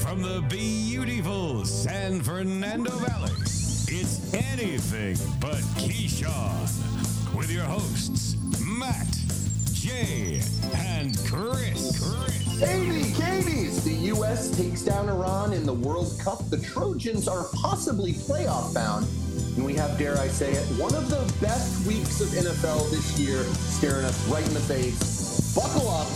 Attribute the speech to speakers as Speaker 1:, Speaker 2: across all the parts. Speaker 1: From the beautiful San Fernando Valley, it's anything but Keyshawn with your hosts, Matt, Jay, and Chris. Chris.
Speaker 2: Amy, Katie's! The U.S. takes down Iran in the World Cup. The Trojans are possibly playoff bound. And we have, dare I say it, one of the best weeks of NFL this year staring us right in the face. Buckle up.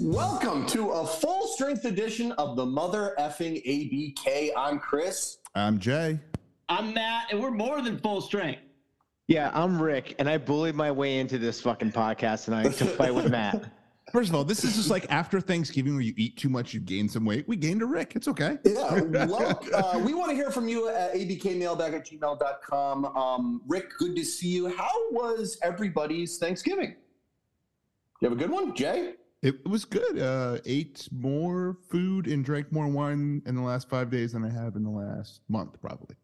Speaker 2: Welcome to a full strength edition of the Mother Effing ABK. I'm Chris.
Speaker 3: I'm Jay.
Speaker 4: I'm Matt, and we're more than full strength.
Speaker 5: Yeah, I'm Rick, and I bullied my way into this fucking podcast tonight to fight with Matt.
Speaker 3: First of all, this is just like after Thanksgiving where you eat too much, you gain some weight. We gained a Rick. It's okay.
Speaker 2: Yeah, well, uh, we want to hear from you at abkmailbag at gmail.com. Um, Rick, good to see you. How was everybody's Thanksgiving? You have a good one, Jay?
Speaker 3: It was good. Uh, ate more food and drank more wine in the last five days than I have in the last month, probably.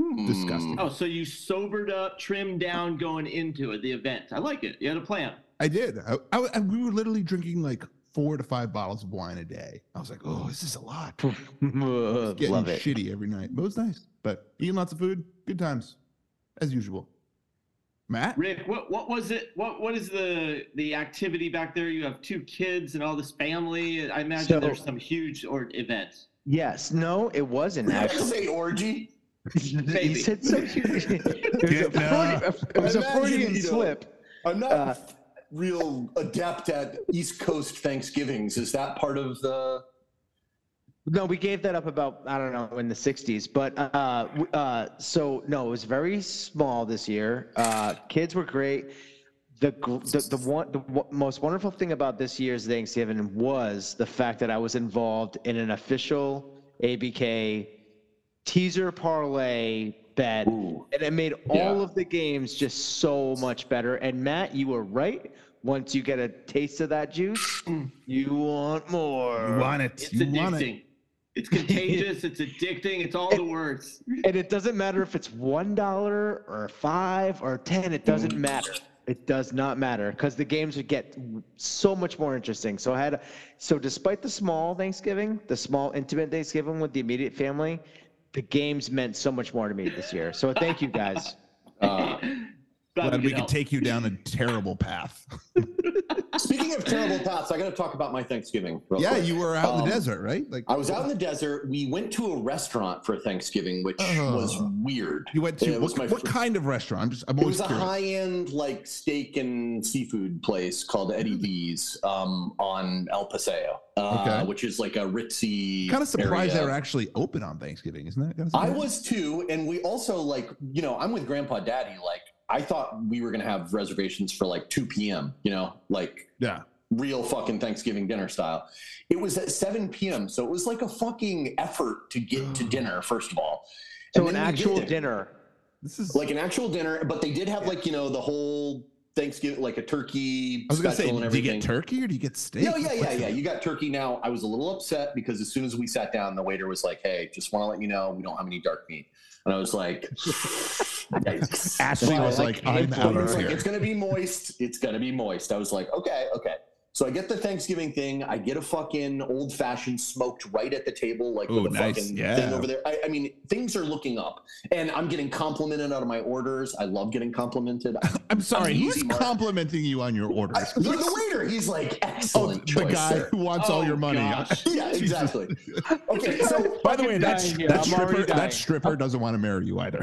Speaker 2: Hmm.
Speaker 3: Disgusting.
Speaker 4: Oh, so you sobered up, trimmed down going into it, the event. I like it. You had a plan.
Speaker 3: I did. I, I, I- we were literally drinking like four to five bottles of wine a day. I was like, oh, this is a lot. Getting
Speaker 5: Love it.
Speaker 3: shitty every night. But it was nice. But eating lots of food, good times, as usual. Matt?
Speaker 4: Rick, what what was it? What what is the the activity back there? You have two kids and all this family. I imagine
Speaker 5: So-
Speaker 4: there's some huge or events.
Speaker 5: Yes, no, it wasn't
Speaker 2: Did I
Speaker 5: actually.
Speaker 2: say orgy?
Speaker 5: he said so huge. It was a,
Speaker 3: Get
Speaker 5: Freudian, it was a
Speaker 2: Imagine
Speaker 5: Freudian
Speaker 2: you don't-
Speaker 5: slip.
Speaker 2: I'm not
Speaker 5: Uh,
Speaker 2: real adept at East Coast Thanksgivings. Is that part of the.
Speaker 5: No, we gave that up about I don't know in the '60s, but uh, w- uh, so no, it was very small this year. Uh, kids were great. The, gr- the the one the w- most wonderful thing about this year's Thanksgiving was the fact that I was involved in an official ABK teaser parlay bet,
Speaker 2: Ooh.
Speaker 5: and it made all
Speaker 2: Yeah.
Speaker 5: of the games just so much better. And Matt, you were right. Once you get a taste of that juice, you want more.
Speaker 3: You want it.
Speaker 4: It's
Speaker 3: you want it.
Speaker 4: addicting. It's contagious. it's addicting. It's all the words.
Speaker 5: And it doesn't matter if it's one dollar or five or ten. It doesn't matter. It does not matter because the games would get so much more interesting. So I had, so despite the small Thanksgiving, the small intimate Thanksgiving with the immediate family, the games meant so much more to me this year. So thank you guys.
Speaker 2: Uh,
Speaker 4: Glad
Speaker 3: Glad we
Speaker 4: could
Speaker 3: could take you down a terrible path.
Speaker 2: speaking of terrible paths, I got to talk about my Thanksgiving. real
Speaker 3: yeah,
Speaker 2: quick.
Speaker 3: you were out in
Speaker 2: Um,
Speaker 3: the desert, right? Like
Speaker 2: I was out in the desert. We went to a restaurant for Thanksgiving, which
Speaker 3: Ugh.
Speaker 2: was weird.
Speaker 3: You went
Speaker 2: Yeah,
Speaker 3: to
Speaker 2: it
Speaker 3: what,
Speaker 2: was my
Speaker 3: what
Speaker 2: fir-
Speaker 3: kind of restaurant? I'm just I'm
Speaker 2: It
Speaker 3: always
Speaker 2: was a
Speaker 3: curious.
Speaker 2: high end like steak and seafood place called
Speaker 3: Hmm.
Speaker 2: Eddie V's um, on El Paseo, uh,
Speaker 3: Okay.
Speaker 2: which is like a ritzy.
Speaker 3: kind of surprised
Speaker 2: area.
Speaker 3: they were actually open on Thanksgiving, isn't that? Kinda
Speaker 2: I
Speaker 3: surprising?
Speaker 2: was too, and we also like you know I'm with Grandpa Daddy. Like I thought we were gonna have reservations for like 2 p.m. You know, like
Speaker 3: Yeah.
Speaker 2: real fucking Thanksgiving dinner style. It was at 7 p.m. So it was like a fucking effort to get to dinner first of all.
Speaker 5: So
Speaker 2: And
Speaker 5: an
Speaker 2: then we get
Speaker 5: actual
Speaker 2: there.
Speaker 5: dinner.
Speaker 3: This is
Speaker 2: like an actual dinner, but they did have like you know the whole Thanksgiving, like a turkey.
Speaker 3: I was gonna
Speaker 2: special
Speaker 3: say,
Speaker 2: and
Speaker 3: do you
Speaker 2: everything.
Speaker 3: get turkey or do you get steak?
Speaker 2: No, yeah, yeah,
Speaker 3: What's
Speaker 2: yeah.
Speaker 3: that?
Speaker 2: You got turkey now. I was a little upset because as soon as we sat down, the waiter was like, "Hey, just want to let you know we don't have any dark meat," and I was like, yikes.
Speaker 3: Ashley
Speaker 5: Well,
Speaker 3: was
Speaker 5: like
Speaker 3: like, I'm
Speaker 5: April
Speaker 3: out
Speaker 2: It's
Speaker 3: of
Speaker 2: like,
Speaker 3: here.
Speaker 2: it's gonna be moist. It's gonna be moist. I was like, okay, okay. So I get the Thanksgiving thing. I get a fucking old fashioned smoked right at the table, like
Speaker 3: Ooh,
Speaker 2: with the
Speaker 3: nice.
Speaker 2: fucking thing
Speaker 3: Yeah.
Speaker 2: over there. I, I mean, things are looking up, and I'm getting complimented out of my orders. I love getting complimented. I-
Speaker 3: I'm sorry,
Speaker 2: I'm an
Speaker 3: who's
Speaker 2: easy mark.
Speaker 3: complimenting you on your orders?
Speaker 2: I- the, the waiter, he's like,
Speaker 3: Oh,
Speaker 2: excellent
Speaker 3: the
Speaker 2: choice,
Speaker 3: guy
Speaker 2: sir."
Speaker 3: who wants all
Speaker 4: Oh,
Speaker 3: your money.
Speaker 4: gosh.
Speaker 2: Yeah, exactly. Okay, so
Speaker 3: By the way, that,
Speaker 5: dying here.
Speaker 3: that
Speaker 5: I'm already
Speaker 3: stripper
Speaker 5: dying.
Speaker 3: that stripper doesn't want to marry you either.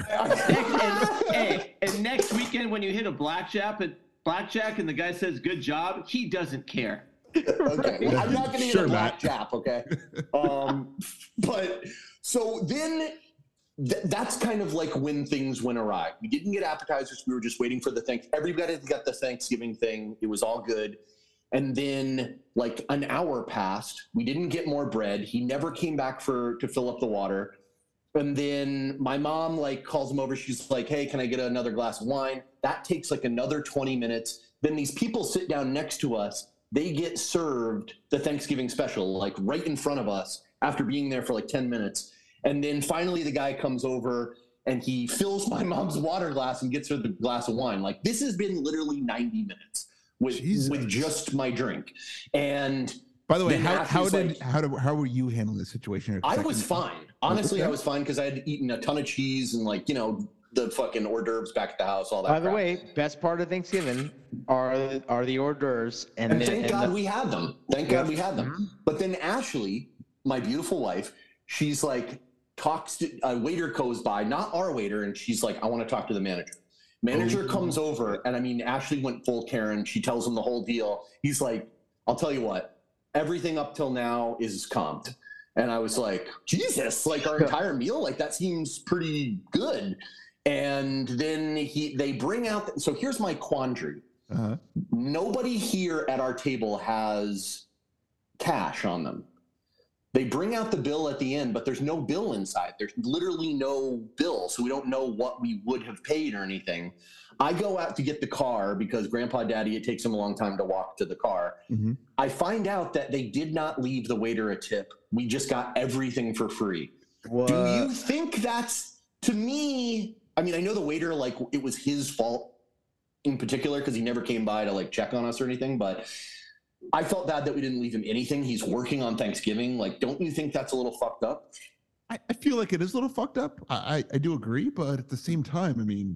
Speaker 4: hey, and next weekend when you hit a blackjack and blackjack and the guy says good job, he doesn't care.
Speaker 2: okay. Well, I'm not going to get
Speaker 3: Sure,
Speaker 2: a black
Speaker 3: Matt.
Speaker 2: tap, okay? Um, but so then th- that's kind of like when things went awry. We didn't get appetizers. We were just waiting for the thanks. Everybody got the Thanksgiving thing. It was all good. And then like an hour passed. We didn't get more bread. He never came back for to fill up the water. And then my mom like calls him over. She's like, "Hey, can I get another glass of wine?" That takes like another 20 minutes. Then these people sit down next to us. They get served the Thanksgiving special, like right in front of us after being there for like 10 minutes. And then finally, the guy comes over and he fills my mom's water glass and gets her the glass of wine. Like, this has been literally 90 minutes with,
Speaker 6: Jesus.
Speaker 2: with just my drink. And
Speaker 6: By the way,
Speaker 2: Then
Speaker 6: how,
Speaker 2: after
Speaker 6: how
Speaker 2: he's
Speaker 6: did
Speaker 2: like-
Speaker 6: how do, how were you handling the situation?
Speaker 2: I was
Speaker 6: Second-
Speaker 2: fine. Honestly,
Speaker 6: Okay.
Speaker 2: I was fine because I had eaten a ton of cheese and like you know the fucking hors d'oeuvres back at the house. All that.
Speaker 5: By the
Speaker 2: crap.
Speaker 5: way, best part of Thanksgiving are are the hors d'oeuvres and,
Speaker 2: and
Speaker 5: the-
Speaker 2: thank
Speaker 5: and
Speaker 2: God
Speaker 5: the-
Speaker 2: we had them. Thank
Speaker 5: Yeah.
Speaker 2: God we had them. But then Ashley, my beautiful wife, she's like talks to a waiter goes by, not our waiter, and she's like, I want to talk to the manager. Manager comes over, and I mean, Ashley went full Karen. She tells him the whole deal. He's like, I'll tell you what, everything up till now is comped. And I was like, Jesus, like our entire meal, like that seems pretty good. And then he, they bring out. So here's my quandary
Speaker 6: Uh-huh.
Speaker 2: nobody here at our table has cash on them. They bring out the bill at the end, but there's no bill inside. There's literally no bill, so we don't know what we would have paid or anything. I go out to get the car because Grandpa Daddy, it takes him a long time to walk to the car.
Speaker 6: Mhm.
Speaker 2: I find out that they did not leave the waiter a tip. We just got everything for free.
Speaker 5: What?
Speaker 2: Do you think that's to me? I mean, I know the waiter like it was his fault in particular because he never came by to like check on us or anything, but I felt bad that we didn't leave him anything. He's working on Thanksgiving. Like, don't you think that's a little fucked up?
Speaker 6: I, I feel like it is a little fucked up. I, I I do agree, but at the same time, I mean,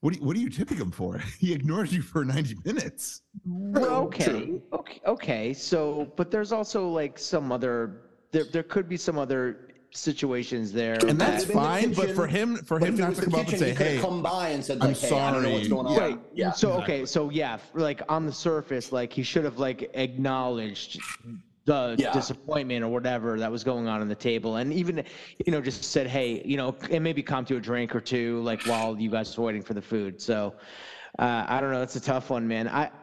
Speaker 6: what do you, what are you tipping him for? He ignored you for ninety minutes.
Speaker 5: Well, okay,
Speaker 2: True.
Speaker 5: okay, okay. So, but there's also like some other. There, there could be some other situations there.
Speaker 6: And
Speaker 2: that-
Speaker 6: that's
Speaker 2: If it was the
Speaker 6: fine, but
Speaker 2: kitchen-
Speaker 6: for him for
Speaker 2: But
Speaker 6: him
Speaker 2: if it
Speaker 6: not
Speaker 2: was
Speaker 6: to
Speaker 2: the
Speaker 6: come up and
Speaker 2: kitchen,
Speaker 6: say,
Speaker 2: he could have
Speaker 6: "Hey,
Speaker 2: come by and said,
Speaker 6: I'm
Speaker 2: like, hey, I don't know what's
Speaker 6: sorry."
Speaker 2: going on.
Speaker 5: Right.
Speaker 2: Yeah.
Speaker 5: So okay. So yeah, f- like on the surface, like he should have like acknowledged the
Speaker 2: Yeah.
Speaker 5: disappointment or whatever that was going on on the table, and even you know just said, hey, you know, and maybe come to a drink or two, like while you guys were waiting for the food. So uh, I don't know. That's a tough one, man. I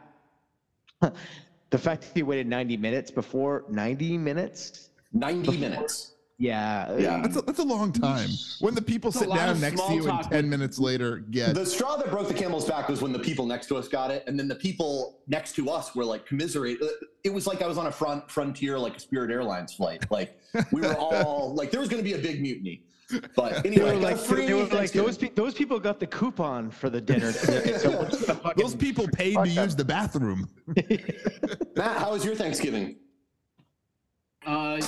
Speaker 5: the fact that you waited 90 minutes before 90 minutes.
Speaker 2: 90 minutes.
Speaker 5: Yeah.
Speaker 2: Yeah.
Speaker 6: that's a, that's a long time." When the people
Speaker 4: a
Speaker 6: sit
Speaker 4: lot
Speaker 6: down
Speaker 4: of
Speaker 6: next to
Speaker 4: small
Speaker 6: you and
Speaker 4: talk
Speaker 6: ten minutes later get
Speaker 2: The straw that broke the camel's back was when the people next to us got it, and then the people next to us were like commiserate. Uh, It was like I was on a front frontier, like a Spirit Airlines flight. Like we were all like, there was going to be a big mutiny. But
Speaker 5: They
Speaker 2: anyway,
Speaker 5: were
Speaker 2: got
Speaker 5: like,
Speaker 2: free
Speaker 5: they were like
Speaker 2: Thanksgiving.
Speaker 5: those, pe- those people got the coupon for the dinner. ticket, so we're just gonna fucking-
Speaker 6: those people paid to use the bathroom.
Speaker 2: Matt, how was your Thanksgiving?
Speaker 4: Uh,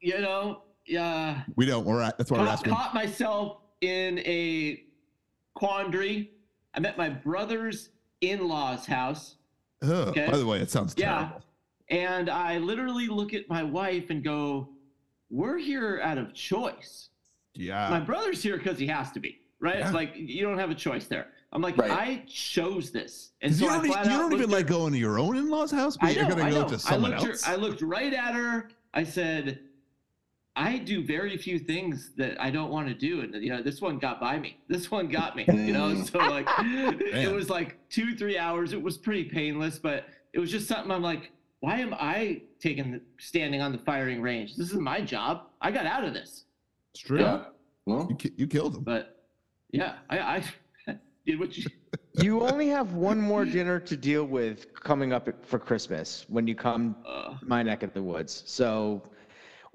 Speaker 4: you know, yeah.
Speaker 6: We don't. We're at, that's why we're
Speaker 4: Caught,
Speaker 6: asking.
Speaker 4: caught myself in a quandary. I'm at my brother's in-laws' house.
Speaker 6: Ugh,
Speaker 4: okay.
Speaker 6: By the way, it sounds
Speaker 4: Yeah.
Speaker 6: terrible.
Speaker 4: And I literally look at my wife and go, "We're here out of choice.
Speaker 6: Yeah.
Speaker 4: my brother's here because he has to be, right?
Speaker 6: Yeah.
Speaker 4: Like you don't have a choice there." I'm like,
Speaker 2: Right.
Speaker 4: "I chose this," and
Speaker 6: 'Cause
Speaker 4: so
Speaker 6: you don't,
Speaker 4: I
Speaker 6: e-
Speaker 4: flat
Speaker 6: you
Speaker 4: out
Speaker 6: don't even
Speaker 4: looked
Speaker 6: like going to your own in-laws house, but
Speaker 4: I know,
Speaker 6: you're gonna
Speaker 4: I
Speaker 6: go
Speaker 4: know.
Speaker 6: to someone
Speaker 4: I looked her-
Speaker 6: else.
Speaker 4: I looked right at her. I said, "I do very few things that I don't want to do," and you know, this one got by me. This one got me. You know,
Speaker 6: Mm.
Speaker 4: so like, it
Speaker 6: Man.
Speaker 4: was like two, three hours. It was pretty painless, but it was just something. I'm like, why am I taking the, standing on the firing range? This is my job. I got out of this,
Speaker 6: it's true.
Speaker 2: Well,
Speaker 6: You, ki- you killed him.
Speaker 4: but yeah, I, I did what you.
Speaker 5: You only have one more dinner to deal with coming up for Christmas when you come
Speaker 4: Uh,
Speaker 5: my neck of the woods. So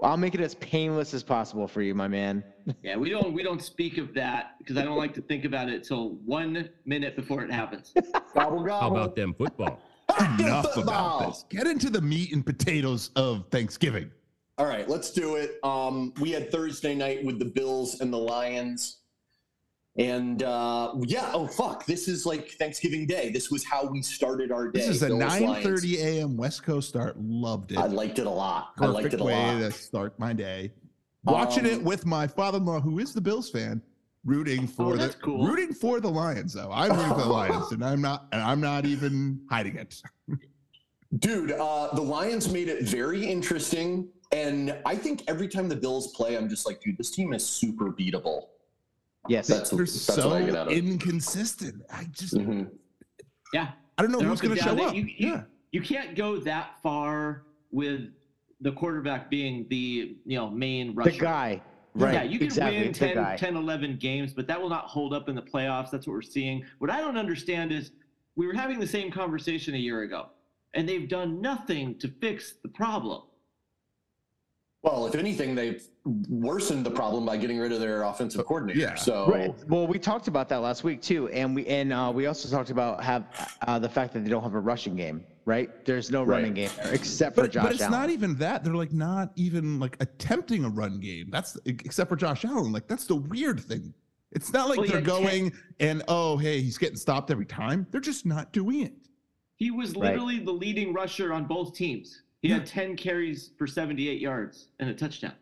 Speaker 5: I'll make it as painless as possible for you, my man.
Speaker 4: yeah, we don't we don't speak of that because I don't like to think about it till one minute before it happens.
Speaker 2: gobble gobble.
Speaker 1: How about them football?
Speaker 2: Back to
Speaker 6: Enough
Speaker 2: football.
Speaker 6: about this. Get into the meat and potatoes of Thanksgiving.
Speaker 2: All right, let's do it. Um, we had Thursday night with the Bills and the Lions. And uh, yeah, oh fuck, this is like Thanksgiving Day. This was how we started our day.
Speaker 6: This is a
Speaker 2: Bills, Lions.
Speaker 6: 9:30 a.m. West Coast start. Loved it.
Speaker 2: I liked it a lot. I liked it a
Speaker 6: way to
Speaker 2: lot.
Speaker 6: start my day. Watching
Speaker 2: Um, Oh,
Speaker 6: it with my father-in-law, who is the Bills fan, rooting for the
Speaker 4: that's cool.
Speaker 6: rooting for the Lions. Though I'm rooting for the Lions, and I'm not and I'm not even hiding it.
Speaker 2: Dude, uh, the Lions made it very interesting. And I think every time the Bills play, I'm just like, dude, this team is super beatable.
Speaker 5: Yes.
Speaker 2: That's,
Speaker 6: They're
Speaker 2: that's
Speaker 6: so
Speaker 2: what I get out of it.
Speaker 6: inconsistent. I just
Speaker 2: Mhm.
Speaker 4: Yeah,
Speaker 6: I don't know
Speaker 4: They're
Speaker 6: who's
Speaker 4: up and
Speaker 6: going to
Speaker 4: down.
Speaker 6: show
Speaker 4: They-
Speaker 6: up.
Speaker 4: You, you,
Speaker 6: yeah.
Speaker 4: you can't go that far with the quarterback being the you know main
Speaker 5: The
Speaker 4: rusher.
Speaker 5: guy. Right.
Speaker 4: Yeah, you can
Speaker 5: exactly.
Speaker 4: win
Speaker 5: the
Speaker 4: 10,
Speaker 5: guy.
Speaker 4: 10, 11 games, but that will not hold up in the playoffs. That's what we're seeing. What I don't understand is we were having the same conversation a year ago, and they've done nothing to fix the problem.
Speaker 2: Well, if anything, they've worsened the problem by getting rid of their offensive coordinator.
Speaker 6: Oh, yeah.
Speaker 2: So
Speaker 5: Right. Well, we talked about that last week too, and we and uh, we also talked about have uh, the fact that they don't have a rushing game. Right? There's no running game there except for
Speaker 6: But,
Speaker 5: Josh
Speaker 6: but it's
Speaker 5: Allen.
Speaker 6: not even that. They're like not even like attempting a run game. That's except for Josh Allen. Like that's the weird thing. It's not like
Speaker 4: Well,
Speaker 6: they're
Speaker 4: yeah, Ken-
Speaker 6: going and oh hey he's getting stopped every time. They're just not doing it.
Speaker 4: He was
Speaker 5: Right.
Speaker 4: literally the leading rusher on both teams. He had 10 carries for 78 yards and a touchdown.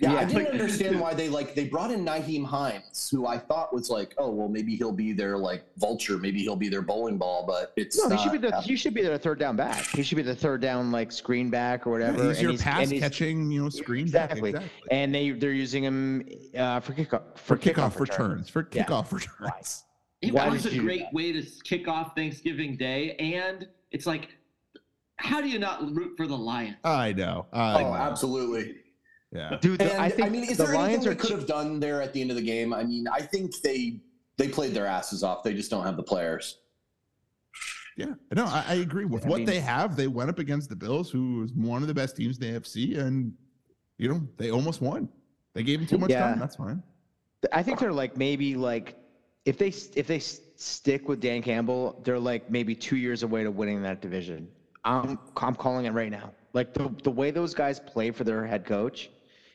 Speaker 2: Yeah, I
Speaker 5: Yeah.
Speaker 2: didn't understand why they like they brought in Naheem Hines, who I thought was like, oh well, maybe he'll be their like vulture, maybe he'll be their bowling ball, but it's
Speaker 5: No, he
Speaker 2: not
Speaker 5: should be the
Speaker 2: happening.
Speaker 5: he should be their third down back. He should be the third down like screen back or
Speaker 6: Yeah,
Speaker 5: whatever.
Speaker 6: he's your pass
Speaker 5: and
Speaker 6: catching, you know, screen back,
Speaker 5: Exactly. And they they're using him uh, for kickoff
Speaker 6: for
Speaker 5: for,
Speaker 6: kickoff,
Speaker 5: return.
Speaker 6: returns, for
Speaker 5: Yeah.
Speaker 6: kickoff returns.
Speaker 4: It
Speaker 5: Why
Speaker 4: was
Speaker 5: did
Speaker 4: a
Speaker 5: you do
Speaker 4: great way to kick off Thanksgiving Day. And it's like, how do you not root for the Lions?
Speaker 6: I know. I
Speaker 2: Oh,
Speaker 6: know.
Speaker 2: absolutely.
Speaker 6: Yeah.
Speaker 5: Dude, the-
Speaker 2: And
Speaker 5: I
Speaker 2: I,
Speaker 5: think
Speaker 2: mean, is
Speaker 5: the
Speaker 2: there
Speaker 5: Lions
Speaker 2: anything
Speaker 5: are
Speaker 2: they could
Speaker 5: cheap.
Speaker 2: have done there at the end of the game? I mean, I think they they played their asses off. They just don't have the players.
Speaker 6: Yeah. No, I, I agree with
Speaker 5: I
Speaker 6: what
Speaker 5: mean-
Speaker 6: they have. They went up against the Bills, who is one of the best teams in the AFC, and you know they almost won. They gave him too much
Speaker 5: Yeah.
Speaker 6: time. That's fine.
Speaker 5: I think they're like maybe like if they if they s- stick with Dan Campbell, they're like maybe two years away to winning that division. I'm I'm calling it right now. Like the the way those guys play for their head coach,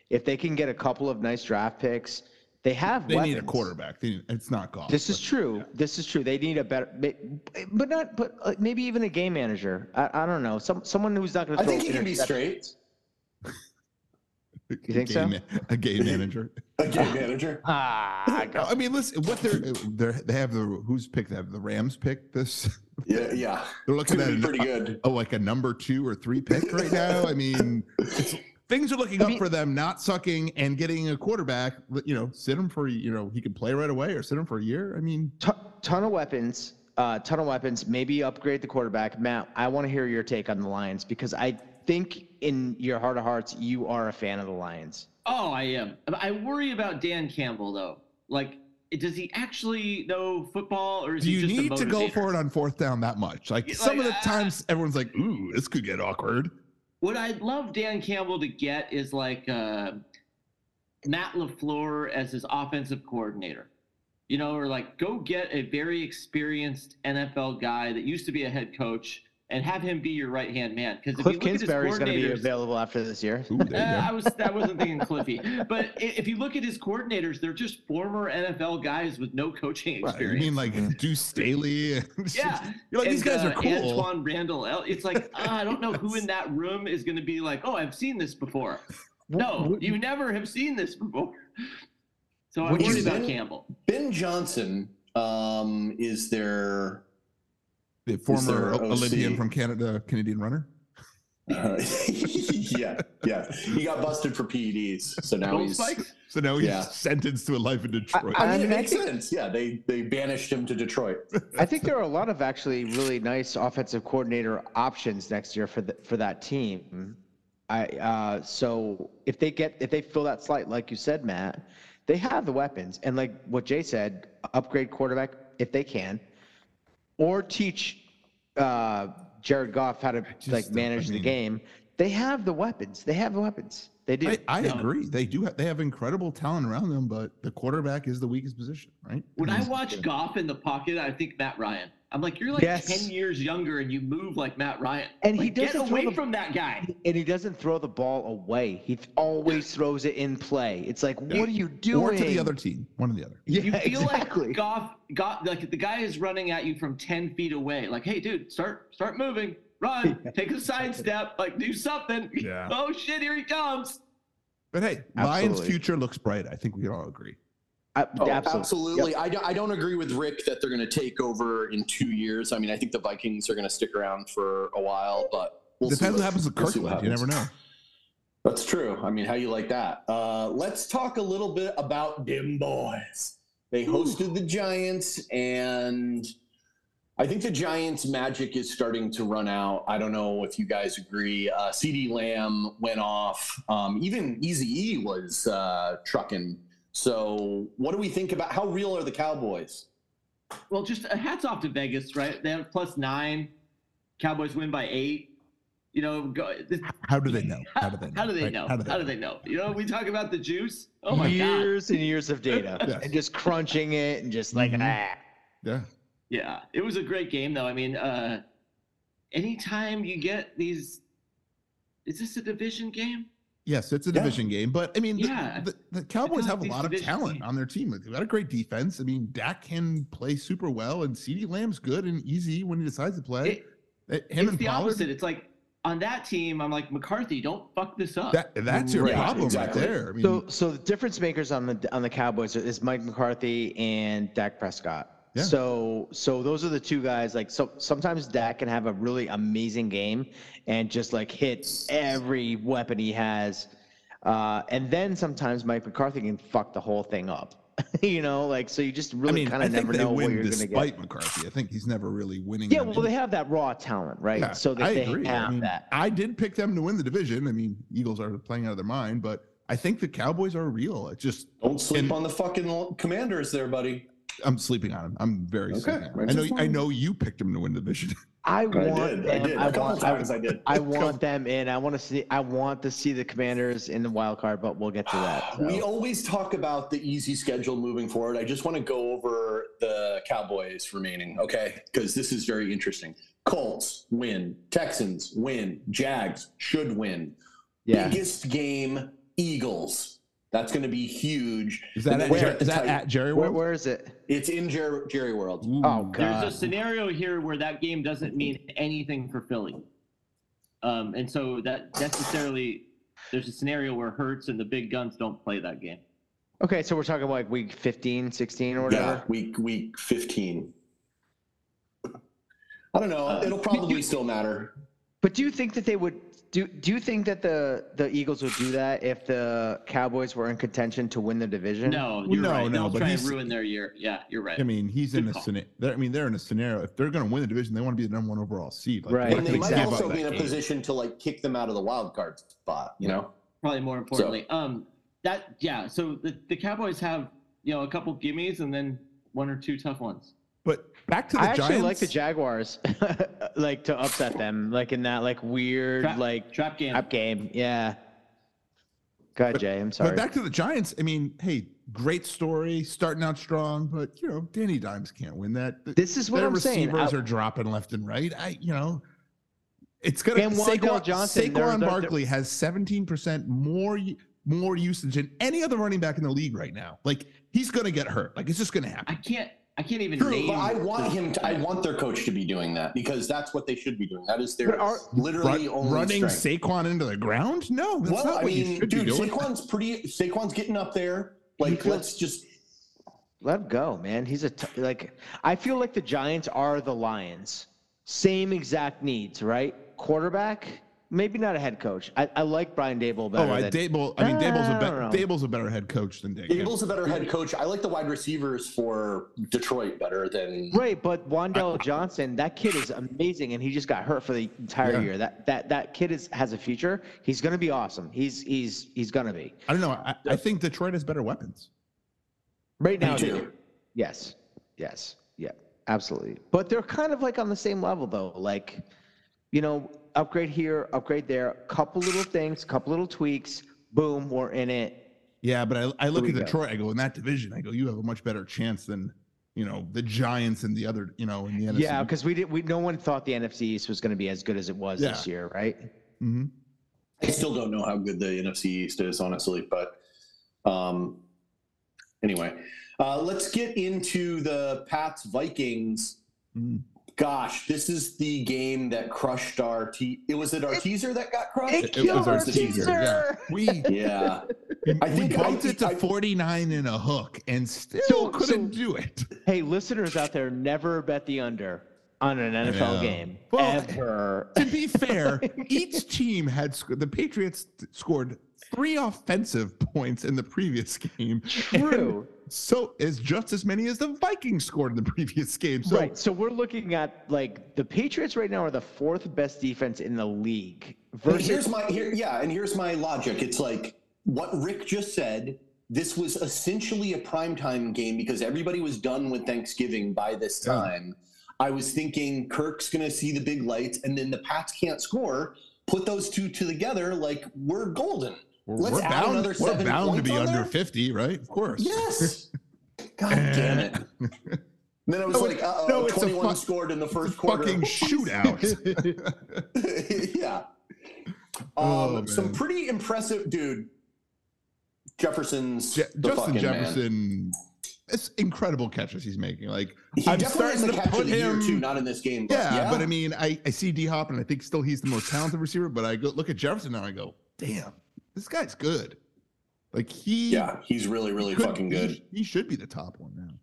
Speaker 5: if they can get a couple of nice draft picks, they have
Speaker 6: They
Speaker 5: weapons.
Speaker 6: need a quarterback. They need, it's not golf.
Speaker 5: This is true. This is true. They need a better, ma- but not, but uh, maybe even a game manager. I, I don't know. Some someone who's not going to.
Speaker 2: I think he can be straight.
Speaker 6: you
Speaker 5: think so?
Speaker 6: A game manager.
Speaker 2: A game manager.
Speaker 5: Ah,
Speaker 6: No, I mean, listen. What they're, they're they have the who's pick? They have the Rams pick this.
Speaker 2: Yeah, yeah.
Speaker 6: They're
Speaker 2: It's
Speaker 6: looking
Speaker 2: gonna
Speaker 6: at
Speaker 2: be
Speaker 6: a,
Speaker 5: uh,
Speaker 2: pretty good.
Speaker 6: oh, like a number two or three pick right now. I mean, it's, things are looking
Speaker 5: I
Speaker 6: up
Speaker 5: mean-
Speaker 6: for them. Not sucking and getting a quarterback. You know, sit him for you know he can play right away or sit him for a year. I mean,
Speaker 5: Ton, ton of weapons. Uh, ton of weapons. Maybe upgrade the quarterback. Matt, I want to hear your take on the Lions because I think in your heart of hearts you are a fan of the Lions.
Speaker 4: Oh, I am. I worry about Dan Campbell, though. Like, does he actually know football or is
Speaker 6: do
Speaker 4: he
Speaker 6: you
Speaker 4: just a
Speaker 6: need to go
Speaker 4: motivator?
Speaker 6: for it on fourth down that much? Like
Speaker 4: Yeah,
Speaker 6: some of the
Speaker 4: like, ah.
Speaker 6: times, everyone's like, "Ooh, this could get awkward."
Speaker 4: What I'd love Dan Campbell to get is like uh, Matt LaFleur as his offensive coordinator. You know, or like go get a very experienced NFL guy that used to be a head coach and have him be your right hand man. Because if
Speaker 5: Cliff
Speaker 4: you look
Speaker 5: Kingsbury is
Speaker 4: at his
Speaker 5: going to be
Speaker 4: coordinators,
Speaker 5: available after this year.
Speaker 6: Ooh,
Speaker 4: uh,
Speaker 6: there you
Speaker 4: I
Speaker 6: go.
Speaker 4: was I wasn't thinking Cliffy, but i- if you look at his coordinators, they're just former NFL guys with no coaching
Speaker 6: Well, you
Speaker 4: experience.
Speaker 6: mean like Deuce Staley? and-
Speaker 4: Yeah.
Speaker 6: You're like, these
Speaker 4: And,
Speaker 6: guys are
Speaker 4: uh,
Speaker 6: cool.
Speaker 4: Antoine Randall. El- It's like uh, I don't know who in that room is going to be like, oh, I've seen this before. No,
Speaker 5: Would-
Speaker 4: you never have seen this before. So I'm
Speaker 2: Would you
Speaker 4: worried about
Speaker 2: say-
Speaker 4: Campbell.
Speaker 2: Ben Johnson um, is their.
Speaker 6: the
Speaker 2: their
Speaker 6: former
Speaker 2: OC.
Speaker 6: Olympian from Canada, Canadian runner.
Speaker 2: Uh, yeah, yeah. He got busted for PEDs, so now
Speaker 4: Gold
Speaker 2: he's.
Speaker 4: spikes.
Speaker 6: So now he's
Speaker 2: Yeah.
Speaker 6: sentenced to a life in Detroit.
Speaker 2: I mean,
Speaker 5: I
Speaker 2: it
Speaker 5: mean, I
Speaker 2: makes
Speaker 5: think-
Speaker 2: sense. Yeah, they they banished him to Detroit.
Speaker 5: I think there are a lot of actually really nice offensive coordinator options next year for the, for that team. I uh, so if they get if they fill that slot like you said, Matt, they have the weapons and like what Jay said, upgrade quarterback if they can, or teach uh, Jared Goff how to
Speaker 6: just
Speaker 5: like
Speaker 6: don't- I
Speaker 5: manage the
Speaker 6: mean-
Speaker 5: game. They have the weapons. They have the weapons. They do.
Speaker 6: I, I agree. They do. Have, they have incredible talent around them, but the quarterback is the weakest position, right?
Speaker 4: When I
Speaker 6: mean,
Speaker 4: watch Goff in the pocket, I think Matt Ryan. I'm like, you're like
Speaker 5: Yes.
Speaker 4: ten years younger and you move like Matt Ryan.
Speaker 5: And he
Speaker 4: Like, get
Speaker 5: doesn't throw
Speaker 4: away
Speaker 5: the-
Speaker 4: from that guy.
Speaker 5: and he doesn't throw the ball away. He th- always throws it in play. It's like, what are you doing?
Speaker 6: or to the other team, one or the other.
Speaker 5: Yeah,
Speaker 4: You feel
Speaker 5: exactly.
Speaker 4: like Goff got like the guy is running at you from ten feet away. Like, hey, dude, start start moving, run, take a side step, like do something.
Speaker 6: Yeah.
Speaker 4: oh shit, here he comes.
Speaker 6: But hey, Lions'
Speaker 5: Absolutely.
Speaker 6: future looks bright. I think we can all agree.
Speaker 5: I-
Speaker 2: Oh,
Speaker 5: absolutely.
Speaker 2: absolutely. I, don't, I don't agree with Rick that they're going to take over in two years. I mean, I think the Vikings are going to stick around for a while, but we'll see
Speaker 6: Depends what happens to
Speaker 2: we'll see
Speaker 6: Kirkland.
Speaker 2: what
Speaker 6: You
Speaker 2: happens.
Speaker 6: never know.
Speaker 2: That's true. I mean, how you like that? Uh, let's talk a little bit about them boys. They hosted the Giants, and I think the Giants' magic is starting to run out. I don't know if you guys agree. Uh, CD Lamb went off. Um, even Easy E was uh, trucking. So, what do we think about how real are the Cowboys?
Speaker 4: Well, just uh, hats off to Vegas, right? They have plus nine. Cowboys win by eight. You know, go, this,
Speaker 1: How do they know? How do they know?
Speaker 4: how do they
Speaker 1: right?
Speaker 4: know? How do they, know? You know, we talk about the juice. Oh my god.
Speaker 5: years and years of data
Speaker 6: Yes. Mm-hmm.
Speaker 5: and just crunching it and just like
Speaker 1: Mhm.
Speaker 5: ah.
Speaker 6: Yeah.
Speaker 4: Yeah, it was a great game though. I mean, uh anytime you get these, is this a division game?
Speaker 6: Yes, it's a
Speaker 2: Yeah.
Speaker 6: division game, but I mean, the,
Speaker 4: Yeah.
Speaker 6: the, the Cowboys
Speaker 4: not
Speaker 6: have a
Speaker 4: these
Speaker 6: lot of
Speaker 4: division
Speaker 6: talent
Speaker 4: games.
Speaker 6: on their team. They've got a great defense. I mean, Dak can play super well, and CeeDee Lamb's good and easy when he decides to play.
Speaker 4: It-
Speaker 6: Uh, Him
Speaker 4: it's
Speaker 6: and
Speaker 4: the
Speaker 6: Pollard,
Speaker 4: opposite. It's like on that team, I'm like McCarthy, don't fuck this up.
Speaker 6: that, that's your
Speaker 2: Right,
Speaker 6: problem
Speaker 2: exactly.
Speaker 6: right there. I mean,
Speaker 5: So
Speaker 1: Mm-hmm.
Speaker 5: so the difference makers on the on the Cowboys is Mike McCarthy and Dak Prescott.
Speaker 6: Yeah.
Speaker 5: So so those are the two guys. Like so sometimes Dak can have a really amazing game and just like hit every weapon he has. Uh, and then sometimes Mike McCarthy can fuck the whole thing up. you know, like so you just really
Speaker 1: I mean,
Speaker 5: kind
Speaker 1: I
Speaker 5: of
Speaker 1: think
Speaker 5: never
Speaker 1: they
Speaker 5: know what
Speaker 1: win
Speaker 5: you're gonna get.
Speaker 1: despite McCarthy. I think he's never really winning.
Speaker 5: Yeah,
Speaker 1: them.
Speaker 5: well they have that raw talent, right?
Speaker 6: Yeah,
Speaker 5: so that
Speaker 6: I
Speaker 5: they
Speaker 6: agree. I
Speaker 5: have
Speaker 6: mean,
Speaker 5: that.
Speaker 6: I did pick them to win the division. I mean, Eagles are playing out of their mind, but I think the Cowboys are real. It just
Speaker 2: Don't sleep
Speaker 6: And-
Speaker 2: on the fucking l- commanders there, buddy.
Speaker 6: I'm sleeping on them. I'm very
Speaker 2: Okay,
Speaker 6: sleeping. on 'em.
Speaker 2: I
Speaker 6: I know.
Speaker 2: just
Speaker 6: I
Speaker 2: wanted-
Speaker 6: know you picked them to win the division.
Speaker 5: I
Speaker 2: I
Speaker 5: want
Speaker 2: did. I
Speaker 5: them.
Speaker 2: did. A couple
Speaker 5: want.
Speaker 2: times I did.
Speaker 5: I want them in. I want to see. I want to see the Commanders in the wild card, but we'll get to that. so.
Speaker 2: We always talk about the easy schedule moving forward. I just want to go over the Cowboys remaining, okay? Because this is very interesting. Colts win, Texans win, Jags should win.
Speaker 5: yeah.
Speaker 2: Biggest game, Eagles. That's going to be huge.
Speaker 1: Is that
Speaker 2: And
Speaker 1: at,
Speaker 2: then
Speaker 1: Jer-
Speaker 2: Jer-
Speaker 1: is that
Speaker 2: Titan-
Speaker 1: at Jerry
Speaker 5: Where,
Speaker 1: World?
Speaker 5: where is it?
Speaker 2: It's in Jer- Jerry World.
Speaker 1: Ooh.
Speaker 5: Oh
Speaker 4: There's a
Speaker 5: God.
Speaker 4: scenario here where that game doesn't mean anything for Philly. Um, and so that necessarily there's a scenario where Hertz and the big guns don't play that game.
Speaker 5: Okay, so we're talking about like week 15, 16 or
Speaker 2: Yeah,
Speaker 5: whatever.
Speaker 2: week week 15. I don't know.
Speaker 4: Uh,
Speaker 2: It'll probably still matter.
Speaker 5: But do you think that they would do? Do you think that the the Eagles would do that if the Cowboys were in contention to win the division?
Speaker 4: No,
Speaker 6: Well,
Speaker 4: you're
Speaker 6: no,
Speaker 4: right.
Speaker 6: no,
Speaker 4: They'll
Speaker 6: but
Speaker 4: try and
Speaker 6: he's-
Speaker 4: ruin their year. Yeah, you're right.
Speaker 6: I mean, he's in
Speaker 4: Good
Speaker 6: a
Speaker 4: call.
Speaker 6: scenario. I mean, they're in a scenario. If they're going to win the division, they want to be the number one overall seed. Like, they're
Speaker 5: Right.
Speaker 2: And
Speaker 6: not
Speaker 2: they
Speaker 6: gonna
Speaker 2: might
Speaker 6: give up
Speaker 2: also
Speaker 6: that
Speaker 2: be in a
Speaker 6: game.
Speaker 2: position to like kick them out of the wild card spot, you know?
Speaker 4: Probably more importantly, um, that yeah. So the, the Cowboys have you know a couple gimmies and then one or two tough ones.
Speaker 6: But back to the
Speaker 5: I actually
Speaker 6: Giants.
Speaker 5: like the Jaguars, like to upset them, like in that like weird
Speaker 4: Trap,
Speaker 5: like
Speaker 4: trap game.
Speaker 5: trap game. Yeah. God, Jay, I'm sorry.
Speaker 6: But back to the Giants. I mean, hey, great story, starting out strong, but you know, Danny Dimes can't win that. Th-
Speaker 5: this is what
Speaker 6: Their
Speaker 5: I'm saying.
Speaker 6: receivers
Speaker 5: I-
Speaker 6: are dropping left and right. I, you know, it's gonna.
Speaker 5: And Wandale
Speaker 6: Saquon,
Speaker 5: Johnson,
Speaker 6: Saquon
Speaker 5: they're- they're- they're-
Speaker 6: Barkley has 17 percent more u- more usage than any other running back in the league right now. Like he's gonna get hurt. Like it's just gonna happen.
Speaker 4: I can't. I can't even
Speaker 2: True,
Speaker 4: name.
Speaker 2: but I want
Speaker 4: the-
Speaker 2: him. To, I want their coach to be doing that because that's what they should be doing. That is their
Speaker 5: But are-
Speaker 2: literally
Speaker 6: Run-
Speaker 2: only
Speaker 6: running
Speaker 2: strength.
Speaker 6: Saquon into the ground? No, that's
Speaker 2: well,
Speaker 6: not
Speaker 2: I
Speaker 6: what you
Speaker 2: mean,
Speaker 6: should
Speaker 2: dude,
Speaker 6: be doing.
Speaker 2: Saquon's pretty. Saquon's getting up there. Like,
Speaker 5: feels-
Speaker 2: let's just.
Speaker 5: Let him go, man. He's a t- like. I feel like the Giants are the Lions. Same exact needs, right? Quarterback, maybe not a head coach. I, I like Brian Dable better.
Speaker 6: Oh, I,
Speaker 5: than-
Speaker 6: Dable. I mean,
Speaker 5: Ah,
Speaker 6: Dable's a
Speaker 5: I don't know.
Speaker 6: better Dable's a better head coach than Dick.
Speaker 2: Abel's a better head coach. I like the wide receivers for Detroit better than.
Speaker 5: Right, but Wandell Johnson, that kid is amazing, and he just got hurt for the entire
Speaker 6: Yeah.
Speaker 5: year. That that that kid is has a future. He's gonna be awesome. He's he's he's gonna be
Speaker 6: I don't know. I, I think Detroit has better weapons.
Speaker 5: right now.
Speaker 2: Me
Speaker 5: they
Speaker 2: too.
Speaker 5: do. Yes, yes, yeah, absolutely. But they're kind of like on the same level though. Like, you know, upgrade here, upgrade there, couple little things, couple little tweaks. Boom, we're in it.
Speaker 6: Yeah, but I, I look
Speaker 5: we
Speaker 6: at
Speaker 5: go.
Speaker 6: Detroit. I go in that division. I go, you have a much better chance than you know the Giants and the other. You know, in the NFC.
Speaker 5: Yeah, because we did. We no one thought the NFC East was going to be as good as it was
Speaker 6: Yeah.
Speaker 5: this year, right?
Speaker 6: Mhm.
Speaker 2: I still don't know how good the NFC East is, honestly. But um, anyway, uh, let's get into the Pats Vikings.
Speaker 6: Mhm.
Speaker 2: Mm-hmm. Gosh, this is the game that crushed our. Te- it was it our teaser that got crushed.
Speaker 6: It- it was our teaser. Yeah. We
Speaker 2: Yeah, I
Speaker 6: we
Speaker 2: think I
Speaker 6: bumped
Speaker 2: think
Speaker 6: it to
Speaker 2: I-
Speaker 6: forty nine and a hook, and still
Speaker 5: So-
Speaker 6: couldn't do it.
Speaker 5: Hey, listeners out there, never bet the under on an NFL
Speaker 6: Yeah.
Speaker 5: game
Speaker 6: Well,
Speaker 5: ever.
Speaker 6: to be fair, each team had sc- the Patriots t- scored three offensive points in the previous game.
Speaker 5: True.
Speaker 6: So is just as many as the Vikings scored in the previous game. So
Speaker 5: right. So we're looking at like the Patriots right now are the fourth best defense in the league
Speaker 2: But
Speaker 5: versus
Speaker 2: here's my here, yeah, and here's my logic. It's like what Rick just said this was essentially a primetime game because everybody was done with Thanksgiving by this
Speaker 6: Yeah.
Speaker 2: time. I was thinking Kirk's going to see the big lights and then the Pats can't score. Put those two together, like we're golden.
Speaker 6: We're,
Speaker 2: Let's
Speaker 6: we're
Speaker 2: add
Speaker 6: bound,
Speaker 2: another
Speaker 6: we're
Speaker 2: seven
Speaker 6: bound to
Speaker 2: points
Speaker 6: be
Speaker 2: on
Speaker 6: under
Speaker 2: there?
Speaker 6: 50, right? Of course.
Speaker 2: Yes. God damn it. And then I was
Speaker 6: No,
Speaker 2: like, uh oh,
Speaker 6: no, it's a
Speaker 2: 21
Speaker 6: fuck-
Speaker 2: scored in the
Speaker 6: It's a
Speaker 2: first quarter.
Speaker 6: Fucking shootout.
Speaker 2: yeah. Um,
Speaker 6: Oh,
Speaker 2: some
Speaker 6: man.
Speaker 2: pretty impressive, dude. Jefferson's
Speaker 6: Je-
Speaker 2: the fucking
Speaker 6: Justin
Speaker 2: man.
Speaker 6: Jefferson, it's incredible catches he's making. Like
Speaker 2: He
Speaker 6: I'm
Speaker 2: definitely is
Speaker 6: starting
Speaker 2: the
Speaker 6: to
Speaker 2: catch
Speaker 6: put
Speaker 2: of the year
Speaker 6: him-
Speaker 2: too, not in this game. But
Speaker 6: Yeah,
Speaker 2: yeah,
Speaker 6: but I mean, I, I see D Hop, and I think still he's the most talented receiver. But I go look at Jefferson now, and I go, damn, this guy's good. Like he,
Speaker 2: yeah, he's really, really
Speaker 6: could-
Speaker 2: fucking
Speaker 6: he-
Speaker 2: good.
Speaker 6: He, should be the top one now.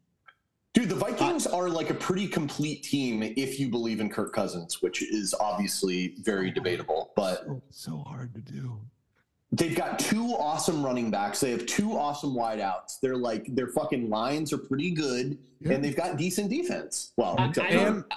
Speaker 2: Dude, the Vikings are like a pretty complete team if you believe in Kirk Cousins, which is obviously very debatable. But
Speaker 6: So, so hard to do.
Speaker 2: They've got two awesome running backs. They have two awesome wideouts. They're like their fucking lines are pretty good,
Speaker 6: Yeah.
Speaker 2: and they've got decent defense. Well,
Speaker 4: I,
Speaker 2: except
Speaker 4: I
Speaker 2: for-
Speaker 4: don't,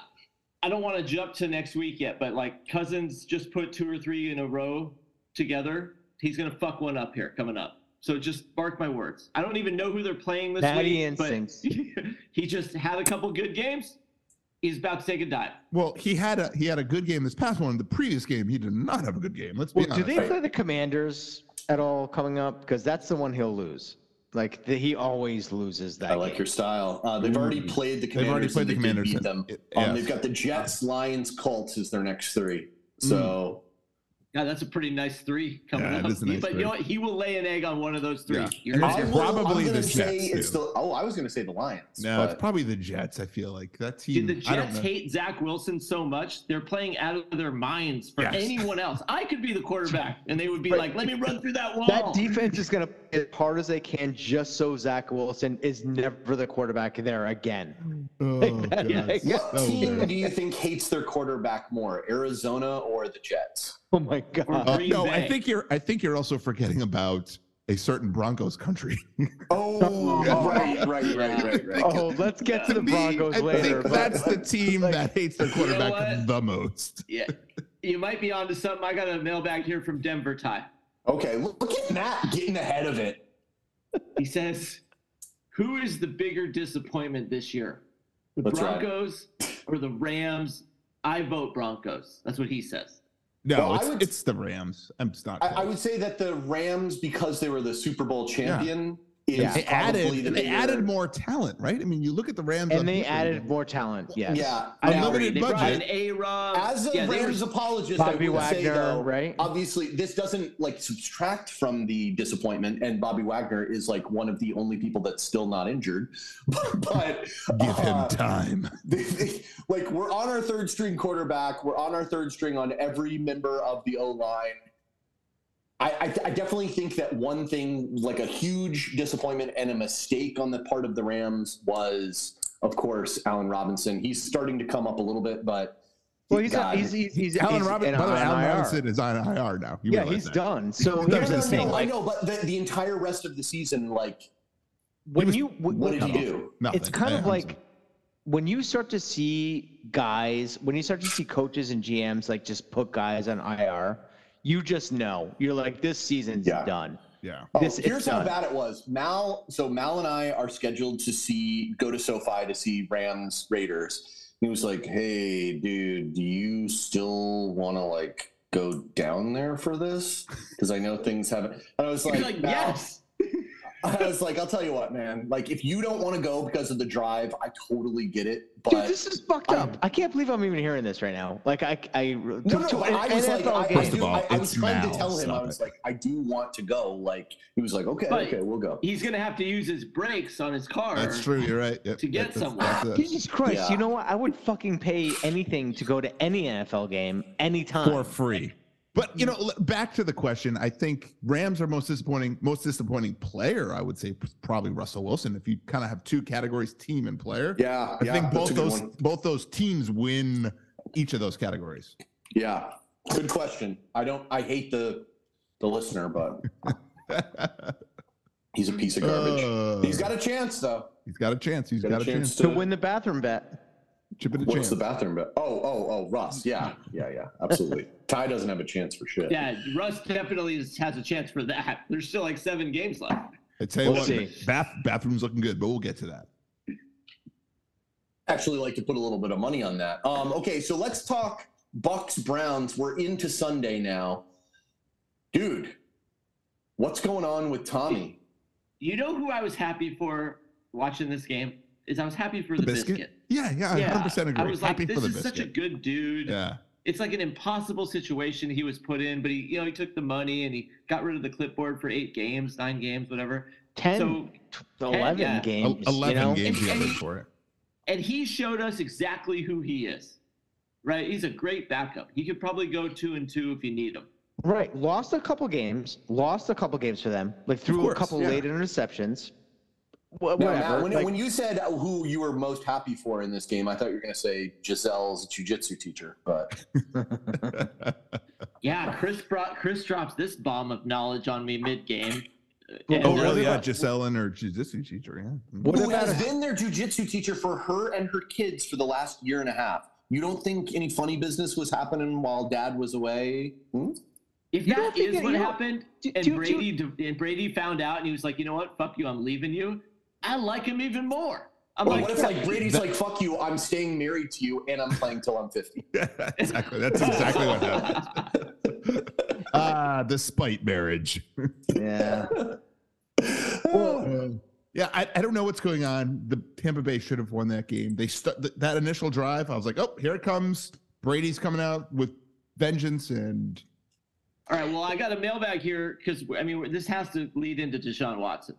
Speaker 4: I don't want to jump to next week yet, but like Cousins just put two or three in a row together. He's gonna fuck one up here coming up. So just mark my words. I don't even know who they're playing this
Speaker 5: Daddy
Speaker 4: week.
Speaker 5: instincts.
Speaker 4: But he just had a couple good games. He's about to take a dive.
Speaker 6: Well, he had a he had a good game this past one. The previous game, he did not have a good game. Let's be
Speaker 5: Well, do
Speaker 6: honest.
Speaker 5: they play the Commanders at all coming up? Because that's the one he'll lose. Like the, he always loses that.
Speaker 2: I like
Speaker 5: game.
Speaker 2: your style. Uh, they've already played the
Speaker 6: Mm-hmm. They've already
Speaker 2: Commanders. and
Speaker 6: played the
Speaker 2: they did
Speaker 6: Commanders.
Speaker 2: Beat
Speaker 6: and-
Speaker 2: them.
Speaker 6: it-
Speaker 2: Um,
Speaker 6: yeah.
Speaker 2: They've got the Jets, Lions, Colts as their next three.
Speaker 6: Mm.
Speaker 2: So
Speaker 4: Yeah, that's a pretty nice three coming
Speaker 6: Yeah, it
Speaker 4: up.
Speaker 6: is a
Speaker 4: He-
Speaker 6: nice
Speaker 4: but
Speaker 6: three.
Speaker 4: you know what? He will lay an egg on one of those three.
Speaker 6: Yeah.
Speaker 4: You're
Speaker 6: And
Speaker 4: right.
Speaker 6: it's
Speaker 2: will-
Speaker 6: probably
Speaker 2: I'm gonna
Speaker 6: the
Speaker 2: say
Speaker 6: Jets,
Speaker 2: it's
Speaker 6: too.
Speaker 2: the. Oh, I was going to say the Lions.
Speaker 6: no, it's
Speaker 2: but-
Speaker 6: probably the Jets. I feel like that team.
Speaker 4: Did the
Speaker 6: I don't
Speaker 4: Jets
Speaker 6: know.
Speaker 4: hate Zach Wilson so much? They're playing out of their minds for
Speaker 6: Yes.
Speaker 4: anyone else. I could be the quarterback, and they would be like, "Let me run through that wall."
Speaker 5: That defense is going to play as hard as they can, just so Zach Wilson is never the quarterback there again.
Speaker 6: Oh,
Speaker 5: that-
Speaker 6: God.
Speaker 5: like-
Speaker 2: What
Speaker 6: Oh,
Speaker 2: team
Speaker 6: God.
Speaker 2: do you think hates their quarterback more, Arizona or the Jets?
Speaker 5: Oh my god!
Speaker 4: Uh,
Speaker 6: Uh,
Speaker 4: Green
Speaker 6: no, I
Speaker 4: Bay.
Speaker 6: think you're. I think you're also forgetting about a certain Broncos country.
Speaker 2: Oh,
Speaker 6: Yeah.
Speaker 2: right, right, right, right, right.
Speaker 5: Oh, let's get to
Speaker 6: To
Speaker 5: the
Speaker 6: me,
Speaker 5: Broncos
Speaker 6: I
Speaker 5: later.
Speaker 6: think
Speaker 5: but-
Speaker 6: that's the team
Speaker 5: like-
Speaker 6: that hates their quarterback
Speaker 4: what?
Speaker 6: the most.
Speaker 4: yeah, you might be onto something. I got a mailbag here from Denver. Ty.
Speaker 2: Okay, look at Matt getting ahead of it.
Speaker 4: He says, "Who is the bigger disappointment this year, the
Speaker 2: Let's ride.
Speaker 4: Broncos or the Rams?" I vote Broncos. That's what he says.
Speaker 6: No,
Speaker 2: Well, I
Speaker 6: it's,
Speaker 2: would-
Speaker 6: it's the Rams. I'm it's not.
Speaker 2: I, I
Speaker 6: close.
Speaker 2: would say that the Rams, because they were the Super Bowl champion, is
Speaker 5: Yeah.
Speaker 6: they
Speaker 2: probably
Speaker 6: added.
Speaker 2: the
Speaker 6: they
Speaker 2: bigger-
Speaker 6: added more talent, right? I mean, you look at the Rams, on
Speaker 5: and they
Speaker 6: paper,
Speaker 5: added more talent. Yes.
Speaker 2: Yeah.
Speaker 4: I
Speaker 2: Now,
Speaker 6: Unlimited
Speaker 4: agree. They brought
Speaker 6: budget.
Speaker 4: in A-Rob.
Speaker 2: as a
Speaker 4: Um, Yeah, they were-
Speaker 2: Rams apologist,
Speaker 5: Bobby
Speaker 2: I would say,
Speaker 5: Wagner,
Speaker 2: though,
Speaker 5: right?
Speaker 2: obviously this doesn't like subtract from the disappointment, and Bobby Wagner is like one of the only people that's still not injured. but
Speaker 6: Give him
Speaker 2: uh,
Speaker 6: time.
Speaker 2: they, they, like we're on our third string quarterback. We're on our third string on every member of the O line. I, I, I definitely think that one thing, like a huge disappointment and a mistake on the part of the Rams, was of course Allen Robinson. He's starting to come up a little bit, but
Speaker 5: Well, he's
Speaker 2: God.
Speaker 5: he's he's, he's
Speaker 6: Allen
Speaker 5: he's
Speaker 6: Robinson.
Speaker 5: in-
Speaker 6: By the way,
Speaker 5: on
Speaker 6: Allen
Speaker 5: IR.
Speaker 6: Robinson is on IR now. You
Speaker 5: Yeah,
Speaker 6: realize
Speaker 5: he's
Speaker 6: that.
Speaker 5: done. So
Speaker 6: That
Speaker 5: here's
Speaker 6: was
Speaker 5: the
Speaker 6: insane.
Speaker 5: thing:
Speaker 2: no, I
Speaker 5: like
Speaker 2: know, but the, the entire rest of the season, like,
Speaker 5: when
Speaker 6: was-
Speaker 5: you
Speaker 2: what did
Speaker 5: when,
Speaker 2: he do?
Speaker 6: Nothing.
Speaker 5: it's kind of
Speaker 6: Rams.
Speaker 5: like when you start to see guys, when you start to see coaches and GMs like just put guys on IR, you just know. You're like, this season's
Speaker 2: Yeah.
Speaker 5: done.
Speaker 6: yeah.
Speaker 2: Oh,
Speaker 5: This is
Speaker 2: here's how
Speaker 5: done.
Speaker 2: bad it was. Mal, so Mal and I are scheduled to see go to SoFi to see Rams Raiders. He was like, "Hey, dude, do you still want to like go down there for this? Because I know things haven't." And I was
Speaker 4: You're
Speaker 2: like,
Speaker 4: like,
Speaker 2: "Mal,"
Speaker 4: yes.
Speaker 2: I was like, "I'll tell you what, man. Like, if you don't want to go because of the drive, I totally get it. But
Speaker 5: Dude, this is fucked
Speaker 2: I'm-
Speaker 5: up. I can't believe I'm even hearing this right now. Like, I, I, to,
Speaker 2: No, no,
Speaker 5: to
Speaker 2: but
Speaker 5: an
Speaker 2: I was like,
Speaker 5: NFL
Speaker 2: I, I,
Speaker 5: game.
Speaker 6: First of
Speaker 2: do-
Speaker 6: all,
Speaker 2: I, I was
Speaker 6: it's
Speaker 2: trying to
Speaker 6: Mal.
Speaker 2: tell him, I
Speaker 6: Stop
Speaker 2: was
Speaker 6: it.
Speaker 2: like, I do want to go. Like, he was like, okay,
Speaker 4: But-
Speaker 2: okay, we'll go.
Speaker 4: He's gonna have to use his brakes on his car.
Speaker 6: That's true. You're right. Yep,
Speaker 4: To get
Speaker 6: that's-
Speaker 4: somewhere.
Speaker 6: that's it.
Speaker 5: Jesus Christ!
Speaker 2: Yeah.
Speaker 5: You know what? I would fucking pay anything to go to any NFL game anytime.
Speaker 6: for free. But you know, l- back to the question. I think Rams are most disappointing. Most disappointing player, I would say, p- probably Russell Wilson. If you kind of have two categories, team and player.
Speaker 2: Yeah,
Speaker 6: I
Speaker 2: yeah,
Speaker 6: think
Speaker 2: that's
Speaker 6: both
Speaker 2: a good
Speaker 6: those
Speaker 2: one.
Speaker 6: both those teams win each of those categories.
Speaker 2: Yeah, good question. I don't. I hate the the listener, but he's a piece of garbage.
Speaker 6: Uh,
Speaker 2: he's got a chance though.
Speaker 6: he's got a chance. He's got, a chance.
Speaker 5: to win the bathroom bet.
Speaker 6: Chip it a
Speaker 2: What's
Speaker 6: chance.
Speaker 2: the bathroom? But oh, oh, oh, Russ. Yeah, yeah, yeah. Absolutely. Ty doesn't have a chance for shit.
Speaker 4: Yeah, Russ definitely is, has a chance for that. There's still like seven games left.
Speaker 6: I tell you
Speaker 5: We'll
Speaker 6: what,
Speaker 5: see.
Speaker 6: bath bathroom's looking good, but we'll get to that.
Speaker 2: actually like to put a little bit of money on that. Um, okay, so let's talk Bucks Browns. We're into Sunday now, dude. What's going on with Tommy?
Speaker 4: You know who I was happy for watching this game is I was happy for the,
Speaker 6: biscuit?
Speaker 4: biscuit.
Speaker 6: Yeah, yeah, I 100% agree.
Speaker 4: I was
Speaker 6: Happy
Speaker 4: like,
Speaker 6: for
Speaker 4: this
Speaker 6: the
Speaker 4: is such a
Speaker 6: biscuit.
Speaker 4: good dude.
Speaker 6: yeah.
Speaker 4: It's like an impossible situation he was put in, but he, you know, he took the money and he got rid of the clipboard for eight games, nine games, whatever.
Speaker 5: 10,
Speaker 4: so
Speaker 5: 11
Speaker 4: yeah.
Speaker 5: games.
Speaker 6: Ele- 11
Speaker 5: you know?
Speaker 6: games you
Speaker 4: And-
Speaker 6: got
Speaker 4: and-
Speaker 6: for it.
Speaker 4: and he showed us exactly who he is. Right? He's a great backup. He could probably go two and two if you need him.
Speaker 5: Right. Lost a couple games. Lost a couple games for them. Like threw
Speaker 6: course,
Speaker 5: a couple
Speaker 6: yeah.
Speaker 5: late interceptions. Wha-
Speaker 2: Now,
Speaker 5: Whatever.
Speaker 2: Matt, when,
Speaker 5: like,
Speaker 2: when you said who you were most happy for in this game, I thought you were going to say Giselle's jujitsu teacher, but
Speaker 6: Oh,
Speaker 4: Yeah, Chris brought Chris drops this bomb of knowledge on me uh, mid game.
Speaker 6: Oh,
Speaker 5: what
Speaker 6: really? Yeah,
Speaker 5: about-
Speaker 6: Giselle and her jiu-jitsu teacher. Yeah. Mm-hmm.
Speaker 5: What
Speaker 2: who
Speaker 5: about
Speaker 2: has
Speaker 5: a-
Speaker 2: been their jujitsu teacher for her and her kids for the last year and a half? You don't think any funny business was happening while Dad was away? Hmm?
Speaker 4: If
Speaker 5: You don't
Speaker 4: that
Speaker 5: think
Speaker 4: is
Speaker 5: it-
Speaker 4: what
Speaker 5: you know,
Speaker 4: happened,
Speaker 5: do-
Speaker 4: and
Speaker 5: do- do-
Speaker 4: Brady d and Brady found out, and he was like, you know what, fuck you, I'm leaving you. I like him even more. I'm
Speaker 2: Or
Speaker 4: like,
Speaker 2: what if like Brady's like, "Fuck you, I'm staying married to you, and I'm playing till I'm 50.
Speaker 6: exactly. That's exactly what happened. Ah, the spite marriage.
Speaker 5: yeah.
Speaker 6: Uh, yeah, I, I don't know what's going on. The Tampa Bay should have won that game. They stu- th- that initial drive. I was like, oh, here it comes. Brady's coming out with vengeance, and
Speaker 4: All right. Well, I got a mailbag here because I mean this has to lead into Deshaun Watson.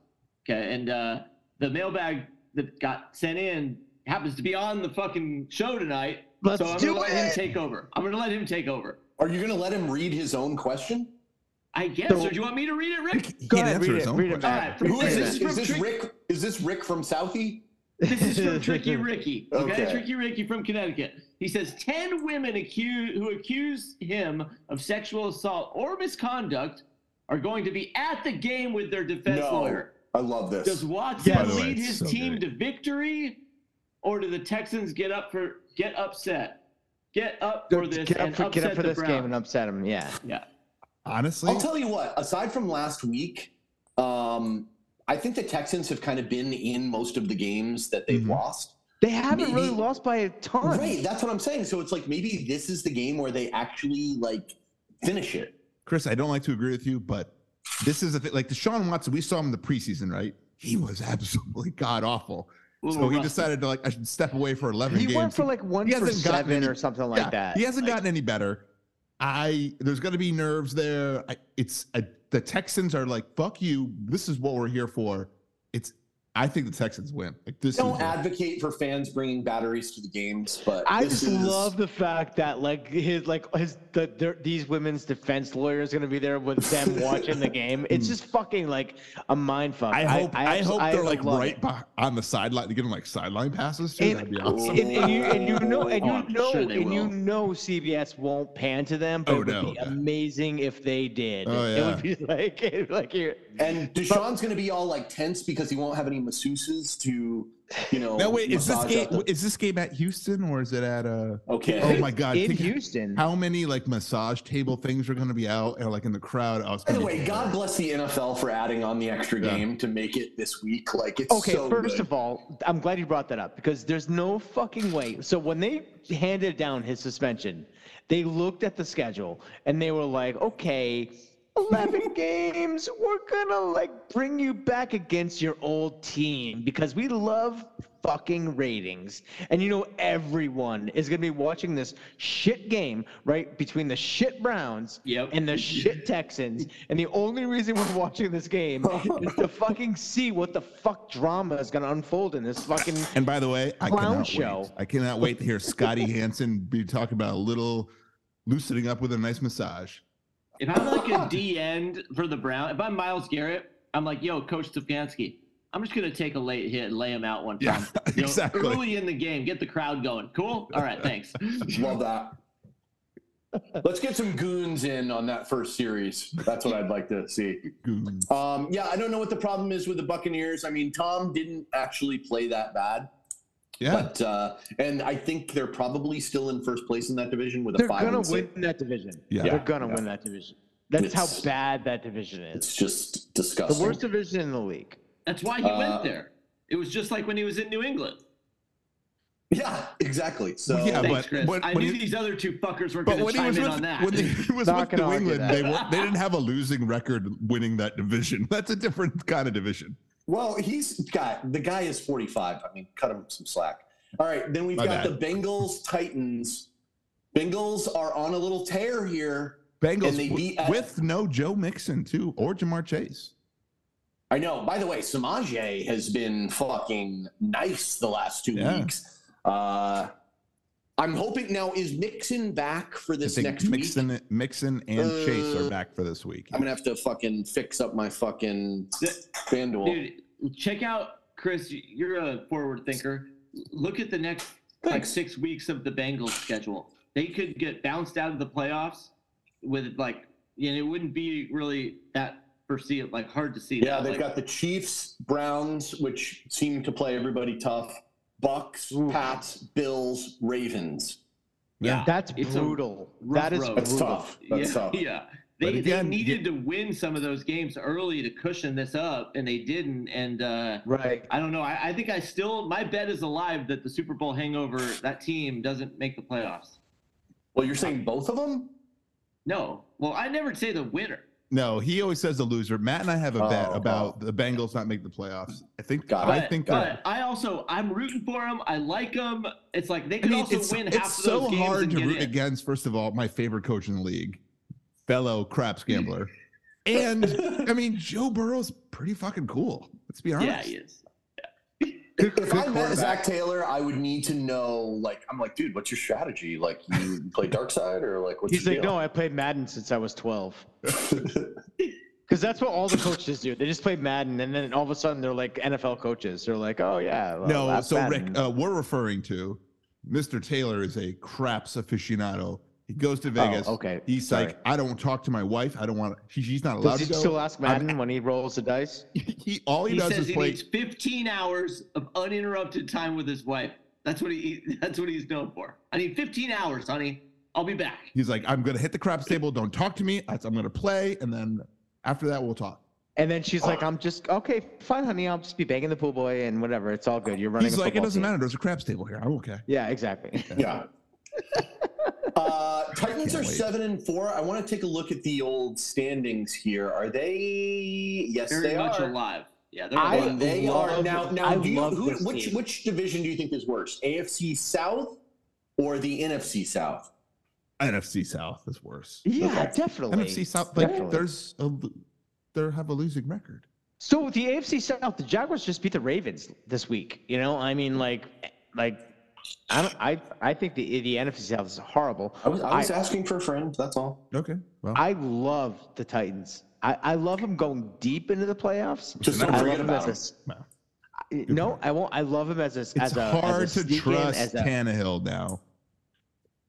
Speaker 4: Okay, and uh, the mailbag that got sent in happens to be on the fucking show tonight.
Speaker 5: Let's
Speaker 4: so I'm
Speaker 5: do
Speaker 4: gonna let him
Speaker 5: it!
Speaker 4: take over. I'm gonna let him take over.
Speaker 2: Are you going to let him read his own question?
Speaker 4: I guess.
Speaker 5: So-
Speaker 4: or do you want me to read it, Rick?
Speaker 6: he
Speaker 5: Go
Speaker 6: can't
Speaker 5: ahead,
Speaker 6: answer
Speaker 5: read
Speaker 6: his
Speaker 5: it,
Speaker 6: own
Speaker 5: read it,
Speaker 6: question.
Speaker 4: All right. from-
Speaker 2: Who is this?
Speaker 4: this is from
Speaker 2: Is this
Speaker 4: Trick-
Speaker 2: Rick? Is this Rick from Southie?
Speaker 4: This is from Tricky Ricky. Okay?
Speaker 2: Okay.
Speaker 4: Tricky Ricky from Connecticut. He says 10 women accused, who accuse him of sexual assault or misconduct are going to be at the game with their defense
Speaker 2: No.
Speaker 4: lawyer.
Speaker 2: I love
Speaker 4: Does
Speaker 2: this.
Speaker 4: Watson
Speaker 6: By the way,
Speaker 4: lead
Speaker 6: it's
Speaker 4: his
Speaker 6: so
Speaker 4: team
Speaker 6: great.
Speaker 4: to victory or do the Texans get up for get upset? Get up for this
Speaker 5: get up
Speaker 4: and
Speaker 5: for,
Speaker 4: upset
Speaker 5: get up for
Speaker 4: the
Speaker 5: this
Speaker 4: Browns.
Speaker 5: game and upset him. Yeah.
Speaker 4: yeah.
Speaker 6: Honestly,
Speaker 2: I'll tell you what. Aside from last week, um, I think the Texans have kind of been in most of the games that they've
Speaker 6: Mhm.
Speaker 2: lost.
Speaker 5: They haven't really
Speaker 2: Maybe-
Speaker 5: lost by a ton.
Speaker 2: Right. That's what I'm saying. So it's like maybe this is the game where they actually like finish it.
Speaker 6: Chris, I don't like to agree with you, but this is the thing. Like Deshaun Watson, we saw him in the preseason, right? He was absolutely god awful.
Speaker 4: Well,
Speaker 6: So he
Speaker 4: Russ-
Speaker 6: decided to like I should step away for eleven
Speaker 5: He
Speaker 6: games.
Speaker 5: went for like one
Speaker 6: He
Speaker 5: for
Speaker 6: hasn't gotten
Speaker 5: seven
Speaker 6: any-
Speaker 5: or something like
Speaker 6: Yeah,
Speaker 5: that.
Speaker 6: He hasn't
Speaker 5: Like,
Speaker 6: gotten any better. I there's going to be nerves there. I, it's I, the Texans are like fuck you. This is what we're here for. It's I think the Texans win. Like this
Speaker 2: Don't
Speaker 6: is
Speaker 2: advocate for fans bringing batteries to the games, but
Speaker 5: I
Speaker 2: this
Speaker 5: just
Speaker 2: is-
Speaker 5: love the fact that like his like his the, their, these women's defense lawyer is gonna be there with them watching the game. It's just fucking like a mind fuck.
Speaker 6: I hope I,
Speaker 5: abs-
Speaker 6: hope they're like
Speaker 5: love it.
Speaker 6: right by, on the sideline to give them like sideline passes too.
Speaker 5: And,
Speaker 6: That'd be awesome.
Speaker 5: and, and you and you know and
Speaker 4: Oh, I'm
Speaker 5: you know
Speaker 4: sure they
Speaker 5: and you
Speaker 4: will.
Speaker 5: know CBS won't pan to them, but
Speaker 6: Oh,
Speaker 5: it would
Speaker 6: no,
Speaker 5: be
Speaker 6: yeah.
Speaker 5: amazing if they did.
Speaker 6: Oh,
Speaker 5: It would be like it'd be like here.
Speaker 2: And Deshaun's going to be all like tense because he won't have any masseuses to, you know.
Speaker 6: Now wait, is this
Speaker 2: massage
Speaker 6: game
Speaker 2: out the-
Speaker 6: is this game at Houston or is it at uh
Speaker 2: okay?
Speaker 6: Oh my god,
Speaker 5: in
Speaker 6: think
Speaker 5: Houston.
Speaker 6: how many like massage table things are going to be out and like in the crowd? I was
Speaker 2: By the
Speaker 6: gonna be-
Speaker 2: way, God bless the NFL for adding on the extra
Speaker 6: Yeah.
Speaker 2: game to make it this week. Like it's
Speaker 5: Okay,
Speaker 2: so
Speaker 5: first
Speaker 2: good.
Speaker 5: of all, I'm glad you brought that up because there's no fucking way. So when they handed down his suspension, they looked at the schedule and they were like, okay, 11 games, we're gonna like bring you back against your old team because we love fucking ratings. And you know, everyone is gonna be watching this shit game, right? Between the shit Browns
Speaker 4: Yep.
Speaker 5: and the shit Texans. And the only reason we're watching this game is to fucking see what the fuck drama is going to unfold in this fucking.
Speaker 6: And by the way, I
Speaker 5: Clown
Speaker 6: cannot wait.
Speaker 5: show.
Speaker 6: I cannot wait to hear Scotty Hansen be talking about a little loosening up with a nice massage.
Speaker 4: If I'm like a D end for the Brown, if I'm Miles Garrett, I'm like, yo, Coach Stefanski, I'm just gonna take a late hit and lay him out one
Speaker 6: Yeah,
Speaker 4: time. You know,
Speaker 6: exactly.
Speaker 4: Early in the game, get the crowd going. Cool. All right, thanks.
Speaker 2: Love that. Let's get some goons in on that first series. That's what I'd like to see.
Speaker 6: Goons.
Speaker 2: Um, yeah, I don't know what the problem is with the Buccaneers. I mean, Tom didn't actually play that bad,
Speaker 6: Yeah.
Speaker 2: but uh, and I think they're probably still in first place in that division with a
Speaker 5: They're
Speaker 2: five.
Speaker 5: going
Speaker 2: and
Speaker 5: to
Speaker 2: six.
Speaker 5: win that division.
Speaker 6: Yeah.
Speaker 5: They're going to
Speaker 2: Yeah.
Speaker 5: win that division. That's how
Speaker 2: It's-
Speaker 5: bad that division is.
Speaker 2: It's just
Speaker 5: The
Speaker 2: disgusting.
Speaker 5: worst division in the league.
Speaker 4: That's why he
Speaker 2: Uh,
Speaker 4: went there. It was just like when he was in New England.
Speaker 2: yeah, exactly. So
Speaker 6: Yeah,
Speaker 4: Thanks,
Speaker 6: but
Speaker 4: Chris.
Speaker 6: when-
Speaker 4: I
Speaker 6: when
Speaker 4: knew
Speaker 6: he-
Speaker 4: these other two fuckers were
Speaker 6: But
Speaker 4: going to
Speaker 6: when he
Speaker 4: chime
Speaker 6: was
Speaker 4: in
Speaker 6: with,
Speaker 4: on that.
Speaker 6: when he- he was
Speaker 5: Not
Speaker 6: with
Speaker 5: gonna
Speaker 6: New
Speaker 5: argue
Speaker 6: England,
Speaker 5: that.
Speaker 6: they, were, they didn't have a losing record winning that division. That's a different kind of division.
Speaker 2: Well, he's got the guy is 45. I mean, cut him some slack. All right, then we've
Speaker 6: My
Speaker 2: got
Speaker 6: bad.
Speaker 2: the Bengals Titans. Bengals are on a little tear here.
Speaker 6: Bengals
Speaker 2: And they
Speaker 6: w-
Speaker 2: beat us.
Speaker 6: with no Joe Mixon too, or Jamar Chase.
Speaker 2: I know. By the way, Samaje has been fucking nice the last two
Speaker 6: Yeah.
Speaker 2: weeks. Uh, I'm hoping now is Mixon back for
Speaker 6: I
Speaker 2: this
Speaker 6: think
Speaker 2: next week?
Speaker 6: Mixon, Mixon and Chase are
Speaker 2: Uh,
Speaker 6: back for this week.
Speaker 2: I'm gonna have to fucking fix up my fucking
Speaker 4: Th-
Speaker 2: FanDuel.
Speaker 4: Dude, check out Chris. You're a forward thinker. Look at the next like
Speaker 2: Thanks.
Speaker 4: six weeks of the Bengals schedule. They could get bounced out of the playoffs with like, you know, it wouldn't be really that foresee like hard to see.
Speaker 2: Yeah,
Speaker 4: that.
Speaker 2: they've
Speaker 4: like,
Speaker 2: got the Chiefs, Browns, which seem to play everybody tough. Bucks,
Speaker 5: Ooh.
Speaker 2: Pats, Bills, Ravens.
Speaker 4: yeah.
Speaker 5: That's
Speaker 4: It's a
Speaker 5: brutal.
Speaker 4: rough
Speaker 5: That is
Speaker 4: road.
Speaker 2: That's
Speaker 5: brutal.
Speaker 2: tough. That's
Speaker 4: yeah,
Speaker 2: tough.
Speaker 4: yeah. They,
Speaker 6: again,
Speaker 4: they needed to win some of those games early to cushion this up, and they didn't. And uh,
Speaker 5: Right.
Speaker 4: I don't know. I, I think I still my bet is alive that the Super Bowl hangover that team doesn't make the playoffs.
Speaker 2: Well, you're saying both of them?
Speaker 4: No, well I never say the winner.
Speaker 6: No, he always says the loser. Matt and I have a
Speaker 2: Oh,
Speaker 6: bet
Speaker 2: oh.
Speaker 6: about the Bengals not making the playoffs. I think
Speaker 2: Got it.
Speaker 6: I
Speaker 4: But-
Speaker 6: think uh,
Speaker 4: but
Speaker 6: that
Speaker 4: I also I'm rooting for them. I like them. It's like they
Speaker 6: I
Speaker 4: could
Speaker 6: mean,
Speaker 4: also
Speaker 6: it's,
Speaker 4: win half
Speaker 6: it's
Speaker 4: of those
Speaker 6: so
Speaker 4: games
Speaker 6: hard
Speaker 4: and
Speaker 6: to
Speaker 4: get
Speaker 6: root
Speaker 4: in.
Speaker 6: against. First of all, my favorite coach in the league, fellow craps gambler, and I mean Joe Burrow's pretty fucking cool. Let's be honest.
Speaker 4: Yeah, he is.
Speaker 2: If I met Zach Taylor, I would need to know. Like, I'm like, dude, what's your strategy? Like, you play dark side or like, what's
Speaker 5: He's
Speaker 2: your
Speaker 5: like,
Speaker 2: deal?
Speaker 5: no, I played Madden since I was 12. Because that's what all the coaches do. They just play Madden, and then all of a sudden they're like NFL coaches. They're like, oh, yeah. well,
Speaker 6: No,
Speaker 5: that's
Speaker 6: so
Speaker 5: Madden.
Speaker 6: Rick, uh, we're referring to Mr. Taylor is a craps aficionado. He goes
Speaker 2: Oh,
Speaker 6: to Vegas.
Speaker 5: Oh, okay.
Speaker 6: He's
Speaker 5: Sorry.
Speaker 6: like, I don't talk to my wife. I don't want. She, she's not allowed
Speaker 5: Does he
Speaker 6: to go.
Speaker 5: still ask Madden when he rolls the dice?
Speaker 6: he, all he,
Speaker 4: He,
Speaker 6: does
Speaker 4: says
Speaker 6: is
Speaker 4: he
Speaker 6: play.
Speaker 4: needs 15 hours of uninterrupted time with his wife. That's what he. That's what he's known for. I need 15 hours, honey. I'll be back.
Speaker 6: He's like, I'm gonna hit the craps table. Don't talk to me. That's, I'm gonna play, and then after that, we'll talk.
Speaker 5: And then she's
Speaker 6: Uh,
Speaker 5: like, I'm just, okay, fine, honey. I'll just be banging the pool boy and whatever. It's all good. You're running
Speaker 6: He's
Speaker 5: a
Speaker 6: like, it
Speaker 5: football
Speaker 6: doesn't
Speaker 5: team."
Speaker 6: matter. There's a craps table here. I'm okay.
Speaker 5: Yeah, exactly.
Speaker 2: Yeah. Uh, Titans are
Speaker 6: wait.
Speaker 2: seven and four. I want to take a look at the old standings here. Are they? Yes,
Speaker 4: Very
Speaker 2: they
Speaker 4: much
Speaker 2: are.
Speaker 4: alive. Yeah, they're
Speaker 5: I-
Speaker 4: alive.
Speaker 2: And they
Speaker 5: love-
Speaker 2: are now. Now,
Speaker 5: I
Speaker 2: do you,
Speaker 5: love
Speaker 2: who,
Speaker 5: this
Speaker 2: which
Speaker 5: team.
Speaker 2: which division do you think is worse, AFC South or the NFC South?
Speaker 6: NFC South is worse.
Speaker 5: yeah,
Speaker 2: Okay.
Speaker 5: definitely.
Speaker 6: NFC South, like
Speaker 5: Definitely.
Speaker 6: there's a, lo- they have a losing record.
Speaker 5: So the AFC South, the Jaguars just beat the Ravens this week. You know, I mean, like, like, I don't, I, I think the the NFC South is horrible.
Speaker 2: I was, I was
Speaker 5: I-
Speaker 2: asking for a friend. That's all.
Speaker 6: Okay, well,
Speaker 5: I love the Titans. I, I love them going deep into the playoffs.
Speaker 2: Just don't
Speaker 5: I
Speaker 2: forget
Speaker 5: love them
Speaker 2: about them.
Speaker 5: as
Speaker 6: No.
Speaker 5: a. s- No, I won't. I love them as a.
Speaker 6: it's
Speaker 5: as a,
Speaker 6: hard
Speaker 5: as a
Speaker 6: to
Speaker 5: sneak in,
Speaker 6: trust
Speaker 5: as a-
Speaker 6: Tannehill now.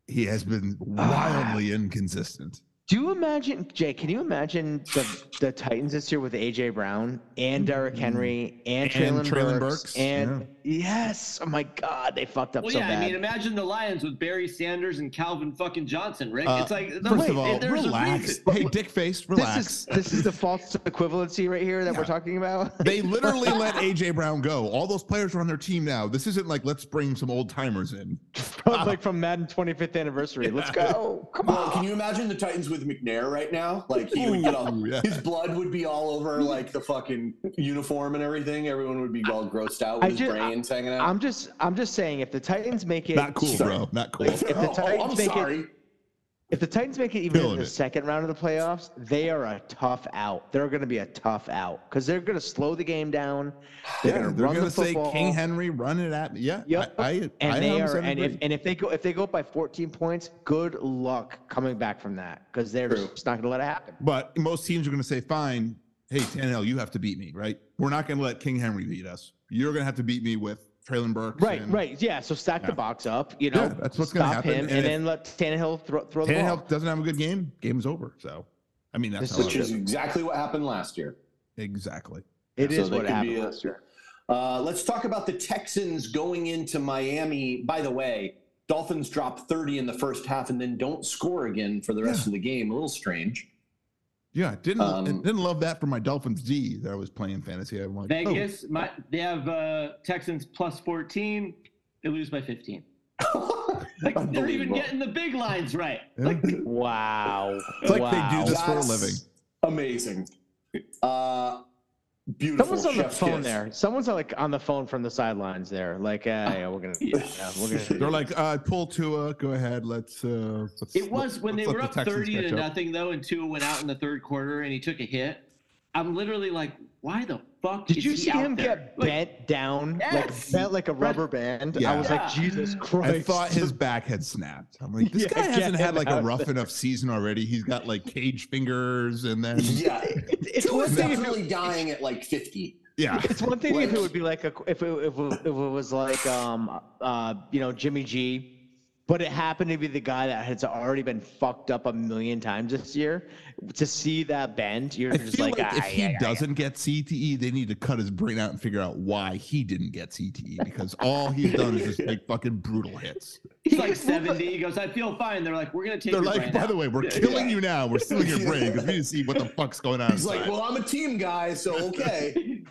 Speaker 6: He has been
Speaker 5: Ah.
Speaker 6: wildly inconsistent.
Speaker 5: Do you imagine, Jay? Can you imagine the the Titans this year with AJ Brown and Derrick Henry and,
Speaker 6: Mm. And
Speaker 5: Traylon,
Speaker 6: Traylon
Speaker 5: Burks,
Speaker 6: Burks,
Speaker 5: and yes, oh my God, they fucked up
Speaker 4: Well,
Speaker 5: so
Speaker 4: yeah,
Speaker 5: bad.
Speaker 4: I mean, imagine the Lions with Barry Sanders and Calvin fucking Johnson, Rick.
Speaker 6: Uh,
Speaker 4: it's like, no,
Speaker 6: First
Speaker 4: wait,
Speaker 6: of all,
Speaker 4: there's a
Speaker 6: relax.
Speaker 4: reason.
Speaker 6: Hey, dick face, relax.
Speaker 5: this is this is the false equivalency right here that we're talking about.
Speaker 6: They literally let AJ Brown go. All those players are on their team now. This isn't like let's bring some old timers in.
Speaker 5: like from Madden 25th anniversary. Let's go. Come
Speaker 2: Well,
Speaker 5: on.
Speaker 2: can you imagine the Titans with McNair right now? Like he would get all,
Speaker 6: Ooh, yeah.
Speaker 2: his blood would be all over like the fucking uniform and everything. Everyone would be all grossed out with
Speaker 5: I
Speaker 2: his
Speaker 5: ju-
Speaker 2: brains hanging out.
Speaker 5: I'm just I'm just saying if the Titans make it
Speaker 6: Not cool, bro. Not cool.
Speaker 5: if the
Speaker 2: Oh,
Speaker 5: Titans
Speaker 2: I'm
Speaker 5: make it-
Speaker 2: sorry.
Speaker 5: if the Titans make it even in
Speaker 6: Killing
Speaker 5: the
Speaker 6: it.
Speaker 5: second round of the playoffs, they are a tough out. They're going to be a tough out because they're going to slow the game down. They're
Speaker 6: Yeah,
Speaker 5: going to
Speaker 6: they're
Speaker 5: run
Speaker 6: gonna
Speaker 5: the
Speaker 6: say
Speaker 5: football.
Speaker 6: King Henry, run it at me. Yeah,
Speaker 5: Yep.
Speaker 6: I, I,
Speaker 5: and
Speaker 6: I
Speaker 5: they are
Speaker 6: 100%
Speaker 5: and if,
Speaker 6: agree.
Speaker 5: and if they go if they go up by 14 points, good luck coming back from that because they're
Speaker 2: True.
Speaker 5: just not going to let it happen.
Speaker 6: but most teams are gonna say, "Fine, hey Tannehill, you have to beat me, right? We're not gonna let King Henry beat us. You're gonna have to beat me with Traylon Burks."
Speaker 5: Right,
Speaker 6: and
Speaker 5: right, yeah. So stack the
Speaker 6: Yeah.
Speaker 5: box up, you know.
Speaker 6: Yeah, that's what's gonna
Speaker 5: stop
Speaker 6: happen,
Speaker 5: him,
Speaker 6: and
Speaker 5: and,
Speaker 6: if-
Speaker 5: then let Tannehill throw, throw the ball.
Speaker 6: Tannehill doesn't have a good game. Game's over. So, I mean, that's
Speaker 5: This
Speaker 6: how
Speaker 5: is
Speaker 6: it
Speaker 2: Which
Speaker 5: true.
Speaker 2: is exactly what happened last year.
Speaker 6: exactly.
Speaker 5: It is
Speaker 2: So they
Speaker 5: what
Speaker 2: could
Speaker 5: happened
Speaker 2: be a-
Speaker 5: last year.
Speaker 2: Uh, let's talk about the Texans going into Miami. By the way, Dolphins drop 30 in the first half and then don't score again for the rest
Speaker 6: Yeah.
Speaker 2: of the game. A little strange.
Speaker 6: Yeah, I didn't
Speaker 2: Um,
Speaker 6: I didn't love that for my Dolphins D that I was playing fantasy. I'm like, oh,
Speaker 4: Vegas, my, they have uh, Texans plus 14. They lose by 15. Like, they're even
Speaker 2: Unbelievable.
Speaker 4: getting the big lines right.
Speaker 6: yeah.
Speaker 4: Like,
Speaker 5: Wow.
Speaker 6: It's like
Speaker 5: wow.
Speaker 6: they do this for a
Speaker 2: That's
Speaker 6: living.
Speaker 2: Amazing. Uh, beautiful.
Speaker 5: Someone's on the
Speaker 2: Chef's
Speaker 5: phone
Speaker 2: kiss.
Speaker 5: there. Someone's like on the phone from the sidelines there. Like, uh, yeah, we're gonna, yeah, we're gonna.
Speaker 6: They're like, uh, pull Tua, go ahead, let's. Uh, let's
Speaker 4: It was when they
Speaker 6: let's
Speaker 4: were
Speaker 6: let
Speaker 4: up
Speaker 6: the Texans
Speaker 4: 30 to
Speaker 6: catch up.
Speaker 4: nothing, though, and Tua went out in the third quarter and he took a hit. I'm literally like, why the fuck
Speaker 5: Did
Speaker 4: is
Speaker 5: you
Speaker 4: he
Speaker 5: see
Speaker 4: out
Speaker 5: him
Speaker 4: there?
Speaker 5: get
Speaker 4: Like,
Speaker 5: bent down,
Speaker 4: Yes.
Speaker 5: like bent like a rubber band? I
Speaker 6: Yeah.
Speaker 5: was like,
Speaker 4: Yeah.
Speaker 5: Jesus Christ!
Speaker 6: I thought his back had snapped. I'm like, this
Speaker 5: Yeah,
Speaker 6: guy
Speaker 5: get
Speaker 6: hasn't
Speaker 5: him
Speaker 6: had like a
Speaker 5: out
Speaker 6: rough enough season already. He's got like cage fingers, and then
Speaker 2: Yeah.
Speaker 5: it's one
Speaker 2: Tua's
Speaker 5: thing if it-
Speaker 2: definitely dying at like 50.
Speaker 6: yeah,
Speaker 5: It's one thing if
Speaker 2: Like-
Speaker 5: it would be like a if it, if it, if it was like um uh you know Jimmy G, but it happened to be the guy that has already been fucked up a million times this year. To see that bend, you're
Speaker 6: I
Speaker 5: just
Speaker 6: feel
Speaker 5: like,
Speaker 6: like, if
Speaker 5: "Ah,
Speaker 6: he
Speaker 5: yeah, yeah,
Speaker 6: doesn't get CTE, they need to cut his brain out and figure out why he didn't get CTE because all he's done is just like fucking brutal hits.
Speaker 4: He's like 70. He goes, I feel fine. They're like, we're going to take
Speaker 6: They're
Speaker 4: your
Speaker 6: like,
Speaker 4: brain
Speaker 6: by
Speaker 4: out."
Speaker 6: the way, we're killing you now. We're stealing your brain because we need to see what the fuck's going on.
Speaker 2: He's like,
Speaker 6: inside."
Speaker 2: well, I'm a team guy, so okay.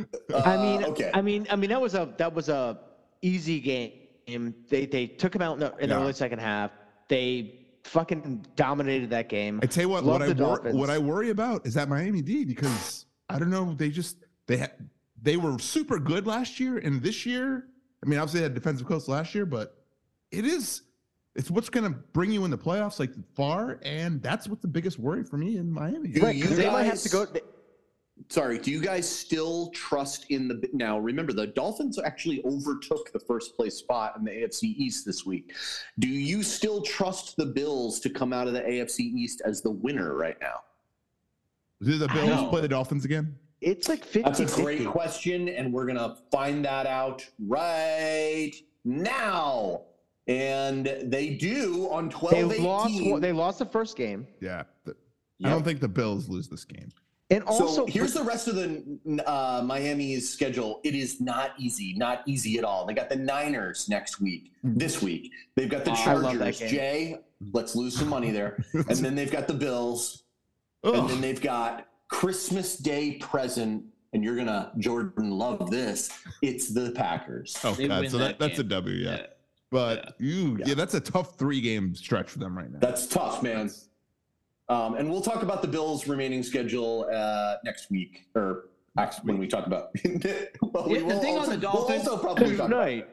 Speaker 2: Uh,
Speaker 5: I mean,
Speaker 2: okay.
Speaker 5: I mean, I mean, that was a that was a easy game. They they took him out in the, in the
Speaker 6: Yeah.
Speaker 5: early second half. They fucking dominated that game.
Speaker 6: I tell you what,
Speaker 5: Love
Speaker 6: what I
Speaker 5: the
Speaker 6: wor-
Speaker 5: Dolphins.
Speaker 6: what I worry about is that Miami D because I don't know. They just they ha- they were super good last year, and this year, I mean, obviously they had defensive coach last year, but it is it's what's going to bring you in the playoffs like far, and that's what's the biggest worry for me in Miami.
Speaker 2: Do
Speaker 5: Right,
Speaker 2: you
Speaker 5: 'cause they might have to go.
Speaker 2: guys- Sorry, do you guys still trust in the now? Remember, the Dolphins actually overtook the first place spot in the AFC East this week. Do you still trust the Bills to come out of the AFC East as the winner right now?
Speaker 6: Do the
Speaker 5: I
Speaker 6: Bills
Speaker 5: don't-
Speaker 6: play the Dolphins again?
Speaker 5: It's like
Speaker 2: That's
Speaker 5: 50
Speaker 2: a great question, and we're gonna find that out right now. And they do on
Speaker 5: They
Speaker 2: twelve
Speaker 5: lost.
Speaker 2: eighteen.
Speaker 5: one- They lost the first game,
Speaker 6: Yeah, The- I
Speaker 2: Yep.
Speaker 6: don't think the Bills lose this game.
Speaker 5: and also
Speaker 2: so here's the rest of the uh, Miami's schedule. It is not easy, not easy at all. They got the Niners next week, this week. They've got the
Speaker 4: I
Speaker 5: Mm. love that
Speaker 2: Chargers.
Speaker 5: game.
Speaker 2: Jay, let's lose some money there. and then they've got the Bills. And then they've got Christmas Day present. And you're gonna Jordan love this. It's the Packers.
Speaker 6: Oh
Speaker 4: They
Speaker 6: god,
Speaker 4: win
Speaker 6: so that,
Speaker 4: that
Speaker 6: that's a
Speaker 4: game.
Speaker 6: W, yeah.
Speaker 4: Yeah.
Speaker 6: But you,
Speaker 2: Yeah.
Speaker 6: yeah, that's a tough three game stretch for them right now.
Speaker 2: That's tough, man. Um, and we'll talk about the Bills' remaining schedule uh, next week, or actually when we talk about. well, we
Speaker 4: Yeah, the
Speaker 2: will
Speaker 4: thing on the
Speaker 2: we'll
Speaker 4: Dolphins-
Speaker 2: also probably talk about-
Speaker 5: night.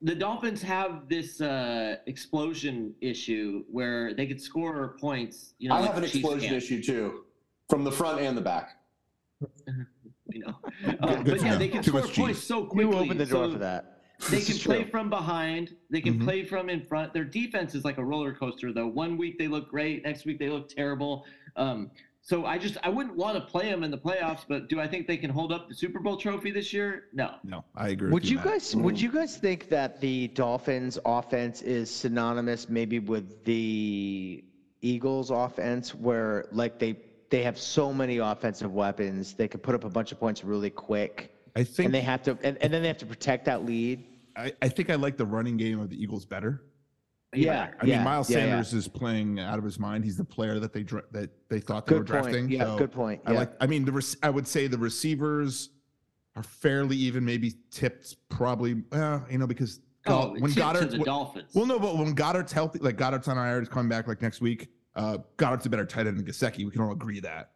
Speaker 4: the Dolphins have this uh, explosion issue where they could score points. You know,
Speaker 2: I
Speaker 4: like
Speaker 2: have an
Speaker 4: the Chiefs
Speaker 2: explosion
Speaker 4: can,
Speaker 2: issue too, from the front and the back.
Speaker 4: You know, Uh,
Speaker 6: good
Speaker 4: but
Speaker 6: to
Speaker 4: yeah,
Speaker 6: know.
Speaker 4: they can
Speaker 6: Too
Speaker 4: score
Speaker 6: much Chiefs.
Speaker 4: points so
Speaker 5: You
Speaker 4: quickly.
Speaker 5: opened the door
Speaker 4: so
Speaker 5: for that.
Speaker 4: They
Speaker 5: This
Speaker 4: can
Speaker 5: is
Speaker 4: play
Speaker 5: true.
Speaker 4: from behind. They can
Speaker 6: Mhm.
Speaker 4: play from in front. Their defense is like a roller coaster, though. One week they look great, next week they look terrible. Um, so I just I wouldn't want to play them in the playoffs. But do I think they can hold up the Super Bowl trophy this year? No.
Speaker 6: No, I agree.
Speaker 5: Would
Speaker 6: with
Speaker 5: you
Speaker 6: Matt.
Speaker 5: guys would you guys think that the Dolphins offense is synonymous maybe with the Eagles offense where like they they have so many offensive weapons, they could put up a bunch of points really quick
Speaker 6: I think
Speaker 5: and they have to and, and then they have to protect that lead.
Speaker 6: I, I think I like the running game of the Eagles better.
Speaker 5: Yeah.
Speaker 6: I
Speaker 5: yeah,
Speaker 6: mean, Miles
Speaker 5: yeah, yeah.
Speaker 6: Sanders is playing out of his mind. He's the player that they dra- that they thought they were
Speaker 5: Good point.
Speaker 6: drafting.
Speaker 5: yeah,
Speaker 6: so
Speaker 5: good point.
Speaker 6: I
Speaker 5: yeah.
Speaker 6: like. I mean, the rec- I would say the receivers are fairly even, maybe tipped, probably. Uh, you know, because Gol-
Speaker 4: Oh,
Speaker 6: when
Speaker 4: tip to
Speaker 6: Goddard,
Speaker 4: the
Speaker 6: when-
Speaker 4: Dolphins.
Speaker 6: well, no, but when Goddard's healthy, like Goddard's on IR, is coming back like next week. Uh, Goddard's a better tight end than Gasecki. We can all agree that.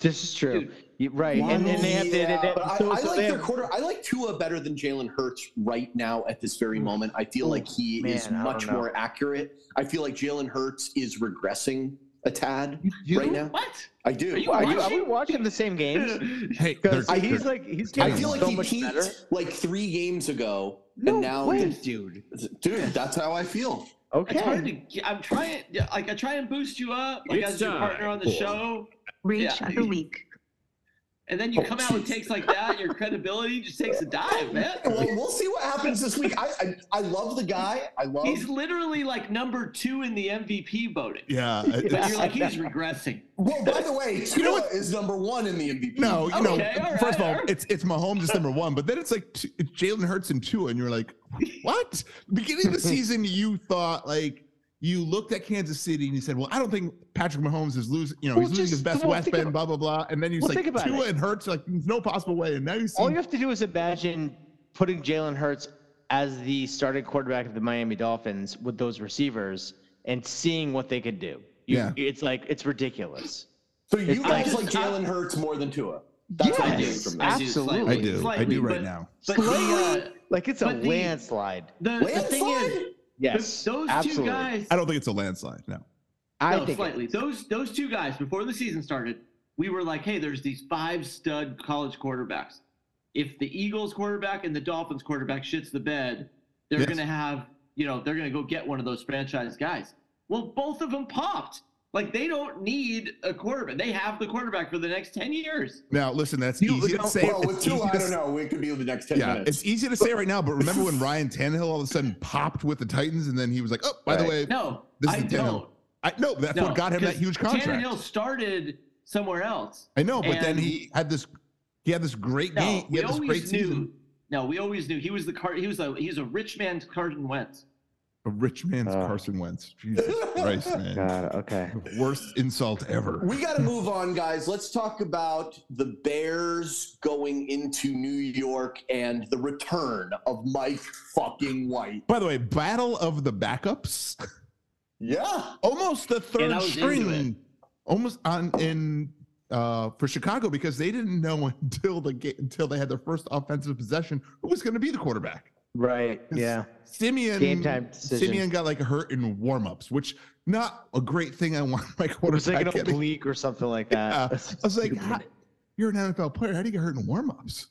Speaker 5: this is true. You- right. And then they have to
Speaker 2: Yeah,
Speaker 5: they have,
Speaker 2: but I,
Speaker 5: so-
Speaker 2: I
Speaker 5: so
Speaker 2: like
Speaker 5: they
Speaker 2: their
Speaker 5: have-
Speaker 2: quarter. I like Tua better than Jalen Hurts right now at this very
Speaker 5: Oof.
Speaker 2: moment. I feel like he
Speaker 5: Mm. man, I
Speaker 2: is
Speaker 5: don't
Speaker 2: much
Speaker 5: know.
Speaker 2: more accurate. I feel like Jalen Hurts is regressing a tad right now.
Speaker 4: What?
Speaker 2: I do.
Speaker 4: Are you
Speaker 5: are,
Speaker 2: I,
Speaker 5: you, are we watching the same games?
Speaker 6: Hey,
Speaker 5: Because
Speaker 6: they're-
Speaker 5: he's
Speaker 6: they're-
Speaker 5: like he's
Speaker 2: I
Speaker 5: getting
Speaker 2: feel like
Speaker 5: so
Speaker 2: he
Speaker 5: much
Speaker 2: peaked
Speaker 5: better.
Speaker 2: like three games ago,
Speaker 5: No
Speaker 2: and now,
Speaker 5: way, dude.
Speaker 2: dude, that's how I feel.
Speaker 5: Okay.
Speaker 4: It's hard to. get- I'm trying. yeah, Like I try and boost you up, like
Speaker 1: It's
Speaker 4: as your partner on the show,
Speaker 7: Reach
Speaker 4: Yeah.
Speaker 7: of the week.
Speaker 4: and then you
Speaker 2: Oh,
Speaker 4: come out with
Speaker 2: geez.
Speaker 4: takes like that. Your credibility just takes a dive, man.
Speaker 2: Well, we'll see what happens this week. I I, I love the guy. I love.
Speaker 4: He's literally like number two in the MVP voting.
Speaker 6: yeah.
Speaker 4: But
Speaker 6: it's-
Speaker 4: you're like he's regressing.
Speaker 2: well, by the way, Tua
Speaker 6: You know what-
Speaker 2: is number one in the MVP.
Speaker 6: No, you
Speaker 4: Okay,
Speaker 6: know,
Speaker 4: all
Speaker 6: first of
Speaker 4: right,
Speaker 6: all,
Speaker 4: all right.
Speaker 6: it's it's Mahomes is number one, but then it's like t- it's Jalen Hurts and Tua, and you're like, what? Beginning of the season, you thought like you looked at Kansas City and you said, "Well, I don't think Patrick Mahomes is losing. You know,
Speaker 5: Well,
Speaker 6: he's losing
Speaker 5: just-
Speaker 6: his best
Speaker 5: well,
Speaker 6: West
Speaker 5: think
Speaker 6: Bend,
Speaker 5: about-
Speaker 6: blah blah blah." And then you
Speaker 5: Well,
Speaker 6: say
Speaker 5: think about
Speaker 6: Tua
Speaker 5: it.
Speaker 6: and Hurts, like there's no possible way. And now you see
Speaker 5: All you have to do is imagine putting Jalen Hurts as the starting quarterback of the Miami Dolphins with those receivers and seeing what they could do. You-
Speaker 6: Yeah.
Speaker 5: It's like, it's ridiculous.
Speaker 2: So you
Speaker 5: It's- I
Speaker 2: guys
Speaker 4: just-
Speaker 2: like Jalen Hurts more than Tua. That's what I'm getting
Speaker 5: Yes.
Speaker 2: from
Speaker 5: I
Speaker 2: this.
Speaker 5: do
Speaker 4: slightly,
Speaker 5: absolutely.
Speaker 6: I do. I
Speaker 4: slightly,
Speaker 6: do right
Speaker 4: but-
Speaker 6: now.
Speaker 4: But the, uh,
Speaker 5: Like, it's a
Speaker 4: But the-
Speaker 5: landslide.
Speaker 4: the, the thing is,
Speaker 2: Landslide?
Speaker 5: Yes.
Speaker 4: those
Speaker 5: absolutely.
Speaker 4: two guys.
Speaker 6: I don't think it's a landslide. No.
Speaker 5: I
Speaker 4: no,
Speaker 5: think it-
Speaker 4: slightly. Those those two guys before the season started, we were like, hey, there's these five stud college quarterbacks. If the Eagles quarterback and the Dolphins quarterback shits the bed, they're
Speaker 6: Yes.
Speaker 4: gonna have you know they're gonna go get one of those franchise guys. Well, both of them popped. Like they don't need a quarterback. They have the quarterback for the next ten years.
Speaker 6: Now listen, that's
Speaker 5: You-
Speaker 6: easy
Speaker 5: no,
Speaker 6: to say.
Speaker 2: Well, with
Speaker 6: It's
Speaker 2: Tua,
Speaker 6: easy
Speaker 2: I
Speaker 6: to
Speaker 2: don't
Speaker 6: s-
Speaker 2: know. It could be the next ten
Speaker 6: Yeah,
Speaker 2: minutes.
Speaker 6: it's easy to say right now, but remember when Ryan Tannehill all of a sudden popped with the Titans, and then he was like, "Oh, by the
Speaker 5: Right.
Speaker 6: way,
Speaker 4: No,
Speaker 6: This is
Speaker 4: I
Speaker 6: Tannehill.
Speaker 4: don't.
Speaker 6: I no, that's
Speaker 4: No,
Speaker 6: what got him that
Speaker 4: 'cause
Speaker 6: huge contract."
Speaker 4: Tannehill started somewhere else.
Speaker 6: I know, but then
Speaker 4: and-
Speaker 6: he had this, he had this great
Speaker 4: No,
Speaker 6: game, he
Speaker 4: we
Speaker 6: had this
Speaker 4: always
Speaker 6: great
Speaker 4: knew.
Speaker 6: season.
Speaker 4: No, we always knew he was the car. He was a he's a rich man's Carson Wentz.
Speaker 6: A rich man's
Speaker 5: Oh.
Speaker 6: Carson Wentz. Jesus Christ, man.
Speaker 5: God, okay.
Speaker 6: Worst insult ever.
Speaker 2: We got to move on, guys. Let's talk about the Bears going into New York and the return of Mike fucking White.
Speaker 6: By the way, battle of the backups.
Speaker 2: Yeah.
Speaker 6: Almost the
Speaker 4: And I
Speaker 6: third
Speaker 4: was into
Speaker 6: string. Almost on in uh for Chicago because they didn't know until the ga- until they had their first offensive possession who was going to be the quarterback.
Speaker 5: Right. Yeah.
Speaker 6: Simeon
Speaker 5: Game time decision.
Speaker 6: Simeon got like hurt in warm-ups, which not a great thing I want my
Speaker 5: It was like
Speaker 6: quarterback
Speaker 5: an
Speaker 6: getting.
Speaker 5: oblique or something like
Speaker 6: Yeah.
Speaker 5: that.
Speaker 6: I was like, "How- you're an NFL player. How do you get hurt in warm-ups?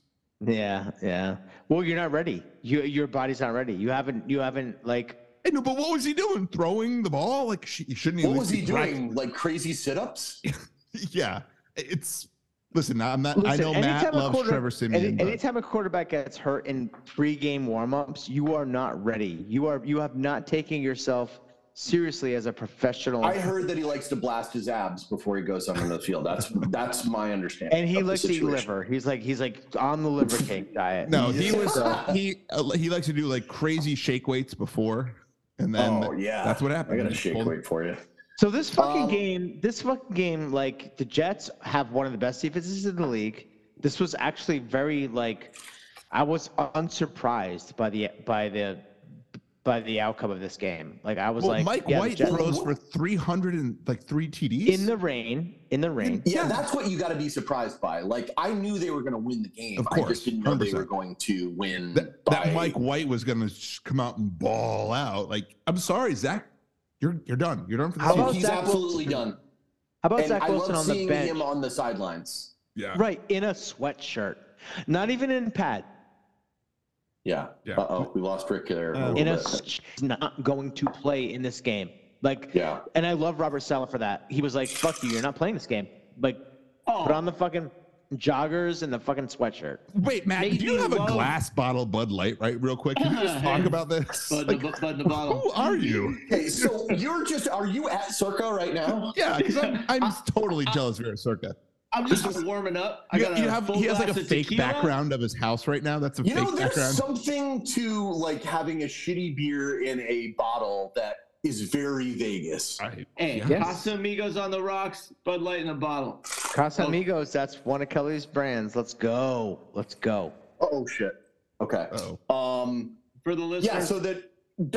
Speaker 5: yeah, yeah. Well, you're not ready. You, your body's not ready. You haven't, you haven't like,
Speaker 6: I know, but what was he doing? Throwing the ball? Like sh- shouldn't he? at
Speaker 2: What was
Speaker 6: least
Speaker 2: he
Speaker 6: be
Speaker 2: doing? Like crazy sit ups?
Speaker 6: practicing? Yeah, it's. Listen, I'm not. I
Speaker 5: Listen,
Speaker 6: know
Speaker 5: anytime
Speaker 6: Matt
Speaker 5: a
Speaker 6: loves
Speaker 5: quarter-
Speaker 6: Trevor Simeon.
Speaker 5: Any,
Speaker 6: but
Speaker 5: anytime a quarterback gets hurt in pre-game warm-ups, you are not ready. You are you have not taken yourself seriously as a professional.
Speaker 2: I heard that he likes to blast his abs before he goes out on the field. That's that's my understanding.
Speaker 5: and he
Speaker 2: of the
Speaker 5: likes to eat
Speaker 2: situation.
Speaker 5: liver. He's like he's like on the liver cake diet.
Speaker 6: no, he
Speaker 2: Yeah. Oh,
Speaker 6: was. he uh, he likes to do like crazy shake weights before, and then
Speaker 2: oh yeah,
Speaker 6: that's what
Speaker 2: I
Speaker 6: happened.
Speaker 2: got a
Speaker 6: He
Speaker 2: shake
Speaker 6: pulled-
Speaker 2: weight for you.
Speaker 5: So this fucking
Speaker 2: Um,
Speaker 5: game, this fucking game, like the Jets have one of the best defenses in the league. This was actually very like, I was unsurprised by the by the by the outcome of this game. Like I was
Speaker 6: Well,
Speaker 5: like,
Speaker 6: Mike
Speaker 5: yeah, the
Speaker 6: White
Speaker 5: Jets-
Speaker 6: throws for 300 and like three TDs.
Speaker 5: in the rain, in the rain.
Speaker 2: Yeah, that's what you got to be surprised by. Like, I knew they were going to win the game.
Speaker 6: Of
Speaker 2: I
Speaker 6: course,
Speaker 2: just didn't know they were
Speaker 6: 100%.
Speaker 2: going to win.
Speaker 6: that,
Speaker 2: by...
Speaker 6: that Mike White was going to come out and ball out. Like, I'm sorry, Zach, you're you're done. You're done for the
Speaker 5: How
Speaker 2: Dude,
Speaker 6: season.
Speaker 5: about
Speaker 2: he's
Speaker 5: Zach
Speaker 2: absolutely done.
Speaker 5: How about
Speaker 2: And
Speaker 5: Zach
Speaker 2: I
Speaker 5: Wilson
Speaker 2: love
Speaker 5: on the
Speaker 2: seeing
Speaker 5: bench?
Speaker 2: him uh, on the sidelines.
Speaker 6: Yeah.
Speaker 5: Right, in a sweatshirt. Not even in pad.
Speaker 2: Yeah.
Speaker 6: Yeah.
Speaker 2: Uh oh, we lost Rick there. a
Speaker 5: In a
Speaker 2: little bit.
Speaker 5: s- he's not going to play in this game. Like
Speaker 2: Yeah.
Speaker 5: and I love Robert Sala for that. He was like, fuck you, you're not playing this game. Like
Speaker 4: Oh,
Speaker 5: put on the fucking joggers and the fucking sweatshirt.
Speaker 6: Wait, Matt,
Speaker 4: Made
Speaker 6: do you
Speaker 4: me
Speaker 6: have a
Speaker 4: love-
Speaker 6: glass bottle Bud Light, right? Real quick, can we just talk about this?
Speaker 4: Bud in
Speaker 6: Like,
Speaker 4: the, bu- bud in the bottle.
Speaker 6: who are you?
Speaker 2: Okay, so you're just, are you at Circa right now?
Speaker 6: Yeah, because I'm, I'm totally jealous of your circa.
Speaker 4: I'm just warming up. I
Speaker 6: You,
Speaker 4: got a
Speaker 6: you have
Speaker 4: full
Speaker 6: he has like a
Speaker 4: glass of
Speaker 6: fake
Speaker 4: tequila.
Speaker 6: background of his house right now. That's a
Speaker 2: You
Speaker 6: fake
Speaker 2: know, there's
Speaker 6: background.
Speaker 2: something to like having a shitty beer in a bottle that is very Vegas.
Speaker 6: I-
Speaker 4: Hey,
Speaker 5: Yes.
Speaker 4: Casamigos on the rocks, Bud Light in a bottle.
Speaker 5: Casamigos, that's one of Kelly's brands. Let's go. Let's go.
Speaker 2: Oh, shit. Okay.
Speaker 6: oh,
Speaker 2: Um,
Speaker 4: For the listeners,
Speaker 2: Yeah, so that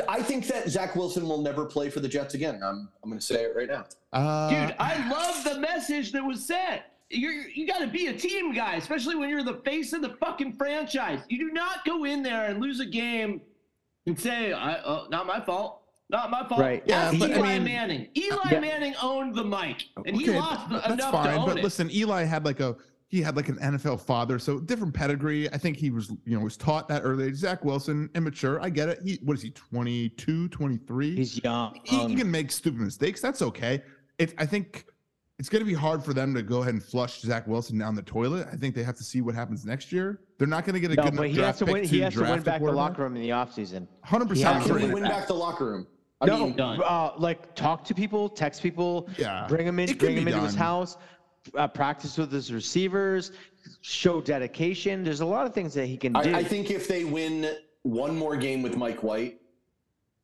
Speaker 2: I think that Zach Wilson will never play for the Jets again. I'm I'm going to say it right now.
Speaker 6: uh,
Speaker 4: dude, I love the message that was sent. You're, you got to be a team guy, especially when you're the face of the fucking franchise. You do not go in there and lose a game and say, I, uh, "Not my fault, not my fault."
Speaker 5: Right.
Speaker 6: Yeah,
Speaker 4: Ask
Speaker 6: but I
Speaker 4: Eli
Speaker 6: mean-
Speaker 4: Manning. Eli
Speaker 5: Yeah.
Speaker 4: Manning owned the mic, and he
Speaker 6: Okay,
Speaker 4: lost
Speaker 6: th-
Speaker 4: enough to own
Speaker 6: but
Speaker 4: it.
Speaker 6: listen, Eli had like a he had like an NFL father, so different pedigree. I think he was you know was taught that early. age. Zach Wilson, immature. I get it. He what is he 22, 23?
Speaker 5: He's young.
Speaker 6: he, he can make stupid mistakes. That's okay. It, I think it's going to be hard for them to go ahead and flush Zach Wilson down the toilet. I think they have to see what happens next year. They're not going to get a
Speaker 5: no,
Speaker 6: good
Speaker 5: but
Speaker 6: enough
Speaker 5: he has
Speaker 6: draft
Speaker 5: to
Speaker 6: pick
Speaker 5: win he has to win
Speaker 6: draft
Speaker 5: back the locker room in the offseason.
Speaker 6: Hundred
Speaker 5: He
Speaker 6: percent
Speaker 5: has to
Speaker 2: Can we
Speaker 5: win
Speaker 6: agree.
Speaker 2: win back the locker room? I
Speaker 5: No,
Speaker 2: mean,
Speaker 4: done.
Speaker 5: uh, like talk to people, text people,
Speaker 6: Yeah,
Speaker 5: bring him
Speaker 6: it can
Speaker 5: in, bring
Speaker 6: be
Speaker 5: him into his
Speaker 6: done.
Speaker 5: house, uh, practice with his receivers, show dedication. There's a lot of things that he can do.
Speaker 2: I, I think if they win one more game with Mike White,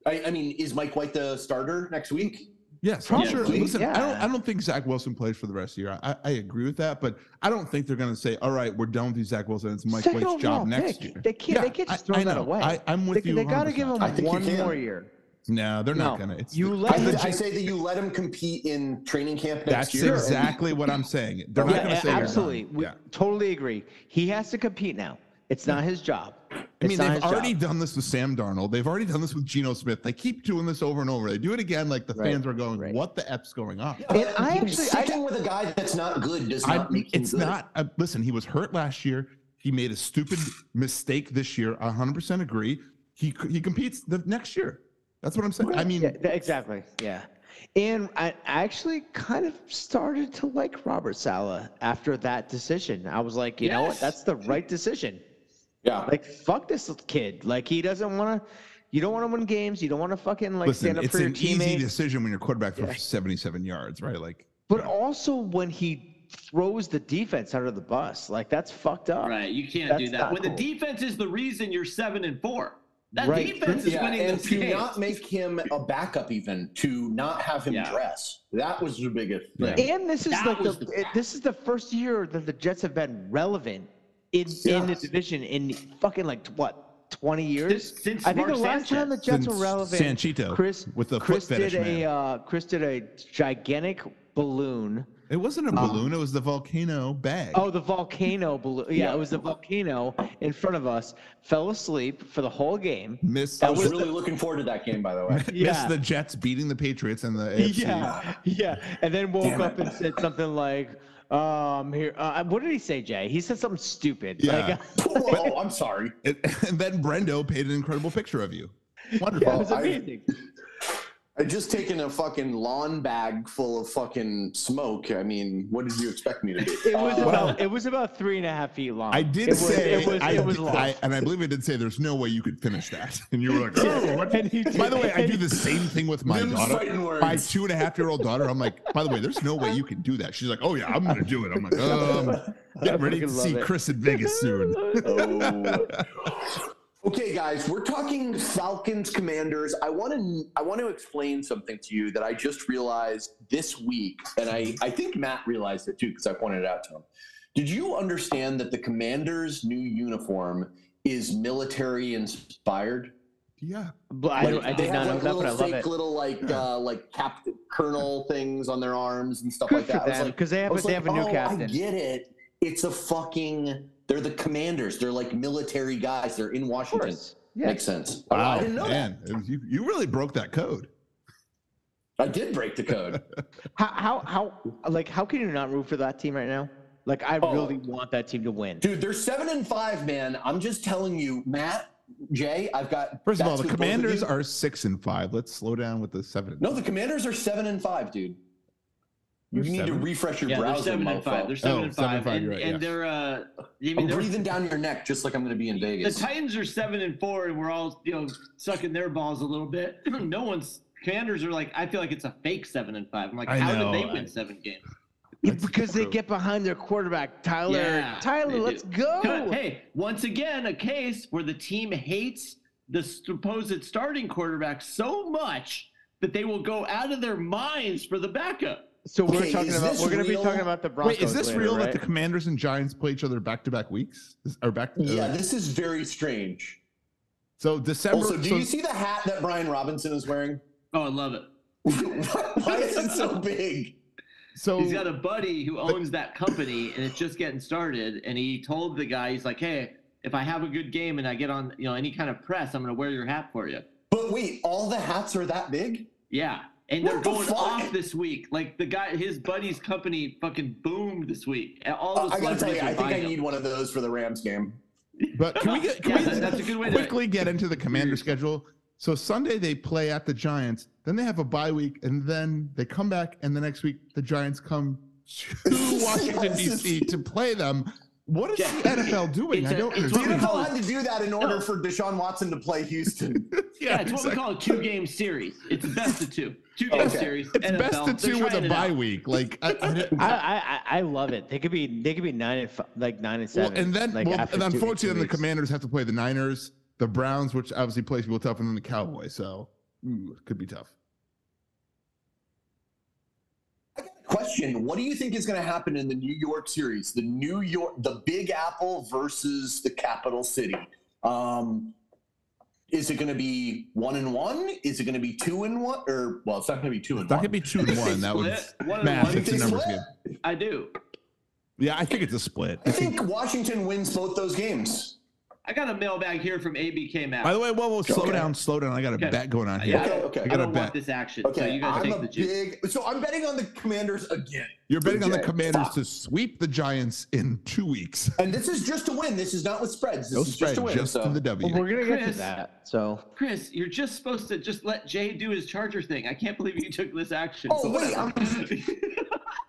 Speaker 2: I, I mean, is Mike White the starter next week?
Speaker 6: Yes, I'm
Speaker 5: Probably,
Speaker 6: sure. Listen, I don't.
Speaker 5: yeah.
Speaker 6: I don't think Zach Wilson plays for the rest of the year. I, I agree with that, but I don't think they're going to say, "All right, we're done with you, Zach Wilson. It's Mike
Speaker 5: Second
Speaker 6: White's job
Speaker 5: overall
Speaker 6: next
Speaker 5: pick.
Speaker 6: year."
Speaker 5: They can't- they can't just
Speaker 6: I-
Speaker 5: throw
Speaker 6: I
Speaker 5: that
Speaker 6: know.
Speaker 5: away.
Speaker 6: I, am
Speaker 5: They,
Speaker 6: with you.
Speaker 5: they got to give
Speaker 6: 100%.
Speaker 5: him
Speaker 2: I think you
Speaker 5: one
Speaker 2: can.
Speaker 5: more year.
Speaker 6: No, they're not
Speaker 5: No.
Speaker 6: going to. It's
Speaker 5: You let
Speaker 2: I,
Speaker 5: him
Speaker 2: I say that you let him compete in training camp next
Speaker 6: that's
Speaker 2: year. and-
Speaker 6: exactly what I'm saying. They're not
Speaker 5: Yeah,
Speaker 6: going to say you're done.
Speaker 5: absolutely. We
Speaker 6: Yeah.
Speaker 5: totally agree. He has to compete now. It's not his job.
Speaker 6: I mean,
Speaker 5: It's not
Speaker 6: they've
Speaker 5: his
Speaker 6: already
Speaker 5: job.
Speaker 6: done this with Sam Darnold. They've already done this with Geno Smith. They keep doing this over and over. They do it again. Like the
Speaker 5: Right,
Speaker 6: fans are going,
Speaker 5: right.
Speaker 6: "What the f's going on?"
Speaker 5: And I actually, I,
Speaker 2: sticking with a guy that's not good does
Speaker 6: I,
Speaker 2: not make him
Speaker 6: it's
Speaker 2: good.
Speaker 6: not. Uh, listen, he was hurt last year. He made a stupid mistake this year. I 100% agree. He c- he competes the next year. That's what I'm saying. I mean,
Speaker 5: Yeah, th- exactly. Yeah. And I actually kind of started to like Robert Sala after that decision. I was like, you know what?
Speaker 4: Yes.
Speaker 5: That's the right decision.
Speaker 2: Yeah.
Speaker 5: Like, fuck this kid. Like, he doesn't want to, you don't want to win games. You don't want to fucking, like,
Speaker 6: listen,
Speaker 5: stand up
Speaker 6: it's
Speaker 5: for your
Speaker 6: an easy
Speaker 5: teammates.
Speaker 6: decision when your quarterback for
Speaker 5: Yeah.
Speaker 6: 77 yards, right? Like,
Speaker 5: But also when he throws the defense under the bus, like, that's fucked up.
Speaker 4: Right. You can't
Speaker 5: That's
Speaker 4: do that.
Speaker 5: not
Speaker 4: When
Speaker 5: cool.
Speaker 4: the defense is the reason you're seven and four. That
Speaker 5: Right.
Speaker 4: defense is
Speaker 2: Yeah,
Speaker 4: winning
Speaker 2: and
Speaker 4: this
Speaker 2: to
Speaker 4: game.
Speaker 2: not make him a backup, even to not have him
Speaker 4: Yeah.
Speaker 2: dress, that was the biggest thing.
Speaker 4: Yeah.
Speaker 5: And this is
Speaker 4: That
Speaker 5: like the,
Speaker 4: was the
Speaker 5: it- this is the first year that the Jets have been relevant in in the
Speaker 2: Yes.
Speaker 5: division in fucking like what twenty years.
Speaker 4: Since- since
Speaker 5: I think
Speaker 4: Mark
Speaker 5: the last time the
Speaker 4: Sanchez.
Speaker 5: Jets were
Speaker 6: Since
Speaker 5: relevant,
Speaker 6: Sanchito
Speaker 5: Chris
Speaker 6: with the foot
Speaker 5: Chris
Speaker 6: fetish
Speaker 5: did a
Speaker 6: man.
Speaker 5: uh, Chris did a gigantic balloon.
Speaker 6: it wasn't a balloon, it was the volcano bag.
Speaker 5: Um, Oh, the volcano balloon. Yeah,
Speaker 2: Yeah.
Speaker 5: it was the volcano in front of us. Fell asleep for the whole game.
Speaker 6: Miss,
Speaker 5: that
Speaker 2: I was
Speaker 5: was
Speaker 2: really looking forward to that game, by the way.
Speaker 5: Yeah.
Speaker 6: miss the Jets beating the Patriots and the AFC.
Speaker 5: Yeah, yeah. And then woke up and said something like, um, here, uh, what did he say, Jay? He said something stupid.
Speaker 6: Yeah.
Speaker 5: Like,
Speaker 2: Whoa, I'm sorry.
Speaker 6: And, and then Brendo paid an incredible picture of you. Wonderful.
Speaker 5: yeah, it was
Speaker 2: I-
Speaker 5: amazing.
Speaker 2: I just taken a fucking lawn bag full of fucking smoke. I mean, what did you expect me to do?
Speaker 5: It was
Speaker 2: Uh,
Speaker 5: about it was about three and a half feet long.
Speaker 6: I did
Speaker 5: it was,
Speaker 6: say
Speaker 5: it was
Speaker 6: I,
Speaker 5: it was
Speaker 6: did-
Speaker 5: long.
Speaker 6: I- and I believe I did say there's no way you could finish that. And you were like, oh, what?
Speaker 5: And he did.
Speaker 6: by the way, I do the same thing with my
Speaker 2: Them's
Speaker 6: daughter,
Speaker 2: fighting words.
Speaker 6: my two and a half year old daughter. I'm like, by the way, there's no way you can do that. She's like, oh yeah, I'm gonna do it. I'm like, um, get ready to
Speaker 5: fucking love
Speaker 6: see
Speaker 5: it.
Speaker 6: Chris in Vegas soon.
Speaker 2: Oh. okay, guys, we're talking Falcons Commanders. I want to I want to explain something to you that I just realized this week, and I I think Matt realized it too because I pointed it out to him. Did you understand that the Commanders' new uniform is military inspired?
Speaker 6: Yeah,
Speaker 5: But I, don't- I
Speaker 2: They
Speaker 5: did not
Speaker 2: have, like,
Speaker 5: know that, but I
Speaker 2: little
Speaker 5: love
Speaker 2: fake
Speaker 5: it.
Speaker 2: Little like uh, like captain colonel things on their arms and stuff like
Speaker 5: Good for
Speaker 2: that. I was
Speaker 5: them
Speaker 2: like,
Speaker 5: because they have
Speaker 2: I
Speaker 5: a,
Speaker 2: was
Speaker 5: they
Speaker 2: like,
Speaker 5: have a new
Speaker 2: "Oh, I
Speaker 5: captain.
Speaker 2: get it. It's a fucking. They're the commanders. They're like military guys. They're in
Speaker 5: Of
Speaker 2: Washington.
Speaker 5: course, yeah.
Speaker 2: Makes sense. I-
Speaker 6: wow,
Speaker 2: I didn't know
Speaker 6: man, It was- you, you really broke that code.
Speaker 2: that. I did break the code.
Speaker 5: How how how like how can you not root for that team right now? Like I
Speaker 2: Oh.
Speaker 5: really want that team to win.
Speaker 2: Dude, they're seven and five, man. I'm just telling you, Matt, Jay, I've got.
Speaker 6: First of all,
Speaker 2: that's
Speaker 6: the
Speaker 2: with both you.
Speaker 6: Commanders are six and five. Let's slow down with the seven. And
Speaker 2: No, the commanders are seven and five, dude. You
Speaker 6: They're
Speaker 2: need to
Speaker 6: seven?
Speaker 2: refresh your
Speaker 4: yeah, they're
Speaker 2: browser.
Speaker 4: seven and five.
Speaker 2: mofo. Oh,
Speaker 4: They're seven
Speaker 6: Oh,
Speaker 4: and
Speaker 6: seven
Speaker 4: five.
Speaker 6: and five,
Speaker 4: and,
Speaker 6: you're right,
Speaker 4: and
Speaker 6: yeah.
Speaker 4: they're uh I mean
Speaker 2: I'm
Speaker 4: they're-
Speaker 2: breathing down your neck just like I'm going to be in
Speaker 4: the
Speaker 2: Vegas.
Speaker 4: Titans are seven and four and we're all, you know, sucking their balls a little bit. no one's commanders are like, I feel like it's a fake seven and five. I'm like,
Speaker 6: I
Speaker 4: how
Speaker 6: know,
Speaker 4: did they
Speaker 6: I-
Speaker 4: win seven games?
Speaker 5: Yeah,
Speaker 6: That's
Speaker 5: because they
Speaker 6: true.
Speaker 5: get behind their quarterback, Tyler.
Speaker 4: Yeah, they
Speaker 5: Tyler,
Speaker 4: do.
Speaker 5: let's go.
Speaker 4: Cut. Hey, once again, a case where the team hates the supposed starting quarterback so much that they will go out of their minds for the backup.
Speaker 5: So we're
Speaker 2: Okay,
Speaker 5: talking
Speaker 2: is
Speaker 5: about
Speaker 2: this
Speaker 5: we're going to be
Speaker 2: real?
Speaker 5: talking about the Broncos.
Speaker 6: Wait, is this
Speaker 5: later,
Speaker 6: real
Speaker 5: Right?
Speaker 6: that the Commanders and Giants play each other back to back weeks? Is- Or back?
Speaker 2: yeah,
Speaker 6: uh,
Speaker 2: this is very strange.
Speaker 6: so December.
Speaker 2: Also, do
Speaker 6: so-
Speaker 2: you see the hat that Brian Robinson is wearing?
Speaker 4: Oh, I love it.
Speaker 2: Why is it so big?
Speaker 6: so
Speaker 4: He's got a buddy who
Speaker 6: Oh.
Speaker 4: owns that company and it's just getting started. And he told the guy, he's like, hey, if I have a good game and I get on, you know, any kind of press, I'm going to wear your hat for you.
Speaker 2: But wait, all the hats are that big?
Speaker 4: Yeah. And they're
Speaker 2: What the
Speaker 4: going
Speaker 2: fuck?
Speaker 4: off this week. Like the guy, his buddy's company fucking boomed this week. And All the
Speaker 2: Oh, I gotta tell
Speaker 4: celebrities
Speaker 2: you, I
Speaker 4: are
Speaker 2: think I
Speaker 4: buying
Speaker 2: need
Speaker 4: them.
Speaker 2: one of those for the Rams game.
Speaker 6: But can we get can
Speaker 4: Yeah,
Speaker 6: we
Speaker 4: that- that's a good way to-
Speaker 6: quickly get into the commander schedule? So Sunday they play at the Giants, then they have a bye week, and then they come back, and the next week the Giants come to Washington
Speaker 2: Yes.
Speaker 6: D.C. to play them. What is
Speaker 4: Yeah.
Speaker 6: the NFL doing?
Speaker 4: It's
Speaker 6: I
Speaker 4: a-
Speaker 6: don't
Speaker 2: The
Speaker 4: it's what we
Speaker 6: understand.
Speaker 4: call-
Speaker 2: NFL had to do that in order for Deshaun Watson to play Houston.
Speaker 4: Yeah, it's what we
Speaker 6: exactly.
Speaker 4: call a two game series. It's best of two. Two game
Speaker 2: Okay.
Speaker 4: series.
Speaker 6: It's best
Speaker 4: NFL,
Speaker 6: of two
Speaker 4: they're
Speaker 6: with
Speaker 4: trying
Speaker 6: a
Speaker 4: it
Speaker 6: bye
Speaker 4: out.
Speaker 6: week. Like, I, I,
Speaker 5: I, I I- I love it. They could be they could be nine and f- like nine and
Speaker 6: Well,
Speaker 5: seven.
Speaker 6: and then,
Speaker 5: like
Speaker 6: well,
Speaker 5: after
Speaker 6: and
Speaker 5: two- two
Speaker 6: unfortunately, then the
Speaker 5: weeks.
Speaker 6: Commanders have to play the Niners, the Browns, which obviously plays people tough, and then the Cowboys. So ooh, could be tough.
Speaker 2: Question: What do you think is going to happen in the New York series? The New York, the Big Apple versus the capital city. Um, is it going to be one and one? Is it going to be two and one? Or well, it's not going to be two and
Speaker 6: That
Speaker 2: one.
Speaker 6: could be two and one. That would
Speaker 4: Split, one and
Speaker 6: math.
Speaker 4: one.
Speaker 6: It's a
Speaker 2: Think
Speaker 6: numbers
Speaker 2: split?
Speaker 6: game.
Speaker 4: I do.
Speaker 6: Yeah, I think it's a split.
Speaker 2: I think Washington wins both those games.
Speaker 4: I got a mailbag here from ABK Matt.
Speaker 6: By the way, whoa, whoa, slow
Speaker 2: Okay.
Speaker 6: down, slow down. I got a
Speaker 4: Okay.
Speaker 6: bet going on here.
Speaker 4: Yeah,
Speaker 2: Okay, okay.
Speaker 4: I,
Speaker 2: I
Speaker 6: gotta
Speaker 4: don't
Speaker 6: bet.
Speaker 4: want this action.
Speaker 2: Okay,
Speaker 4: so you guys
Speaker 2: I'm
Speaker 4: take
Speaker 2: a
Speaker 4: the juice.
Speaker 2: big. So I'm betting on the Commanders again,
Speaker 6: You're betting on the
Speaker 2: Okay.
Speaker 6: Commanders
Speaker 2: Fuck.
Speaker 6: to sweep the Giants in two weeks.
Speaker 2: and this is just a win. This is not with spreads. This
Speaker 6: No
Speaker 2: is
Speaker 6: spread,
Speaker 2: just a win.
Speaker 6: just
Speaker 2: so.
Speaker 6: in the W.
Speaker 5: Well, we're gonna get to
Speaker 4: Chris.
Speaker 5: that. So
Speaker 4: Chris, you're just supposed to just let Jay do his Charger thing. I can't believe you took this action.
Speaker 2: Oh,
Speaker 4: so
Speaker 2: wait,
Speaker 4: whatever.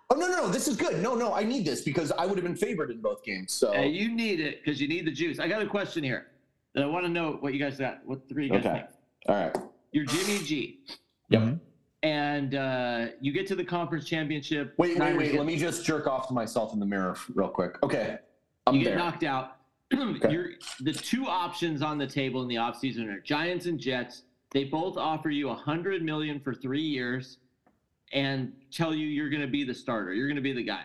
Speaker 2: oh no, no, no! This is good. No, no, I need this because I would have been favored in both games. So
Speaker 4: Hey, you need it because you need the juice. I got a question here that I want to know what you guys got. What three you guys
Speaker 2: Okay.
Speaker 4: think?
Speaker 2: all right.
Speaker 4: You're Jimmy G.
Speaker 2: Yep.
Speaker 6: Mhm.
Speaker 4: And uh, you get to the conference championship.
Speaker 2: Wait, wait,
Speaker 4: Niners
Speaker 2: wait.
Speaker 4: get-
Speaker 2: Let me just jerk off to myself in the mirror real quick. Okay. I'm
Speaker 4: you
Speaker 2: there.
Speaker 4: get knocked out. You're the two options on the table in the offseason are Giants and Jets. They both offer you a hundred million for three years and tell you you're gonna be the starter. You're gonna be the guy.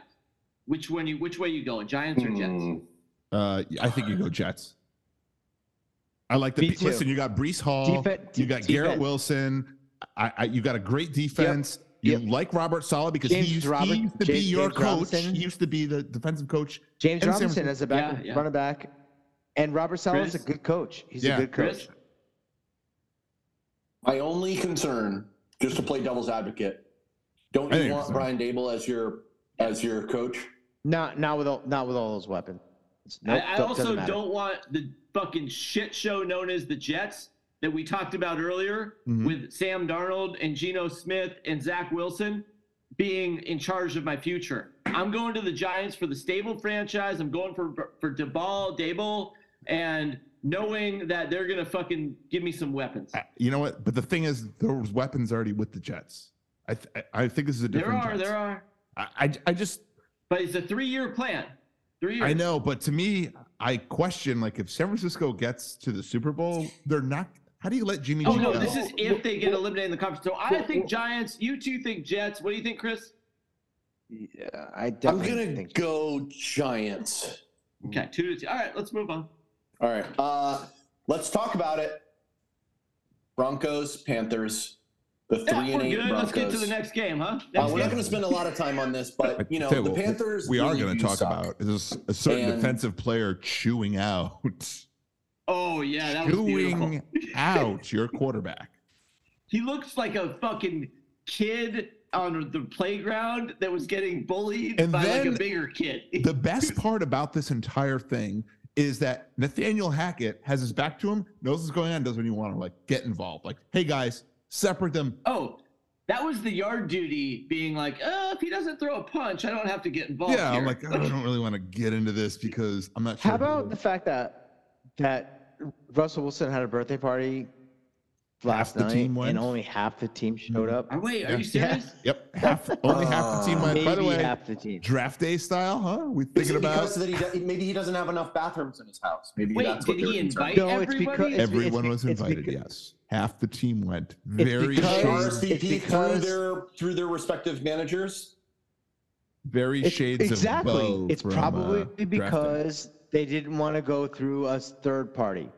Speaker 4: Which one you which way you going? Giants or Jets?
Speaker 2: Hmm.
Speaker 6: Uh, I think you go Jets. I like the
Speaker 5: Me too.
Speaker 6: listen. You got Brees Hall.
Speaker 5: Defe-
Speaker 6: you got
Speaker 5: defense.
Speaker 6: Garrett Wilson. I, I you got a great defense. You like Robert Sala because
Speaker 5: James
Speaker 6: he used,
Speaker 5: Robert-
Speaker 6: he used to be
Speaker 5: James-
Speaker 6: your
Speaker 5: James
Speaker 6: coach.
Speaker 5: Robinson.
Speaker 6: He used to be the defensive coach.
Speaker 5: James
Speaker 6: And Sam-
Speaker 5: Robinson as a back
Speaker 4: Yeah, yeah.
Speaker 5: running back, and Robert Sala is a
Speaker 4: Chris?
Speaker 5: good coach. He's
Speaker 6: Yeah.
Speaker 5: a good coach.
Speaker 4: Chris?
Speaker 2: My only concern, just to play devil's advocate, don't
Speaker 6: I
Speaker 2: you
Speaker 6: think
Speaker 2: want
Speaker 6: so.
Speaker 2: Brian Dable as your as your coach?
Speaker 5: Not not with all not with all those weapons. Nope,
Speaker 4: I, I
Speaker 5: don't-
Speaker 4: also
Speaker 5: doesn't matter.
Speaker 4: don't want the fucking shit show known as the Jets that we talked about earlier
Speaker 6: Mhm.
Speaker 4: with Sam Darnold and Geno Smith and Zach Wilson being in charge of my future. I'm going to the Giants for the stable franchise. I'm going for for Debal, Dable, and knowing that they're gonna fucking give me some weapons.
Speaker 6: Uh, You know what? But the thing is, those weapons already with the Jets. I th- I- I think this is a
Speaker 4: There
Speaker 6: different.
Speaker 4: are, there are,
Speaker 6: I, I I just
Speaker 4: but it's a three-year plan. Three years.
Speaker 6: I know, but to me, I question like if San Francisco gets to the Super Bowl, they're not. How do you let Jimmy?
Speaker 4: Oh
Speaker 6: G
Speaker 4: no,
Speaker 6: go?
Speaker 4: this is if they get eliminated in the conference. So I think Giants. You two think Jets. What do you think, Chris?
Speaker 5: Yeah, I
Speaker 2: I'm
Speaker 5: definitely
Speaker 2: gonna
Speaker 5: think
Speaker 2: go Giants.
Speaker 4: Okay, two to two. All right, let's move on.
Speaker 2: All right. Uh, let's talk about it. Broncos, Panthers, the
Speaker 4: Yeah,
Speaker 2: three and
Speaker 4: we're
Speaker 2: eight
Speaker 4: good.
Speaker 2: Broncos.
Speaker 4: Let's get to the next game,
Speaker 6: Oh,
Speaker 4: huh?
Speaker 2: Uh,
Speaker 4: Next
Speaker 2: we're not
Speaker 4: game.
Speaker 2: going to spend a lot of time on this, but you know
Speaker 6: Tell you
Speaker 2: the
Speaker 6: what,
Speaker 2: Panthers.
Speaker 6: we are
Speaker 2: really
Speaker 6: going
Speaker 2: do
Speaker 6: to talk
Speaker 2: suck.
Speaker 6: about is a certain
Speaker 2: And-
Speaker 6: defensive player chewing out,
Speaker 4: Oh yeah, that was beautiful.
Speaker 6: chewing out your quarterback.
Speaker 4: He looks like a fucking kid on the playground that was getting bullied
Speaker 6: And
Speaker 4: by like
Speaker 6: then-
Speaker 4: a bigger kid.
Speaker 6: The best part about this entire thing is that Nathaniel Hackett has his back to him, knows what's going on, doesn't even want to like get involved. Like, hey guys, separate them.
Speaker 4: oh, that was the yard duty being like, oh, if he doesn't throw a punch, I don't have to get involved.
Speaker 6: Yeah, I'm
Speaker 4: here."
Speaker 6: like, "Oh, I don't really want to get into this because I'm not sure.
Speaker 5: How about
Speaker 6: who-
Speaker 5: the fact that that Russell Wilson had a birthday party last
Speaker 6: the
Speaker 5: night,
Speaker 6: team went? Mm-hmm.
Speaker 5: and only half the team showed up?
Speaker 4: Are- wait, are you
Speaker 6: Yeah,
Speaker 4: serious?
Speaker 6: Yep, half only half the team went.
Speaker 5: Oh, Maybe
Speaker 6: By the way,
Speaker 5: half the team.
Speaker 6: draft day style, huh? We
Speaker 2: Is
Speaker 6: thinking
Speaker 2: it
Speaker 6: about
Speaker 2: because that he do- maybe he doesn't have enough bathrooms in his house? Maybe
Speaker 4: Wait,
Speaker 2: that's what
Speaker 4: did he
Speaker 2: they're concerned
Speaker 4: invite
Speaker 5: No, it's
Speaker 4: everybody?
Speaker 5: because- it's-
Speaker 6: everyone was
Speaker 5: it's
Speaker 6: invited.
Speaker 5: because-
Speaker 6: yes, half the team went. Very
Speaker 5: because-
Speaker 6: shady.
Speaker 5: It's
Speaker 2: RSVP through
Speaker 5: because-
Speaker 2: their through their respective managers.
Speaker 6: very
Speaker 5: It's-
Speaker 6: shades
Speaker 5: exactly.
Speaker 6: of Bo
Speaker 5: it's
Speaker 6: from,
Speaker 5: probably
Speaker 6: uh, Draft Day.
Speaker 5: because they didn't want to go through a third party.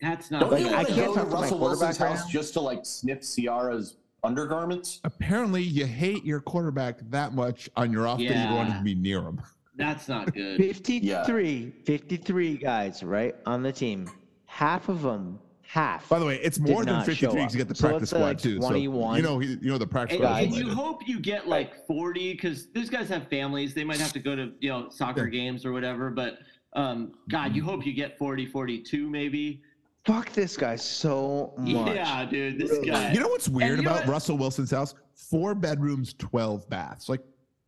Speaker 4: That's not
Speaker 2: Don't
Speaker 5: Oh, Like,
Speaker 2: you
Speaker 5: I
Speaker 2: want to
Speaker 5: can't
Speaker 2: go to
Speaker 5: talk to my
Speaker 2: Russell Wilson's
Speaker 5: quarterback right
Speaker 2: house
Speaker 5: now.
Speaker 2: just to like sniff Ciara's undergarments?
Speaker 6: apparently you hate your quarterback that much on your off day you don't want
Speaker 4: Yeah.
Speaker 6: to be near him.
Speaker 4: that's not good.
Speaker 5: 53, 53 guys, right, on the team. Half of them, half.
Speaker 6: By the way, it's
Speaker 5: Did
Speaker 6: more than
Speaker 5: not
Speaker 6: 53
Speaker 5: show
Speaker 6: because you get
Speaker 5: up.
Speaker 6: the
Speaker 5: So
Speaker 6: practice
Speaker 5: let's say,
Speaker 6: squad
Speaker 5: like,
Speaker 6: too. So
Speaker 5: 21.
Speaker 6: you know he- you know the practice
Speaker 4: And,
Speaker 6: squad.
Speaker 4: and
Speaker 6: is
Speaker 4: you
Speaker 6: later.
Speaker 4: hope you get like 40 because these guys have families. They might have to go to, you know, soccer games or whatever. But um, God, you
Speaker 6: Mm-hmm.
Speaker 4: hope you get 40, 42 maybe.
Speaker 5: Fuck this guy so much.
Speaker 4: Yeah, dude, this
Speaker 5: Really.
Speaker 4: guy.
Speaker 6: You know what's weird
Speaker 4: you know
Speaker 6: about
Speaker 4: what-
Speaker 6: Russell Wilson's house? Four bedrooms, twelve baths. Like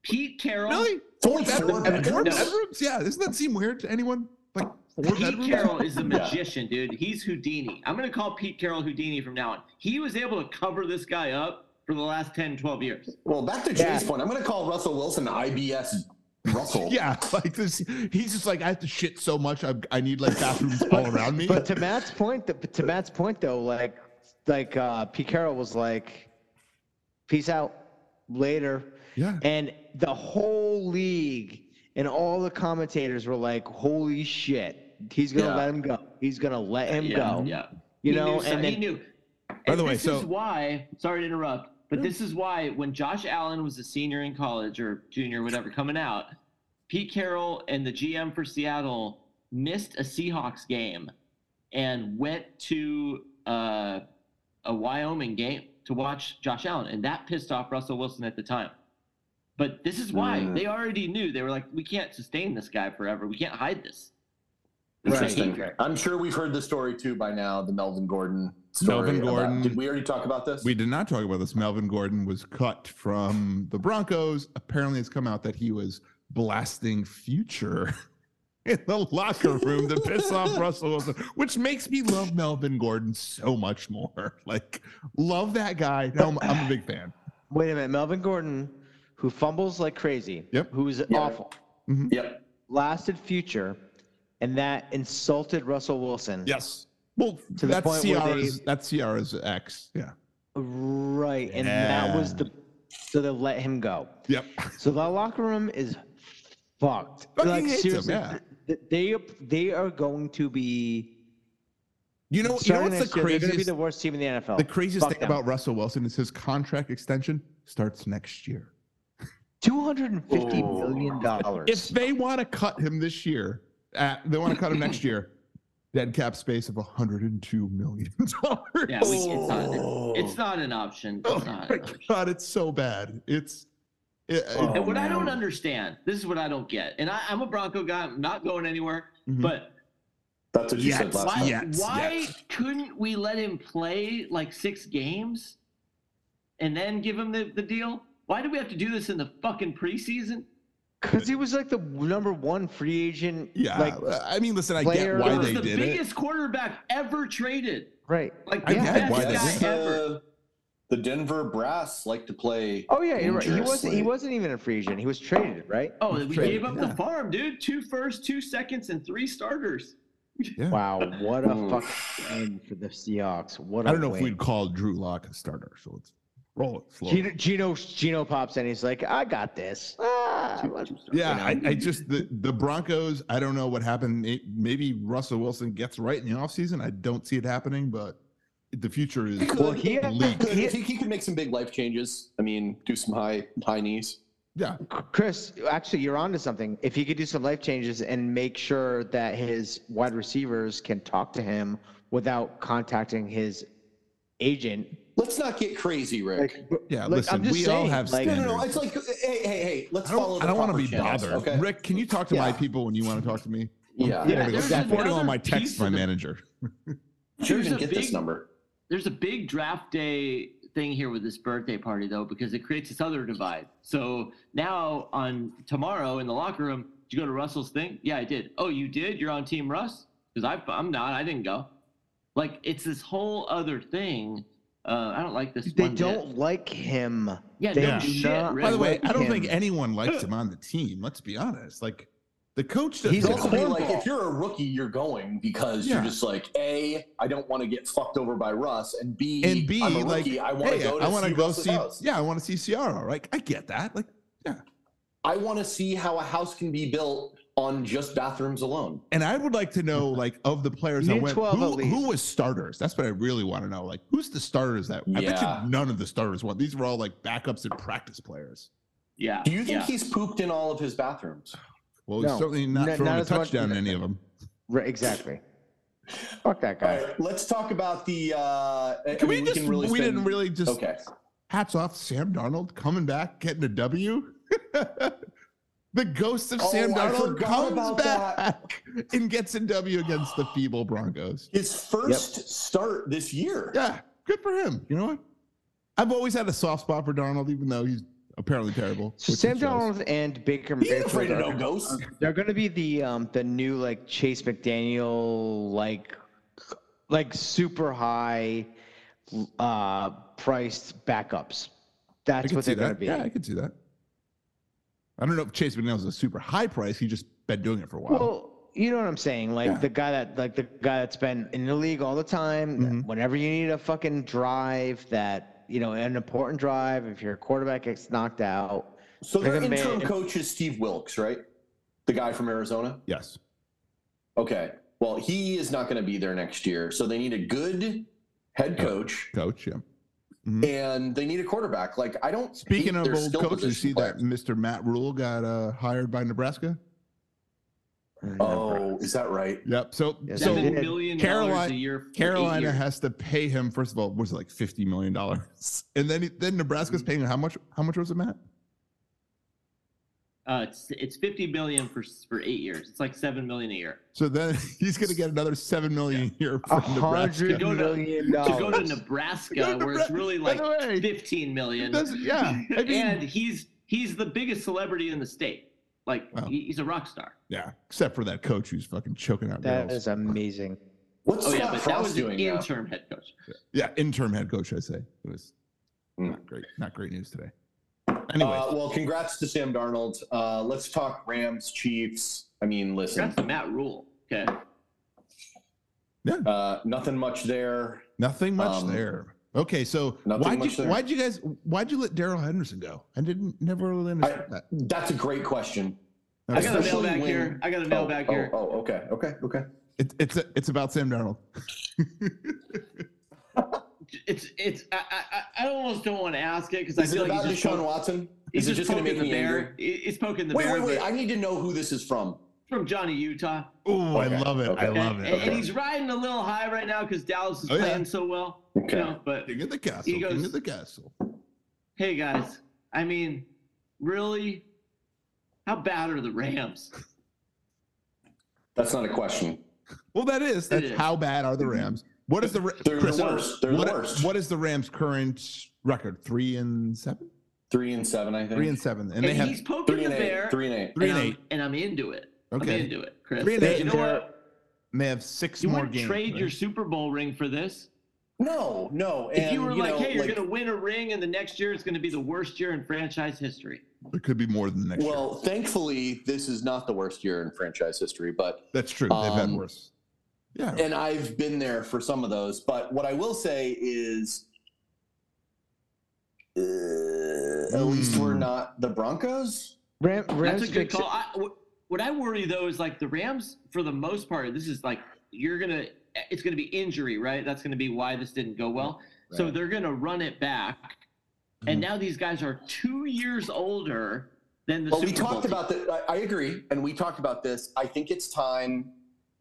Speaker 4: Pete Carroll.
Speaker 6: really?
Speaker 2: Only
Speaker 6: Bedroom-
Speaker 2: four
Speaker 6: Four
Speaker 2: bedrooms?
Speaker 6: bedrooms? Yeah. Doesn't that seem weird to anyone? Like four
Speaker 4: Pete
Speaker 6: bedrooms?
Speaker 4: Carroll is a
Speaker 2: Yeah.
Speaker 4: magician, dude. He's Houdini. I'm going to call Pete Carroll Houdini from now on. He was able to cover this guy up for the last 10, 12 years.
Speaker 2: Well, back to Jay's point, I'm going to call Russell Wilson IBS Russell.
Speaker 6: Yeah, like this. He's just like I have to shit so much. I, I need like bathrooms all around me.
Speaker 5: But to Matt's point, th- to Matt's point though, like like uh, Pete Carroll was like, "Peace out, later."
Speaker 6: Yeah.
Speaker 5: And the whole league and all the commentators were like, "Holy shit, he's gonna
Speaker 2: Yeah.
Speaker 5: let him go. He's gonna let him
Speaker 4: yeah,
Speaker 5: go."
Speaker 4: Yeah.
Speaker 5: You
Speaker 4: He
Speaker 5: know,
Speaker 4: knew, so-
Speaker 5: and
Speaker 4: he
Speaker 5: then
Speaker 4: knew.
Speaker 6: By
Speaker 4: And
Speaker 6: the way,
Speaker 4: this
Speaker 6: so-
Speaker 4: is why. Sorry to interrupt, but this is why when Josh Allen was a senior in college or junior, whatever, coming out, Pete Carroll and the GM for Seattle missed a Seahawks game and went to uh, a Wyoming game to watch Josh Allen, and that pissed off Russell Wilson at the time. But this is why
Speaker 2: Mm.
Speaker 4: they already knew they were like, we can't sustain this guy forever. We can't hide this.
Speaker 2: Interesting. I'm sure we've heard the story too by now, the Melvin Gordon story.
Speaker 6: Melvin
Speaker 2: about-
Speaker 6: Gordon.
Speaker 2: did we already talk about this?
Speaker 6: We did not talk about this. Melvin Gordon was cut from the Broncos. Apparently, it's come out that he was blasting Future in the locker room to piss off Russell Wilson, which makes me love Melvin Gordon so much more. Like, love that guy. Now I'm, I'm a big fan.
Speaker 5: wait a minute, Melvin Gordon, who fumbles like crazy,
Speaker 6: Yep.
Speaker 5: who's awful,
Speaker 2: Yep.
Speaker 5: lasted future, and that insulted Russell Wilson.
Speaker 6: Yes. Well,
Speaker 5: To the
Speaker 6: that's
Speaker 5: point where they-
Speaker 6: Ciara's. That's Ciara's ex. Yeah.
Speaker 5: Right, and that was the so they let him go.
Speaker 6: Yep.
Speaker 5: So the locker room is fucked.
Speaker 6: Fucking
Speaker 5: like
Speaker 6: hates him,
Speaker 5: seriously,
Speaker 6: yeah.
Speaker 5: th- they are- they are going to be.
Speaker 6: You know. You know
Speaker 5: starting
Speaker 6: what's the
Speaker 5: next year, They're going to be
Speaker 6: craziest?
Speaker 5: the worst team in the NFL.
Speaker 6: The craziest
Speaker 5: Fuck
Speaker 6: thing
Speaker 5: them.
Speaker 6: about Russell Wilson is his contract extension starts next year.
Speaker 5: Two hundred and fifty million dollars.
Speaker 6: If they want to cut him this year, uh, they want to cut him next year. Dead cap space of 102 million dollars.
Speaker 4: Yeah, we, it's, not, it's not an option.
Speaker 6: Oh
Speaker 4: It's not
Speaker 6: my
Speaker 4: an option.
Speaker 6: god, it's so bad. It's it,
Speaker 2: Oh.
Speaker 6: it-
Speaker 4: And what I don't
Speaker 2: man.
Speaker 4: understand, this is what I don't get, and I, I'm a Bronco guy, I'm not going anywhere,
Speaker 6: Mhm.
Speaker 4: but
Speaker 2: That's what you said
Speaker 6: Yes.
Speaker 2: last
Speaker 4: why,
Speaker 2: time.
Speaker 6: yes,
Speaker 4: why
Speaker 6: yes.
Speaker 4: couldn't we let him play like six games and then give him the, the deal? Why do we have to do this in the fucking preseason?
Speaker 5: because he was like the number one free agent.
Speaker 6: yeah.
Speaker 5: like
Speaker 6: I mean, listen, I
Speaker 5: player-
Speaker 6: get why
Speaker 5: It
Speaker 4: He was
Speaker 6: they
Speaker 4: the
Speaker 6: did it.
Speaker 4: biggest quarterback ever traded.
Speaker 5: right.
Speaker 4: Like
Speaker 6: I
Speaker 4: the
Speaker 6: get
Speaker 4: best
Speaker 6: why they
Speaker 4: guy
Speaker 6: did
Speaker 2: the,
Speaker 4: ever.
Speaker 2: the Denver Brass like to play.
Speaker 5: Oh yeah, you're right. He wasn't.
Speaker 2: dangerously.
Speaker 5: He wasn't even a free agent. He was traded, right?
Speaker 4: Oh, we
Speaker 6: traded,
Speaker 4: gave up
Speaker 6: yeah.
Speaker 4: the farm, dude. Two firsts, two seconds, and three starters.
Speaker 6: Yeah.
Speaker 5: Wow, what a
Speaker 2: Ooh.
Speaker 5: fucking end for the Seahawks. What I
Speaker 6: I don't know if we'd call Drew Lock a starter. So let's roll it slow.
Speaker 5: Gino, Gino Gino pops in. He's like, "I got this." Ah, what-
Speaker 6: Yeah, I, I just the, the Broncos. I don't know what happened. May- Maybe Russell Wilson gets right in the offseason. I don't see it happening, but the future is
Speaker 5: Well, he-
Speaker 6: bleak.
Speaker 2: Good. He, he can make some big life changes. I mean, do some high high knees.
Speaker 6: Yeah,
Speaker 5: Chris, actually, you're onto something. If he could do some life changes and make sure that his wide receivers can talk to him without contacting his agent,
Speaker 2: Let's not get crazy, Rick.
Speaker 5: like,
Speaker 6: yeah.
Speaker 5: Like,
Speaker 6: listen,
Speaker 5: I'm just
Speaker 6: we all
Speaker 5: saying,
Speaker 6: have
Speaker 5: like-
Speaker 2: no,
Speaker 6: standards.
Speaker 2: no, no. It's like, hey, hey, hey. Let's
Speaker 6: I don't,
Speaker 2: follow. The
Speaker 6: I don't want to
Speaker 2: proper
Speaker 6: be
Speaker 2: channels,
Speaker 6: bothered.
Speaker 2: Okay.
Speaker 6: Rick, can you talk to my
Speaker 5: Yeah.
Speaker 6: people when you want to talk to me?
Speaker 2: Yeah.
Speaker 5: Yeah,
Speaker 6: I'm
Speaker 5: there's
Speaker 6: forwarding all
Speaker 4: another
Speaker 6: my texts
Speaker 4: piece
Speaker 6: to my
Speaker 4: of the-
Speaker 6: manager.
Speaker 2: Sure,
Speaker 4: There's
Speaker 2: you
Speaker 4: a
Speaker 2: get this
Speaker 4: big-
Speaker 2: number.
Speaker 4: there's a big draft day thing here with this birthday party though because it creates this other divide so now on tomorrow in the locker room did you go to russell's thing yeah i did oh you did you're on team russ because i'm not i didn't go like it's this whole other thing uh, i don't like this
Speaker 5: they
Speaker 4: one bit.
Speaker 5: don't like him.
Speaker 4: yeah
Speaker 5: they
Speaker 4: no
Speaker 5: do
Speaker 4: shit
Speaker 5: not-
Speaker 4: Rick.
Speaker 6: By the way,
Speaker 5: Rick
Speaker 6: I don't
Speaker 5: him.
Speaker 6: think anyone likes him on the team. Let's be honest. Like the coach, does
Speaker 5: He's
Speaker 2: It's
Speaker 5: a
Speaker 2: also be like,
Speaker 5: cornball.
Speaker 2: if you're a rookie, you're going because
Speaker 6: Yeah.
Speaker 2: you're just like, A, I don't want to get fucked over by Russ, and B,
Speaker 6: and B,
Speaker 2: I'm a
Speaker 6: like,
Speaker 2: rookie, I want to
Speaker 6: hey,
Speaker 2: go to
Speaker 6: I want to
Speaker 2: see
Speaker 6: go
Speaker 2: Russ's
Speaker 6: see.
Speaker 2: house.
Speaker 6: Yeah, I want to see Ciara. Right? I get that. Like,
Speaker 2: I want to see how a house can be built on just bathrooms alone.
Speaker 6: and I would like to know, like, of the players that
Speaker 5: You need
Speaker 6: went,
Speaker 5: 12 at
Speaker 6: who,
Speaker 5: least.
Speaker 6: who was starters? That's what I really want to know. Like, who's the starters that? I bet
Speaker 2: Yeah.
Speaker 6: you none of the starters won. These were all like backups and practice players.
Speaker 4: yeah
Speaker 2: Do you think
Speaker 4: yeah.
Speaker 2: he's pooped in all of his bathrooms?
Speaker 6: Well,
Speaker 5: No.
Speaker 6: he's certainly not
Speaker 5: Not-
Speaker 6: throwing
Speaker 5: not
Speaker 6: a
Speaker 5: as much-
Speaker 6: touchdown in any of them.
Speaker 5: Right, exactly. Fuck that
Speaker 2: All
Speaker 5: guy.
Speaker 2: right, let's talk about the. Uh, I
Speaker 6: Can
Speaker 2: mean,
Speaker 6: we just?
Speaker 2: can
Speaker 6: we
Speaker 2: spend-
Speaker 6: didn't really just.
Speaker 2: Okay.
Speaker 6: Hats off, Sam Darnold coming back, getting a W. the ghost of
Speaker 2: Oh,
Speaker 6: Sam
Speaker 2: I
Speaker 6: Darnold
Speaker 2: forgot
Speaker 6: comes
Speaker 2: about
Speaker 6: back and gets a W against the feeble Broncos.
Speaker 2: His first start this year.
Speaker 6: Yeah, good for him. You know what? I've always had a soft spot for Darnold, even though he's apparently terrible.
Speaker 5: So
Speaker 6: which
Speaker 5: Sam
Speaker 6: he shows.
Speaker 5: Donald and Baker
Speaker 2: He ain't afraid
Speaker 5: Mayfield
Speaker 2: of no
Speaker 5: are,
Speaker 2: ghosts.
Speaker 5: they're going to be the um the new like Chase McDaniel like like super high uh priced backups.
Speaker 6: I
Speaker 5: That's
Speaker 6: can
Speaker 5: what
Speaker 6: see
Speaker 5: they're going to
Speaker 6: that.
Speaker 5: be.
Speaker 6: Yeah, I could see that. I don't know if Chase McNeil's a super high price. He's just been doing it for a while.
Speaker 5: Well, you know what I'm saying? Like
Speaker 2: Yeah.
Speaker 5: the guy that like the guy that's been in the league all the time. that
Speaker 6: Mm-hmm.
Speaker 5: Whenever you need a fucking drive that you know an important drive, if your quarterback gets knocked out,
Speaker 2: So their
Speaker 5: They're gonna
Speaker 2: interim
Speaker 5: make-
Speaker 2: coach is Steve Wilkes, right? The guy from Arizona.
Speaker 6: Yes.
Speaker 2: Okay. Well, he is not going to be there next year, so they need a good head coach
Speaker 6: Coach, yeah.
Speaker 2: and they need a quarterback. Like I don't.
Speaker 6: Speaking
Speaker 2: hate
Speaker 6: of
Speaker 2: their
Speaker 6: old
Speaker 2: skill
Speaker 6: coaches, you
Speaker 2: position
Speaker 6: see that
Speaker 2: players.
Speaker 6: Mr. Matt Rule got uh, hired by Nebraska? Mm-hmm.
Speaker 2: Oh, is that right?
Speaker 6: Yep. So
Speaker 5: Yes,
Speaker 6: so
Speaker 5: they
Speaker 4: Seven
Speaker 5: did.
Speaker 4: billion dollars
Speaker 6: Carolina-
Speaker 4: a year. For eight
Speaker 6: Carolina
Speaker 4: years.
Speaker 6: has to pay him first of all was it like fifty million dollars, and then then Nebraska's
Speaker 5: Mm.
Speaker 6: paying him how much? How much was it, Matt?
Speaker 4: Uh, it's it's fifty billion for for eight years. It's like seven million a year.
Speaker 6: So then he's going to get another seven million a year
Speaker 5: a
Speaker 6: from
Speaker 5: hundred
Speaker 6: Nebraska.
Speaker 4: To go to-
Speaker 5: million
Speaker 4: To
Speaker 6: Oh.
Speaker 4: go to
Speaker 5: dollars.
Speaker 4: Nebraska, where it's really
Speaker 6: By
Speaker 4: like
Speaker 6: the way,
Speaker 4: fifteen
Speaker 6: it
Speaker 4: million,
Speaker 6: doesn't- yeah, I mean,
Speaker 4: and he's he's the biggest celebrity in the state. Like
Speaker 6: Wow.
Speaker 4: he, he's a rock star.
Speaker 6: yeah. Except for that coach who's fucking choking out
Speaker 5: That
Speaker 6: girls.
Speaker 5: is amazing.
Speaker 2: What's
Speaker 4: Oh yeah,
Speaker 2: Scott
Speaker 4: but that
Speaker 2: Frost
Speaker 4: was the
Speaker 2: doing? now?
Speaker 4: interim head coach.
Speaker 6: yeah, interim head coach. I say it was
Speaker 2: Mm.
Speaker 6: not great. Not great news today. Anyway,
Speaker 2: Uh, well, congrats to Sam Darnold. Uh, let's talk Rams, Chiefs. I mean, listen,
Speaker 4: That's the Matt Rule. Okay.
Speaker 2: uh, nothing much there.
Speaker 6: nothing much
Speaker 2: um,
Speaker 6: there. Okay, so
Speaker 2: nothing
Speaker 6: why'd you
Speaker 2: much there.
Speaker 6: why'd you guys why'd you let Daryl Henderson go? I didn't never really understand that.
Speaker 2: That's a great question.
Speaker 4: I got a
Speaker 2: Especially
Speaker 4: mailbag
Speaker 2: when-
Speaker 4: here. I got a mailbag
Speaker 2: oh,
Speaker 4: here.
Speaker 2: Oh, oh, okay, okay, okay.
Speaker 6: It, it's it's about Sam Darnold.
Speaker 4: It's it's. I, I I- I almost don't want to ask it because I
Speaker 2: Is it
Speaker 4: feel like
Speaker 2: about
Speaker 4: he's just,
Speaker 2: Deshaun
Speaker 4: poke-
Speaker 2: Watson?
Speaker 4: he's
Speaker 2: Is it
Speaker 4: just,
Speaker 2: just going to
Speaker 4: poking
Speaker 2: make
Speaker 4: the
Speaker 2: me
Speaker 4: bear.
Speaker 2: angry?
Speaker 4: He- He's poking the
Speaker 2: Wait,
Speaker 4: bear.
Speaker 2: wait, wait.
Speaker 4: but
Speaker 2: I need to know who this is from.
Speaker 4: From Johnny Utah.
Speaker 6: Oh,
Speaker 2: Okay,
Speaker 6: I love it. I
Speaker 2: okay.
Speaker 6: love
Speaker 4: And,
Speaker 6: it.
Speaker 4: and he's riding a little high right now because Dallas is
Speaker 6: Oh, yeah.
Speaker 4: playing so well.
Speaker 2: Okay.
Speaker 4: You know, but
Speaker 6: King of the castle.
Speaker 4: He
Speaker 6: King
Speaker 4: goes-
Speaker 6: of the castle.
Speaker 4: hey, guys, I mean, really, how bad are the Rams?
Speaker 2: That's not a question.
Speaker 6: Well, that is. That's
Speaker 4: is.
Speaker 6: how bad are the Rams? What is the Ra-
Speaker 2: They're
Speaker 6: Chris,
Speaker 2: the worst. They're
Speaker 6: what-
Speaker 2: the worst.
Speaker 6: What is the Rams' current record? Three and seven.
Speaker 2: Three and seven, I think.
Speaker 6: Three and seven, and
Speaker 4: And,
Speaker 6: they have
Speaker 4: he's poking
Speaker 2: Three
Speaker 4: the
Speaker 2: and eight.
Speaker 4: bear.
Speaker 2: Three and eight.
Speaker 6: three and
Speaker 4: I'm-
Speaker 6: eight.
Speaker 4: And I'm into it. I'm
Speaker 6: Okay,
Speaker 4: into it, Chris.
Speaker 6: Three and eight,
Speaker 4: You
Speaker 6: and
Speaker 4: know
Speaker 6: they're-
Speaker 4: what?
Speaker 6: and they have six
Speaker 4: You
Speaker 6: more
Speaker 4: wouldn't
Speaker 6: games.
Speaker 4: trade
Speaker 6: right?
Speaker 4: your Super Bowl ring for this?
Speaker 2: No, no. And,
Speaker 4: if you were like,
Speaker 2: know,
Speaker 4: hey, you're going to win a ring, and the next year it's going to be the worst year in franchise history.
Speaker 6: There could be more than next year.
Speaker 2: Well, thankfully, this is not the worst year in franchise history, but
Speaker 6: That's true. They've had
Speaker 2: um,
Speaker 6: worse. Yeah.
Speaker 2: and I've been there for some of those. But what I will say is, uh, at least
Speaker 6: Hmm.
Speaker 2: we're not the Broncos.
Speaker 5: Ram, Rams
Speaker 4: That's a good
Speaker 5: fix-
Speaker 4: call. I, wh- what I worry though is like the Rams, for the most part, this is like you're gonna. It's gonna be injury, right? That's gonna be why this didn't go well. So they're gonna run it back, and now these guys are two years older than the.
Speaker 2: But we
Speaker 4: Super Bowl
Speaker 2: talked
Speaker 4: team.
Speaker 2: about that. I, I agree, and we talked about this. I think it's time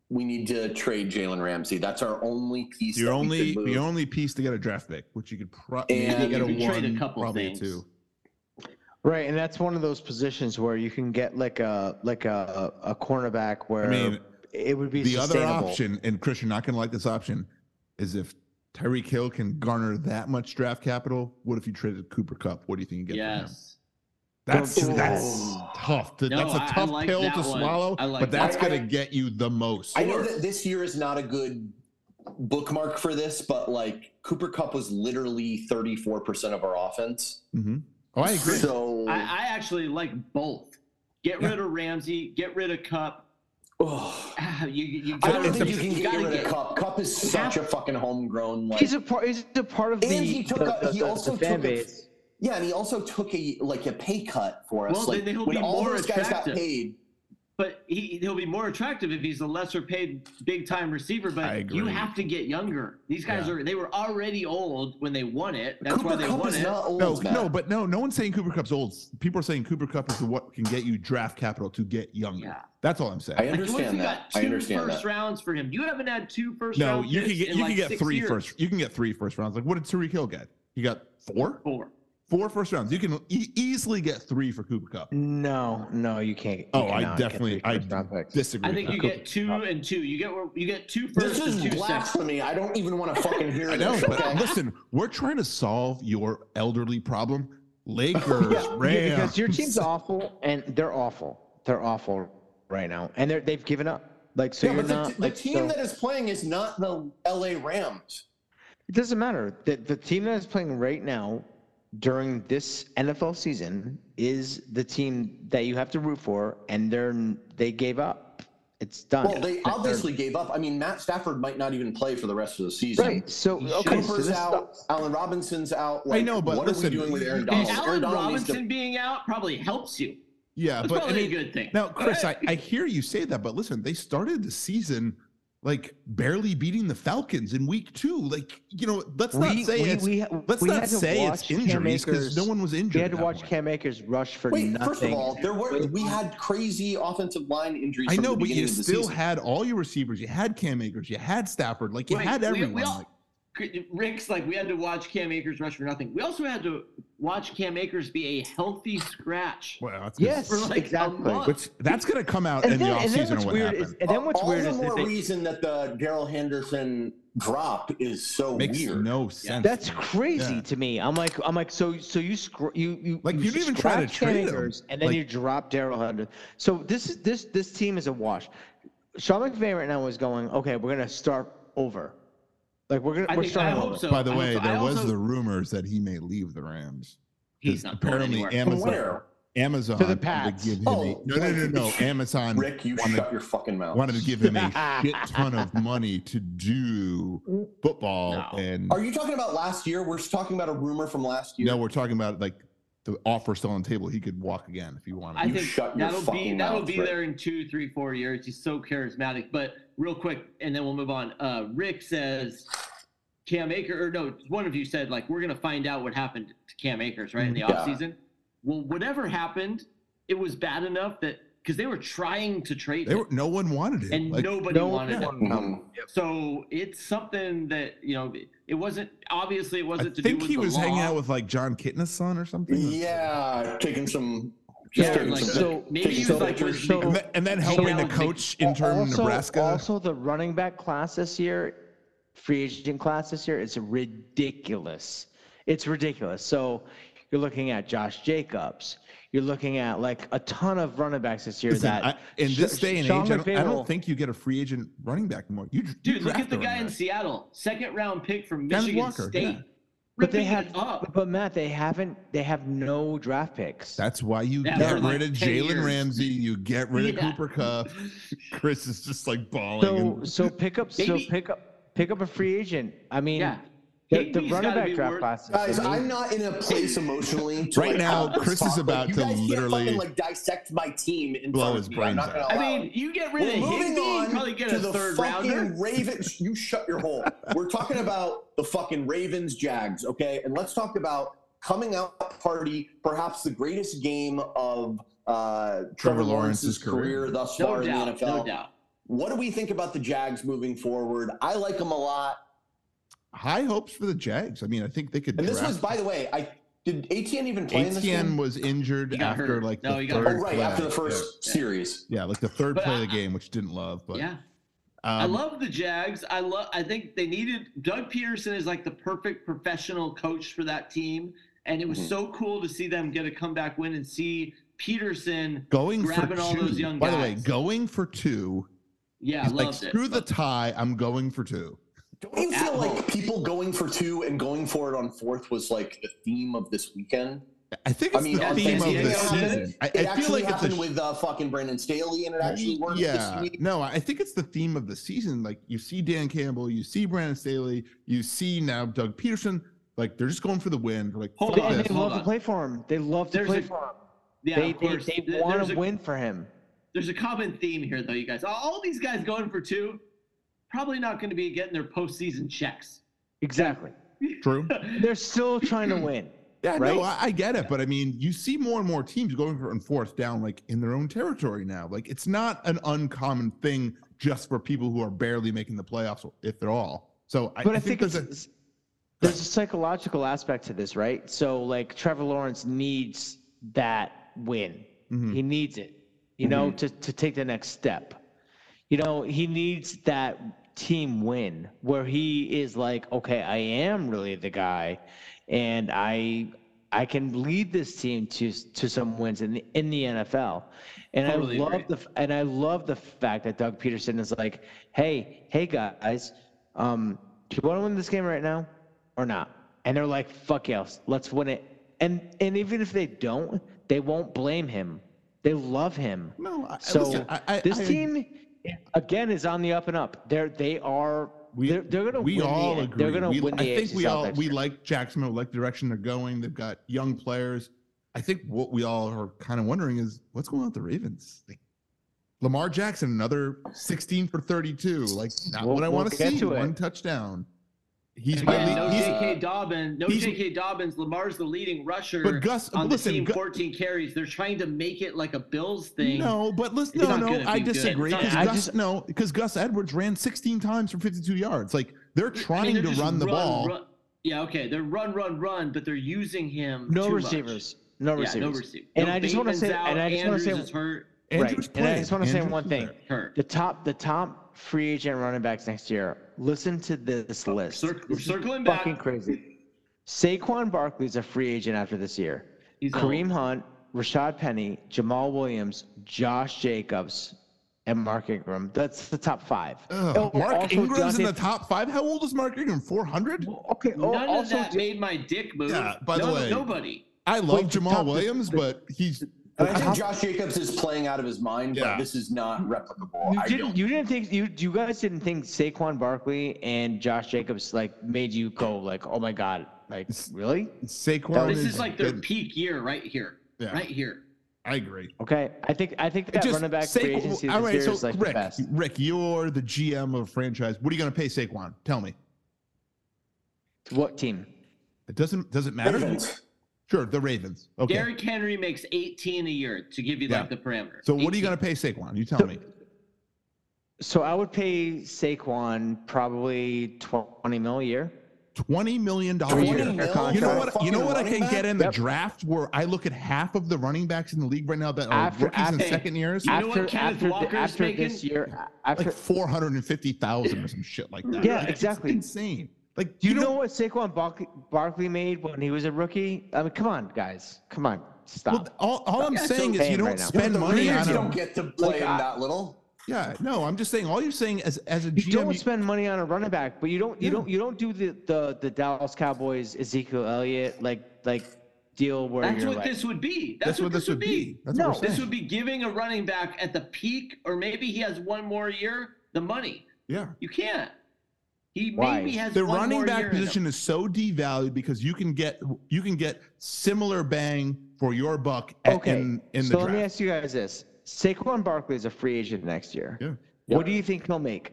Speaker 2: we need to trade Jalen Ramsey. That's our only piece.
Speaker 6: your
Speaker 2: that we
Speaker 6: only
Speaker 2: could
Speaker 6: the
Speaker 2: move.
Speaker 6: only piece to get a draft pick, which you could probably
Speaker 2: And-
Speaker 6: get a
Speaker 4: You could trade a
Speaker 6: one,
Speaker 4: couple
Speaker 6: probably
Speaker 4: things.
Speaker 6: a two.
Speaker 5: Right, and that's one of those positions where you can get like a like a a cornerback where
Speaker 6: I mean,
Speaker 5: it would be
Speaker 6: the other
Speaker 5: sustainable.
Speaker 6: option, and Christian not gonna like this option, is if Tyreek Hill can garner that much draft capital. What if you traded Cooper Cup? What do you think you get from him?
Speaker 4: Yes.
Speaker 6: That's
Speaker 5: Don't do
Speaker 6: that's tough. to-
Speaker 4: No,
Speaker 6: that's
Speaker 4: I- I
Speaker 6: a tough
Speaker 4: like
Speaker 6: pill to
Speaker 4: that one.
Speaker 6: swallow,
Speaker 4: I like
Speaker 6: but
Speaker 4: that.
Speaker 6: that's
Speaker 2: I-
Speaker 6: gonna
Speaker 2: I-
Speaker 6: get you the most.
Speaker 2: I know that this year is not a good bookmark for this, but like Cooper Cup was literally thirty four percent of our offense.
Speaker 6: Mhm. Oh, I agree.
Speaker 2: So
Speaker 4: I, I actually like both. Get rid of Ramsey. Get rid of Cup.
Speaker 2: Ugh.
Speaker 4: Ah, you you
Speaker 2: I
Speaker 4: gotta,
Speaker 2: don't think you can
Speaker 4: you
Speaker 2: get
Speaker 4: gotta
Speaker 2: rid
Speaker 4: get
Speaker 2: of Cup. Cup is such a fucking homegrown. Like,
Speaker 5: He's a part. He's a part of
Speaker 2: And
Speaker 5: the.
Speaker 2: he took
Speaker 5: the-
Speaker 2: a- he
Speaker 5: the- the
Speaker 2: also
Speaker 5: fan
Speaker 2: took a-
Speaker 5: base.
Speaker 2: yeah, and he also took a like a pay cut for us.
Speaker 4: Well,
Speaker 2: like,
Speaker 4: then he'll
Speaker 2: when
Speaker 4: be
Speaker 2: all
Speaker 4: more
Speaker 2: those guys got
Speaker 4: attractive.
Speaker 2: paid,
Speaker 4: But he he'll be more attractive if he's a lesser paid big time receiver.
Speaker 6: I
Speaker 4: But
Speaker 6: agree.
Speaker 4: you have to get younger. These guys
Speaker 6: Yeah.
Speaker 4: are they were already old when they won it. That's why
Speaker 2: Cooper
Speaker 4: they
Speaker 2: Cup
Speaker 4: won
Speaker 2: is
Speaker 4: it.
Speaker 2: not old.
Speaker 6: No,
Speaker 2: Matt.
Speaker 6: no, but no, no one's saying Cooper Cup's old. People are saying Cooper Cup is what can get you draft capital to get younger.
Speaker 4: Yeah.
Speaker 6: That's all I'm saying.
Speaker 2: I
Speaker 4: Like, what if
Speaker 2: understand
Speaker 4: you
Speaker 2: that.
Speaker 4: got two
Speaker 2: I understand
Speaker 4: first
Speaker 2: that.
Speaker 4: rounds for him. You haven't had two first
Speaker 6: no,
Speaker 4: round
Speaker 6: you can
Speaker 4: picks
Speaker 6: get
Speaker 4: in
Speaker 6: you
Speaker 4: like
Speaker 6: can get
Speaker 4: six
Speaker 6: three
Speaker 4: years.
Speaker 6: first. You can get three first rounds. Like what did Tariq Hill get? He got four,
Speaker 4: four.
Speaker 6: four first rounds. You can e- easily get three for Cooper Cup.
Speaker 5: No, no, you can't. you
Speaker 6: Oh, I
Speaker 5: cannot get
Speaker 6: definitely-
Speaker 5: three first
Speaker 6: I-
Speaker 5: round picks.
Speaker 6: Disagree.
Speaker 4: I think
Speaker 6: with
Speaker 4: you
Speaker 6: that.
Speaker 4: get two and two. You get you get two first
Speaker 2: This is
Speaker 4: and two seconds.
Speaker 2: blasphemy. I don't even want to fucking hear
Speaker 6: I know,
Speaker 2: this.
Speaker 6: but
Speaker 2: okay?
Speaker 6: listen, we're trying to solve your elderly problem. Lakers,
Speaker 5: Yeah,
Speaker 6: Rams.
Speaker 5: because your team's awful, and they're awful. They're awful right now, and they're they've given up. Like so,
Speaker 2: yeah,
Speaker 5: you're
Speaker 2: but the,
Speaker 5: not.
Speaker 2: the
Speaker 5: like,
Speaker 2: team
Speaker 5: so-
Speaker 2: that is playing is not the L.A. Rams.
Speaker 5: It doesn't matter. The, the team that is playing right now during this NFL season is the team that you have to root for, and they're they gave up. It's done.
Speaker 2: Well, they obviously gave up. I mean, Matt Stafford might not even play for the rest of the season.
Speaker 5: right. So okay, so
Speaker 2: Cooper's
Speaker 5: this
Speaker 2: out. Allen Robinson's out. Like,
Speaker 6: I know, but
Speaker 2: what
Speaker 6: listen,
Speaker 2: are we doing with Aaron
Speaker 4: And
Speaker 2: Donald?
Speaker 4: Allen
Speaker 2: Aaron Donald needs to-
Speaker 4: Robinson being out probably helps you.
Speaker 6: Yeah,
Speaker 4: That's
Speaker 6: but I
Speaker 4: probably
Speaker 6: mean,
Speaker 4: a good thing.
Speaker 6: now, Chris, I, I hear you say that, but listen, they started the season like barely beating the Falcons in week two. Like, you know, let's not say it's let's not
Speaker 5: had to
Speaker 6: say
Speaker 5: watch
Speaker 6: it's
Speaker 5: Cam
Speaker 6: injuries because
Speaker 5: Akers-
Speaker 6: no one was injured.
Speaker 5: We had to
Speaker 6: at that
Speaker 5: watch
Speaker 6: point.
Speaker 5: Cam Akers rush for
Speaker 2: Wait,
Speaker 5: nothing.
Speaker 2: first of all, there were we had crazy offensive line injuries.
Speaker 6: I
Speaker 2: from
Speaker 6: know,
Speaker 2: the
Speaker 6: but you
Speaker 2: beginning of the
Speaker 6: still
Speaker 2: season.
Speaker 6: had all your receivers. You had Cam Akers. You had Stafford. Like you
Speaker 4: Right,
Speaker 6: had
Speaker 4: we- we
Speaker 6: everyone.
Speaker 4: all-
Speaker 6: like,
Speaker 4: Rick's like, we had to watch Cam Akers rush for nothing. We also had to watch Cam Akers be a healthy scratch.
Speaker 6: well, that's gonna-
Speaker 5: yes,
Speaker 4: for like a
Speaker 5: exactly.
Speaker 4: month.
Speaker 6: which that's going to come out
Speaker 5: And
Speaker 6: in
Speaker 5: then,
Speaker 6: the
Speaker 5: and then
Speaker 6: offseason.
Speaker 5: what's
Speaker 6: What
Speaker 5: weird
Speaker 6: happened?
Speaker 5: is, and then what's
Speaker 2: All
Speaker 5: weird
Speaker 2: the
Speaker 5: is that
Speaker 2: more
Speaker 5: they-
Speaker 2: reason that the Daryl Henderson drop is so
Speaker 6: Makes
Speaker 2: weird.
Speaker 6: no sense.
Speaker 5: That's crazy
Speaker 6: Yeah.
Speaker 5: to me. I'm like, I'm like, so, so you, scr- you, you,
Speaker 6: Like, you didn't even try to
Speaker 5: scratch Cam
Speaker 6: trade him.
Speaker 5: Akers, and then
Speaker 6: Like-
Speaker 5: you drop Daryl Henderson. So this is this this team is a wash. Sean McVay right now is going, okay, we're gonna start over. Like we're gonna
Speaker 4: I,
Speaker 5: we're
Speaker 4: think, I
Speaker 5: starting
Speaker 4: hope
Speaker 5: over.
Speaker 4: so.
Speaker 6: By the
Speaker 4: I hope
Speaker 6: way,
Speaker 4: so. I
Speaker 6: there was
Speaker 4: also-
Speaker 6: the rumors that he may leave the Rams.
Speaker 4: he's
Speaker 6: 'Cause
Speaker 4: not going
Speaker 6: apparently
Speaker 4: anywhere.
Speaker 2: From
Speaker 6: Amazon.
Speaker 2: where?
Speaker 6: Amazon
Speaker 5: To the
Speaker 6: wanted
Speaker 5: Pats.
Speaker 6: give him
Speaker 2: Oh,
Speaker 6: a, no, no, no, no. Amazon
Speaker 2: Rick, you
Speaker 6: wanted,
Speaker 2: shut your fucking mouth.
Speaker 6: wanted to give him a shit ton of money to do football,
Speaker 4: No.
Speaker 6: and
Speaker 2: Are you talking about last year? We're talking about a rumor from last year.
Speaker 6: no, we're talking about like the offer still on the table. He could walk again if he wanted.
Speaker 4: I
Speaker 2: You
Speaker 4: think
Speaker 2: shut your
Speaker 4: that'll be
Speaker 2: fucking
Speaker 4: that'll
Speaker 2: mouth,
Speaker 4: be
Speaker 2: Rick.
Speaker 4: there in two, three, four years. He's so charismatic. But real quick, and then we'll move on. Uh, Rick says Cam Akers, or no, one of you said like we're gonna find out what happened to Cam Akers, right? In the
Speaker 2: Mm-hmm. Yeah.
Speaker 4: offseason. Well, whatever happened, it was bad enough that because they were trying to trade
Speaker 6: They
Speaker 4: him,
Speaker 6: were, no one wanted him.
Speaker 4: and
Speaker 6: like,
Speaker 4: nobody
Speaker 5: no
Speaker 4: wanted him.
Speaker 5: one-
Speaker 2: Mhm.
Speaker 4: So it's something that you know it wasn't obviously it
Speaker 6: I
Speaker 4: wasn't to
Speaker 6: think
Speaker 4: do with
Speaker 6: he
Speaker 4: the
Speaker 6: was
Speaker 4: law.
Speaker 6: hanging out with like John Kitna's son or something.
Speaker 2: Yeah, taking some. just
Speaker 4: yeah,
Speaker 2: taking
Speaker 4: like,
Speaker 2: some-
Speaker 5: so-
Speaker 4: maybe he
Speaker 2: taking
Speaker 4: was
Speaker 2: some
Speaker 4: like
Speaker 2: pictures.
Speaker 5: so-
Speaker 6: and, then, and then
Speaker 4: Yeah,
Speaker 6: helping
Speaker 4: I
Speaker 6: to
Speaker 4: was thinking-
Speaker 6: coach interim
Speaker 5: also,
Speaker 6: Nebraska.
Speaker 5: Also, the running back class this year, free agent class this year, is ridiculous. It's ridiculous. So you're looking at Josh Jacobs. You're looking at like a ton of running backs this year.
Speaker 6: Listen,
Speaker 5: that
Speaker 6: I- in
Speaker 5: Sh-
Speaker 6: this day and
Speaker 5: Sean
Speaker 6: age, I don't, I
Speaker 5: McVay
Speaker 6: don't
Speaker 5: will-
Speaker 6: think you get a free agent running back anymore. You, you
Speaker 4: Dude, look
Speaker 6: draft
Speaker 4: at the guy
Speaker 6: running
Speaker 4: in
Speaker 6: back.
Speaker 4: Seattle, second round pick from
Speaker 6: Kenneth
Speaker 4: Michigan
Speaker 6: Walker,
Speaker 4: State.
Speaker 6: yeah.
Speaker 5: But they
Speaker 4: ripping
Speaker 5: have,
Speaker 4: it up.
Speaker 5: but Matt, they haven't. They have no draft picks.
Speaker 6: That's why you
Speaker 4: Yeah,
Speaker 6: get
Speaker 4: for
Speaker 6: rid
Speaker 4: like
Speaker 6: of
Speaker 4: 10
Speaker 6: Jalen
Speaker 4: years.
Speaker 6: Ramsey. You get rid
Speaker 4: Yeah.
Speaker 6: of Cooper Cup. Chris is just like bawling.
Speaker 5: so
Speaker 6: and-
Speaker 5: so pick up so
Speaker 4: Maybe-
Speaker 5: pick up pick up a free agent. I mean,
Speaker 4: Yeah.
Speaker 5: the, the
Speaker 4: Higbee's
Speaker 5: running
Speaker 4: gotta
Speaker 5: back
Speaker 4: be
Speaker 5: draft
Speaker 4: worth-
Speaker 5: class. is
Speaker 2: Guys,
Speaker 5: amazing.
Speaker 2: I'm not in a place emotionally. to,
Speaker 6: Right
Speaker 2: like,
Speaker 6: now,
Speaker 2: have this
Speaker 6: Chris is
Speaker 2: talk. Like,
Speaker 6: about
Speaker 2: you
Speaker 6: to
Speaker 2: guys
Speaker 6: literally
Speaker 2: can't fucking, like dissect my team and
Speaker 6: blow his
Speaker 2: I'm
Speaker 6: brains
Speaker 2: not gonna
Speaker 6: out.
Speaker 4: I
Speaker 2: allow
Speaker 4: mean,
Speaker 2: it.
Speaker 4: you get rid
Speaker 2: We're
Speaker 4: of
Speaker 2: moving
Speaker 4: Higby, you
Speaker 2: on
Speaker 4: probably get
Speaker 2: to
Speaker 4: a
Speaker 2: the
Speaker 4: third
Speaker 2: fucking
Speaker 4: rounder.
Speaker 2: Ravens. You shut your hole. We're talking about the fucking Ravens Jags, okay? And let's talk about coming out party, perhaps the greatest game of uh, Trevor, Lawrence's,
Speaker 6: Lawrence's
Speaker 2: career,
Speaker 6: career.
Speaker 2: thus far
Speaker 4: No
Speaker 2: in the
Speaker 4: doubt,
Speaker 2: NFL.
Speaker 4: no doubt.
Speaker 2: What do we think about the Jags moving forward? I like them a lot.
Speaker 6: high hopes for the Jags. I mean, I think they could.
Speaker 2: And this
Speaker 6: draft-
Speaker 2: was, by the way, I did ATN even play in this
Speaker 6: Atien
Speaker 2: game?
Speaker 6: was injured
Speaker 4: He got
Speaker 6: after
Speaker 4: hurt.
Speaker 6: like
Speaker 4: No, he
Speaker 6: the
Speaker 4: got
Speaker 6: third
Speaker 2: Oh, right
Speaker 6: play.
Speaker 2: after the first
Speaker 4: Yeah.
Speaker 2: series.
Speaker 6: Yeah, like the third
Speaker 4: But
Speaker 6: play
Speaker 4: I-
Speaker 6: of the game, which didn't love. But
Speaker 4: yeah, I
Speaker 6: um,
Speaker 4: love the Jags. I love. I think they needed Doug Peterson is like the perfect professional coach for that team, and it was
Speaker 6: Mm-hmm.
Speaker 2: Mhm.
Speaker 4: so cool to see them get a comeback win and see Peterson.
Speaker 6: going
Speaker 4: grabbing
Speaker 6: for
Speaker 4: all
Speaker 6: two.
Speaker 4: those young
Speaker 6: By the way,
Speaker 4: guys.
Speaker 6: going for two.
Speaker 4: Yeah, I
Speaker 6: He's like,
Speaker 4: loved it.
Speaker 6: screw the tie. I'm going for two.
Speaker 2: Don't you
Speaker 4: At
Speaker 2: feel
Speaker 4: home.
Speaker 2: like people going for two and going for it on fourth was like the theme of this weekend?
Speaker 6: I think
Speaker 2: I
Speaker 6: it's
Speaker 2: mean,
Speaker 6: the
Speaker 4: on
Speaker 6: theme of
Speaker 4: Thanksgiving,
Speaker 6: the
Speaker 4: it happened.
Speaker 6: season. I,
Speaker 2: It
Speaker 6: I feel
Speaker 2: actually
Speaker 6: like it's a
Speaker 2: happened with uh, fucking Brandon Staley, and it actually worked
Speaker 6: yeah.
Speaker 2: this week.
Speaker 6: No, I think it's the theme of the season. Like you see Dan Campbell, you see Brandon Staley, you see now Doug Peterson. Like they're just going for the win. They're like,
Speaker 4: Hold
Speaker 6: fuck
Speaker 4: on,
Speaker 5: and
Speaker 6: this.
Speaker 5: they
Speaker 4: hold
Speaker 5: love to
Speaker 4: on.
Speaker 5: play for him. They love to
Speaker 4: There's
Speaker 5: play
Speaker 4: a-
Speaker 5: for him.
Speaker 4: Yeah,
Speaker 5: They,
Speaker 4: of course.
Speaker 5: they, they
Speaker 4: There-
Speaker 5: want
Speaker 4: there's
Speaker 5: to
Speaker 4: a-
Speaker 5: win for him.
Speaker 4: There's a common theme here, though, you guys. All these guys going for two, probably not going to be getting their postseason checks.
Speaker 5: Exactly.
Speaker 6: True.
Speaker 5: They're still trying to win.
Speaker 6: Yeah,
Speaker 5: Right?
Speaker 6: no, I, I get it, but I mean, you see more and more teams going for and fourth down, like in their own territory now. Like it's not an uncommon thing just for people who are barely making the playoffs, if at all. So I,
Speaker 5: But
Speaker 6: I think, there's a
Speaker 5: it's, there's a psychological aspect to this, right? So like Trevor Lawrence needs that win.
Speaker 6: Mhm.
Speaker 5: He needs it, you know,
Speaker 6: Mm-hmm.
Speaker 5: to, to take the next step. You know, he needs that team win where he is like, okay, I am really the guy and I I can lead this team to to some wins in the in the NFL. And
Speaker 4: Totally
Speaker 5: I love
Speaker 4: agree.
Speaker 5: the f- and I love the fact that Doug Peterson is like, hey, hey guys, um, do you want to win this game right now or not? And they're like, fuck yes, let's win it. And and even if they don't, they won't blame him. They love him.
Speaker 6: no. I,
Speaker 5: So
Speaker 6: listen, I, I,
Speaker 5: this
Speaker 6: I-
Speaker 5: team again is on the up and up. They're they are
Speaker 6: We-
Speaker 5: they're, they're gonna
Speaker 6: we
Speaker 5: win
Speaker 6: all
Speaker 5: the,
Speaker 6: agree.
Speaker 5: They're gonna
Speaker 6: We-
Speaker 5: win the
Speaker 6: I think
Speaker 5: AFC
Speaker 6: we
Speaker 5: South
Speaker 6: all
Speaker 5: next
Speaker 6: we
Speaker 5: year.
Speaker 6: like Jacksonville, like the direction they're going. They've got young players. I think what we all are kind of wondering is what's going on with the Ravens. Like, Lamar Jackson, another sixteen for thirty-two. Like not
Speaker 5: We'll-
Speaker 6: what I want
Speaker 5: we'll
Speaker 6: to
Speaker 5: get
Speaker 6: see.
Speaker 5: to it.
Speaker 6: One touchdown. He's my
Speaker 4: Yeah,
Speaker 6: lead-
Speaker 4: no
Speaker 6: he's-
Speaker 4: J.K. Dobbins. No
Speaker 6: he's-
Speaker 4: J.K. Dobbins. Lamar's the leading rusher
Speaker 6: but Gus,
Speaker 4: on
Speaker 6: listen,
Speaker 4: the team.
Speaker 6: Gu-
Speaker 4: 14 carries. They're trying to make it like a Bills thing.
Speaker 6: No, but listen,
Speaker 4: It's
Speaker 6: no,
Speaker 4: not
Speaker 6: no,
Speaker 4: gonna
Speaker 6: I
Speaker 4: be good.
Speaker 6: disagree.
Speaker 4: It's not-
Speaker 6: Because
Speaker 5: I
Speaker 6: Gus,
Speaker 5: just-
Speaker 6: no, because Gus Edwards ran 16 times for 52 yards. Like they're
Speaker 4: I
Speaker 6: trying
Speaker 4: mean, they're
Speaker 6: to
Speaker 4: just
Speaker 6: run the ball.
Speaker 4: run- yeah, okay. They're run, run, run, but they're using him.
Speaker 5: no
Speaker 4: too much.
Speaker 5: receivers. No
Speaker 4: Yeah,
Speaker 5: receivers.
Speaker 4: no receivers.
Speaker 5: And
Speaker 4: No,
Speaker 5: I just wanna
Speaker 4: Bateman's
Speaker 5: say-
Speaker 4: out,
Speaker 5: and I just wanna
Speaker 4: Andrews
Speaker 5: say-
Speaker 4: is hurt.
Speaker 6: Andrews
Speaker 5: right. And I
Speaker 6: played.
Speaker 5: just want to say
Speaker 6: Andrews
Speaker 5: one
Speaker 6: was
Speaker 5: thing.
Speaker 6: there.
Speaker 4: Hurt.
Speaker 5: The top the top free agent running backs next year. Listen to this list.
Speaker 4: Cir- we're circling back.
Speaker 5: Fucking crazy. Saquon Barkley's a free agent after this year.
Speaker 4: He's
Speaker 5: Kareem Hunt, Rashad Penny, Jamal Williams, Josh Jacobs, and Mark Ingram. That's the top five.
Speaker 6: Ugh,
Speaker 5: Oh,
Speaker 6: Mark
Speaker 5: also
Speaker 6: Ingram's in
Speaker 5: Dante-
Speaker 6: the top five. How old is Mark Ingram? 400?
Speaker 5: Okay. oh,
Speaker 4: None of
Speaker 5: also,
Speaker 4: that made my dick move.
Speaker 6: Yeah, by the
Speaker 4: no,
Speaker 6: way-
Speaker 4: nobody.
Speaker 6: I love
Speaker 5: the
Speaker 6: Jamal
Speaker 5: top- the-
Speaker 6: Williams,
Speaker 5: the-
Speaker 6: but he's.
Speaker 2: I think Josh Jacobs is playing out of his mind,
Speaker 6: Yeah.
Speaker 2: but this is not replicable.
Speaker 5: you
Speaker 2: I
Speaker 5: didn't.
Speaker 2: don't.
Speaker 5: You didn't think you. You guys didn't think Saquon Barkley and Josh Jacobs like made you go like, oh my god, like really?
Speaker 6: Saquon
Speaker 4: This
Speaker 6: is,
Speaker 4: is like their
Speaker 6: been-
Speaker 4: peak year right here.
Speaker 6: Yeah.
Speaker 4: Right here.
Speaker 6: I agree.
Speaker 5: Okay. I think. I think that running back free
Speaker 6: Saquon-
Speaker 5: agency
Speaker 6: all
Speaker 5: this
Speaker 6: right,
Speaker 5: year
Speaker 6: so
Speaker 5: is like the
Speaker 6: Rick,
Speaker 5: best.
Speaker 6: Rick, you're the GM of a franchise. What are you going to pay Saquon? Tell me.
Speaker 5: What team?
Speaker 6: It doesn't doesn't matter.
Speaker 2: Ravens.
Speaker 6: Sure, the Ravens. Okay.
Speaker 4: Derrick Henry makes 18 a year to give you like
Speaker 6: Yeah.
Speaker 4: the parameter.
Speaker 6: so what are you going to pay Saquon? You tell me.
Speaker 5: So I would pay Saquon probably twenty mil a year.
Speaker 6: Twenty million dollars.
Speaker 5: Three
Speaker 6: a year.
Speaker 5: year. You know
Speaker 6: You know what?
Speaker 2: Fucking
Speaker 6: You know what I
Speaker 2: running
Speaker 6: can
Speaker 2: back?
Speaker 6: get in the
Speaker 5: Yep.
Speaker 6: draft where I look at half of the running backs in the league right now that are
Speaker 5: After-
Speaker 6: rookies and
Speaker 5: after-
Speaker 6: second years,
Speaker 4: You know what
Speaker 5: after
Speaker 4: Kenneth
Speaker 5: after,
Speaker 4: Walker's
Speaker 5: the, after
Speaker 4: making?
Speaker 5: this year, after
Speaker 6: like four hundred and fifty thousand or some shit like that.
Speaker 5: Yeah,
Speaker 6: Like, it's
Speaker 5: exactly.
Speaker 6: insane. Like
Speaker 5: Do
Speaker 6: you,
Speaker 5: you know,
Speaker 6: know,
Speaker 5: what Saquon Barkley, Barkley made when he was a rookie? I mean, come on, guys, come on, stop.
Speaker 6: well, all, all I'm
Speaker 5: That's
Speaker 6: saying is
Speaker 5: insane
Speaker 6: you don't
Speaker 5: right now.
Speaker 6: spend
Speaker 2: the
Speaker 6: money
Speaker 2: Raiders
Speaker 6: on
Speaker 2: don't
Speaker 6: him.
Speaker 2: get to play
Speaker 5: Like,
Speaker 2: him
Speaker 5: I-
Speaker 2: that little.
Speaker 6: Yeah, no, I'm just saying. All you're saying as as a
Speaker 5: you
Speaker 6: GM,
Speaker 5: don't
Speaker 6: you-
Speaker 5: spend money on a running back, but you don't, you
Speaker 6: Yeah.
Speaker 5: don't, you don't do the, the the Dallas Cowboys Ezekiel Elliott like like deal where
Speaker 4: That's
Speaker 5: you're
Speaker 4: what
Speaker 5: like,
Speaker 4: this would be. That's,
Speaker 6: that's what this would be. That's
Speaker 5: No,
Speaker 6: what we're
Speaker 4: This
Speaker 6: saying.
Speaker 4: would be giving a running back at the peak, or maybe he has one more year, the money.
Speaker 6: Yeah.
Speaker 4: You can't. He
Speaker 5: Why?
Speaker 4: maybe has
Speaker 6: the
Speaker 4: one
Speaker 6: running
Speaker 4: more year
Speaker 6: back
Speaker 4: in him.
Speaker 6: position is so devalued because you can get you can get similar bang for your buck at,
Speaker 5: okay.
Speaker 6: in in the
Speaker 5: so
Speaker 6: draft.
Speaker 5: let me ask you guys this: Saquon Barkley is a free agent next year.
Speaker 6: Yeah.
Speaker 5: What do you think he'll make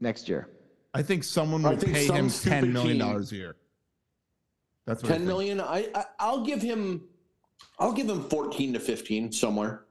Speaker 5: next year?
Speaker 6: I think someone
Speaker 2: I
Speaker 6: will
Speaker 2: think
Speaker 6: pay
Speaker 2: some
Speaker 6: him
Speaker 2: stupid
Speaker 6: ten million
Speaker 2: team-
Speaker 6: dollars a year. That's what I
Speaker 2: Ten
Speaker 6: think.
Speaker 2: million. I, I I'll give him. I'll give him fourteen to fifteen somewhere.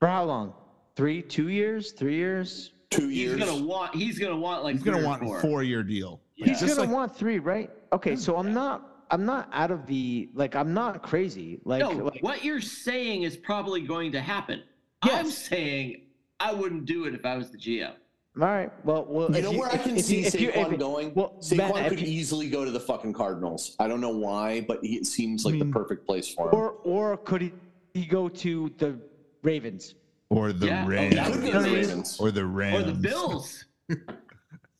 Speaker 5: For how long? Three, two years, three years?
Speaker 2: Two
Speaker 4: He's
Speaker 2: years.
Speaker 4: gonna want. He's gonna want like.
Speaker 6: He's gonna
Speaker 4: three or
Speaker 6: want
Speaker 4: four.
Speaker 6: a four-year deal.
Speaker 5: He's
Speaker 6: Just
Speaker 5: gonna
Speaker 6: like-
Speaker 5: want three, right? Okay, so I'm not, I'm not out of the like, I'm not crazy. Like,
Speaker 4: No,
Speaker 5: like
Speaker 4: what you're saying is probably going to happen. I'm
Speaker 5: Yes.
Speaker 4: saying I wouldn't do it if I was the GM.
Speaker 5: all right, well, well,
Speaker 2: You
Speaker 5: if
Speaker 2: know where I
Speaker 5: if
Speaker 2: can
Speaker 5: if
Speaker 2: see
Speaker 5: if
Speaker 2: Saquon
Speaker 5: if-
Speaker 2: going?
Speaker 5: well,
Speaker 2: Saquon
Speaker 5: Matt, if
Speaker 2: could
Speaker 5: you-
Speaker 2: easily go to the fucking Cardinals. I don't know why, but he, it seems like
Speaker 5: Hmm.
Speaker 2: the perfect place for him.
Speaker 5: Or, or could he, he go to the Ravens?
Speaker 6: Or the
Speaker 4: Yeah. Oh,
Speaker 6: Rams.
Speaker 2: He could go to the Ravens.
Speaker 6: Or the Rams.
Speaker 4: Or the Bills.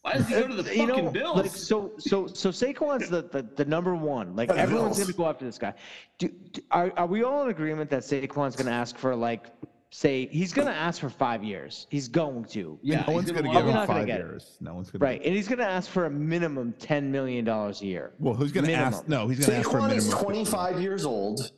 Speaker 4: Why does he go to the
Speaker 5: You
Speaker 4: fucking
Speaker 5: know,
Speaker 4: Bills?
Speaker 5: like so, so, so Saquon's the the, the number one. Like
Speaker 2: The
Speaker 5: everyone's
Speaker 2: Bills.
Speaker 5: gonna go after this guy. Do, do- are are we all in agreement that Saquon's gonna ask for like, say, he's gonna ask for five years? He's going to.
Speaker 4: yeah,
Speaker 6: No
Speaker 4: he's
Speaker 6: one's
Speaker 4: gonna
Speaker 6: gonna
Speaker 4: want-
Speaker 6: give
Speaker 5: We're
Speaker 6: him
Speaker 5: not gonna
Speaker 6: five
Speaker 5: get it.
Speaker 6: years. No one's gonna.
Speaker 5: Right, and he's gonna ask for a minimum ten million dollars a year.
Speaker 6: Well, who's gonna ask?
Speaker 5: Minimum.
Speaker 6: No, he's gonna ask for a
Speaker 2: Saquon
Speaker 6: minimum.
Speaker 2: is
Speaker 6: of
Speaker 2: 25 years old.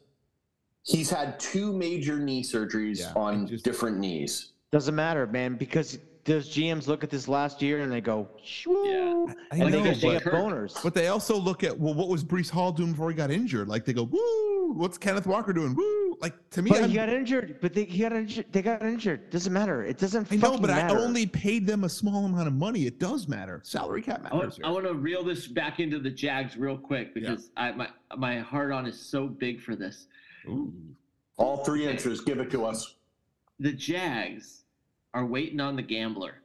Speaker 2: He's had two major knee surgeries
Speaker 6: Yeah,
Speaker 2: on
Speaker 6: I just-
Speaker 2: different knees.
Speaker 5: Doesn't matter, man, because those GMs look at this last year and they go, "Shoo,"
Speaker 6: I
Speaker 5: and they
Speaker 6: know,
Speaker 5: get they
Speaker 6: but-
Speaker 5: get boners.
Speaker 6: But they also look at well, what was Brees Hall doing before he got injured? Like they go, woo, what's Kenneth Walker doing? Woo, like to me,
Speaker 5: But
Speaker 6: I'm-
Speaker 5: he got injured. But they he got injured. They got injured. Doesn't matter. It doesn't.
Speaker 6: I know,
Speaker 5: fucking
Speaker 6: but
Speaker 5: matter.
Speaker 6: I only paid them a small amount of money. It does matter. Salary cap
Speaker 4: I
Speaker 6: matters.
Speaker 4: want,
Speaker 6: here.
Speaker 4: I want to reel this back into the Jags real quick because I my my heart on is so big for this.
Speaker 6: Ooh.
Speaker 2: All three inches. Give it to us.
Speaker 4: The Jags are waiting on the gambler.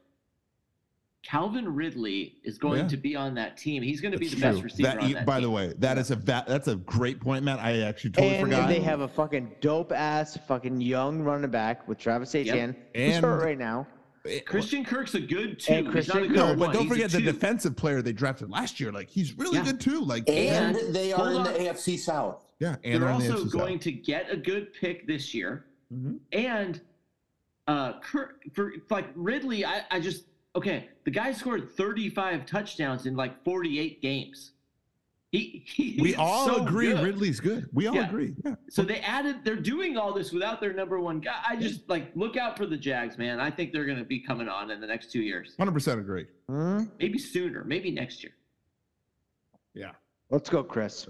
Speaker 4: Calvin Ridley is going
Speaker 6: Yeah.
Speaker 4: to be on that team. He's going to be the
Speaker 6: That's
Speaker 4: best
Speaker 6: true.
Speaker 4: receiver
Speaker 6: That-
Speaker 4: on that
Speaker 6: by
Speaker 4: team.
Speaker 6: the way, that is a va- that's a great point, Matt. I actually totally
Speaker 5: and
Speaker 6: forgot.
Speaker 5: they have a fucking dope ass fucking young running back with Travis Etienne. He's
Speaker 6: And-
Speaker 5: hurt right now.
Speaker 6: Eh,
Speaker 4: Christian Kirk's a good two. He's not
Speaker 5: And
Speaker 4: a
Speaker 5: Christian
Speaker 4: good
Speaker 5: Kirk-
Speaker 6: no,
Speaker 4: one.
Speaker 6: but don't
Speaker 4: He's a
Speaker 6: forget the
Speaker 4: two.
Speaker 6: defensive player they drafted last year. Like he's really
Speaker 4: Yeah.
Speaker 6: good too. Like
Speaker 2: And,
Speaker 4: And-
Speaker 2: they are
Speaker 4: hold
Speaker 2: in the
Speaker 4: on.
Speaker 2: AFC South.
Speaker 6: yeah, and
Speaker 4: They're
Speaker 6: on the
Speaker 4: also
Speaker 6: AFC South.
Speaker 5: Mm-hmm.
Speaker 4: going to get a good pick this year.
Speaker 6: Mhm.
Speaker 4: And uh, Cur- for like Ridley, I, I just okay. The guy scored 35 touchdowns in like 48 games. He, he
Speaker 6: We
Speaker 4: is
Speaker 6: all
Speaker 4: so
Speaker 6: agree
Speaker 4: good.
Speaker 6: Ridley's good. We all
Speaker 4: Yeah.
Speaker 6: agree. Yeah.
Speaker 4: So they added. They're doing all this without their number one guy. I just like look out for the Jags, man. I think they're going to be coming on in the next two years,
Speaker 6: 100% agree.
Speaker 5: Hmm?
Speaker 4: maybe sooner, maybe next year.
Speaker 5: Let's go, Chris.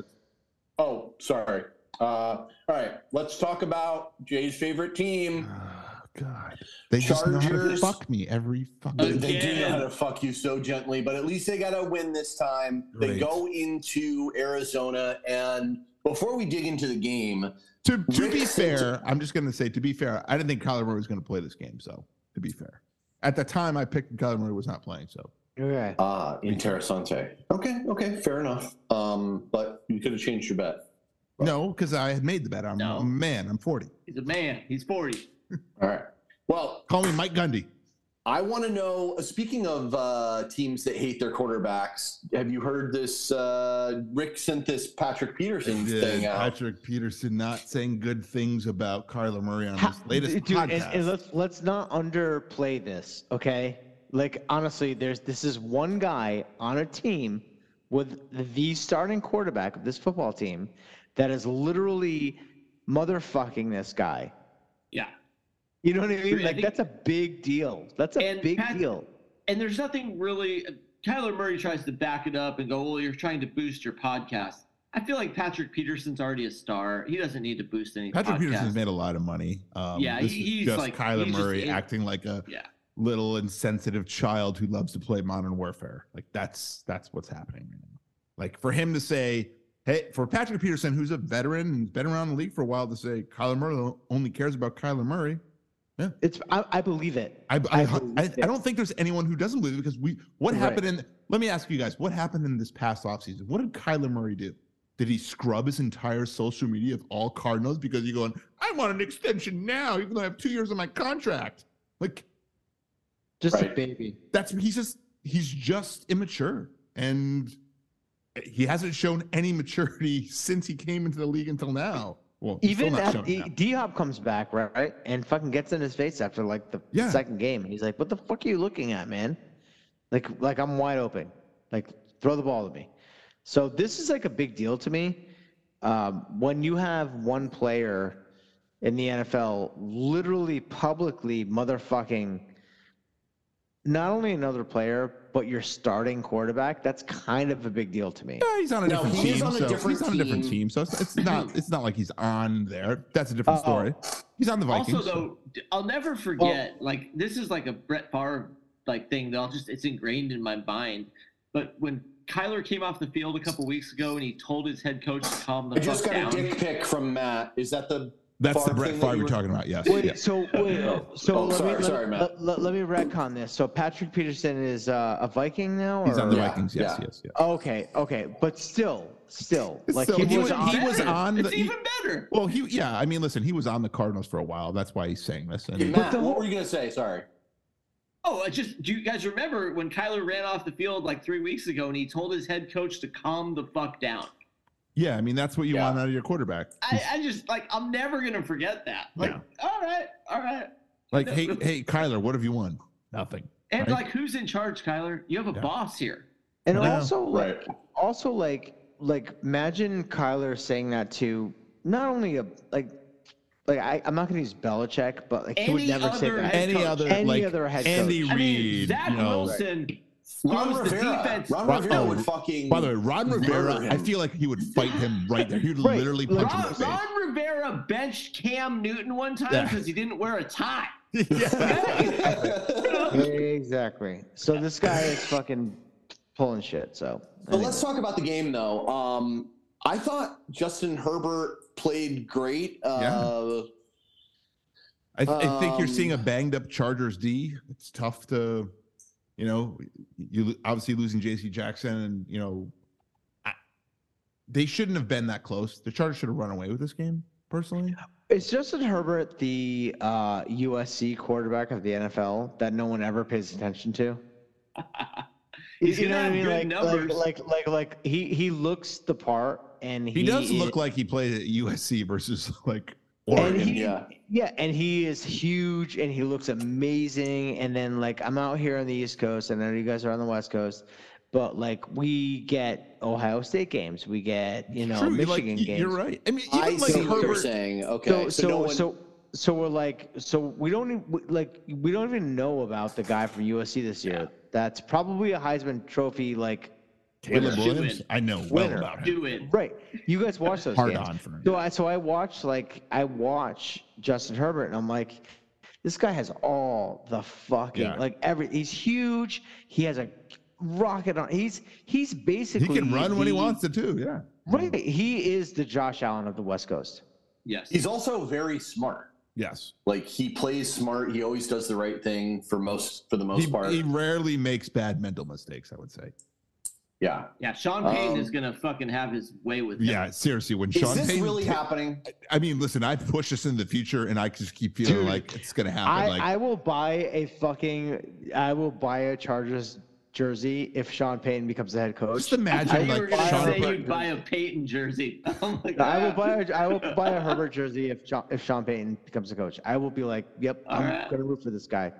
Speaker 2: Oh, sorry. Uh, all right, let's talk about Jay's favorite team.
Speaker 6: Oh, God. They just know how to
Speaker 2: Uh, Chargers.
Speaker 6: fuck me every
Speaker 2: They,
Speaker 6: fucking
Speaker 2: they do know
Speaker 4: Again.
Speaker 2: how to fuck you so gently, but at least they got to win this time. They
Speaker 6: Great.
Speaker 2: go into Arizona, and before we dig into the game,
Speaker 6: To, to be
Speaker 2: Rick said-
Speaker 6: fair, I'm just going to say, to be fair, I didn't think Kyler Murray was going to play this game. So, to be fair, at the time I picked Kyler Murray was not playing. So,
Speaker 5: Okay.
Speaker 2: ah, interessante. Okay, okay, fair enough. Um, but you could have changed your bet.
Speaker 6: no, because I had made the bet. I'm
Speaker 4: No.
Speaker 6: a man. I'm 40.
Speaker 4: He's a man. He's 40.
Speaker 2: All right. Well,
Speaker 6: Call me Mike Gundy.
Speaker 2: I want to know. Speaking of uh, teams that hate their quarterbacks, have you heard this? Uh, Rick sent this Patrick Peterson thing
Speaker 6: Yeah,
Speaker 2: out.
Speaker 6: Patrick Peterson not saying good things about Kyler Murray on
Speaker 5: How-
Speaker 6: his latest
Speaker 5: dude,
Speaker 6: podcast.
Speaker 5: and- and let's let's not underplay this, okay? Like honestly, there's this is one guy on a team with the starting quarterback of this football team that is literally motherfucking this guy.
Speaker 4: Yeah.
Speaker 5: You know what I mean?
Speaker 4: I
Speaker 5: Like
Speaker 4: think-
Speaker 5: that's a big deal. That's a
Speaker 4: And
Speaker 5: big
Speaker 4: Pat-
Speaker 5: deal.
Speaker 4: And there's nothing really. Kyler Murray tries to back it up and go, "Well, you're trying to boost your podcast." I feel like Patrick Peterson's already a star. He doesn't need to boost any
Speaker 6: Patrick
Speaker 4: podcast.
Speaker 6: Peterson's made a lot of money. Um,
Speaker 4: Yeah,
Speaker 6: this
Speaker 4: he-
Speaker 6: is
Speaker 4: he's
Speaker 6: just
Speaker 4: like-
Speaker 6: Kyler
Speaker 4: he's just
Speaker 6: Murray
Speaker 4: in-
Speaker 6: acting like a
Speaker 4: Yeah.
Speaker 6: little insensitive child who loves to play Modern Warfare. Like that's that's what's happening right now. Like for him to say, hey, for Patrick Peterson, who's a veteran and been around the league for a while, to say Kyler Murray only cares about Kyler Murray.
Speaker 5: It's I, I believe it.
Speaker 6: I I,
Speaker 5: I
Speaker 6: I,
Speaker 5: believe
Speaker 6: I,
Speaker 5: it.
Speaker 6: don't think there's anyone who doesn't believe it because we what
Speaker 5: Right.
Speaker 6: happened in let me ask you guys what happened in this past offseason? What did Kyler Murray do? Did he scrub his entire social media of all Cardinals because you're going, I want an extension now, even though I have two years on my contract? Like
Speaker 5: Just a
Speaker 2: Right.
Speaker 5: baby.
Speaker 6: that's he's just he's just immature and he hasn't shown any maturity since he came into the league until now. Well, he's still
Speaker 5: Even
Speaker 6: not
Speaker 5: after
Speaker 6: showing it now.
Speaker 5: D Hop comes back, right, right, and fucking gets in his face after like the
Speaker 6: Yeah.
Speaker 5: second game, and he's like, "What the fuck are you looking at, man? Like, like I'm wide open. Like, throw the ball to me." So this is like a big deal to me. Um, when you have one player in the NFL literally publicly motherfucking not only another player but your starting quarterback, that's kind of a big deal to me.
Speaker 6: Yeah, he's on a
Speaker 2: No,
Speaker 6: different
Speaker 2: he
Speaker 6: team.
Speaker 2: is on a
Speaker 6: so
Speaker 2: different
Speaker 6: he's on a different
Speaker 2: team.
Speaker 6: team, so it's, it's not it's not like he's on there. That's a different
Speaker 5: Oh.
Speaker 6: story. He's on the Vikings.
Speaker 4: Also, though, d- I'll never forget. like this is like a Brett Favre like thing that I'll just it's ingrained in my mind. But when Kyler came off the field a couple weeks ago and he told his head coach to calm the
Speaker 2: I
Speaker 4: fuck
Speaker 2: just got
Speaker 4: down.
Speaker 2: a dick pic from Matt. Is that the?
Speaker 6: that's the
Speaker 2: Favre
Speaker 6: Brett
Speaker 2: thing that
Speaker 6: Favre
Speaker 2: you
Speaker 6: you're
Speaker 2: were-
Speaker 6: talking about. Yes.
Speaker 5: Wait,
Speaker 6: yes.
Speaker 5: so wait,
Speaker 2: Oh,
Speaker 5: so
Speaker 2: oh,
Speaker 5: let,
Speaker 2: sorry,
Speaker 5: me,
Speaker 2: sorry,
Speaker 5: let,
Speaker 2: Matt.
Speaker 5: let, let, let, me retcon this. So Patrick Peterson is uh, a Viking now, or
Speaker 6: He's on the
Speaker 2: Yeah,
Speaker 6: Vikings. Yes,
Speaker 2: yeah.
Speaker 6: yes, yes.
Speaker 5: okay, okay, but still, still, like
Speaker 6: So
Speaker 5: he,
Speaker 6: he
Speaker 5: was,
Speaker 6: was-
Speaker 5: on,
Speaker 6: he was
Speaker 4: Better.
Speaker 6: on
Speaker 4: It's
Speaker 6: the- he-
Speaker 4: even better.
Speaker 6: Well, he yeah. I mean, listen, he was on the Cardinals for a while. That's why he's saying this. And
Speaker 2: Matt,
Speaker 5: the-
Speaker 2: what were you gonna say? Sorry.
Speaker 4: Oh, I just do you guys remember when Kyler ran off the field like three weeks ago and he told his head coach to calm the fuck down?
Speaker 6: yeah, I mean, that's what you
Speaker 2: Yeah.
Speaker 6: want out of your quarterback.
Speaker 4: I, I just like I'm never gonna forget that. Like,
Speaker 6: No.
Speaker 4: all right, all right.
Speaker 6: like, hey, hey, Kyler, what have you won? Nothing.
Speaker 4: And
Speaker 6: Right.
Speaker 4: like who's in charge, Kyler? You have a
Speaker 6: Yeah.
Speaker 4: boss here.
Speaker 5: and
Speaker 6: Yeah.
Speaker 5: also like,
Speaker 2: Right.
Speaker 5: also like, like imagine Kyler saying that to not only a like, like I, I'm not gonna use Belichick, but like he would
Speaker 4: Any
Speaker 5: never say
Speaker 4: other
Speaker 5: that.
Speaker 4: head
Speaker 6: Any
Speaker 4: coach.
Speaker 6: other
Speaker 5: Any
Speaker 6: like
Speaker 5: other head
Speaker 6: Andy
Speaker 4: I mean,
Speaker 6: Reid.
Speaker 4: Zach
Speaker 6: you know,
Speaker 4: Wilson
Speaker 2: Ron
Speaker 4: throws the
Speaker 2: Rivera.
Speaker 4: defense.
Speaker 2: Ron
Speaker 6: Ron-
Speaker 2: Rivera
Speaker 6: oh,
Speaker 2: would fucking.
Speaker 6: By the way, Ron
Speaker 2: Murder
Speaker 6: Rivera, I
Speaker 2: him.
Speaker 6: feel like he would fight him right there. He would
Speaker 5: Right.
Speaker 6: literally
Speaker 5: Like,
Speaker 6: punch him in
Speaker 4: Ron,
Speaker 6: the face.
Speaker 4: Ron Rivera benched Cam Newton one time
Speaker 6: Yeah.
Speaker 4: because he didn't wear a tie.
Speaker 5: Exactly. So this guy is fucking pulling shit. So
Speaker 2: But let's talk about the game, though. Um, I thought Justin Herbert played great. Uh,
Speaker 6: I, th- I think you're seeing a
Speaker 2: Um,
Speaker 6: banged up Chargers D. It's tough to, you know, you lo- obviously losing J.C. Jackson, and you know, I, they shouldn't have been that close. The Chargers should have run away with this game. Personally,
Speaker 5: Is Justin Herbert the uh, USC quarterback of the NFL that no one ever pays attention to?
Speaker 4: He's
Speaker 5: you know what I
Speaker 4: gonna
Speaker 5: mean?
Speaker 4: have
Speaker 5: Like,
Speaker 4: good
Speaker 5: like,
Speaker 4: numbers.
Speaker 5: like, like, like, he he looks the part, and he,
Speaker 6: he, does
Speaker 5: is-
Speaker 6: look like he played at USC versus like
Speaker 5: and he,
Speaker 2: yeah.
Speaker 5: yeah, and he is huge and he looks amazing. And then like I'm out here on the East Coast, and I know you guys are on the West Coast, but like we get Ohio State games, we get you know
Speaker 6: True, you like,
Speaker 5: Michigan
Speaker 6: y-
Speaker 5: games.
Speaker 6: you're right. I mean, even
Speaker 2: I
Speaker 6: like
Speaker 2: see what you're
Speaker 6: Herbert,
Speaker 2: saying. Okay.
Speaker 5: So so
Speaker 2: no one-
Speaker 5: so so we're like so we don't even, we- like we don't even know about the guy from USC this year. That's probably a Heisman Trophy like
Speaker 4: Winner.
Speaker 7: Caleb
Speaker 4: Do
Speaker 7: Williams,
Speaker 4: it.
Speaker 7: I know well
Speaker 5: Winner.
Speaker 7: about him.
Speaker 4: Do it.
Speaker 5: right. You guys watch those
Speaker 7: Hard
Speaker 5: games.
Speaker 7: on for him.
Speaker 5: So I so I watch like I watch Justin Herbert and I'm like, this guy has all the fucking
Speaker 7: Yeah.
Speaker 5: like every he's huge. He has a rocket on he's he's
Speaker 6: he
Speaker 5: basically
Speaker 6: can run when he
Speaker 5: the-
Speaker 6: wants to too. Yeah.
Speaker 5: Right. He is the Josh Allen of the West Coast.
Speaker 4: Yes.
Speaker 2: he's also very smart.
Speaker 6: Yes.
Speaker 2: Like he plays smart. He always does the right thing for most for the most
Speaker 6: He,
Speaker 2: part.
Speaker 6: he rarely makes bad mental mistakes. I would say.
Speaker 2: yeah.
Speaker 4: Yeah, Sean Payton
Speaker 2: Um,
Speaker 4: is gonna fucking have his way with him.
Speaker 6: Yeah. Seriously, when
Speaker 2: Is
Speaker 6: Sean
Speaker 2: this
Speaker 6: Payton,
Speaker 2: really
Speaker 6: ta-
Speaker 2: happening?
Speaker 6: I mean, listen, I push this in the future, and I just keep feeling
Speaker 5: Dude,
Speaker 6: like it's gonna happen.
Speaker 5: I,
Speaker 6: like
Speaker 5: I will buy a fucking I will buy a Chargers jersey if Sean Payton becomes the head coach.
Speaker 6: just imagine
Speaker 4: you
Speaker 5: I-
Speaker 4: were
Speaker 6: like
Speaker 4: gonna
Speaker 5: Sean
Speaker 4: say
Speaker 5: Payton.
Speaker 4: you'd buy a Peyton jersey. Oh my god.
Speaker 5: I will buy a, I will buy a Herbert jersey if Sean, if Sean Payton becomes a coach. I will be like, yep,
Speaker 4: All
Speaker 5: I'm
Speaker 4: right.
Speaker 5: gonna root for this guy.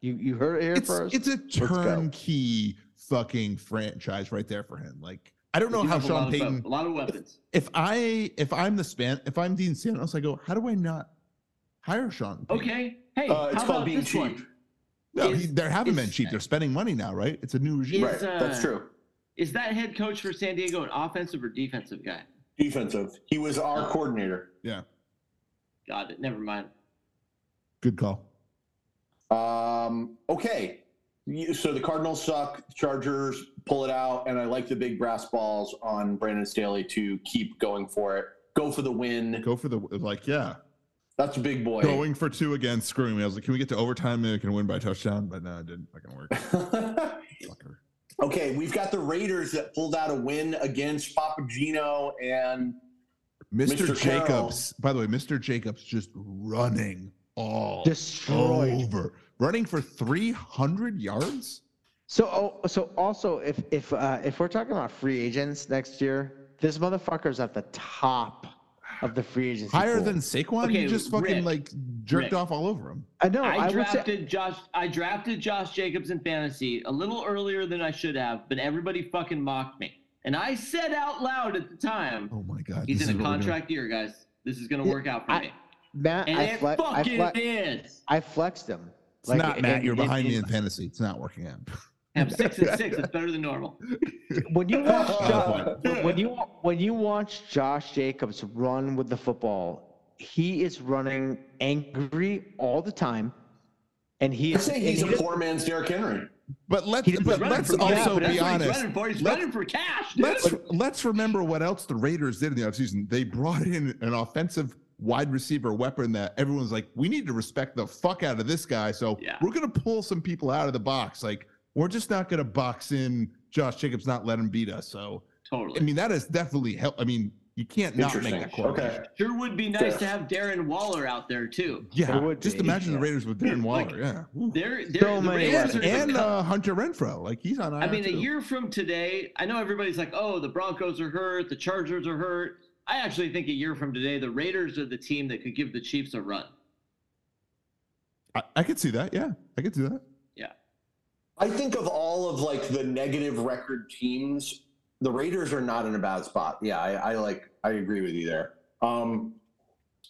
Speaker 5: You you heard it here
Speaker 6: it's
Speaker 5: first.
Speaker 6: it's a
Speaker 5: go.
Speaker 6: turnkey fucking franchise right there for him. Like I don't know
Speaker 4: You
Speaker 6: how
Speaker 4: have a lot
Speaker 6: Sean
Speaker 4: of wep-
Speaker 6: Payton.
Speaker 4: A lot of weapons.
Speaker 6: If I if I'm the span if I'm Dean Santos, I go. How do I not hire Sean? Payton?
Speaker 4: Okay. Hey,
Speaker 2: Uh, it's
Speaker 4: how
Speaker 2: called
Speaker 4: about
Speaker 2: being
Speaker 4: this
Speaker 2: cheap.
Speaker 4: one?
Speaker 6: No,
Speaker 4: Is-
Speaker 6: he, they haven't
Speaker 4: is-
Speaker 6: been cheap. They're spending money now, right? It's a new regime.
Speaker 2: Right.
Speaker 4: Is, uh,
Speaker 2: That's true.
Speaker 4: Is that head coach for San Diego an offensive or defensive guy?
Speaker 2: Defensive. He was our
Speaker 4: Uh,
Speaker 2: coordinator.
Speaker 4: Got it. Never mind.
Speaker 6: Good call.
Speaker 2: Um, okay. You- So the Cardinals suck. Chargers pull it out, and I like the big brass balls on Brandon Staley to keep going for it. Go for the win.
Speaker 6: Go for the like, yeah.
Speaker 2: That's a big boy.
Speaker 6: Going for two again, screwing me. I was like, can we get to overtime and we can win by a touchdown? But no, it didn't fucking work. Fucker.
Speaker 2: okay, we've got the Raiders that pulled out a win against Papagino, and Mr.
Speaker 6: Mr.
Speaker 2: Carroll.
Speaker 6: Jacobs, by the way, Mr. Jacobs just running all Oh.
Speaker 5: Destroyed.
Speaker 6: over. Running for 300 yards?
Speaker 5: So oh, so also if if uh, if we're talking about free agents next year, this motherfucker's at the top of the free agency.
Speaker 6: Higher
Speaker 5: pool.
Speaker 6: than Saquon?
Speaker 4: Okay,
Speaker 6: you just fucking
Speaker 4: Rick.
Speaker 6: like jerked
Speaker 4: Rick.
Speaker 6: off all over him.
Speaker 5: I know. I,
Speaker 4: I
Speaker 5: would say,
Speaker 4: drafted Josh. I drafted Josh Jacobs in fantasy a little earlier than I should have, but everybody fucking mocked me, and I said out loud at the time,
Speaker 6: Oh my God.
Speaker 4: "He's
Speaker 6: this
Speaker 4: in
Speaker 6: is
Speaker 4: a
Speaker 6: what we're doing.
Speaker 4: contract year, guys. This is gonna
Speaker 5: Yeah,
Speaker 4: work out for
Speaker 5: I-
Speaker 4: me."
Speaker 5: Matt.
Speaker 4: And
Speaker 5: I,
Speaker 4: it
Speaker 5: fle- I,
Speaker 4: fucking
Speaker 5: fle-
Speaker 4: is.
Speaker 5: I flexed him.
Speaker 6: It's not, Matt. you're behind me in fantasy. It's not working out.
Speaker 4: Have six and six. It's better than normal.
Speaker 5: when you watch
Speaker 6: Uh,
Speaker 5: Josh, when you when you watch Josh Jacobs run with the football, he is running angry all the time, and he
Speaker 2: I'd
Speaker 5: is.
Speaker 2: say
Speaker 5: and
Speaker 2: he's a
Speaker 5: he-
Speaker 2: poor man's Derrick Henry.
Speaker 6: But let's
Speaker 5: He was
Speaker 6: but
Speaker 4: Running
Speaker 6: let's
Speaker 4: for cash,
Speaker 6: also
Speaker 4: but that's
Speaker 6: be
Speaker 4: what He's
Speaker 6: honest.
Speaker 4: running for, he's
Speaker 6: Let-
Speaker 4: running for cash. Dude.
Speaker 6: Let's let's remember what else the Raiders did in the offseason. They brought in an offensive wide receiver weapon that everyone's like, we need to respect the fuck out of this guy. So
Speaker 4: Yeah.
Speaker 6: we're gonna pull some people out of the box. Like we're just not gonna box in Josh Jacobs, not let him beat us. So
Speaker 4: totally.
Speaker 6: I mean that has definitely helped. I mean, you can't not make
Speaker 2: Interesting.
Speaker 6: that
Speaker 2: Okay.
Speaker 6: correlation.
Speaker 4: sure would be nice
Speaker 2: Yeah.
Speaker 4: to have Darren Waller out there too.
Speaker 5: It
Speaker 6: Yeah,
Speaker 5: would
Speaker 6: just
Speaker 5: be,
Speaker 6: imagine
Speaker 5: yeah.
Speaker 6: the Raiders with Darren Waller.
Speaker 4: like,
Speaker 6: yeah, Ooh.
Speaker 4: They're, they're
Speaker 5: So
Speaker 4: the
Speaker 5: many
Speaker 4: Raiders
Speaker 5: weapons.
Speaker 4: are
Speaker 6: and,
Speaker 4: the
Speaker 6: and
Speaker 4: cup-
Speaker 6: uh, Hunter Renfro, like he's on.
Speaker 4: I
Speaker 6: IR
Speaker 4: mean, a
Speaker 6: too.
Speaker 4: year from today, I know everybody's like, "Oh, the Broncos are hurt, the Chargers are hurt." I actually think a year from today, the Raiders are the team that could give the Chiefs a run.
Speaker 6: I, I could see that. Yeah, I could see that.
Speaker 2: I think of all of like the negative record teams, the Raiders are not in a bad spot. Yeah, I, I like I agree with you there. Um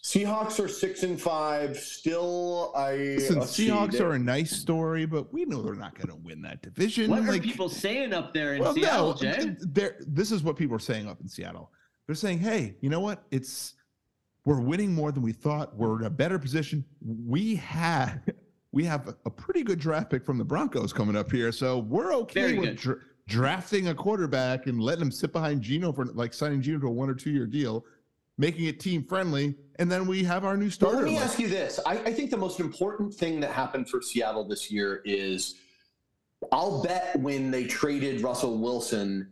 Speaker 2: Seahawks are six and five. Still, I
Speaker 6: Listen,
Speaker 2: let's see,
Speaker 6: Seahawks
Speaker 2: they-
Speaker 6: are a nice story, but we know they're not going to win that division.
Speaker 4: What
Speaker 6: like,
Speaker 4: are people saying up there in
Speaker 6: well,
Speaker 4: Seattle,
Speaker 6: no,
Speaker 4: Jay?
Speaker 6: they're- this is what people are saying up in Seattle. They're saying, "Hey, you know what? It's we're winning more than we thought. We're in a better position. We had we have a, a pretty good draft pick from the Broncos coming up here, so we're okay
Speaker 4: Very
Speaker 6: with
Speaker 4: good.
Speaker 6: dra- drafting a quarterback and letting him sit behind Gino for like signing Gino to a one or two year deal, making it team friendly, and then we have our new
Speaker 2: But
Speaker 6: starter.
Speaker 2: let me
Speaker 6: Like,
Speaker 2: ask you this. I, I think the most important thing that happened for Seattle this year is I'll bet when they traded Russell Wilson,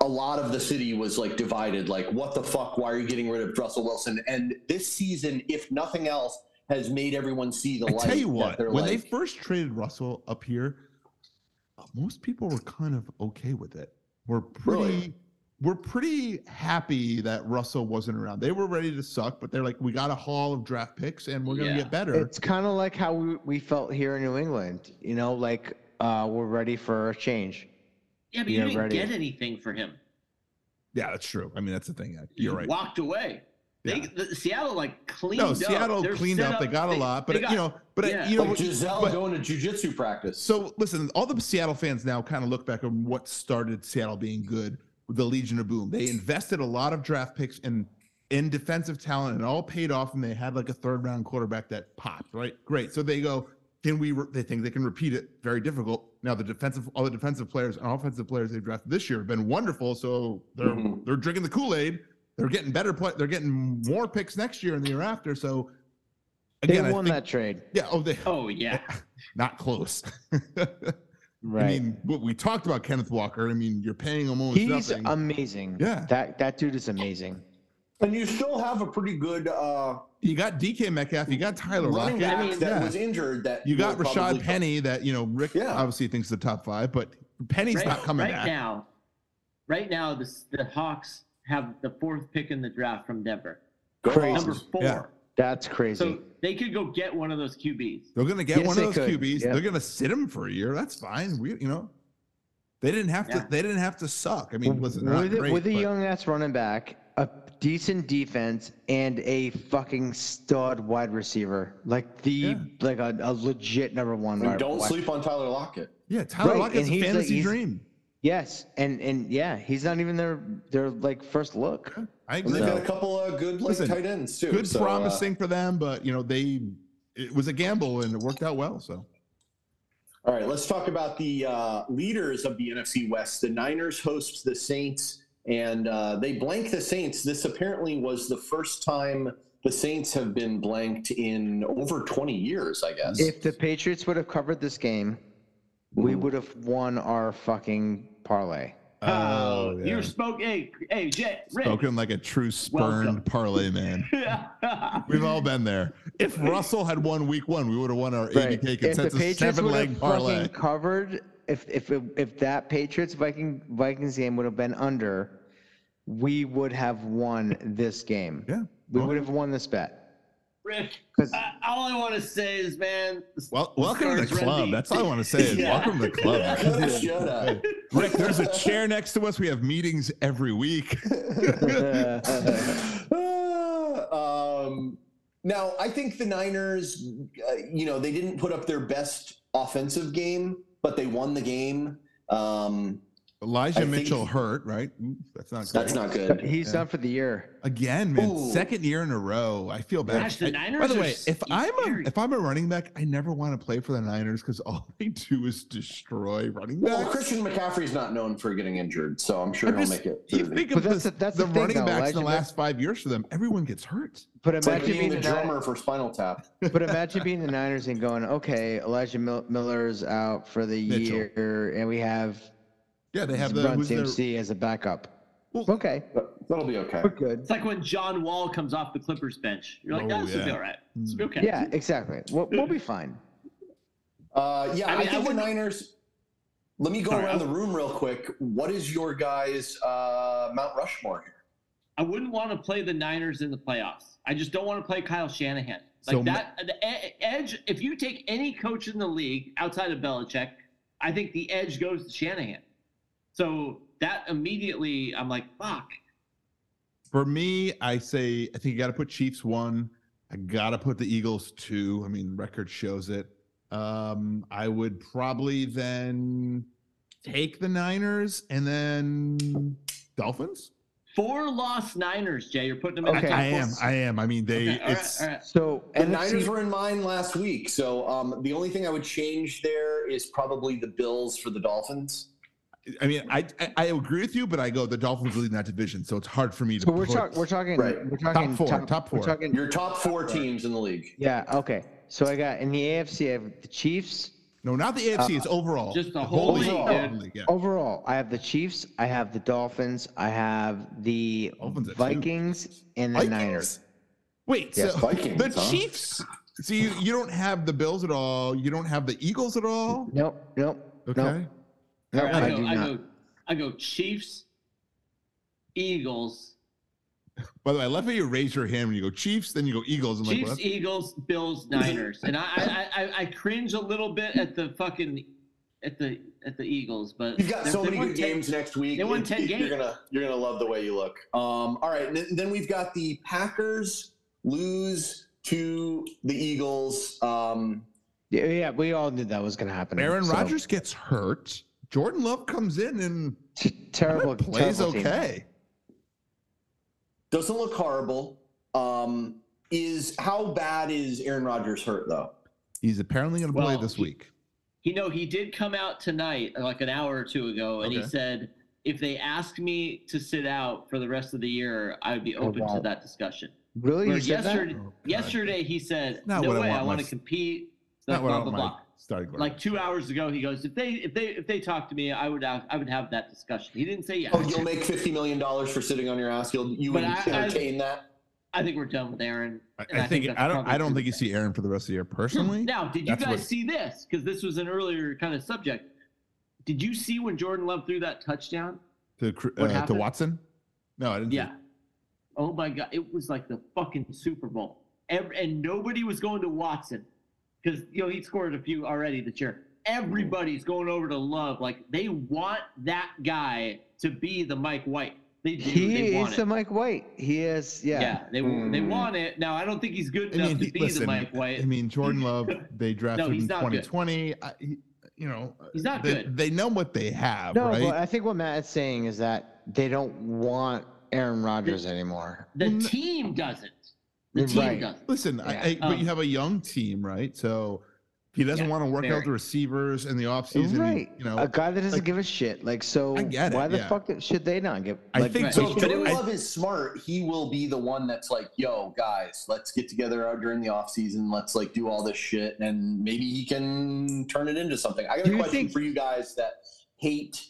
Speaker 2: a lot of the city was like divided, like, what the fuck? Why are you getting rid of Russell Wilson? And this season, if nothing else, has made everyone see the
Speaker 6: I
Speaker 2: light.
Speaker 6: tell you
Speaker 2: that
Speaker 6: what,
Speaker 2: they're
Speaker 6: when they
Speaker 2: like,
Speaker 6: first traded Russell up uh, here, most people were kind of okay with it. We're pretty
Speaker 2: Really?
Speaker 6: we're pretty happy that Russell wasn't around. They were ready to suck, but they're like, we got a haul of draft picks and we're going to
Speaker 4: Yeah.
Speaker 6: get better.
Speaker 5: It's kind of like how we, we felt here in New England. You know, like uh, we're ready for a change.
Speaker 4: Yeah, but you
Speaker 5: Yeah,
Speaker 4: didn't
Speaker 5: ready.
Speaker 4: get anything for him.
Speaker 6: Yeah, that's true. I mean, that's the thing.
Speaker 4: You
Speaker 6: You're right.
Speaker 4: Walked away. They,
Speaker 6: Yeah.
Speaker 4: the, Seattle like cleaned
Speaker 6: No,
Speaker 4: up.
Speaker 6: Seattle
Speaker 4: They're
Speaker 6: cleaned
Speaker 4: set
Speaker 6: up. They got a lot, but
Speaker 4: they got-
Speaker 6: you know, but
Speaker 4: yeah.
Speaker 6: you know,
Speaker 2: Like Giselle
Speaker 6: but-
Speaker 2: going to jujitsu practice.
Speaker 6: So listen, all the Seattle fans now kind of look back on what started Seattle being good with the Legion of Boom. They invested a lot of draft picks in in defensive talent and it all paid off and they had like a third round quarterback that popped, right? Great. So they go, can we re- they think they can repeat it? Very difficult. Now the defensive all the defensive players and offensive players they drafted this year have been wonderful, so they're
Speaker 2: Mhm.
Speaker 6: they're drinking the Kool-Aid. They're getting better play. They're getting more picks next year and the year after. So
Speaker 5: They
Speaker 6: again, I
Speaker 5: won
Speaker 6: think-
Speaker 5: that trade,
Speaker 6: Yeah. Oh, they
Speaker 4: Oh yeah,
Speaker 6: not close.
Speaker 5: right?
Speaker 6: I mean, what we talked about Kenneth Walker. I mean, you're paying him almost
Speaker 5: He's um,
Speaker 6: nothing.
Speaker 5: amazing.
Speaker 6: Yeah.
Speaker 5: that that dude is amazing.
Speaker 2: and you still have a pretty good uh,
Speaker 6: you got DK Metcalf. You got Tyler
Speaker 2: running
Speaker 6: Lockett.
Speaker 2: back
Speaker 4: mean-
Speaker 2: that
Speaker 6: Yeah.
Speaker 2: was injured. That
Speaker 6: You
Speaker 2: will
Speaker 6: got Rashad
Speaker 2: probably-
Speaker 6: Penny. That you know, Rick
Speaker 2: Yeah.
Speaker 6: obviously thinks the top five, but Penny's
Speaker 4: right,
Speaker 6: not coming
Speaker 4: right
Speaker 6: back.
Speaker 4: now. Right now, the the Hawks have the fourth pick in the draft from Denver,
Speaker 2: Go
Speaker 5: Crazy.
Speaker 2: Hawks.
Speaker 4: number four.
Speaker 6: Yeah.
Speaker 5: That's crazy.
Speaker 4: So they could go get one of those QBs.
Speaker 6: They're going to get
Speaker 5: Yes,
Speaker 6: one of
Speaker 5: they
Speaker 6: those
Speaker 5: could.
Speaker 6: QBs.
Speaker 5: Yeah.
Speaker 6: They're going to sit him for a year. That's fine. We, you know, they didn't have to.
Speaker 4: Yeah.
Speaker 6: They didn't have to suck. I mean, listen, they're not
Speaker 5: with, a-
Speaker 6: great,
Speaker 5: with a
Speaker 6: but-
Speaker 5: young ass running back, a decent defense, and a fucking stud wide receiver, like the
Speaker 6: Yeah.
Speaker 5: like a, a legit number one.
Speaker 2: And
Speaker 5: wide-
Speaker 2: don't
Speaker 5: wide-
Speaker 2: sleep on Tyler Lockett.
Speaker 6: yeah, Tyler
Speaker 5: Right,
Speaker 6: Lockett's
Speaker 5: and
Speaker 6: a
Speaker 5: he's like-
Speaker 6: fantasy
Speaker 5: he's-
Speaker 6: dream.
Speaker 5: Yes, and and yeah, he's not even their their like first look.
Speaker 6: I
Speaker 2: And
Speaker 6: agree.
Speaker 2: they've got a couple of good like
Speaker 6: Listen,
Speaker 2: tight ends too.
Speaker 6: Good
Speaker 2: so, uh,
Speaker 6: promising for them, but you know, they it was a gamble and it worked out well. So.
Speaker 2: All right, let's talk about the uh, leaders of the NFC West. The Niners host the Saints, and uh, they blank the Saints. This apparently was the first time the Saints have been blanked in over 20 years, I guess.
Speaker 5: If the Patriots would have covered this game, we would have won our fucking parlay.
Speaker 4: Oh,
Speaker 6: yeah.
Speaker 4: you're spoke. Hey, hey, Jay, Rick.
Speaker 6: Spoken like a true
Speaker 4: Welcome.
Speaker 6: spurned parlay man. We've all been there. If Russell had won week one, we would have won our
Speaker 5: Right.
Speaker 6: 80K
Speaker 5: If the
Speaker 6: consensus
Speaker 5: Patriots
Speaker 6: seven
Speaker 5: would have
Speaker 6: leg parlay.
Speaker 5: fucking covered, if if if that Patriots Viking Vikings game would have been under, we would have won this game.
Speaker 6: Yeah.
Speaker 5: We
Speaker 6: Well-
Speaker 5: would have won this bet.
Speaker 4: Rick,
Speaker 5: 'Cause-
Speaker 4: I, all I want to say is, man,
Speaker 6: Well, welcome to the
Speaker 4: Stars run
Speaker 6: club.
Speaker 4: deep.
Speaker 6: That's all I want to say. Is
Speaker 4: Yeah.
Speaker 6: Welcome to the club.
Speaker 2: Coulda, shoulda.
Speaker 6: Rick, there's a chair next to us. We have meetings every week.
Speaker 2: um, now, I think the Niners, uh, you know, they didn't put up their best offensive game, but they won the game. Um,
Speaker 6: Elijah
Speaker 2: I think-
Speaker 6: Mitchell hurt, right? Ooh, That's not good.
Speaker 2: that's not good.
Speaker 5: He's done for the year.
Speaker 6: Again, man,
Speaker 2: Ooh.
Speaker 6: second year in a row. I feel bad.
Speaker 4: Gosh, the
Speaker 6: I-
Speaker 4: Niners
Speaker 6: by the
Speaker 4: are
Speaker 6: way, if I'm a,
Speaker 4: scary.
Speaker 6: if I'm a running back, I never want to play for the Niners because all they do is destroy running backs.
Speaker 2: Well, Christian McCaffrey's not known for getting injured, so I'm sure
Speaker 6: I'm
Speaker 2: he'll
Speaker 6: just-
Speaker 2: make it.
Speaker 6: You
Speaker 2: through the-
Speaker 6: think
Speaker 5: But
Speaker 6: of
Speaker 5: that's
Speaker 6: the,
Speaker 5: the- that's
Speaker 6: the
Speaker 5: the thing,
Speaker 6: running
Speaker 5: though,
Speaker 6: backs in the
Speaker 5: Elijah
Speaker 6: last five years for them. Everyone gets hurt.
Speaker 5: But
Speaker 2: It's like
Speaker 5: imagine
Speaker 2: being the
Speaker 5: Ni-
Speaker 2: drummer for Spinal Tap.
Speaker 5: But imagine being the Niners and going, okay, Elijah Mil- Miller's out for the
Speaker 6: Mitchell.
Speaker 5: year, and we have
Speaker 6: Yeah, they have the
Speaker 5: Run
Speaker 6: who's their,
Speaker 5: CMC as a backup.
Speaker 6: Well-
Speaker 5: okay,
Speaker 2: But That'll be okay.
Speaker 5: we're good.
Speaker 4: it's like when John Wall comes off the Clippers bench. You're like,
Speaker 6: Oh,
Speaker 4: oh, this will be
Speaker 6: yeah.
Speaker 4: all right. This
Speaker 6: mm,
Speaker 4: will be okay.
Speaker 5: Mm. Yeah, exactly. We'll, we'll be fine.
Speaker 2: Uh, yeah,
Speaker 4: I
Speaker 2: I,
Speaker 4: mean, I
Speaker 2: think the
Speaker 4: would-
Speaker 2: Niners. Let me go
Speaker 4: Sorry,
Speaker 2: around
Speaker 4: I-
Speaker 2: the room real quick. What is your guys' uh, Mount Rushmore here?
Speaker 4: I wouldn't want to play the Niners in the playoffs. I just don't want to play Kyle Shanahan. Like
Speaker 6: So ma-
Speaker 4: that, the e- edge. If you take any coach in the league outside of Belichick, I think the edge goes to Shanahan. So that immediately, I'm like, fuck.
Speaker 6: For me, I say I think you got to put Chiefs one. I got to put the Eagles two. I mean, record shows it. Um, I would probably then take the Niners and then Dolphins.
Speaker 4: Four lost Niners, Jay. You're putting them in
Speaker 5: Okay.
Speaker 4: the top
Speaker 6: I am.
Speaker 4: four.
Speaker 6: I am. I mean, they.
Speaker 4: Okay, all right,
Speaker 6: it's
Speaker 4: all right.
Speaker 5: So
Speaker 2: The
Speaker 5: NFC
Speaker 2: Niners were in mine last week, so um, the only thing I would change there is probably the Bills for the Dolphins.
Speaker 6: I mean, I, I I agree with you, but I go the Dolphins lead that division, so it's hard for me to.
Speaker 5: So we're
Speaker 6: put-
Speaker 5: talking. We're talking.
Speaker 2: Right.
Speaker 5: We're talking
Speaker 6: Top four, top
Speaker 5: we're
Speaker 6: four.
Speaker 5: talking-
Speaker 2: Your top four teams in the league.
Speaker 5: yeah. Okay. So I got in the AFC. I have the Chiefs.
Speaker 6: No, not the AFC. it's overall.
Speaker 4: Uh, just the whole
Speaker 2: league,
Speaker 6: overall
Speaker 4: dude.
Speaker 6: league, yeah.
Speaker 5: Overall, I have the Chiefs. I have the Dolphins. I have the
Speaker 6: Dolphins at two.
Speaker 5: Vikings and the
Speaker 6: Vikings?
Speaker 5: Niners.
Speaker 6: Wait,
Speaker 5: Yeah,
Speaker 6: so
Speaker 2: Vikings,
Speaker 6: the
Speaker 2: huh?
Speaker 6: Chiefs. So you, you don't have the Bills at all. You don't have the Eagles at all.
Speaker 5: Nope. Nope.
Speaker 6: Okay.
Speaker 5: Nope.
Speaker 4: All right, I,
Speaker 5: I
Speaker 4: go,
Speaker 5: do
Speaker 4: I,
Speaker 5: not.
Speaker 4: go, I go Chiefs, Eagles,
Speaker 6: By the way, I love how you raise your hand when you go Chiefs, then you go Eagles. I'm
Speaker 4: Chiefs,
Speaker 6: like, what?
Speaker 4: Eagles, Bills, Niners, and I, I I I cringe a little bit at the fucking at the at the Eagles, but
Speaker 2: You've got
Speaker 4: they-
Speaker 2: so
Speaker 4: they
Speaker 2: many
Speaker 4: won
Speaker 2: good
Speaker 4: 10
Speaker 2: games next week.
Speaker 4: they won
Speaker 2: It's-
Speaker 4: 10
Speaker 2: You're
Speaker 4: games.
Speaker 2: gonna you're gonna love the way you look. Um, all right, and then- then we've got the Packers lose to the Eagles. Um,
Speaker 5: Yeah, yeah, we all knew that was going to happen.
Speaker 6: Aaron
Speaker 5: so-
Speaker 6: Rodgers gets hurt. Jordan Love comes in and
Speaker 5: T- terrible
Speaker 6: plays
Speaker 5: terrible team.
Speaker 6: okay.
Speaker 2: doesn't look horrible. Um, is how bad is Aaron Rodgers hurt though?
Speaker 6: He's apparently going to
Speaker 4: Well,
Speaker 6: play this
Speaker 4: he-
Speaker 6: week.
Speaker 4: You know, he did come out tonight, like an hour or two ago, and
Speaker 6: Okay.
Speaker 4: he said, if they asked me to sit out for the rest of the year, I would be open
Speaker 5: wow.
Speaker 4: to that discussion.
Speaker 5: Really?
Speaker 4: Where
Speaker 5: You said that?
Speaker 4: yesterday, yesterday he said,
Speaker 6: Oh, Not
Speaker 4: no
Speaker 6: what I
Speaker 4: way,
Speaker 6: want
Speaker 4: I
Speaker 6: my-
Speaker 4: want to compete.
Speaker 6: Not what I
Speaker 4: blah, blah,
Speaker 6: want my
Speaker 4: blah.
Speaker 6: starting
Speaker 4: Like
Speaker 6: quarterback.
Speaker 4: two hours ago, he goes, if they if they if they talk to me, I would have, I would have that discussion. He didn't say yes.
Speaker 2: Oh, you'll make fifty million dollars for sitting on your ass. You'll you would
Speaker 4: But I- I-
Speaker 2: entertain that.
Speaker 4: I think we're done with Aaron.
Speaker 6: I,
Speaker 4: and
Speaker 6: I think
Speaker 4: that's
Speaker 6: I don't.
Speaker 4: probably
Speaker 6: I don't
Speaker 4: true.
Speaker 6: think you see Aaron for the rest of the year personally.
Speaker 4: Now, did you
Speaker 6: That's
Speaker 4: guys
Speaker 6: what-
Speaker 4: see this? Because this was an earlier kind of subject. Did you see when Jordan Love threw that touchdown?
Speaker 6: to Cr-
Speaker 4: What
Speaker 6: uh, to
Speaker 4: happened?
Speaker 6: Watson. No, I didn't. see
Speaker 4: Yeah. Oh my God! It was like the fucking Super Bowl, Ev- and nobody was going to Watson because you know he scored a few already this year. Everybody's going over to Love, like they want that guy to be the Mike White. They do. they
Speaker 5: He
Speaker 4: want
Speaker 5: is
Speaker 4: it.
Speaker 5: the Mike White. He is, yeah.
Speaker 4: yeah, they they
Speaker 2: Mm.
Speaker 4: want it. Now I don't think he's good
Speaker 6: Hmm. I
Speaker 4: enough
Speaker 6: mean,
Speaker 4: to
Speaker 6: he-
Speaker 4: be
Speaker 6: listen,
Speaker 4: the Mike
Speaker 6: I
Speaker 4: White.
Speaker 6: mean, Jordan Love, they drafted
Speaker 4: he's
Speaker 6: him in
Speaker 4: not good.
Speaker 6: 2020. I, he, you know,
Speaker 4: He's not
Speaker 6: they,
Speaker 4: good.
Speaker 6: they know what they have,
Speaker 5: No,
Speaker 6: right?
Speaker 5: but I think what Matt is saying is that they don't want Aaron Rodgers anymore.
Speaker 4: the
Speaker 6: n-
Speaker 4: team doesn't. The
Speaker 5: You're
Speaker 4: team
Speaker 5: right.
Speaker 4: doesn't.
Speaker 6: Listen, I, I,
Speaker 4: um,
Speaker 6: but you have a young team, right? So he doesn't
Speaker 4: Yeah,
Speaker 6: want to work
Speaker 4: very.
Speaker 6: out the receivers in the offseason.
Speaker 5: right.
Speaker 6: You know,
Speaker 5: a guy that doesn't
Speaker 6: like-
Speaker 5: give a shit. Like, so
Speaker 6: I get it,
Speaker 5: why the
Speaker 6: yeah.
Speaker 5: fuck did- should they not give?
Speaker 6: I
Speaker 5: like,
Speaker 6: think
Speaker 4: Right.
Speaker 2: So
Speaker 6: so.
Speaker 2: if Jordan
Speaker 6: I-
Speaker 2: Love is smart, he will be the one that's like, yo, guys, let's get together out during the offseason. Let's like do all this shit and maybe he can turn it into something. I got
Speaker 5: Do
Speaker 2: a
Speaker 5: you
Speaker 2: question
Speaker 5: think-
Speaker 2: for you guys that hate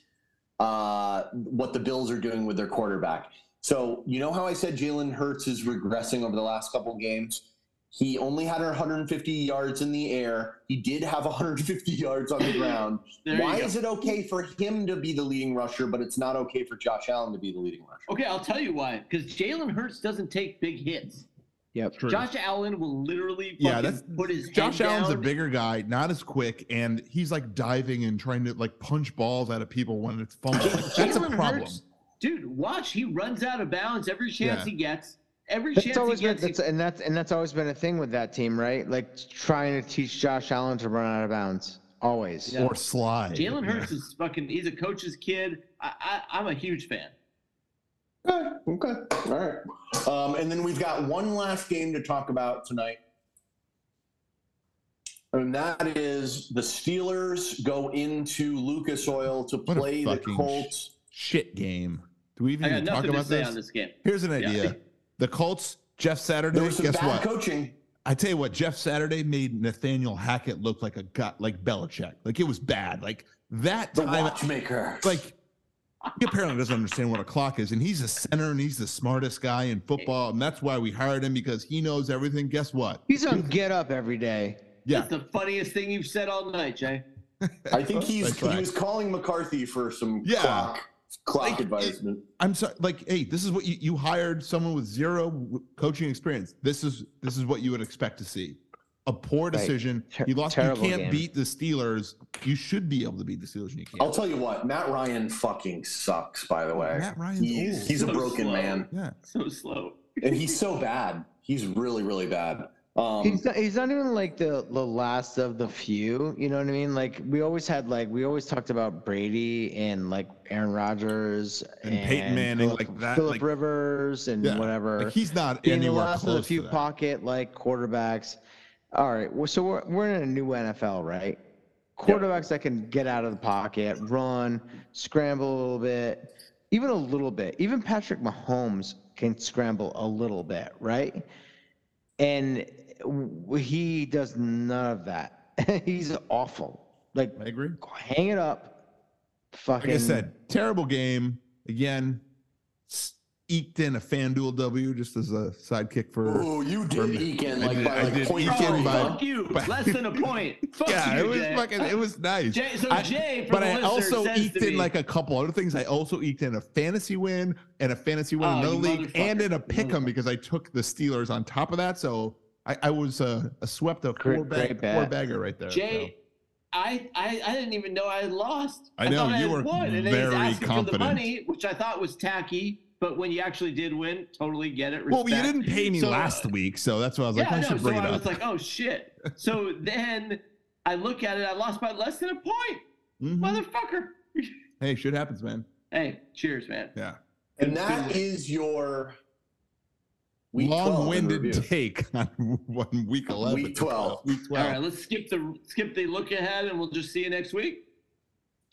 Speaker 2: uh, what the Bills are doing with their quarterback. So you know how I said Jalen Hurts is regressing over the last couple games? He only had 150 yards in the air. He did have 150 yards on the ground.
Speaker 4: There
Speaker 2: Why
Speaker 4: you go.
Speaker 2: is it okay for him to be the leading rusher, but it's not okay for Josh Allen to be the leading rusher?
Speaker 4: Okay, I'll tell you why. Because Jalen Hurts doesn't take big hits.
Speaker 5: Yep.
Speaker 6: True.
Speaker 4: Josh Allen will literally
Speaker 6: Yeah,
Speaker 4: fucking
Speaker 6: that's-
Speaker 4: put his
Speaker 6: Josh
Speaker 4: head
Speaker 6: Allen's a
Speaker 4: down.
Speaker 6: bigger guy, not as quick, and he's like diving and trying to like punch balls out of people when it's fumble. That's a
Speaker 4: Jalen
Speaker 6: problem.
Speaker 4: Hurts- dude, watch. He runs out of bounds every chance
Speaker 6: Yeah.
Speaker 4: he gets. Every
Speaker 5: That's
Speaker 4: chance
Speaker 5: always
Speaker 4: he
Speaker 5: been
Speaker 4: gets.
Speaker 5: that's,
Speaker 4: he-
Speaker 5: and that's and that's always been a thing with that team, right? Like trying to teach Josh Allen to run out of bounds. Always.
Speaker 4: Yeah.
Speaker 6: Or slide.
Speaker 4: Jalen
Speaker 6: Yeah.
Speaker 4: Hurts is fucking. He's a coach's kid. I, I, I'm a huge fan.
Speaker 2: Okay. Okay. All right. Um, and then we've got one last game to talk about tonight. And that is the Steelers go into Lucas Oil to
Speaker 6: What a
Speaker 2: play the
Speaker 6: fucking
Speaker 2: Colts.
Speaker 6: Shit game. Do we even
Speaker 4: I got
Speaker 6: need to Hmm, talk
Speaker 4: nothing to
Speaker 6: about
Speaker 4: say
Speaker 6: this?
Speaker 4: on this game.
Speaker 6: Here's an
Speaker 4: Yeah.
Speaker 6: idea. The Colts, Jeff Saturday.
Speaker 2: There was some
Speaker 6: guess
Speaker 2: bad
Speaker 6: what?
Speaker 2: coaching.
Speaker 6: I tell you what, Jeff Saturday made Nathaniel Hackett look like a gut like Belichick. Like it was bad. Like that
Speaker 2: The
Speaker 6: time,
Speaker 2: watchmaker.
Speaker 6: like he apparently doesn't understand what a clock is, and he's a center and he's the smartest guy in football, and that's why we hired him because he knows everything. Guess what?
Speaker 5: He's on get up every day.
Speaker 6: Yeah,
Speaker 4: That's the funniest thing you've said all night, Jay.
Speaker 2: I think he's
Speaker 6: That's right.
Speaker 2: he was calling McCarthy for some
Speaker 6: Yeah.
Speaker 2: clock clock
Speaker 6: Like,
Speaker 2: advisement.
Speaker 6: I'm sorry. Like, hey, this is what you, you hired someone with zero w- coaching experience. This is this is what you would expect to see. A poor decision.
Speaker 5: Ter-
Speaker 6: you lost. You
Speaker 5: terrible
Speaker 6: can't
Speaker 5: game.
Speaker 6: beat the Steelers. You should be able to beat the Steelers, and you can't.
Speaker 5: Oh.
Speaker 2: I'll tell you what, Matt Ryan fucking sucks. By the way,
Speaker 6: Matt Ryan's
Speaker 2: he's,
Speaker 6: old.
Speaker 2: he's a
Speaker 4: So
Speaker 2: broken
Speaker 4: slow.
Speaker 2: man,
Speaker 6: yeah.
Speaker 4: So slow.
Speaker 2: and he's so bad. He's really, really bad. Um,
Speaker 5: he's not, he's not even like the the last of the few. You know what I mean? Like we always had like we always talked about Brady and like Aaron Rodgers
Speaker 6: And Peyton Manning, like that,
Speaker 5: Philip
Speaker 6: like-
Speaker 5: Rivers and
Speaker 6: Yeah,
Speaker 5: whatever.
Speaker 6: Like he's not
Speaker 5: being the
Speaker 6: anywhere
Speaker 5: last of
Speaker 6: close
Speaker 5: the few
Speaker 6: to that.
Speaker 5: pocket like quarterbacks. All right, well, so we're we're in a new NFL, right? Quarterbacks that can get out of the pocket, run, scramble a little bit, even a little bit. Even Patrick Mahomes can scramble a little bit, right? And w- he does none of that. He's awful. Like,
Speaker 6: I agree.
Speaker 5: hang it up. Fucking.
Speaker 6: Like I said, terrible game again. s- eked in a FanDuel W just as a sidekick for.
Speaker 2: Oh, you did eke in
Speaker 6: I
Speaker 2: like
Speaker 6: did-
Speaker 2: by
Speaker 6: I
Speaker 2: like
Speaker 6: did
Speaker 2: point
Speaker 6: eke
Speaker 2: three,
Speaker 6: in by-
Speaker 2: huh?
Speaker 4: Oh, Fuck you. Less than a point. Fuck
Speaker 6: yeah,
Speaker 4: you,
Speaker 6: it was
Speaker 4: Jay.
Speaker 6: fucking. It was nice.
Speaker 4: Jay- so
Speaker 6: I-
Speaker 4: Jay, for
Speaker 6: but
Speaker 4: the
Speaker 6: I
Speaker 4: listener,
Speaker 6: also
Speaker 4: says
Speaker 6: eked
Speaker 4: to
Speaker 6: in
Speaker 4: me-
Speaker 6: like a couple other things. I also eked in a fantasy win and a fantasy win
Speaker 4: Oh,
Speaker 6: in another
Speaker 4: you
Speaker 6: league and
Speaker 4: motherfucker.
Speaker 6: in a
Speaker 4: You
Speaker 6: pick'em
Speaker 4: motherfucker.
Speaker 6: because I took the Steelers on top of that. So I, I was uh, a swept a
Speaker 5: Great-
Speaker 6: four, bag,
Speaker 5: great bet.
Speaker 6: four bagger right there.
Speaker 4: Jay, I, I I didn't even know I had lost.
Speaker 6: I know,
Speaker 4: thought I
Speaker 6: you
Speaker 4: had
Speaker 6: were
Speaker 4: won, and then he's
Speaker 6: very
Speaker 4: asking for
Speaker 6: confident.
Speaker 4: the money, which I thought was tacky. But when you actually did win, totally get it.
Speaker 6: Well, you
Speaker 4: respect.
Speaker 6: didn't pay me
Speaker 4: So,
Speaker 6: last week, so that's why I was like,
Speaker 4: yeah,
Speaker 6: I
Speaker 4: no.
Speaker 6: should
Speaker 4: So
Speaker 6: bring
Speaker 4: I
Speaker 6: it
Speaker 4: was
Speaker 6: up.
Speaker 4: like, oh shit. so then I look at it. I lost by less than a point,
Speaker 6: Mhm.
Speaker 4: motherfucker.
Speaker 6: Hey, shit happens, man.
Speaker 4: Hey, cheers, man.
Speaker 2: And that is your week 12 in
Speaker 6: Long-winded
Speaker 2: review.
Speaker 6: take on one week eleven.
Speaker 2: Week 12.
Speaker 6: Week
Speaker 4: All right,
Speaker 6: twelve.
Speaker 4: let's skip the skip the look ahead, and we'll just see you next week.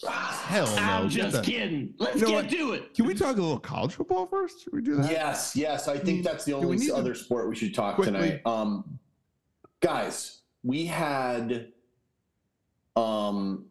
Speaker 2: Ah,
Speaker 6: Hell Oh, no.
Speaker 4: I'm
Speaker 6: Get
Speaker 4: just
Speaker 6: the-
Speaker 4: kidding. Let's
Speaker 6: You know
Speaker 4: get
Speaker 6: what?
Speaker 4: to it.
Speaker 6: Can we talk a little college football first? Should we do that? Mm.
Speaker 2: Yes, yes. I think that's the
Speaker 6: Do we
Speaker 2: only
Speaker 6: need to-
Speaker 2: other sport we should talk
Speaker 6: Quickly.
Speaker 2: tonight. Um, guys, we had um,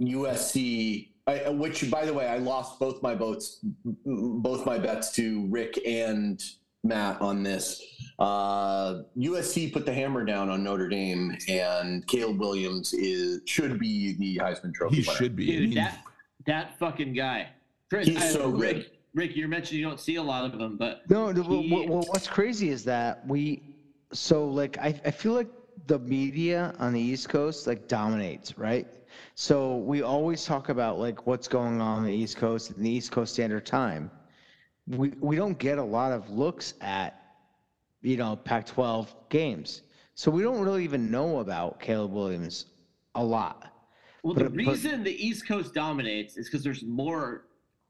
Speaker 2: USC, I, uh, which, by the way, I lost both my boats, both my bets to Rick and Matt on this. Uh, USC put the hammer down on Notre Dame, and Caleb Williams is should be the Heisman Trophy.
Speaker 6: He
Speaker 2: winner.
Speaker 6: should be. I
Speaker 4: Dude,
Speaker 6: mean,
Speaker 4: that that fucking guy. Chris,
Speaker 2: He's so good.
Speaker 4: Rick, Rick, you're mentioning you don't see a lot of them, but
Speaker 5: No, no, well,
Speaker 4: He-
Speaker 5: well, well, what's crazy is that we, so like, I, I feel like the media on the East Coast like dominates, right? So we always talk about like what's going on on the East Coast and the East Coast Standard Time. We, we don't get a lot of looks at, you know, Pac 12 games. So we don't really even know about Caleb Williams a lot.
Speaker 4: well,
Speaker 5: but-
Speaker 4: the
Speaker 5: but-
Speaker 4: reason the East Coast dominates is because there's more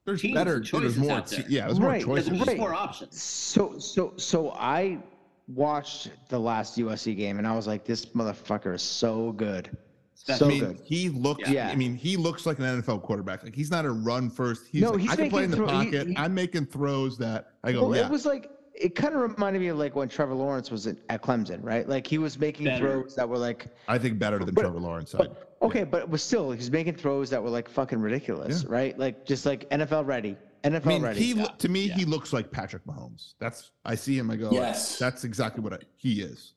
Speaker 6: there's
Speaker 4: teams
Speaker 6: better.
Speaker 4: and
Speaker 6: There's
Speaker 4: choices
Speaker 6: more.
Speaker 4: out
Speaker 6: Te-
Speaker 4: there.
Speaker 6: yeah, there's more
Speaker 5: Right,
Speaker 4: there's
Speaker 6: choices.
Speaker 5: right.
Speaker 4: just more options.
Speaker 5: So so so I watched the last USC game and I was like, this motherfucker is so good, so
Speaker 6: I mean,
Speaker 5: good.
Speaker 6: he looks.
Speaker 5: Yeah.
Speaker 6: I mean, he looks like an NFL quarterback. Like he's not a run first. He's
Speaker 5: No,
Speaker 6: like,
Speaker 5: he's
Speaker 6: I can play in
Speaker 5: making
Speaker 6: the
Speaker 5: throw- he-
Speaker 6: pocket.
Speaker 5: he-
Speaker 6: I'm making throws that I go.
Speaker 5: Well,
Speaker 6: oh, yeah.
Speaker 5: it was like it kind of reminded me of like when Trevor Lawrence was at, at Clemson, right? Like he was making
Speaker 4: Better.
Speaker 5: throws that were like
Speaker 6: I think better than
Speaker 5: but-
Speaker 6: Trevor Lawrence. I-
Speaker 5: okay, but it was still he's making throws that were like fucking ridiculous, right? Like just like NFL ready, NFL
Speaker 6: I mean,
Speaker 5: ready.
Speaker 6: he lo- to me
Speaker 4: Yeah.
Speaker 6: he looks like Patrick Mahomes. That's I see him. I go.
Speaker 2: Yes.
Speaker 6: That's exactly what I, he is.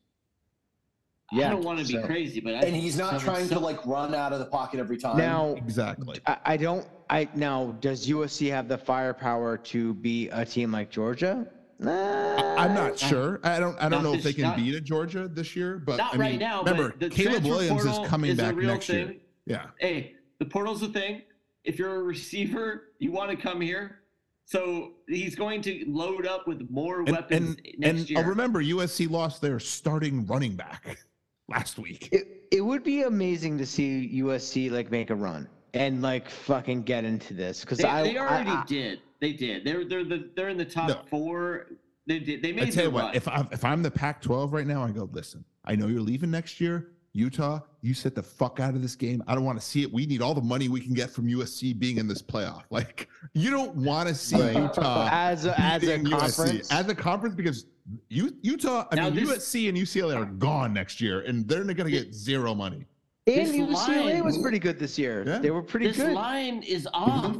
Speaker 5: yeah,
Speaker 4: I don't want to be
Speaker 5: so-
Speaker 4: crazy, but I,
Speaker 2: And he's not
Speaker 4: Seven-
Speaker 2: trying to like run out of the pocket every time.
Speaker 5: now
Speaker 6: Exactly.
Speaker 5: I, I don't. I now does USC have the firepower to be a team like Georgia? Nah,
Speaker 6: I'm not sure. I don't. I
Speaker 4: Uh, not
Speaker 6: don't know if they
Speaker 4: this-
Speaker 6: can
Speaker 4: not-
Speaker 6: beat a Georgia this year, but
Speaker 4: not
Speaker 6: I mean,
Speaker 4: right now.
Speaker 6: remember
Speaker 4: but the
Speaker 6: Caleb
Speaker 4: transfer
Speaker 6: Williams is
Speaker 4: portal
Speaker 6: coming
Speaker 4: a
Speaker 6: back
Speaker 4: real
Speaker 6: next year.
Speaker 4: thing.
Speaker 6: Yeah,
Speaker 4: Hey, the portal's a thing. If you're a receiver, you want to come here. So he's going to load up with more
Speaker 6: and
Speaker 4: weapons
Speaker 6: and,
Speaker 4: next
Speaker 6: and
Speaker 4: year.
Speaker 6: uh, remember USC lost their starting running back last week.
Speaker 5: It, it would be amazing to see USC like make a run and like fucking get into this because
Speaker 4: They,
Speaker 5: I
Speaker 4: they already
Speaker 5: I, I,
Speaker 4: did. They did. They're they're the, they're in the top
Speaker 6: No.
Speaker 4: four. They did. They
Speaker 6: I
Speaker 4: made
Speaker 6: tell
Speaker 4: their
Speaker 6: you what,
Speaker 4: run.
Speaker 6: if I'm if I'm the Pac-12 right now, I go listen. I know you're leaving next year, Utah. You sit the fuck out of this game. I don't want to see it. We need all the money we can get from USC being in this playoff. Like you don't want to see
Speaker 5: Right.
Speaker 6: Utah
Speaker 5: as a, as a
Speaker 6: beating USC.
Speaker 5: conference
Speaker 6: as a conference because U- Utah, I
Speaker 4: Now
Speaker 6: mean
Speaker 4: this-
Speaker 6: USC and UCLA are gone next year, and they're going to get zero money.
Speaker 5: and
Speaker 4: this
Speaker 5: UCLA
Speaker 4: line-
Speaker 5: was pretty good this year.
Speaker 6: Yeah.
Speaker 5: They were pretty
Speaker 4: this
Speaker 5: good.
Speaker 4: line is off.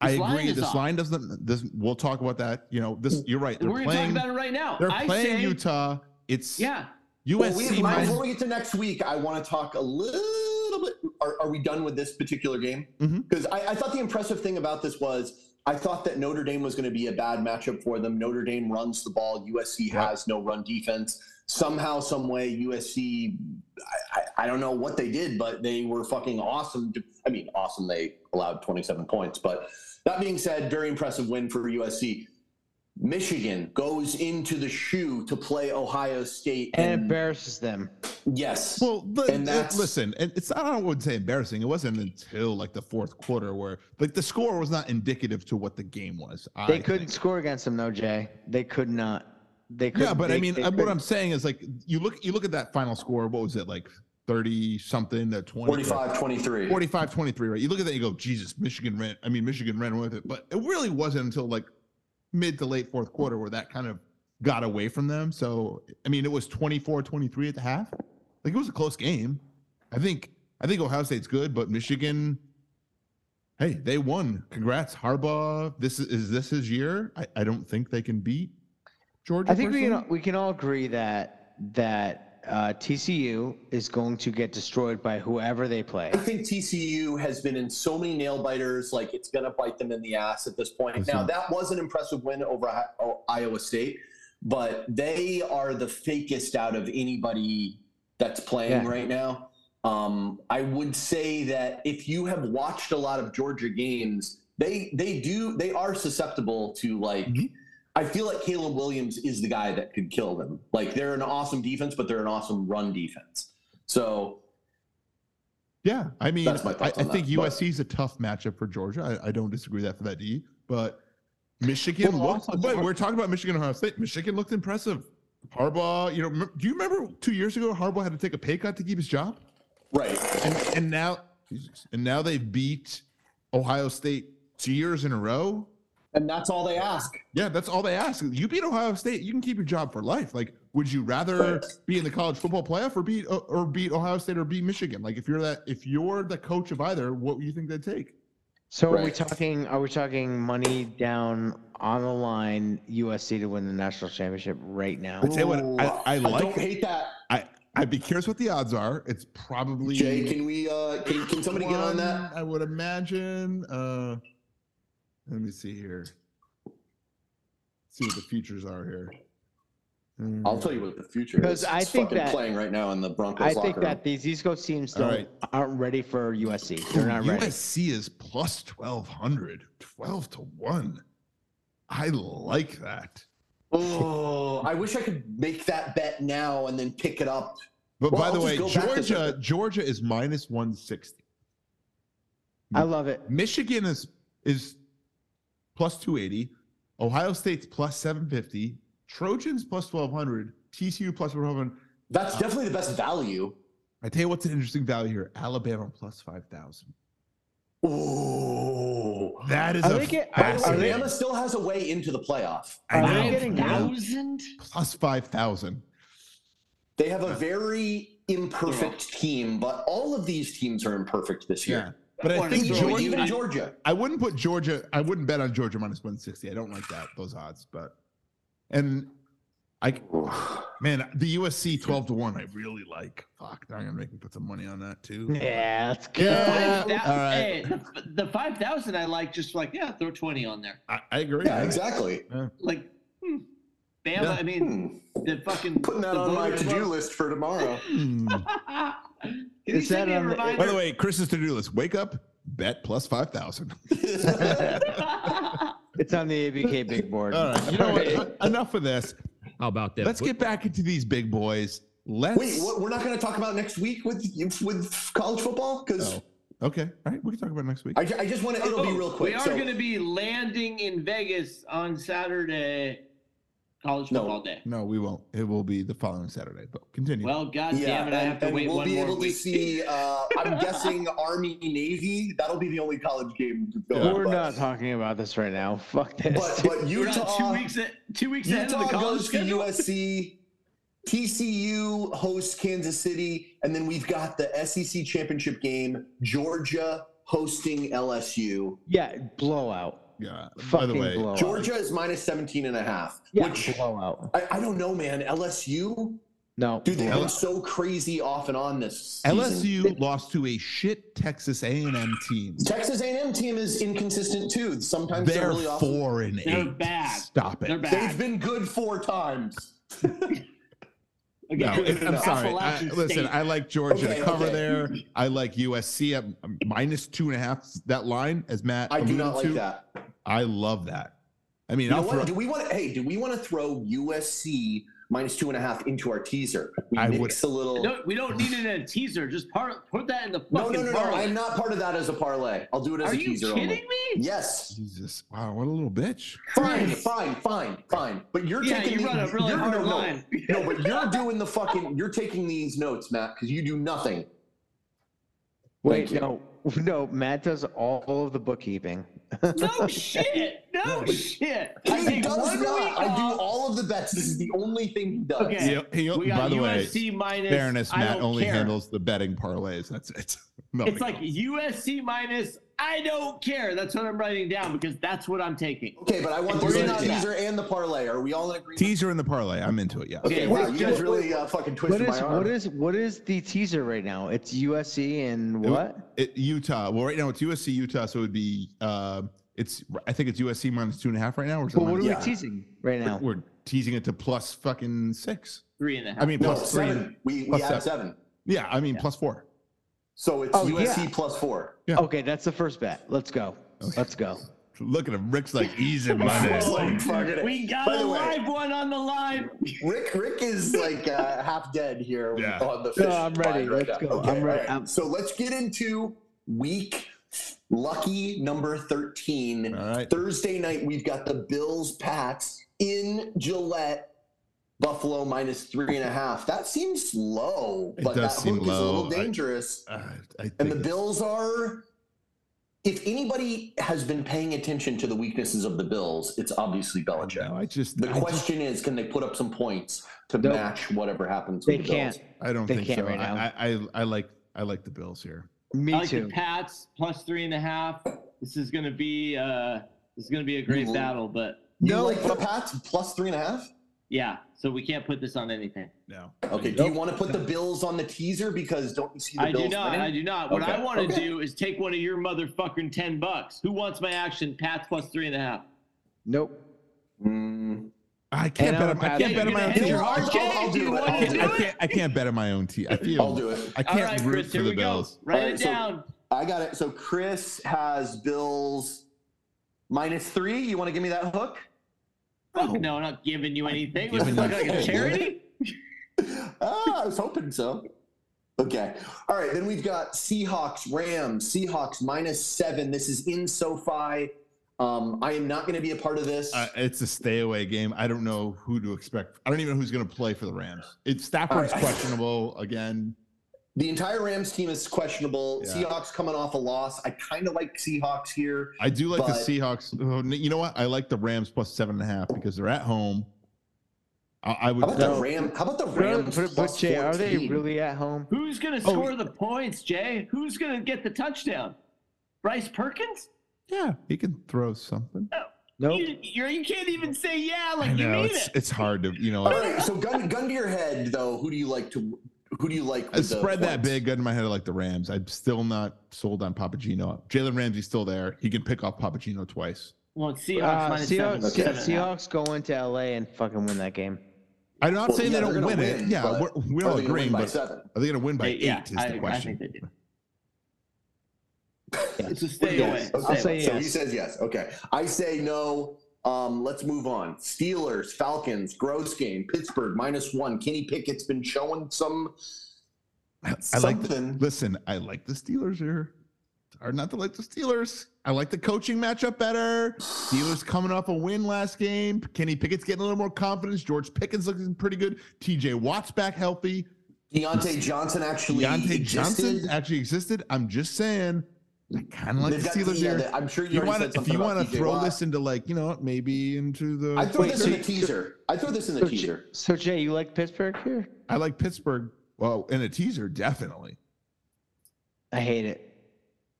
Speaker 6: I
Speaker 4: This line
Speaker 6: agree.
Speaker 4: is
Speaker 6: This
Speaker 4: off.
Speaker 6: line doesn't. This we'll talk about that. You know, this. You're right. They're
Speaker 4: We're
Speaker 6: playing.
Speaker 4: gonna talk about it right now.
Speaker 6: they're
Speaker 4: I
Speaker 6: playing
Speaker 4: say,
Speaker 6: Utah. It's
Speaker 4: Yeah.
Speaker 2: Well,
Speaker 6: USC.
Speaker 2: we,
Speaker 6: minus-
Speaker 2: before we get to next week, I want to talk a little bit. Are, are we done with this particular game?
Speaker 6: Mhm.
Speaker 2: Because I, I thought the impressive thing about this was I thought that Notre Dame was going to be a bad matchup for them. Notre Dame runs the ball. USC
Speaker 6: Yeah.
Speaker 2: has no run defense. Somehow, some way, USC. I, I, I don't know what they did, but they were fucking awesome. To, I mean, awesome. They allowed 27 points. But that being said, very impressive win for USC. Michigan goes into the shoe to play Ohio State
Speaker 5: and embarrasses them.
Speaker 2: Yes.
Speaker 6: Well, but
Speaker 2: And
Speaker 6: uh,
Speaker 2: that's-
Speaker 6: listen, and it's I don't wouldn't say embarrassing. It wasn't until like the fourth quarter where like the score was not indicative to what the game was. I
Speaker 5: They couldn't
Speaker 6: think.
Speaker 5: score against them, though, Jay. They could not. They could.
Speaker 6: Yeah, but I
Speaker 5: they-
Speaker 6: mean,
Speaker 5: they
Speaker 6: uh, what
Speaker 5: couldn't.
Speaker 6: I'm saying is like you look you look at that final score. What was it like? Thirty something to twenty.
Speaker 2: 45 23.
Speaker 6: 45 23 right you look at that you go jesus michigan ran i mean michigan ran with it but it really wasn't until like mid to late fourth quarter where that kind of got away from them so i mean it was 24 23 at the half like it was a close game i think i think ohio state's good but michigan hey, they won. Congrats, Harbaugh. This is, is this his year. I, I don't think they can beat Georgia.
Speaker 5: I think we can,
Speaker 6: personally.
Speaker 5: all- we can all agree that that uh, TCU is going to get destroyed by whoever they play.
Speaker 2: I think TCU has been in so many nail biters, like it's going to bite them in the ass at this point. Now, that was an impressive win over I- O- Iowa State, but they are the fakest out of anybody that's playing
Speaker 5: Yeah.
Speaker 2: right now. Um, I would say that if you have watched a lot of Georgia games, they they do they are susceptible to like. I feel like Caleb Williams is the guy that could kill them. Like they're an awesome defense, but they're an awesome run defense. So
Speaker 6: Yeah, I mean,
Speaker 2: That's my
Speaker 6: I, I
Speaker 2: thoughts on that,
Speaker 6: think
Speaker 2: but-
Speaker 6: USC is a tough matchup for Georgia. I, I don't disagree with that for that D, but Michigan.
Speaker 5: Well,
Speaker 6: looked,
Speaker 5: also-
Speaker 6: but we're talking about Michigan and Ohio State. Michigan looked impressive. Harbaugh, you know, rem- do you remember two years ago Harbaugh had to take a pay cut to keep his job,
Speaker 2: right,
Speaker 6: and, and now, and now they beat Ohio State two years in a row.
Speaker 2: and that's all they ask.
Speaker 6: Yeah, that's all they ask. You beat Ohio State, you can keep your job for life. Like, would you rather be in the college football playoff or beat or beat Ohio State or beat Michigan? Like, if you're that, if you're the coach of either, what do you think they'd take?
Speaker 5: So are we
Speaker 2: Right.
Speaker 5: talking? Are we talking money down on the line? USC to win the national championship right now?
Speaker 6: I'd say what
Speaker 2: Ooh,
Speaker 6: I, I
Speaker 2: don't
Speaker 6: like.
Speaker 2: hate that.
Speaker 6: I I'd be curious what the odds are. It's probably
Speaker 2: Jay, can we? Uh, can, can somebody get on that?
Speaker 6: one, I would imagine. Uh, let me see here. see what the futures are here. Mm.
Speaker 2: I'll tell you what the future is.
Speaker 5: 'Cause I
Speaker 2: It's
Speaker 5: think
Speaker 2: fucking
Speaker 5: that-
Speaker 2: playing right now in the Broncos
Speaker 5: I
Speaker 2: locker
Speaker 5: think
Speaker 2: room.
Speaker 5: that these East Coast teams
Speaker 6: All
Speaker 5: don't, aren't ready for USC. They're not ready.
Speaker 6: USC is plus 1200, 12 to 1. I like that.
Speaker 2: Oh, I wish I could make that bet now and then pick it up.
Speaker 6: But
Speaker 2: Well,
Speaker 6: by
Speaker 2: I'll
Speaker 6: the
Speaker 2: just
Speaker 6: way,
Speaker 2: go back to
Speaker 6: Georgia Georgia is minus 160.
Speaker 5: I love it.
Speaker 6: Michigan is is plus 280. Ohio State's plus 750. Trojans plus 1200. TCU plus 1200.
Speaker 2: That's definitely the best value.
Speaker 6: I tell you what's an interesting value here. Alabama plus 5000.
Speaker 2: Ooh.
Speaker 6: That is
Speaker 5: Are
Speaker 6: a
Speaker 5: they get- are they-
Speaker 6: fascinating.
Speaker 2: Alabama still has a way into the playoff.
Speaker 6: I
Speaker 5: Are
Speaker 6: know.
Speaker 5: they getting down?
Speaker 4: Thousand?
Speaker 6: Plus 5000.
Speaker 2: They have a very imperfect team, but all of these teams are imperfect this year.
Speaker 6: But I
Speaker 4: Or
Speaker 6: think
Speaker 4: is it
Speaker 2: Even,
Speaker 6: Georgia
Speaker 4: you-
Speaker 2: even Georgia.
Speaker 6: I wouldn't put Georgia. I wouldn't bet on Georgia minus one sixty. I don't like that those odds. But and I man, the USC twelve to one. I really like. Fuck, now I'm gonna make me put some money on that too.
Speaker 5: Yeah, let's go.
Speaker 6: Yeah,
Speaker 4: Five
Speaker 6: all
Speaker 4: thou-
Speaker 6: right.
Speaker 4: hey, the, the five thousand I like just like yeah, throw twenty on there.
Speaker 6: I, I agree.
Speaker 2: Yeah, exactly.
Speaker 4: Like, hmm, Bama.
Speaker 6: Yeah.
Speaker 4: I mean,
Speaker 2: Hmm.
Speaker 4: the fucking
Speaker 2: Putting that
Speaker 4: the
Speaker 2: on my
Speaker 4: voter
Speaker 2: to-do
Speaker 4: vote-
Speaker 2: list for tomorrow.
Speaker 6: Hmm.
Speaker 4: Can you
Speaker 5: Is
Speaker 4: send
Speaker 5: that
Speaker 4: me a
Speaker 5: on the-
Speaker 4: reminder?
Speaker 6: By the way, Chris's to do list: wake up, bet plus five thousand.
Speaker 5: It's on the ABK big board.
Speaker 6: All right, you know what? Enough of this.
Speaker 7: How about that?
Speaker 6: Let's get back into these big boys. Let's.
Speaker 2: Wait, what, we're not going to talk about next week with with college football because
Speaker 6: Oh, okay. All right, we can talk about it next week.
Speaker 2: I, ju- I just want to. It'll be
Speaker 4: Oh,
Speaker 2: real quick.
Speaker 4: We are
Speaker 2: so-
Speaker 4: going to be landing in Vegas on Saturday, college
Speaker 2: No.
Speaker 4: football day.
Speaker 6: No, we won't. It will be the following Saturday. But continue.
Speaker 4: Well, god
Speaker 2: yeah,
Speaker 4: damn it, I have
Speaker 2: and,
Speaker 4: to
Speaker 2: and
Speaker 4: wait
Speaker 2: we'll
Speaker 4: one
Speaker 2: be
Speaker 4: more
Speaker 2: able
Speaker 4: week.
Speaker 2: to see. Uh, I'm guessing Army Navy. That'll be the only college game. Going,
Speaker 5: We're
Speaker 2: but,
Speaker 5: not talking about this right now. Fuck
Speaker 2: But,
Speaker 5: this.
Speaker 2: but
Speaker 4: We're not two
Speaker 2: Utah,
Speaker 4: weeks, a- two weeks ahead of the
Speaker 2: Utah
Speaker 4: college
Speaker 2: goes to
Speaker 4: schedule.
Speaker 2: USC. TCU hosts Kansas City, and then we've got the SEC championship game. Georgia hosting LSU.
Speaker 5: yeah, blowout.
Speaker 6: yeah. By
Speaker 5: Fucking
Speaker 6: the way,
Speaker 5: blowout.
Speaker 2: Georgia is minus 17 and a half,
Speaker 5: yeah,
Speaker 2: which
Speaker 5: blowout.
Speaker 2: I, I don't know, man. LSU,
Speaker 5: No,
Speaker 2: dude, they've
Speaker 5: blowout.
Speaker 2: been so crazy off and on this. season.
Speaker 6: LSU lost to a shit Texas A&M team.
Speaker 2: Texas A&M team is inconsistent too. Sometimes they're,
Speaker 6: They're
Speaker 2: really off.
Speaker 6: four and eight.
Speaker 4: They're bad.
Speaker 6: Stop it.
Speaker 4: They're
Speaker 2: They've
Speaker 4: back.
Speaker 2: been good four times.
Speaker 6: No,
Speaker 4: Again,
Speaker 6: it- I'm sorry. I,
Speaker 4: Appalachian
Speaker 6: listen,
Speaker 4: State.
Speaker 6: I like Georgia
Speaker 2: Okay,
Speaker 6: to cover
Speaker 2: okay.
Speaker 6: there. I like USC at minus two and a half. That line, as Matt,
Speaker 2: I do
Speaker 6: alluded
Speaker 2: not like
Speaker 6: to.
Speaker 2: that.
Speaker 6: I love that. I mean,
Speaker 2: You know
Speaker 6: I'll
Speaker 2: what?
Speaker 6: throw,
Speaker 2: Do we want to? Hey, do we want to throw USC minus two and a half into our teaser? We
Speaker 6: I would-
Speaker 2: mix a little. No,
Speaker 4: No, we don't need it in a teaser. Just part, put that in the
Speaker 2: no,
Speaker 4: fucking
Speaker 2: no, no,
Speaker 4: parlay.
Speaker 2: I'm not part of that as a parlay. I'll do it as
Speaker 4: Are
Speaker 2: a
Speaker 4: you
Speaker 2: teaser.
Speaker 4: kidding
Speaker 2: only.
Speaker 4: me?
Speaker 2: Yes.
Speaker 6: Jesus, wow, what a little bitch.
Speaker 2: Fine, fine, fine, fine. But you're
Speaker 4: Yeah,
Speaker 2: taking the-
Speaker 4: you run a really
Speaker 2: you're-
Speaker 4: hard
Speaker 2: no, no.
Speaker 4: line.
Speaker 2: No, but you're doing the fucking. You're taking these notes, Matt, because you do nothing.
Speaker 5: Wait,
Speaker 2: Thank
Speaker 5: no, no. Matt does all of the bookkeeping.
Speaker 4: No shit. No shit.
Speaker 2: He
Speaker 4: I take
Speaker 2: does
Speaker 4: one
Speaker 2: not.
Speaker 4: week
Speaker 2: I do
Speaker 4: off.
Speaker 2: all of the the bets. This is the only thing he does.
Speaker 4: Okay.
Speaker 6: He- he-
Speaker 4: We
Speaker 6: by
Speaker 4: got
Speaker 6: the way,
Speaker 4: USC minus.
Speaker 6: fairness,
Speaker 4: I
Speaker 6: Matt
Speaker 4: don't
Speaker 6: only
Speaker 4: care.
Speaker 6: handles the betting parlays. That's it. Nothing
Speaker 4: It's like
Speaker 6: else.
Speaker 4: USC minus. I don't care. That's what I'm writing down because that's what I'm taking.
Speaker 2: Okay, but I want the
Speaker 4: We're in
Speaker 2: teaser
Speaker 4: on that.
Speaker 2: and the parlay. Are we all in agreement?
Speaker 6: teaser in the parlay. I'm into it. Yeah.
Speaker 2: Okay,
Speaker 4: Okay,
Speaker 2: wow,
Speaker 4: what-
Speaker 2: you guys really uh, fucking
Speaker 5: What
Speaker 2: twisted my
Speaker 5: is
Speaker 2: arm.
Speaker 5: what is what is the teaser right now? It's USC and
Speaker 6: It would-
Speaker 5: what?
Speaker 6: It, Utah. Well, right now it's USC Utah, so it would be. Uh, it's I think it's USC minus two and a half right now, or
Speaker 5: But
Speaker 6: something.
Speaker 5: what are
Speaker 6: minus-
Speaker 2: yeah.
Speaker 5: we teasing right now?
Speaker 6: we're, we're teasing it to plus fucking six.
Speaker 4: Three and a half.
Speaker 6: I mean,
Speaker 2: no,
Speaker 6: plus three.
Speaker 2: seven. We, we
Speaker 6: Plus
Speaker 2: had
Speaker 6: seven.
Speaker 2: seven.
Speaker 6: Yeah, I mean plus four.
Speaker 2: So it's
Speaker 5: Oh,
Speaker 2: USC
Speaker 5: yeah.
Speaker 2: plus four.
Speaker 6: Yeah.
Speaker 5: Okay, that's the first bet. Let's go. Let's go.
Speaker 6: Look at him. Rick's like easy money.
Speaker 2: It's like, fucking it.
Speaker 4: Oh, we got
Speaker 2: By
Speaker 4: a
Speaker 2: the way,
Speaker 4: live one on the live.
Speaker 2: Rick, Rick is like uh, half dead here
Speaker 6: Yeah.
Speaker 2: on the fish.
Speaker 5: I'm ready.
Speaker 2: line Right
Speaker 5: Let's
Speaker 2: now.
Speaker 5: go.
Speaker 2: Okay,
Speaker 5: I'm ready.
Speaker 2: all right.
Speaker 5: I'm-
Speaker 2: So let's get into week lucky number 13.
Speaker 6: All right.
Speaker 2: Thursday night, we've got the Bills Pats in Gillette. Buffalo minus three and a half. That seems low,
Speaker 6: It
Speaker 2: but
Speaker 6: does
Speaker 2: that
Speaker 6: seem
Speaker 2: hook is a little
Speaker 6: low. I-
Speaker 2: dangerous.
Speaker 6: Uh, I
Speaker 2: and
Speaker 6: think
Speaker 2: the Bills are. If anybody has been paying attention to the weaknesses of the Bills, it's obviously
Speaker 6: it's-
Speaker 2: Belichick.
Speaker 6: no, I just
Speaker 2: The
Speaker 6: I, just-
Speaker 2: question is, can they put up some points to
Speaker 5: Nope.
Speaker 2: match whatever happens
Speaker 5: They
Speaker 2: with the
Speaker 5: can't.
Speaker 2: Bills?
Speaker 6: I don't
Speaker 5: they
Speaker 6: think
Speaker 5: can't
Speaker 6: so.
Speaker 5: right now.
Speaker 6: I, I I- I like I like the Bills here.
Speaker 5: Me
Speaker 4: I like
Speaker 5: too.
Speaker 4: the Pats plus three and a half. This is gonna be uh, this is gonna be a great
Speaker 2: Mhm.
Speaker 4: battle, but
Speaker 2: You
Speaker 5: No,
Speaker 2: like the
Speaker 5: but-
Speaker 2: Pats plus three and a half?
Speaker 4: yeah. So we can't put this on anything.
Speaker 6: No.
Speaker 2: Okay. Do you want to put the Bills on the teaser because don't you see the
Speaker 4: I
Speaker 2: Bills
Speaker 4: do not.
Speaker 2: winning?
Speaker 4: I do not. What
Speaker 2: Okay,
Speaker 4: I want to
Speaker 2: okay.
Speaker 4: do is take one of your motherfucking ten bucks. Who wants my action? Pats plus three and a half.
Speaker 5: Nope.
Speaker 2: Mm,
Speaker 6: I can't
Speaker 5: And
Speaker 6: bet.
Speaker 5: I'm
Speaker 6: on- I
Speaker 5: a
Speaker 6: can't bet
Speaker 5: bad-
Speaker 6: on
Speaker 4: you're
Speaker 6: my
Speaker 4: gonna
Speaker 6: own
Speaker 4: hit
Speaker 6: team.
Speaker 4: your
Speaker 2: I'll-
Speaker 4: hard
Speaker 2: I'll-
Speaker 4: cash?
Speaker 2: I'll
Speaker 4: Do you
Speaker 2: do it.
Speaker 4: want
Speaker 2: I'll
Speaker 4: to
Speaker 2: do
Speaker 4: do
Speaker 6: I
Speaker 2: it.
Speaker 4: it?
Speaker 6: can't. I can't bet on my own team. I
Speaker 2: I'll
Speaker 6: feel.
Speaker 2: do it.
Speaker 6: I
Speaker 4: All
Speaker 6: can't
Speaker 4: right,
Speaker 6: root
Speaker 4: Chris.
Speaker 6: for
Speaker 4: Here
Speaker 6: the
Speaker 4: we
Speaker 6: Bills.
Speaker 4: go. Write
Speaker 2: All right,
Speaker 4: it
Speaker 2: so-
Speaker 4: down.
Speaker 2: I got it. So Chris has Bills minus three. You want to give me that hook?
Speaker 4: Fuck no, I'm not giving you anything. What's
Speaker 6: giving
Speaker 4: this look
Speaker 2: you
Speaker 4: like a
Speaker 2: anything.
Speaker 4: charity?
Speaker 2: Ah, I was hoping so. Okay. All right. Then we've got Seahawks, Rams, Seahawks minus seven. This is in SoFi. Um, I am not going to be a part of this.
Speaker 6: Uh, it's a stay away game. I don't know who to expect. I don't even know who's going to play for the Rams. It's Stafford's
Speaker 2: I- I-
Speaker 6: questionable again.
Speaker 2: the entire Rams team is questionable.
Speaker 6: Yeah.
Speaker 2: Seahawks coming off a loss. I kind of like Seahawks here.
Speaker 6: I do like the
Speaker 2: But-
Speaker 6: Seahawks. Oh, n- You know what? I like the Rams plus seven and a half because they're at home. I, I would.
Speaker 2: How about the Ram? How about the Rams?
Speaker 5: But, but
Speaker 2: plus
Speaker 5: Jay, are they
Speaker 2: 14?
Speaker 5: really at home?
Speaker 4: Who's gonna
Speaker 6: Oh,
Speaker 4: score the points, Jay? Who's gonna get the touchdown? Bryce Perkins?
Speaker 6: yeah, he can throw something.
Speaker 5: Nope.
Speaker 4: You, you're, you can't even say yeah
Speaker 6: I
Speaker 4: like you
Speaker 6: know
Speaker 4: mean
Speaker 6: it's
Speaker 4: it.
Speaker 6: it's hard to you know.
Speaker 2: All right. So gun, gun to your head though. Who do you like to? Who do you like?
Speaker 6: I
Speaker 2: with the
Speaker 6: Uh, spread that
Speaker 2: points?
Speaker 6: big gun in my head. I like the Rams. I'm still not sold on Papagino. Jalen Ramsey's still there. He can pick off Papagino twice.
Speaker 4: Well, it's Seahawks
Speaker 5: Uh,
Speaker 4: minus seven.
Speaker 5: Seahawks,
Speaker 4: seven and a half.
Speaker 5: Seahawks go into LA and fucking win that game.
Speaker 6: I'm not
Speaker 2: Well,
Speaker 6: saying
Speaker 2: yeah,
Speaker 6: they
Speaker 2: they're
Speaker 6: don't
Speaker 2: gonna
Speaker 6: win, it.
Speaker 2: win,
Speaker 6: Yeah,
Speaker 2: but
Speaker 6: we're, we're
Speaker 2: Are
Speaker 6: all
Speaker 2: they gonna win
Speaker 6: agreeing,
Speaker 2: by
Speaker 6: but
Speaker 2: seven?
Speaker 6: are they going to win by
Speaker 4: They-
Speaker 6: eight?
Speaker 4: yeah,
Speaker 6: is the
Speaker 4: I, I
Speaker 6: question.
Speaker 4: think they do. It's a stay away.
Speaker 2: Yes.
Speaker 5: I'll
Speaker 2: Okay.
Speaker 5: say
Speaker 2: so
Speaker 5: yes.
Speaker 2: he says yes. Okay. I say no. Um, let's move on. Steelers, Falcons, gross game, Pittsburgh, minus one. Kenny Pickett's been showing some
Speaker 6: I like the-
Speaker 2: something.
Speaker 6: Listen, I like the Steelers here. Or not to like the Steelers. I like the coaching matchup better. Steelers coming off a win last game. Kenny Pickett's getting a little more confidence. George Pickens looking pretty good. TJ Watt's back healthy.
Speaker 2: Deontay Johnson actually
Speaker 6: Deontay Johnson
Speaker 2: existed.
Speaker 6: actually existed. I'm just saying, I kind of like
Speaker 2: They've
Speaker 6: the
Speaker 2: got-
Speaker 6: Steelers
Speaker 2: yeah,
Speaker 6: here.
Speaker 2: they- I'm sure you,
Speaker 6: you
Speaker 2: already
Speaker 6: want
Speaker 2: said
Speaker 6: to if
Speaker 2: something
Speaker 6: you
Speaker 2: about
Speaker 6: want to
Speaker 2: TJ
Speaker 6: throw
Speaker 2: Watt.
Speaker 6: this into like you know what, maybe into the.
Speaker 2: I throw
Speaker 5: Wait,
Speaker 2: this
Speaker 5: so
Speaker 2: in the
Speaker 5: you-
Speaker 2: teaser. I throw this in the
Speaker 5: So,
Speaker 2: teaser.
Speaker 5: so Jay, you like Pittsburgh here?
Speaker 6: I like Pittsburgh. Well, in a teaser, definitely.
Speaker 5: I hate it.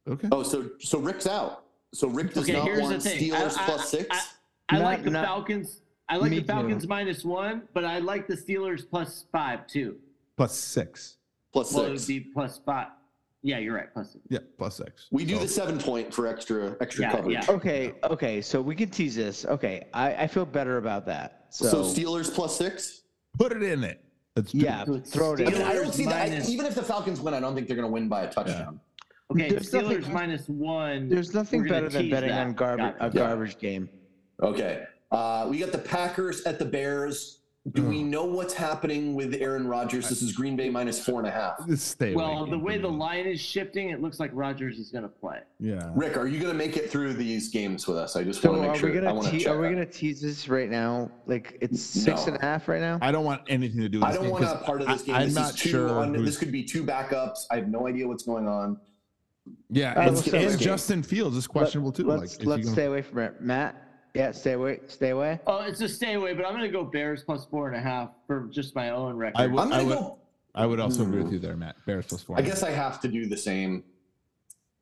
Speaker 6: Okay.
Speaker 2: Oh, so so Rick's out. So Rick does
Speaker 4: Okay,
Speaker 2: not
Speaker 4: here's the
Speaker 2: want
Speaker 4: thing.
Speaker 2: Steelers
Speaker 4: I- I-
Speaker 2: plus six.
Speaker 4: I
Speaker 5: Not-
Speaker 4: like the
Speaker 5: not-
Speaker 4: Falcons. I like
Speaker 5: Me
Speaker 4: the Falcons
Speaker 5: too.
Speaker 4: minus one, but I like the Steelers plus five too.
Speaker 6: Plus six.
Speaker 2: plus
Speaker 4: Well, it would
Speaker 2: six.
Speaker 4: be plus five. Yeah, you're right. Plus six.
Speaker 6: Yeah, plus six.
Speaker 2: We do
Speaker 6: So-
Speaker 2: the seven point for extra extra
Speaker 4: Yeah,
Speaker 2: coverage.
Speaker 4: yeah.
Speaker 5: Okay, okay, so we can tease this. Okay, I, I feel better about that. So,
Speaker 2: So Steelers plus six.
Speaker 6: Put it in it. Let's do
Speaker 5: yeah,
Speaker 4: So
Speaker 5: throw it in.
Speaker 2: I mean, I don't
Speaker 4: Steelers
Speaker 2: see that. I-
Speaker 4: minus-
Speaker 2: even if the Falcons win, I don't think they're going to win by a touchdown.
Speaker 4: Okay,
Speaker 5: There's
Speaker 4: Steelers
Speaker 5: nothing-
Speaker 4: minus one.
Speaker 5: There's nothing
Speaker 4: We're gonna
Speaker 5: better than
Speaker 4: tease
Speaker 5: betting
Speaker 4: that.
Speaker 5: on garbage
Speaker 4: Got
Speaker 5: a
Speaker 4: it.
Speaker 2: Yeah.
Speaker 5: garbage game.
Speaker 2: Okay. Uh, we got the Packers at the Bears. Do
Speaker 5: Mm.
Speaker 2: we know what's happening with Aaron Rodgers? This is Green Bay minus four and a half.
Speaker 6: Just stay
Speaker 4: Well,
Speaker 6: awake.
Speaker 4: the way the line is shifting, it looks like Rogers is going to play.
Speaker 6: Yeah.
Speaker 2: Rick, are you going to make it through these games with us? I just
Speaker 5: So
Speaker 2: want to
Speaker 5: are
Speaker 2: make sure.
Speaker 5: we
Speaker 2: I
Speaker 5: gonna
Speaker 2: want to
Speaker 5: te-
Speaker 2: check.
Speaker 5: are we gonna tease this right now? Like it's six
Speaker 2: No.
Speaker 5: and a half right now.
Speaker 6: I don't want anything to do with
Speaker 2: I
Speaker 6: this
Speaker 2: don't
Speaker 6: game
Speaker 2: want a
Speaker 6: 'cause
Speaker 2: part of this
Speaker 6: I-
Speaker 2: game.
Speaker 6: I'm
Speaker 2: this
Speaker 6: not
Speaker 2: is too
Speaker 6: sure
Speaker 2: un-
Speaker 6: who's-
Speaker 2: this could be two backups. I have no idea what's going on.
Speaker 6: Yeah,
Speaker 5: right,
Speaker 6: and,
Speaker 5: let's stay
Speaker 6: and
Speaker 5: awake.
Speaker 6: Justin Fields is questionable too.
Speaker 5: Let's
Speaker 6: like, is he
Speaker 5: let's
Speaker 6: gonna-
Speaker 5: stay away from it, Matt. Yeah, stay away. Stay away.
Speaker 4: Oh, it's a stay away, but I'm going to go Bears plus four and a half for just my own record.
Speaker 6: I would,
Speaker 2: I'm
Speaker 6: I
Speaker 2: gonna
Speaker 6: would,
Speaker 2: go.
Speaker 6: I would also agree
Speaker 5: Mm.
Speaker 6: with you there, Matt. Bears plus four.
Speaker 2: I guess I have to do the same.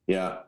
Speaker 2: Yeah.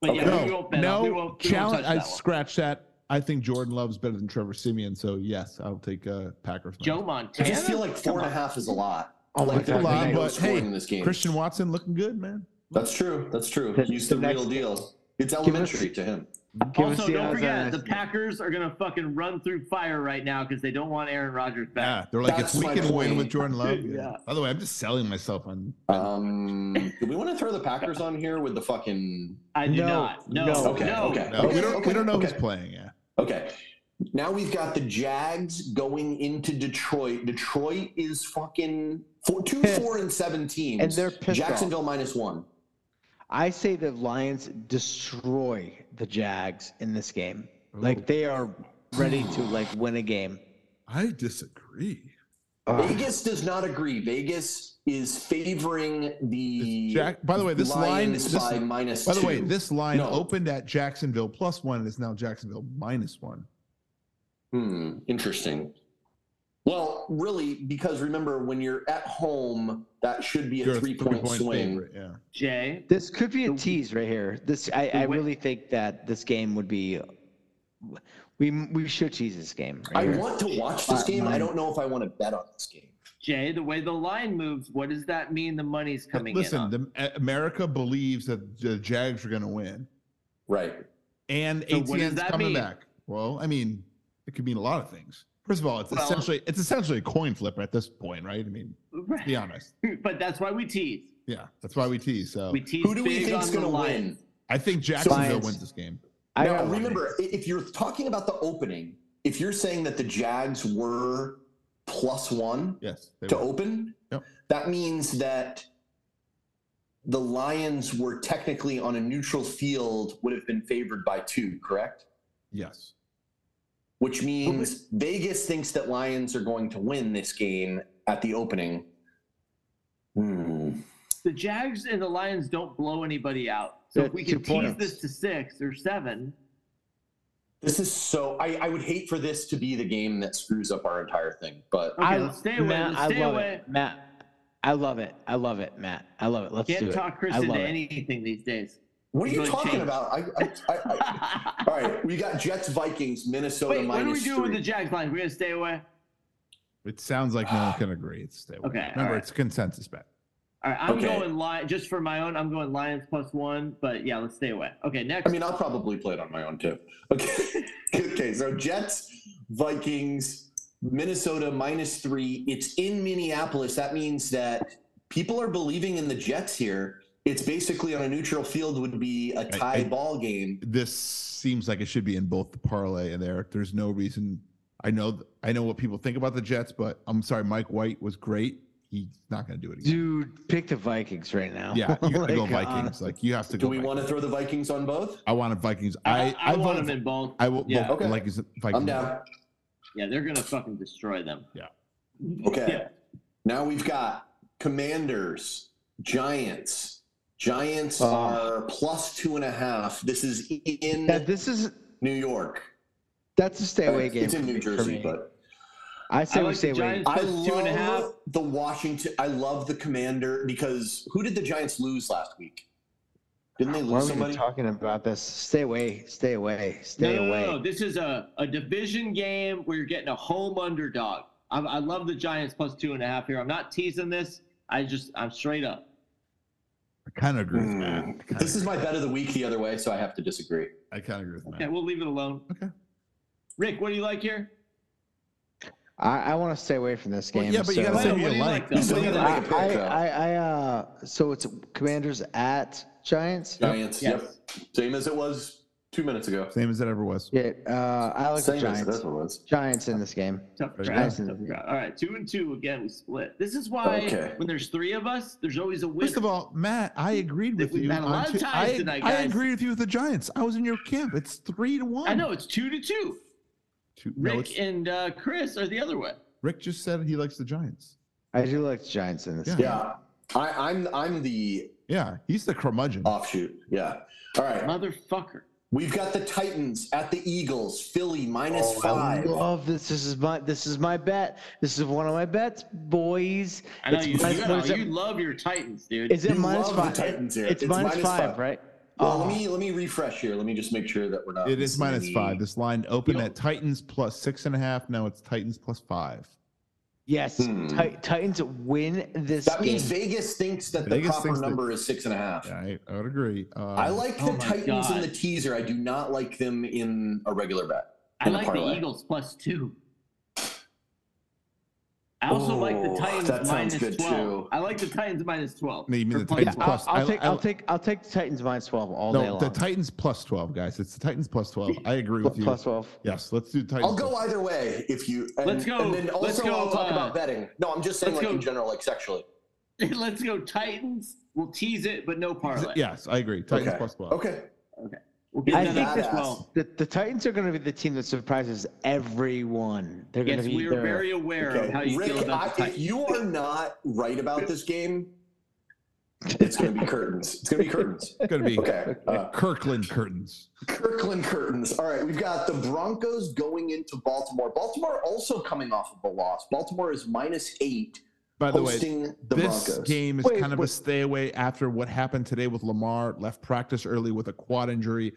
Speaker 4: but yeah,
Speaker 6: no,
Speaker 4: we won't bet. on-
Speaker 6: no
Speaker 4: we won't, we won't
Speaker 6: challenge.
Speaker 4: touch that
Speaker 6: I
Speaker 4: one.
Speaker 6: scratch that. I think Jordan Love's better than Trevor Simeon. So yes, I'll take uh, Packers. money.
Speaker 4: Joe
Speaker 2: I
Speaker 4: Montana.
Speaker 2: just feel like four and a half is a lot. Oh
Speaker 6: my God. But, hey,
Speaker 2: in this game.
Speaker 6: Christian Watson looking good, man.
Speaker 2: That's true. That's true.
Speaker 5: The-
Speaker 2: He's
Speaker 5: the
Speaker 2: the, real
Speaker 5: next-
Speaker 2: deal. It's elementary to him.
Speaker 5: Give us
Speaker 4: also,
Speaker 5: the
Speaker 4: don't
Speaker 5: odds on
Speaker 4: forget,
Speaker 5: this.
Speaker 4: the Packers are going to fucking run through fire right now because they don't want Aaron Rodgers back.
Speaker 6: Yeah, they're like
Speaker 2: That's
Speaker 6: if we
Speaker 2: my
Speaker 6: can win
Speaker 2: point.
Speaker 6: with Jordan Love.
Speaker 4: Yeah.
Speaker 6: By the way, I'm just selling myself on.
Speaker 2: Um, do we want to throw the Packers on here with the fucking?
Speaker 4: I do
Speaker 5: No,
Speaker 4: not. No.
Speaker 5: no.
Speaker 2: Okay.
Speaker 4: no.
Speaker 2: Okay.
Speaker 6: No, we don't. we don't know who's playing. Yeah.
Speaker 2: Okay. Now we've got the Jags going into Detroit. Detroit is fucking four, two,
Speaker 5: Pissed.
Speaker 2: four, and seven teams.
Speaker 5: And they're pissed off.
Speaker 2: Jacksonville minus one.
Speaker 5: I say the Lions destroy the Jags in this game. Like they are ready to like win a game.
Speaker 6: I disagree. Ah.
Speaker 5: Ugh.
Speaker 2: Vegas does not agree. Vegas is favoring the.
Speaker 6: Jack- by the way, this line-
Speaker 2: Lions
Speaker 6: this-
Speaker 2: by minus
Speaker 6: By the way,
Speaker 2: two.
Speaker 6: this line
Speaker 2: No.
Speaker 6: opened at Jacksonville plus one and is now Jacksonville minus one.
Speaker 2: Hmm, interesting. Well, really, because remember, when you're at home, that should be a
Speaker 6: You're a
Speaker 2: three point
Speaker 6: three-point
Speaker 2: swing.
Speaker 6: favorite, Yeah.
Speaker 4: Jay,
Speaker 5: This could be a tease right here. This I, I really think that this game would be. We we should tease this game. Right
Speaker 2: I
Speaker 5: here.
Speaker 2: want to watch this game. I don't know if I want to bet on this game.
Speaker 4: Jay, the way the line moves, what does that mean? The money's coming in.
Speaker 6: Listen,
Speaker 4: on?
Speaker 6: the, A- America believes that the Jags are going to win,
Speaker 2: Right.
Speaker 6: and
Speaker 4: So what does
Speaker 6: ATN's
Speaker 4: that
Speaker 6: coming
Speaker 4: mean?
Speaker 6: back. Well, I mean, it could mean a lot of things. First of all, it's
Speaker 4: Well-
Speaker 6: essentially it's essentially a coin flip at this point, right? I mean,
Speaker 4: Right.
Speaker 6: to be honest,
Speaker 4: but that's why we tease.
Speaker 6: yeah, that's why we tease. So
Speaker 4: We tease
Speaker 2: Who do we
Speaker 4: big
Speaker 2: think's
Speaker 4: on the
Speaker 2: going to
Speaker 4: line.
Speaker 2: win?
Speaker 6: I think Jacksonville
Speaker 5: Lions.
Speaker 6: wins this game.
Speaker 5: I
Speaker 2: now,
Speaker 5: got one.
Speaker 2: remember, i- if you're talking about the opening, if you're saying that the Jags were plus one
Speaker 6: Yes, they
Speaker 2: to
Speaker 6: will.
Speaker 2: open,
Speaker 6: Yep.
Speaker 2: that means that the Lions were technically on a neutral field, would have been favored by two, correct?
Speaker 6: yes.
Speaker 2: which means Vegas thinks that Lions are going to win this game at the opening. Hmm.
Speaker 4: The Jags and the Lions don't blow anybody out. So if
Speaker 5: That's
Speaker 4: we
Speaker 5: two
Speaker 4: can tease
Speaker 5: points.
Speaker 4: this to six or seven,
Speaker 2: This is so. I, I would hate for this to be the game that screws up our entire thing, but
Speaker 4: okay, let's stay away.
Speaker 5: Matt,
Speaker 4: let's stay
Speaker 5: I love
Speaker 4: away.
Speaker 5: it, Matt. I love it. I love it, Matt. I love it. Let's do
Speaker 4: Can't
Speaker 5: it.
Speaker 4: talk Chris
Speaker 5: I
Speaker 4: into
Speaker 5: love it.
Speaker 4: anything these days.
Speaker 2: what are you
Speaker 4: Really
Speaker 2: talking
Speaker 4: changed.
Speaker 2: about? I, I, I, I, all right, we got Jets, Vikings, Minnesota
Speaker 4: Wait, what are we
Speaker 2: minus
Speaker 4: doing with the
Speaker 2: three.
Speaker 4: Jags line? We're gonna stay away.
Speaker 6: It sounds like no one can agree. It's stay away.
Speaker 4: Ah. Okay,
Speaker 6: Remember,
Speaker 4: alright.
Speaker 6: it's a consensus bet.
Speaker 4: All right, I'm
Speaker 2: Okay.
Speaker 4: going lion just for my own. I'm going Lions plus one, but yeah, let's stay away. Okay, next.
Speaker 2: I mean, I'll probably play it on my own too. Okay, okay. So Jets, Vikings, Minnesota minus three. It's in Minneapolis. That means that people are believing in the Jets here. It's basically on a neutral field would be a tie
Speaker 6: I-
Speaker 2: ball game.
Speaker 6: This seems like it should be in both the parlay and there. There's no reason. I know. I know what people think about the Jets, but I'm sorry, Mike White was great. He's not going to do it again.
Speaker 5: Dude, pick the Vikings right now.
Speaker 6: Yeah, you got to go
Speaker 5: Like,
Speaker 4: uh,
Speaker 6: Vikings.
Speaker 5: honestly.
Speaker 6: Like you have to go.
Speaker 2: Do we want to throw the Vikings on both?
Speaker 6: I want a Vikings.
Speaker 4: I,
Speaker 6: I
Speaker 4: I, want
Speaker 6: vote-
Speaker 4: them in both.
Speaker 6: I will.
Speaker 4: Yeah.
Speaker 6: vote
Speaker 2: Okay.
Speaker 6: Vikings. Vikings.
Speaker 2: I'm down.
Speaker 4: Yeah, they're gonna fucking destroy them.
Speaker 6: Yeah.
Speaker 2: Okay.
Speaker 4: Yeah.
Speaker 2: Now we've got Commanders, Giants. Giants
Speaker 5: Oh.
Speaker 2: are plus two and a half. This is in
Speaker 5: uh, That- this is
Speaker 2: New York.
Speaker 5: that's a stay away game.
Speaker 2: It's in
Speaker 5: for
Speaker 2: New
Speaker 5: me- for
Speaker 2: Jersey,
Speaker 5: me.
Speaker 2: but
Speaker 5: I say
Speaker 4: I
Speaker 5: we
Speaker 4: like
Speaker 5: stay
Speaker 4: the
Speaker 5: away.
Speaker 4: Giants
Speaker 2: I
Speaker 4: plus
Speaker 2: love
Speaker 4: two and a half.
Speaker 2: the Washington. I love the commander because who did the Giants lose last week? Didn't they
Speaker 5: Why are
Speaker 2: lose
Speaker 5: we even
Speaker 2: somebody?
Speaker 5: talking about this? Stay away. Stay away.
Speaker 4: No,
Speaker 5: Stay
Speaker 4: no,
Speaker 5: away.
Speaker 4: no, no. This is a, a division game where you're getting a home underdog. I, I love the Giants plus two and a half here. I'm not teasing this. I just I'm straight up.
Speaker 6: I kind of agree with
Speaker 2: Hmm.
Speaker 6: Matt. I kinda-
Speaker 2: This is my bet of the week the other way, so I have to disagree.
Speaker 6: I kind of agree with
Speaker 4: Okay,
Speaker 6: Matt.
Speaker 4: we'll leave it alone.
Speaker 6: Okay.
Speaker 4: Rick, what do you like here?
Speaker 5: I, I want to stay away from this game.
Speaker 6: Well, yeah, but you
Speaker 5: so-
Speaker 6: gotta
Speaker 4: Well,
Speaker 6: say who
Speaker 4: what
Speaker 6: you
Speaker 4: do you
Speaker 6: like.
Speaker 4: like, though?
Speaker 2: So
Speaker 4: What do
Speaker 2: you
Speaker 4: you
Speaker 2: gotta
Speaker 5: I,
Speaker 2: make
Speaker 4: like?
Speaker 2: a pick,
Speaker 5: I,
Speaker 2: though.
Speaker 5: I, I, uh, so it's Commanders at Giants.
Speaker 2: Giants.
Speaker 4: Yes.
Speaker 2: Yep. Same as it was two minutes ago.
Speaker 6: Same as it ever was.
Speaker 5: Yeah, uh, I like the
Speaker 2: Same as it
Speaker 5: Giants.
Speaker 2: ever was.
Speaker 5: Giants in this game.
Speaker 4: Tough
Speaker 6: There you
Speaker 4: crowd.
Speaker 5: go.
Speaker 4: Tough crowd. All right, two and two again. We split. This is why
Speaker 2: Okay.
Speaker 4: when there's three of us, there's always a win.
Speaker 6: First of all, Matt, I agreed with
Speaker 4: We've
Speaker 6: you.
Speaker 4: had a
Speaker 6: on
Speaker 4: lot of
Speaker 6: two-
Speaker 4: ties
Speaker 6: I,
Speaker 4: tonight,
Speaker 6: I
Speaker 4: guys.
Speaker 6: agreed with you with the Giants. I was in your camp. It's three to one.
Speaker 4: I know it's two to two.
Speaker 6: Two, no,
Speaker 4: Rick
Speaker 6: it's-
Speaker 4: and uh, Chris are the other way.
Speaker 6: Rick just said he likes the Giants.
Speaker 5: I do like the Giants in this
Speaker 6: Yeah.
Speaker 5: game.
Speaker 2: Yeah. I, I'm I'm the
Speaker 6: Yeah, he's the curmudgeon.
Speaker 2: Uh, offshoot. Yeah. All right.
Speaker 4: Motherfucker.
Speaker 2: We've got the Titans at the Eagles, Philly minus
Speaker 5: Oh,
Speaker 2: five.
Speaker 5: I love this. This is my this is my bet. This is one of my bets, boys.
Speaker 4: I know
Speaker 5: It's
Speaker 4: you, you,
Speaker 5: minus-
Speaker 4: know,
Speaker 5: what is it?
Speaker 4: you love your Titans, dude.
Speaker 5: Is it
Speaker 2: You
Speaker 5: minus
Speaker 2: love the
Speaker 5: five?
Speaker 2: Titans here.
Speaker 5: It's,
Speaker 2: It's
Speaker 5: minus
Speaker 2: minus
Speaker 5: five,
Speaker 2: five.
Speaker 5: right?
Speaker 2: Well, let
Speaker 5: Oh.
Speaker 2: me let me refresh here. Let me just make sure that we're not.
Speaker 6: It is minus
Speaker 2: missing
Speaker 6: five.
Speaker 2: any-
Speaker 6: This line opened
Speaker 4: Yo.
Speaker 6: at Titans plus six and a half. Now it's Titans plus five.
Speaker 5: Yes,
Speaker 2: Hmm.
Speaker 5: Ti- Titans win this
Speaker 2: That
Speaker 5: game.
Speaker 2: means Vegas thinks that
Speaker 6: Vegas
Speaker 2: the proper
Speaker 6: thinks that-
Speaker 2: number is six and a half.
Speaker 6: Yeah, I, I would agree. Uh,
Speaker 2: I like
Speaker 4: Oh
Speaker 2: the
Speaker 4: my
Speaker 2: Titans in
Speaker 4: God.
Speaker 2: the teaser. I do not like them in a regular bet.
Speaker 4: I
Speaker 2: in a
Speaker 4: like the
Speaker 2: parlay.
Speaker 4: Eagles plus two. I also like the
Speaker 2: Oh,
Speaker 4: Titans
Speaker 2: that sounds
Speaker 4: minus
Speaker 2: good,
Speaker 4: 12.
Speaker 2: too.
Speaker 4: I like the Titans minus 12.
Speaker 6: No, you mean
Speaker 4: for
Speaker 6: the
Speaker 4: plus
Speaker 6: Titans
Speaker 4: 12.
Speaker 5: I'll,
Speaker 6: plus-
Speaker 5: I'll
Speaker 6: I-
Speaker 5: take
Speaker 6: I-
Speaker 5: I'll take I'll take the Titans minus twelve all day
Speaker 6: no,
Speaker 5: long.
Speaker 6: the Titans plus twelve, guys. It's the Titans plus twelve. I agree with you.
Speaker 5: plus twelve.
Speaker 6: Yes, let's do Titans.
Speaker 2: I'll
Speaker 6: plus-
Speaker 2: go either way if you. And,
Speaker 4: Let's go-
Speaker 2: And then also,
Speaker 4: let's go,
Speaker 2: I'll talk
Speaker 4: uh,
Speaker 2: about betting. No, I'm just saying,
Speaker 4: let's
Speaker 2: like
Speaker 4: go-
Speaker 2: in general, like sexually.
Speaker 4: Let's go Titans. We'll tease it, but no parlay.
Speaker 6: Yes, I agree. Titans
Speaker 2: okay.
Speaker 6: plus twelve.
Speaker 2: Okay.
Speaker 4: We'll get
Speaker 5: I
Speaker 4: that
Speaker 5: think
Speaker 4: up
Speaker 2: that's-
Speaker 4: as well.
Speaker 5: The, the Titans are going to be the team that surprises everyone. They're going
Speaker 4: Yes,
Speaker 5: to be
Speaker 4: we are
Speaker 5: their-
Speaker 4: very aware of how
Speaker 2: Okay.
Speaker 4: you
Speaker 2: Rick,
Speaker 4: feel about the
Speaker 2: I, if
Speaker 4: Titans.
Speaker 2: you are not right about this game, it's going to be curtains. It's going to be curtains.
Speaker 6: It's gonna be
Speaker 2: Okay. Uh,
Speaker 6: Kirkland curtains.
Speaker 2: Kirkland curtains. All right, we've got the Broncos going into Baltimore. Baltimore also coming off of a loss. Baltimore is minus eight,
Speaker 6: By the way,
Speaker 2: hosting the
Speaker 6: this
Speaker 2: Broncos.
Speaker 6: game is
Speaker 5: Wait,
Speaker 6: kind of a
Speaker 5: wait.
Speaker 6: stay away after what happened today with Lamar. Left practice early with a quad injury.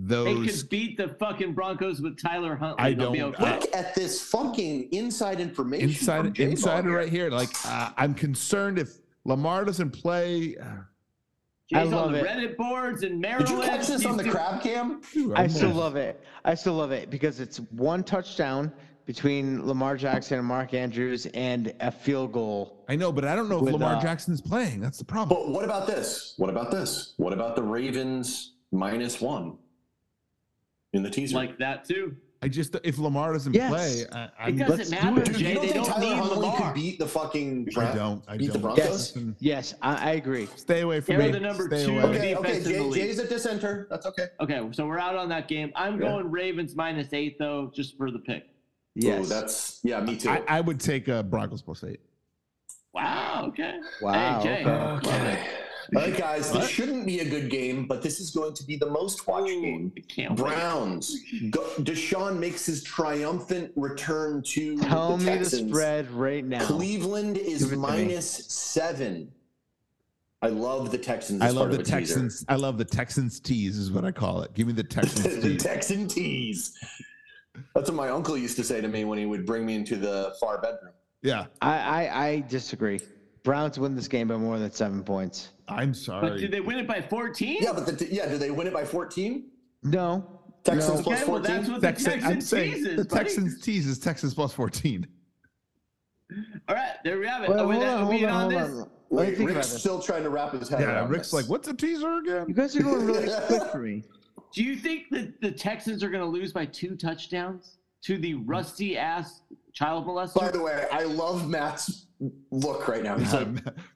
Speaker 4: They
Speaker 6: Those
Speaker 4: could beat the fucking Broncos with Tyler Huntley.
Speaker 6: I
Speaker 4: They'll be
Speaker 6: don't-
Speaker 4: okay.
Speaker 2: Look at this fucking inside information. from
Speaker 6: uh, inside
Speaker 2: J-Bone
Speaker 6: insider
Speaker 2: here.
Speaker 6: right here. Like uh, I'm concerned if Lamar doesn't play. uh,
Speaker 5: I
Speaker 4: Jay's
Speaker 5: love
Speaker 4: on the
Speaker 5: it.
Speaker 4: Reddit boards in Maryland.
Speaker 2: Did you catch this on
Speaker 4: He's
Speaker 2: the
Speaker 4: doing-
Speaker 2: crab cam?
Speaker 6: dude,
Speaker 5: I
Speaker 6: I'm
Speaker 5: still
Speaker 6: gonna-
Speaker 5: love it. I still love it because it's one touchdown between Lamar Jackson and Mark Andrews and a field goal.
Speaker 6: I know, but I don't know if
Speaker 5: With,
Speaker 6: Lamar
Speaker 5: uh,
Speaker 6: Jackson's playing. That's the problem.
Speaker 2: But what about this? What about this? What about the Ravens minus one in the teaser?
Speaker 4: Like that, too.
Speaker 6: I just if Lamar doesn't
Speaker 5: Yes.
Speaker 6: play, I, I'm,
Speaker 4: it
Speaker 5: let's
Speaker 4: doesn't
Speaker 5: do
Speaker 4: matter,
Speaker 5: it.
Speaker 2: Dude,
Speaker 4: Jay.
Speaker 2: you don't
Speaker 4: They
Speaker 2: think
Speaker 4: don't
Speaker 2: Tyler
Speaker 4: need
Speaker 2: Huntley
Speaker 4: Lamar.
Speaker 2: could beat the fucking
Speaker 6: I
Speaker 2: Bron-
Speaker 6: don't. I
Speaker 2: beat the
Speaker 6: don't.
Speaker 2: Broncos?
Speaker 5: Yes, yes, I, I agree.
Speaker 6: Stay away from
Speaker 4: They're
Speaker 6: me.
Speaker 4: the number
Speaker 6: Stay
Speaker 4: two.
Speaker 6: away.
Speaker 2: Okay,
Speaker 4: Defense
Speaker 2: okay,
Speaker 4: in the
Speaker 2: Jay,
Speaker 4: league.
Speaker 2: Jay's at dissenter. That's okay.
Speaker 4: Okay, so we're out on that game. I'm
Speaker 2: Yeah.
Speaker 4: going Ravens minus eight, though, just for the pick.
Speaker 5: Yes.
Speaker 2: Ooh, that's yeah, me too.
Speaker 6: I, I would take uh, Broncos plus eight.
Speaker 4: Wow, okay.
Speaker 5: wow.
Speaker 4: Jay.
Speaker 5: okay.
Speaker 2: okay. All right, guys,
Speaker 6: What?
Speaker 2: this shouldn't be a good game, but this is going to be the most watched game.
Speaker 4: I can't wait.
Speaker 2: Browns. Go, Deshaun makes his triumphant return to
Speaker 5: Tell
Speaker 2: the
Speaker 5: me the
Speaker 2: Texans.
Speaker 5: spread right now.
Speaker 2: Cleveland
Speaker 5: Give
Speaker 2: is
Speaker 5: it to me.
Speaker 2: minus seven. I love the Texans.
Speaker 6: I
Speaker 2: as
Speaker 6: love
Speaker 2: part of
Speaker 6: the
Speaker 2: a teaser.
Speaker 6: Texans. I love the Texans tease is what I call it. Give me the Texans
Speaker 2: the
Speaker 6: tease.
Speaker 2: Texan tease. That's what my uncle used to say to me when he would bring me into the far bedroom.
Speaker 6: yeah,
Speaker 5: I, I, I disagree. Browns win this game by more than seven points.
Speaker 6: I'm
Speaker 4: But did
Speaker 6: sorry.
Speaker 4: they win it by 14?
Speaker 2: Yeah, but the, yeah, do they win it by 14?
Speaker 5: No.
Speaker 2: Texans
Speaker 5: No.
Speaker 2: plus
Speaker 4: Okay, well,
Speaker 2: 14?
Speaker 4: that's what
Speaker 6: Texan-
Speaker 4: the
Speaker 6: I'm
Speaker 4: Texans
Speaker 6: saying
Speaker 4: teases,
Speaker 6: the
Speaker 4: buddy.
Speaker 6: Texans tease is Texas plus 14.
Speaker 4: All right, there we have it. Oh, Are
Speaker 5: Well,
Speaker 4: we
Speaker 5: hold
Speaker 4: that-
Speaker 5: on,
Speaker 4: are we
Speaker 5: hold
Speaker 4: in
Speaker 5: on, hold
Speaker 4: on
Speaker 5: on.
Speaker 4: this?
Speaker 5: Let me
Speaker 2: Wait,
Speaker 5: think about
Speaker 2: Rick's
Speaker 5: this.
Speaker 2: still trying to wrap his head
Speaker 6: Yeah,
Speaker 2: around
Speaker 6: Rick's
Speaker 2: this.
Speaker 6: like, what's a teaser
Speaker 5: You
Speaker 6: again?
Speaker 5: guys are going really quick for me.
Speaker 4: Do you think that the Texans are going to lose by two touchdowns to the rusty ass child
Speaker 2: By
Speaker 4: molester?
Speaker 2: the way, I love Matt's look right now.
Speaker 6: Uh,
Speaker 2: He's like,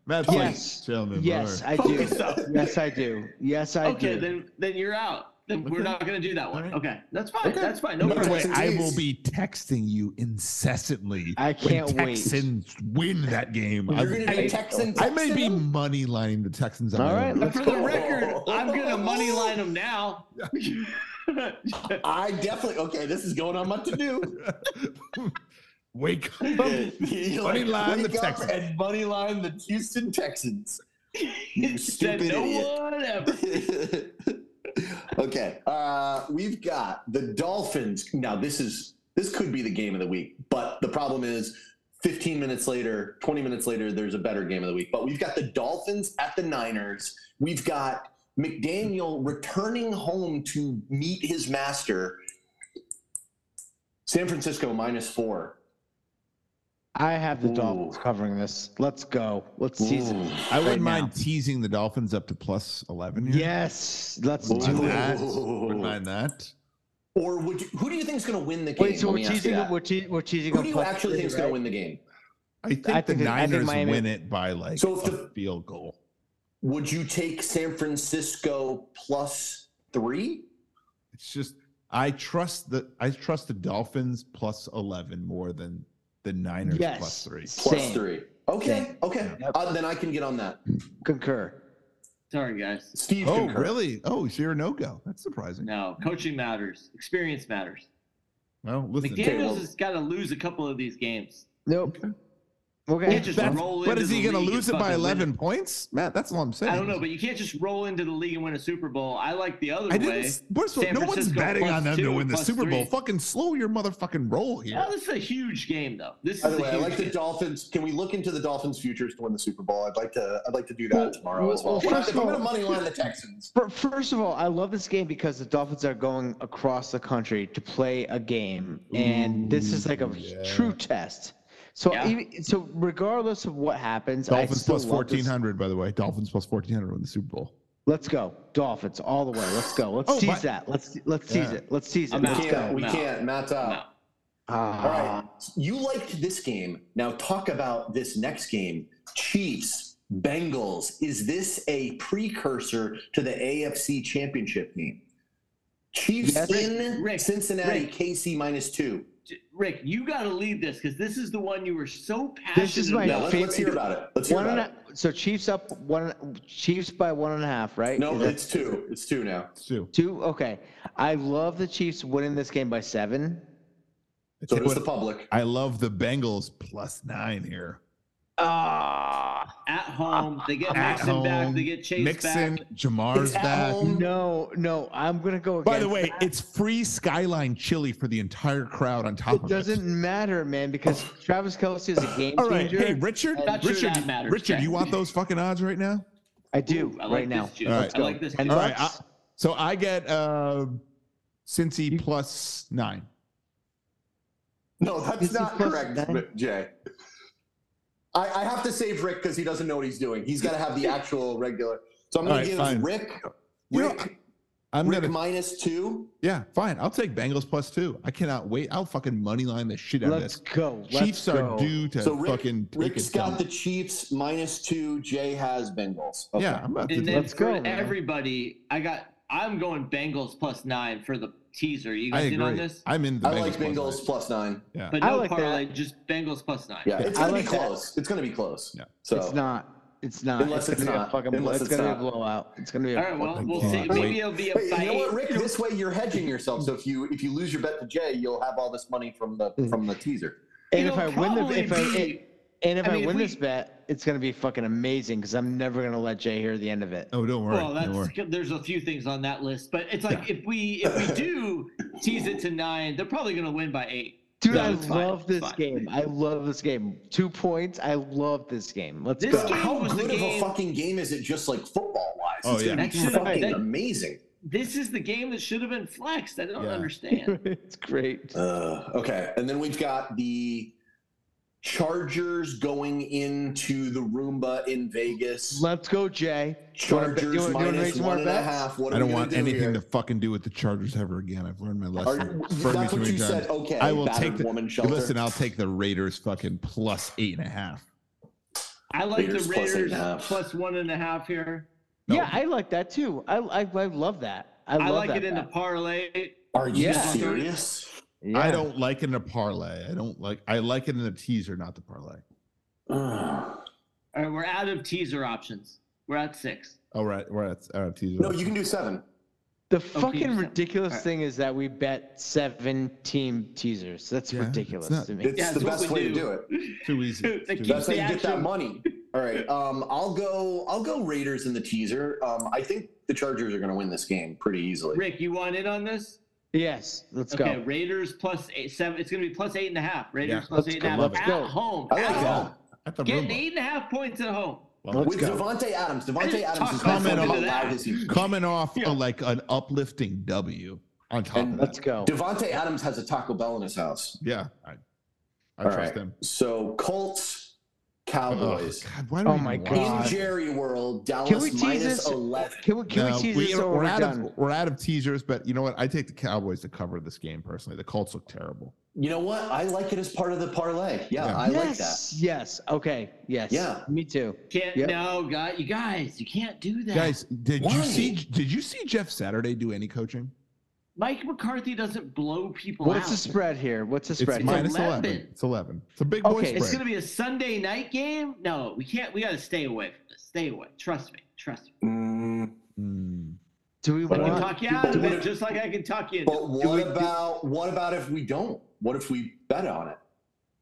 Speaker 6: Matt's
Speaker 5: Uh, Yes.
Speaker 6: like, gentlemen,
Speaker 5: Yes,
Speaker 6: brother.
Speaker 5: I do.
Speaker 4: Focus up.
Speaker 5: Yes, I do. Yes, I
Speaker 4: Okay,
Speaker 5: do.
Speaker 4: then then you're out. Then we're not going to do that one.
Speaker 6: All right.
Speaker 4: Okay, that's fine.
Speaker 2: Okay.
Speaker 4: That's fine. No
Speaker 2: No
Speaker 6: By the
Speaker 4: problem.
Speaker 6: way,
Speaker 2: Texans
Speaker 6: I
Speaker 2: tease.
Speaker 6: will be texting you incessantly.
Speaker 5: I can't
Speaker 6: when
Speaker 5: wait.
Speaker 6: Texans win that game. I,
Speaker 2: you're going to
Speaker 6: I-
Speaker 2: be Texan.
Speaker 6: I may be
Speaker 2: texting him?
Speaker 6: money lining the Texans. on
Speaker 5: All
Speaker 6: my
Speaker 5: right,
Speaker 6: own.
Speaker 5: let's
Speaker 4: For the record, I'm going to money line them now.
Speaker 2: I definitely, okay, this is going on my to do.
Speaker 6: wake up.
Speaker 2: money
Speaker 6: Money line the Texans.
Speaker 2: And money line the Houston Texans. You
Speaker 4: Said
Speaker 2: stupid
Speaker 4: no
Speaker 2: idiot.
Speaker 4: one ever.
Speaker 2: okay. Uh, we've got the Dolphins. Now this is this could be the game of the week, but the problem is 15 minutes later, 20 minutes later, there's a better game of the week. But we've got the Dolphins at the Niners. We've got McDaniel returning home to meet his master. San Francisco minus four.
Speaker 5: I have the
Speaker 2: Ooh.
Speaker 5: Dolphins covering this. Let's go. Let's seize it.
Speaker 2: Ooh.
Speaker 6: I wouldn't
Speaker 5: Right now.
Speaker 6: mind teasing the Dolphins up to plus 11 here.
Speaker 5: Yes, let's
Speaker 6: Wouldn't
Speaker 5: do
Speaker 6: mind
Speaker 5: it.
Speaker 6: that.
Speaker 2: Ooh.
Speaker 6: Wouldn't mind that.
Speaker 2: Or would you, who do you think is going to win the game?
Speaker 5: Wait, so
Speaker 2: Let
Speaker 5: we're
Speaker 2: me ask you
Speaker 5: teasing.
Speaker 2: that.
Speaker 5: We're, te- we're teasing.
Speaker 2: Who
Speaker 5: on
Speaker 2: do you
Speaker 5: plus
Speaker 2: actually
Speaker 5: three,
Speaker 2: think is going
Speaker 5: right?
Speaker 2: to win the game?
Speaker 6: I think
Speaker 5: I
Speaker 6: the
Speaker 5: think that- I think
Speaker 6: Niners
Speaker 5: Miami-
Speaker 6: win it by like
Speaker 2: So if
Speaker 6: a
Speaker 2: the-
Speaker 6: field goal.
Speaker 2: Would you take San Francisco plus three?
Speaker 6: It's just I trust the I trust the Dolphins plus 11 more than the Niners
Speaker 5: Yes.
Speaker 6: plus 3.
Speaker 2: Plus
Speaker 5: Same.
Speaker 2: three. Okay.
Speaker 5: Same.
Speaker 2: Okay.
Speaker 5: Yep.
Speaker 2: Uh, then I can get on that.
Speaker 5: Concur.
Speaker 4: Sorry, guys.
Speaker 2: Steve
Speaker 6: Oh,
Speaker 2: concurred.
Speaker 6: really? Oh, so you're a no go. That's surprising.
Speaker 4: No, coaching matters. Experience matters.
Speaker 6: Well, listen.
Speaker 4: McDaniels
Speaker 2: well-
Speaker 4: has got to lose a couple of these games.
Speaker 5: Nope.
Speaker 4: You
Speaker 5: Okay.
Speaker 4: can't just
Speaker 6: That's-
Speaker 4: roll
Speaker 6: but
Speaker 4: into
Speaker 6: is he
Speaker 4: the
Speaker 6: going to
Speaker 4: league and
Speaker 6: lose it by
Speaker 4: fucking win
Speaker 6: 11 points? Matt, that's all I'm saying.
Speaker 4: I don't know, but you can't just roll into the league and win a Super Bowl. I like the other
Speaker 6: I
Speaker 4: way.
Speaker 6: didn't. First of all,
Speaker 4: San
Speaker 6: no one's
Speaker 4: Francisco
Speaker 6: betting
Speaker 4: plus
Speaker 6: on them
Speaker 4: two,
Speaker 6: to win the
Speaker 4: plus
Speaker 6: Super Bowl.
Speaker 4: three.
Speaker 6: Fucking slow your motherfucking roll here.
Speaker 4: Well, Oh, this is a huge game, though. This is
Speaker 2: By the
Speaker 4: a
Speaker 2: way, I
Speaker 4: huge
Speaker 2: like the
Speaker 4: game.
Speaker 2: Dolphins. Can we look into the Dolphins' futures to win the Super Bowl? I'd like to. I'd like to do that
Speaker 5: Well,
Speaker 2: tomorrow as well.
Speaker 5: well, well,
Speaker 2: if I'm going to money line the Texans,
Speaker 5: Fir- First of all, I love this game because the Dolphins are going across the country to play a game, and this is like a true test. So,
Speaker 4: Yeah.
Speaker 5: even, so regardless of what happens, I
Speaker 6: Dolphins
Speaker 5: still
Speaker 6: plus
Speaker 5: love this.
Speaker 6: 1400, by the way. Dolphins plus 1400 win the Super Bowl.
Speaker 5: Let's go, Dolphins, all the way. Let's go. Let's
Speaker 6: Oh,
Speaker 5: seize
Speaker 6: my-
Speaker 5: that. Let's let's seize
Speaker 6: Yeah.
Speaker 5: it. Let's seize it.
Speaker 4: I'm
Speaker 2: we
Speaker 4: out.
Speaker 5: Let's
Speaker 2: can't.
Speaker 5: go.
Speaker 2: We
Speaker 4: No.
Speaker 2: can't. Matt's out.
Speaker 4: No.
Speaker 5: Ah.
Speaker 2: All right. Uh, You liked this game. Now talk about this next game. Chiefs, Bengals. Is this a precursor to the AFC championship game? Chiefs
Speaker 5: Yes.
Speaker 2: in
Speaker 4: Rick,
Speaker 2: Cincinnati,
Speaker 4: Rick.
Speaker 2: KC minus two.
Speaker 4: J- Rick, you got to lead this because this is the one you were so passionate
Speaker 5: This is my
Speaker 2: No,
Speaker 4: about.
Speaker 2: let's, let's hear about it. Let's hear
Speaker 5: One and
Speaker 2: about
Speaker 5: a, so Chiefs up one. Chiefs by one and a half, right?
Speaker 2: it. No,
Speaker 5: Is that-
Speaker 2: it's two. It's two now.
Speaker 6: Sue.
Speaker 5: two. Okay, I love the Chiefs winning this game by seven.
Speaker 2: So does
Speaker 6: What-
Speaker 2: the public.
Speaker 6: I love the Bengals plus nine here.
Speaker 5: Ah,
Speaker 4: At home, they get
Speaker 6: At
Speaker 4: Mixon back,
Speaker 6: home,
Speaker 4: they get Chase
Speaker 6: Mixon,
Speaker 4: back.
Speaker 6: Jamar's
Speaker 2: It's at
Speaker 6: back.
Speaker 2: home.
Speaker 5: no, no, I'm gonna go. Against
Speaker 6: By the way,
Speaker 5: that.
Speaker 6: it's free skyline chili for the entire crowd on top
Speaker 5: It
Speaker 6: of
Speaker 5: doesn't matter, man, because Travis Kelsey is a game
Speaker 6: it. All right.
Speaker 5: changer.
Speaker 6: Hey, Richard.
Speaker 4: I'm not sure
Speaker 6: Richard,
Speaker 4: that
Speaker 6: you-
Speaker 4: matters,
Speaker 6: Richard,
Speaker 4: Jack.
Speaker 6: you want those fucking odds right now?
Speaker 5: I do
Speaker 4: I like
Speaker 5: right
Speaker 4: this
Speaker 5: now.
Speaker 4: juice.
Speaker 6: All
Speaker 4: I
Speaker 6: right.
Speaker 4: like this
Speaker 5: Ten
Speaker 4: juice.
Speaker 6: All right.
Speaker 5: bucks.
Speaker 6: I- so I get uh, Cincy plus nine.
Speaker 2: No, that's
Speaker 5: This is
Speaker 2: not
Speaker 5: plus
Speaker 2: correct,
Speaker 5: nine.
Speaker 2: Jay. I, I have to save Rick because he doesn't know what he's doing. He's got to have the actual regular. So I'm
Speaker 6: All
Speaker 2: going
Speaker 6: right,
Speaker 2: to give
Speaker 6: fine.
Speaker 2: Rick,
Speaker 6: You know,
Speaker 2: Rick,
Speaker 6: I'm
Speaker 2: Rick
Speaker 6: gonna
Speaker 2: minus two.
Speaker 6: Yeah, fine. I'll take Bengals plus two. I cannot wait. I'll fucking money line the shit out
Speaker 5: Let's
Speaker 6: of
Speaker 5: go.
Speaker 6: this.
Speaker 5: Let's
Speaker 6: Chiefs
Speaker 5: go.
Speaker 6: are due to
Speaker 2: So Rick,
Speaker 6: fucking take
Speaker 2: Rick's
Speaker 6: it
Speaker 2: got
Speaker 6: down.
Speaker 2: the Chiefs minus two. Jay has Bengals.
Speaker 6: Yeah, I'm about to.
Speaker 4: And then
Speaker 5: Let's
Speaker 4: for
Speaker 5: go, man.
Speaker 4: everybody, I got. I'm going Bengals plus nine for the teaser. You
Speaker 6: I
Speaker 4: guys in on
Speaker 6: agree.
Speaker 4: this?
Speaker 6: I'm in the
Speaker 2: I
Speaker 6: Bengals.
Speaker 2: like
Speaker 6: plus
Speaker 2: Bengals
Speaker 6: nine.
Speaker 2: plus nine.
Speaker 4: But
Speaker 5: I
Speaker 4: no
Speaker 5: like that.
Speaker 4: parlay, just Bengals plus nine.
Speaker 2: Yeah, it's
Speaker 5: I
Speaker 2: gonna
Speaker 5: like
Speaker 2: be
Speaker 5: that.
Speaker 2: close. It's gonna be close.
Speaker 6: Yeah.
Speaker 2: So
Speaker 5: It's not. It's not.
Speaker 2: Unless it's
Speaker 5: gonna be a
Speaker 2: not.
Speaker 5: fucking.
Speaker 2: Unless
Speaker 5: it's
Speaker 2: it's
Speaker 5: gonna be a
Speaker 2: not.
Speaker 5: blowout. It's gonna be. A,
Speaker 4: All right, well,
Speaker 6: Fucking
Speaker 4: we'll see.
Speaker 6: can't
Speaker 4: Maybe
Speaker 6: wait.
Speaker 4: it'll be a
Speaker 2: Hey,
Speaker 4: fight.
Speaker 2: you know what, Rick? This way you're hedging yourself. So if you if you lose your bet to Jay, you'll have all this money from the
Speaker 4: Mm-hmm.
Speaker 2: from the teaser.
Speaker 5: and
Speaker 4: It'll
Speaker 5: if I win the,
Speaker 4: probably
Speaker 5: if I,
Speaker 4: be-
Speaker 5: and if
Speaker 4: I
Speaker 5: I,
Speaker 4: mean, if
Speaker 5: win
Speaker 4: we-
Speaker 5: this bet, it's gonna be fucking amazing because I'm never gonna let Jay hear the end of it.
Speaker 6: Oh, don't worry.
Speaker 4: Well,
Speaker 6: don't
Speaker 4: that's
Speaker 6: worry.
Speaker 4: there's a few things on that list, but it's like if we if we do tease it to nine, they're probably gonna win by eight.
Speaker 5: Dude,
Speaker 4: No,
Speaker 5: I
Speaker 4: it's fine,
Speaker 5: love
Speaker 4: it's
Speaker 5: this
Speaker 4: fine.
Speaker 5: game. I love this game. Two points. I love this game. Let's
Speaker 4: This
Speaker 5: go.
Speaker 4: game-
Speaker 2: How
Speaker 4: was the
Speaker 2: good of a
Speaker 4: game-
Speaker 2: fucking game is it? Just like football wise,
Speaker 6: Oh,
Speaker 2: it's
Speaker 6: yeah.
Speaker 2: gonna be
Speaker 4: That's-
Speaker 2: fucking
Speaker 4: that-
Speaker 2: amazing.
Speaker 4: This is the game that should have been flexed. I don't
Speaker 6: Yeah.
Speaker 4: understand.
Speaker 5: it's great.
Speaker 2: Uh, okay, and then we've got the Chargers going into the Roomba in Vegas.
Speaker 5: Let's go, Jay. You wanna bet-
Speaker 2: Chargers
Speaker 5: you wanna- you wanna make
Speaker 2: minus
Speaker 5: some more
Speaker 2: one and a
Speaker 5: bets?
Speaker 2: half. What are
Speaker 6: I don't
Speaker 2: we gonna
Speaker 6: want
Speaker 2: do
Speaker 6: anything
Speaker 2: here?
Speaker 6: to fucking do with the Chargers ever again. I've learned my
Speaker 2: Are-
Speaker 6: lesson. Far
Speaker 2: that's
Speaker 6: too
Speaker 2: what
Speaker 6: many
Speaker 2: you
Speaker 6: times.
Speaker 2: said. Okay,
Speaker 6: I will
Speaker 2: battered
Speaker 6: take the
Speaker 2: woman shelter.
Speaker 6: Listen, I'll take the Raiders fucking plus eight and a half.
Speaker 4: I like
Speaker 2: Raiders
Speaker 4: the
Speaker 2: plus eight
Speaker 4: Raiders
Speaker 2: and a half.
Speaker 4: plus one and a half here.
Speaker 6: No.
Speaker 5: Yeah, I like that too. I I, I love that. I,
Speaker 4: I,
Speaker 5: love
Speaker 4: like
Speaker 5: that
Speaker 4: it in the
Speaker 5: bet.
Speaker 4: parlay.
Speaker 2: Are you
Speaker 5: Yeah.
Speaker 2: serious?
Speaker 5: Yeah.
Speaker 6: I don't like it in a parlay. I don't like. I like it in a teaser, not the parlay.
Speaker 2: Ugh.
Speaker 4: All right, we're out of teaser options. We're at six.
Speaker 6: All right, we're at uh, teaser.
Speaker 2: No, you can do seven.
Speaker 5: The fucking
Speaker 4: so-
Speaker 5: ridiculous
Speaker 4: alright.
Speaker 5: thing is that we bet seven team teasers. That's
Speaker 6: Yeah, it's
Speaker 5: ridiculous
Speaker 6: not-
Speaker 5: to me.
Speaker 2: It's
Speaker 4: Yeah,
Speaker 2: the
Speaker 4: that's what
Speaker 2: best
Speaker 4: we
Speaker 2: way to
Speaker 4: do.
Speaker 2: do it.
Speaker 6: too easy.
Speaker 4: They
Speaker 6: Too
Speaker 4: keep
Speaker 6: easy.
Speaker 2: That's how you get that
Speaker 4: action.
Speaker 2: money. All right. Um, I'll go. I'll go Raiders in the teaser. Um, I think the Chargers are going to win this game pretty easily.
Speaker 4: Rick, you want in on this?
Speaker 5: yes, let's
Speaker 4: okay,
Speaker 5: go.
Speaker 4: Raiders plus eight, seven. It's going to be plus eight and a half. Raiders
Speaker 6: Yeah,
Speaker 4: plus
Speaker 5: let's
Speaker 4: eight
Speaker 5: go,
Speaker 4: and a half
Speaker 5: let's
Speaker 4: at
Speaker 5: go.
Speaker 4: home.
Speaker 2: I like
Speaker 4: at
Speaker 2: that.
Speaker 4: home.
Speaker 6: At the
Speaker 4: Getting
Speaker 6: Roomba.
Speaker 4: eight and a half points at home.
Speaker 6: Well,
Speaker 5: Let's
Speaker 2: With
Speaker 5: go.
Speaker 2: Devonte Adams.
Speaker 4: I
Speaker 2: Devonte
Speaker 4: didn't
Speaker 2: Adams
Speaker 4: talk
Speaker 2: is not
Speaker 6: comment
Speaker 2: going
Speaker 6: on
Speaker 2: to
Speaker 4: that.
Speaker 2: allow his
Speaker 6: coming off
Speaker 4: Yeah.
Speaker 6: a, like an uplifting W on top
Speaker 2: And
Speaker 6: of that.
Speaker 5: Let's go.
Speaker 2: Devonte Adams has a Taco Bell in his house.
Speaker 6: Yeah, I,
Speaker 2: All
Speaker 6: I trust
Speaker 2: right.
Speaker 6: them.
Speaker 2: So Colts,
Speaker 6: Oh,
Speaker 2: Cowboys.
Speaker 6: God, why do
Speaker 5: Oh
Speaker 6: we
Speaker 5: my
Speaker 6: even
Speaker 5: God.
Speaker 6: watch
Speaker 2: In Jerry World,
Speaker 5: Can we
Speaker 2: Dallas
Speaker 5: tease
Speaker 2: minus
Speaker 5: this?
Speaker 2: 11.
Speaker 5: Can we,
Speaker 6: it?
Speaker 5: can
Speaker 6: No,
Speaker 5: we tease
Speaker 6: we-
Speaker 5: this or
Speaker 6: we're,
Speaker 5: we're
Speaker 6: out
Speaker 5: done?
Speaker 6: of, we're out of teasers, but you know what? I take the Cowboys to cover this game personally. The Colts look terrible.
Speaker 2: You know what? I like it as part of the parlay. Yeah,
Speaker 6: Yeah.
Speaker 2: I
Speaker 5: yes,
Speaker 2: like that.
Speaker 5: yes. Okay, yes.
Speaker 2: Yeah.
Speaker 5: Me too.
Speaker 4: Can't
Speaker 5: Yep.
Speaker 4: no, guy, you guys, you can't do that.
Speaker 6: Guys, did
Speaker 2: Why?
Speaker 6: you see? Did you see Jeff Saturday do any coaching?
Speaker 4: Mike McCarthy doesn't blow people
Speaker 5: What's
Speaker 4: out.
Speaker 5: the spread here? What's the
Speaker 6: It's
Speaker 5: spread? here?
Speaker 6: minus 11.
Speaker 4: 11.
Speaker 6: It's eleven. It's a big boy
Speaker 5: Okay,
Speaker 6: spread.
Speaker 4: It's going to be a Sunday night game. No, we can't. We got to stay away from this. Stay away. Trust me. Trust me.
Speaker 2: Mm,
Speaker 5: Do we
Speaker 4: I
Speaker 2: But
Speaker 4: can
Speaker 5: want?
Speaker 4: talk you out of
Speaker 2: What
Speaker 4: it
Speaker 2: if-
Speaker 4: just like I can talk you into
Speaker 2: but what about what about if we don't? What if we bet on it?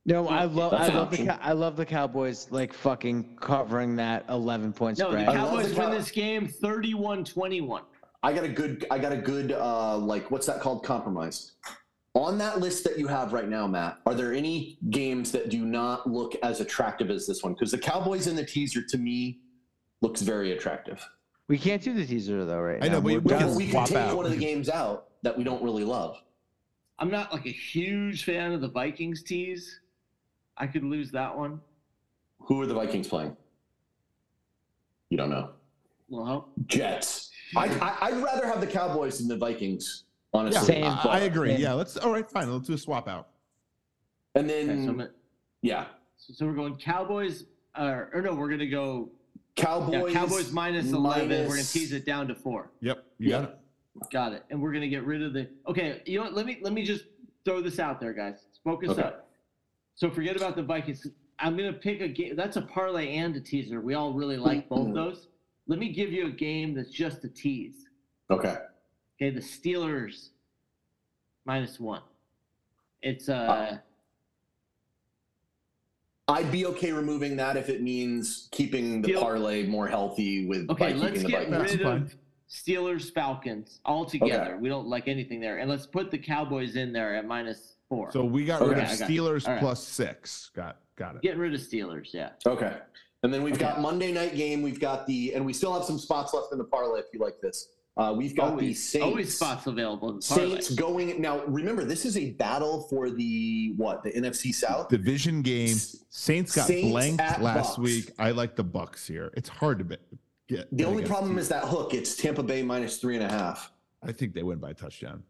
Speaker 5: No, I love.
Speaker 2: That's
Speaker 5: I
Speaker 2: an
Speaker 5: love the.
Speaker 2: option.
Speaker 5: Cow- I love the Cowboys like fucking covering that eleven point
Speaker 4: No, the
Speaker 5: spread.
Speaker 2: Cow-
Speaker 4: Cowboys
Speaker 2: the
Speaker 4: win
Speaker 2: Cow-
Speaker 4: this game 31 21.
Speaker 2: I got a good I got a good uh like what's that called compromise. On that list that you have right now, Matt, are there any games that do not look as attractive as this one? Because the Cowboys in the teaser to me looks very attractive.
Speaker 5: we can't do the teaser though, right?
Speaker 6: I know,
Speaker 5: now.
Speaker 6: we-
Speaker 5: We're
Speaker 6: we
Speaker 5: done.
Speaker 6: can
Speaker 2: But we can
Speaker 6: swap
Speaker 2: take
Speaker 6: out.
Speaker 2: one of the games out that we don't really love.
Speaker 4: I'm not like a huge fan of the Vikings tease. I could lose that one.
Speaker 2: Who are the Vikings playing? You don't know.
Speaker 4: Little help.
Speaker 2: Jets. I, I I'd rather have the Cowboys than the Vikings,
Speaker 6: Yeah,
Speaker 2: honestly. Uh,
Speaker 5: Same.
Speaker 6: I, I agree.
Speaker 5: Same.
Speaker 6: Yeah, let's. All right, fine. Let's do a swap out.
Speaker 2: And
Speaker 4: Okay, so, I'm
Speaker 2: then
Speaker 4: at-
Speaker 2: yeah,
Speaker 4: so we're going Cowboys, uh, or no, we're going to go yeah,
Speaker 2: Cowboys.
Speaker 4: Cowboys minus 11. We're going to
Speaker 2: minus-
Speaker 4: tease it down to four.
Speaker 6: Yep, you
Speaker 2: Yeah.
Speaker 6: got it.
Speaker 4: Got it. And we're gonna get rid of the. Okay, you know what? Let me let me just throw this out there, guys. Focus
Speaker 2: Okay.
Speaker 4: up. So forget about the Vikings. I'm gonna pick a game. That's a parlay and a teaser. We all really like both
Speaker 2: Mhm.
Speaker 4: those. Let me give you a game that's just a tease.
Speaker 2: Okay.
Speaker 4: Okay, the Steelers minus one. It's uh,
Speaker 2: I'd be okay removing that if it means keeping the
Speaker 4: Deal.
Speaker 2: parlay more healthy with by
Speaker 4: okay. Let's
Speaker 2: keeping the
Speaker 4: get
Speaker 2: Vikings.
Speaker 6: That's
Speaker 4: rid of
Speaker 6: fine.
Speaker 4: Steelers Falcons altogether. We don't like anything there, and let's put the Cowboys in there at minus four.
Speaker 6: So we got
Speaker 2: Okay,
Speaker 6: rid of
Speaker 4: I got it.
Speaker 6: Steelers
Speaker 4: All right.
Speaker 6: plus six. Got got it.
Speaker 4: get rid of Steelers. Yeah.
Speaker 2: Okay. And then we've got Monday night game. We've got the and we still have some spots left in the parlay if you like this. Uh, we've got the
Speaker 4: Always,
Speaker 2: Saints.
Speaker 4: always spots available. In
Speaker 2: Saints
Speaker 4: parlay.
Speaker 2: going now. Remember, this is a battle for the what the NFC South.
Speaker 6: Division game. Saints got
Speaker 2: Saints
Speaker 6: blanked
Speaker 2: at
Speaker 6: last
Speaker 2: Bucks.
Speaker 6: week. I like the Bucks here. It's hard to bet. Get,
Speaker 2: The only problem is that hook. It's Tampa Bay minus three and a half.
Speaker 6: I think they win by a touchdown.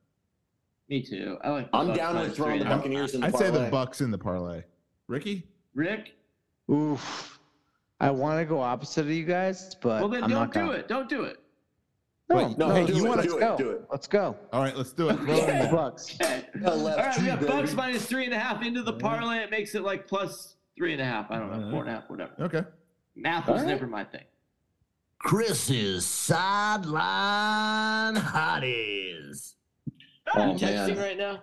Speaker 4: Me too. I like the
Speaker 2: I'm down
Speaker 4: Bucs
Speaker 2: with
Speaker 4: Uh, minus
Speaker 2: throwing
Speaker 4: three
Speaker 2: the
Speaker 4: and a half.
Speaker 2: Buccaneers in the
Speaker 6: I'd say
Speaker 2: parlay.
Speaker 6: the Bucks in the parlay. Ricky,
Speaker 4: Rick,
Speaker 5: Oof. I want to go opposite of you guys, but
Speaker 4: well then
Speaker 5: I'm
Speaker 4: don't
Speaker 5: not
Speaker 4: do
Speaker 5: gonna.
Speaker 4: it. Don't do it.
Speaker 6: Wait,
Speaker 2: No, hey, do
Speaker 5: you
Speaker 2: it,
Speaker 5: wanna-
Speaker 2: do it,
Speaker 5: let's
Speaker 2: do
Speaker 5: go.
Speaker 2: it.
Speaker 5: Let's go.
Speaker 6: all right, let's do it. Throw it in
Speaker 5: The
Speaker 6: there.
Speaker 5: Bucks.
Speaker 4: Okay.
Speaker 2: The left
Speaker 4: All right, we
Speaker 2: two,
Speaker 4: got Bucks
Speaker 2: baby.
Speaker 4: minus three and a half into the parlay. It makes it like plus three and a half. I don't know, four and a half, whatever.
Speaker 6: Okay.
Speaker 4: Math was
Speaker 2: All right.
Speaker 4: never my thing.
Speaker 7: Chris's sideline hotties.
Speaker 4: Are you
Speaker 2: Oh,
Speaker 4: texting
Speaker 2: man.
Speaker 4: right now?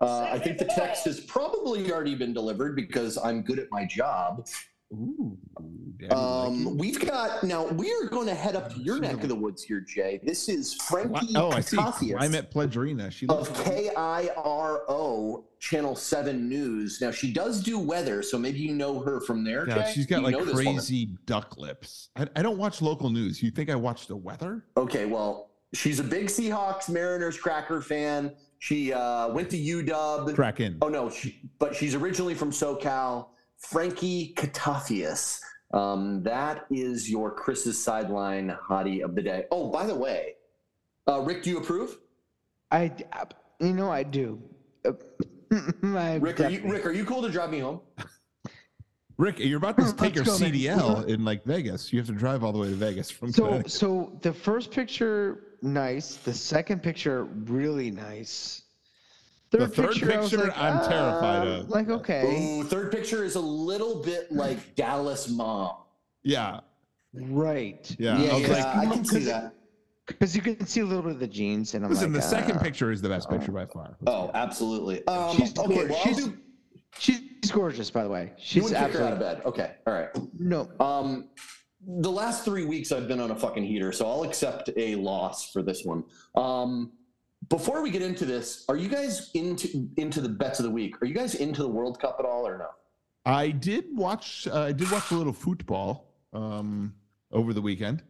Speaker 2: Uh, I think the text has probably already been delivered because I'm good at my job.
Speaker 6: Ooh, yeah, I like
Speaker 2: Um,
Speaker 6: it.
Speaker 2: we've got now. We are going to head up to your neck of the woods here, Jay. This is Frankie
Speaker 6: oh, I see.
Speaker 2: Kakafias
Speaker 6: Climate Pledgerina. She looks
Speaker 2: of KIRO Channel Seven News. Now she does do weather, so maybe you know her from there.
Speaker 6: Yeah,
Speaker 2: Jay.
Speaker 6: she's got
Speaker 2: You
Speaker 6: like
Speaker 2: know this woman.
Speaker 6: crazy duck lips. I, I don't watch local news. You think I watch the weather?
Speaker 2: Okay, well, she's a big Seahawks, Mariners, Cracker fan. She uh, went to UW.
Speaker 6: Crack in.
Speaker 2: Oh no, she, but she's originally from SoCal. Frankie Katafias. Um, that is your Chris's sideline hottie of the day. Oh, by the way, uh, Rick, do you approve?
Speaker 5: I, you know, I do. I
Speaker 2: Rick, are you,
Speaker 5: definitely-
Speaker 2: Rick, are you cool to drive me home?
Speaker 6: Rick, you're about to take your
Speaker 5: go, man.
Speaker 6: CDL in like Vegas. You have to drive all the way to Vegas from
Speaker 5: So,
Speaker 6: Connecticut.
Speaker 5: so the first picture, nice. The second picture, really nice.
Speaker 6: The third
Speaker 5: I was
Speaker 6: picture, I'm terrified
Speaker 5: uh,
Speaker 6: of.
Speaker 5: Like, okay,
Speaker 2: Ooh, third picture is a little bit like Dallas mom.
Speaker 6: Yeah,
Speaker 5: right.
Speaker 6: yeah. I was
Speaker 2: yeah,
Speaker 6: like,
Speaker 2: I can see that.
Speaker 5: Because you can see a little bit of the jeans, and I'm
Speaker 6: listen,
Speaker 5: like,
Speaker 6: the second
Speaker 5: uh,
Speaker 6: picture is the best picture by far.
Speaker 2: Oh, absolutely. Um,
Speaker 5: She's
Speaker 2: okay,
Speaker 5: gorgeous.
Speaker 2: well, I'll
Speaker 5: she's,
Speaker 2: do,
Speaker 5: she's gorgeous, by the way.
Speaker 2: you
Speaker 5: She's
Speaker 2: wouldn't kick her out of
Speaker 5: absolutely
Speaker 2: bed. Okay, all right.
Speaker 5: no.
Speaker 2: Um, the last three weeks I've been on a fucking heater, so I'll accept a loss for this one. Um, before we get into this, are you guys into into the bets of the week? Are you guys into the World Cup at all or no?
Speaker 6: I did watch. Uh, I did watch a little football um, over the weekend.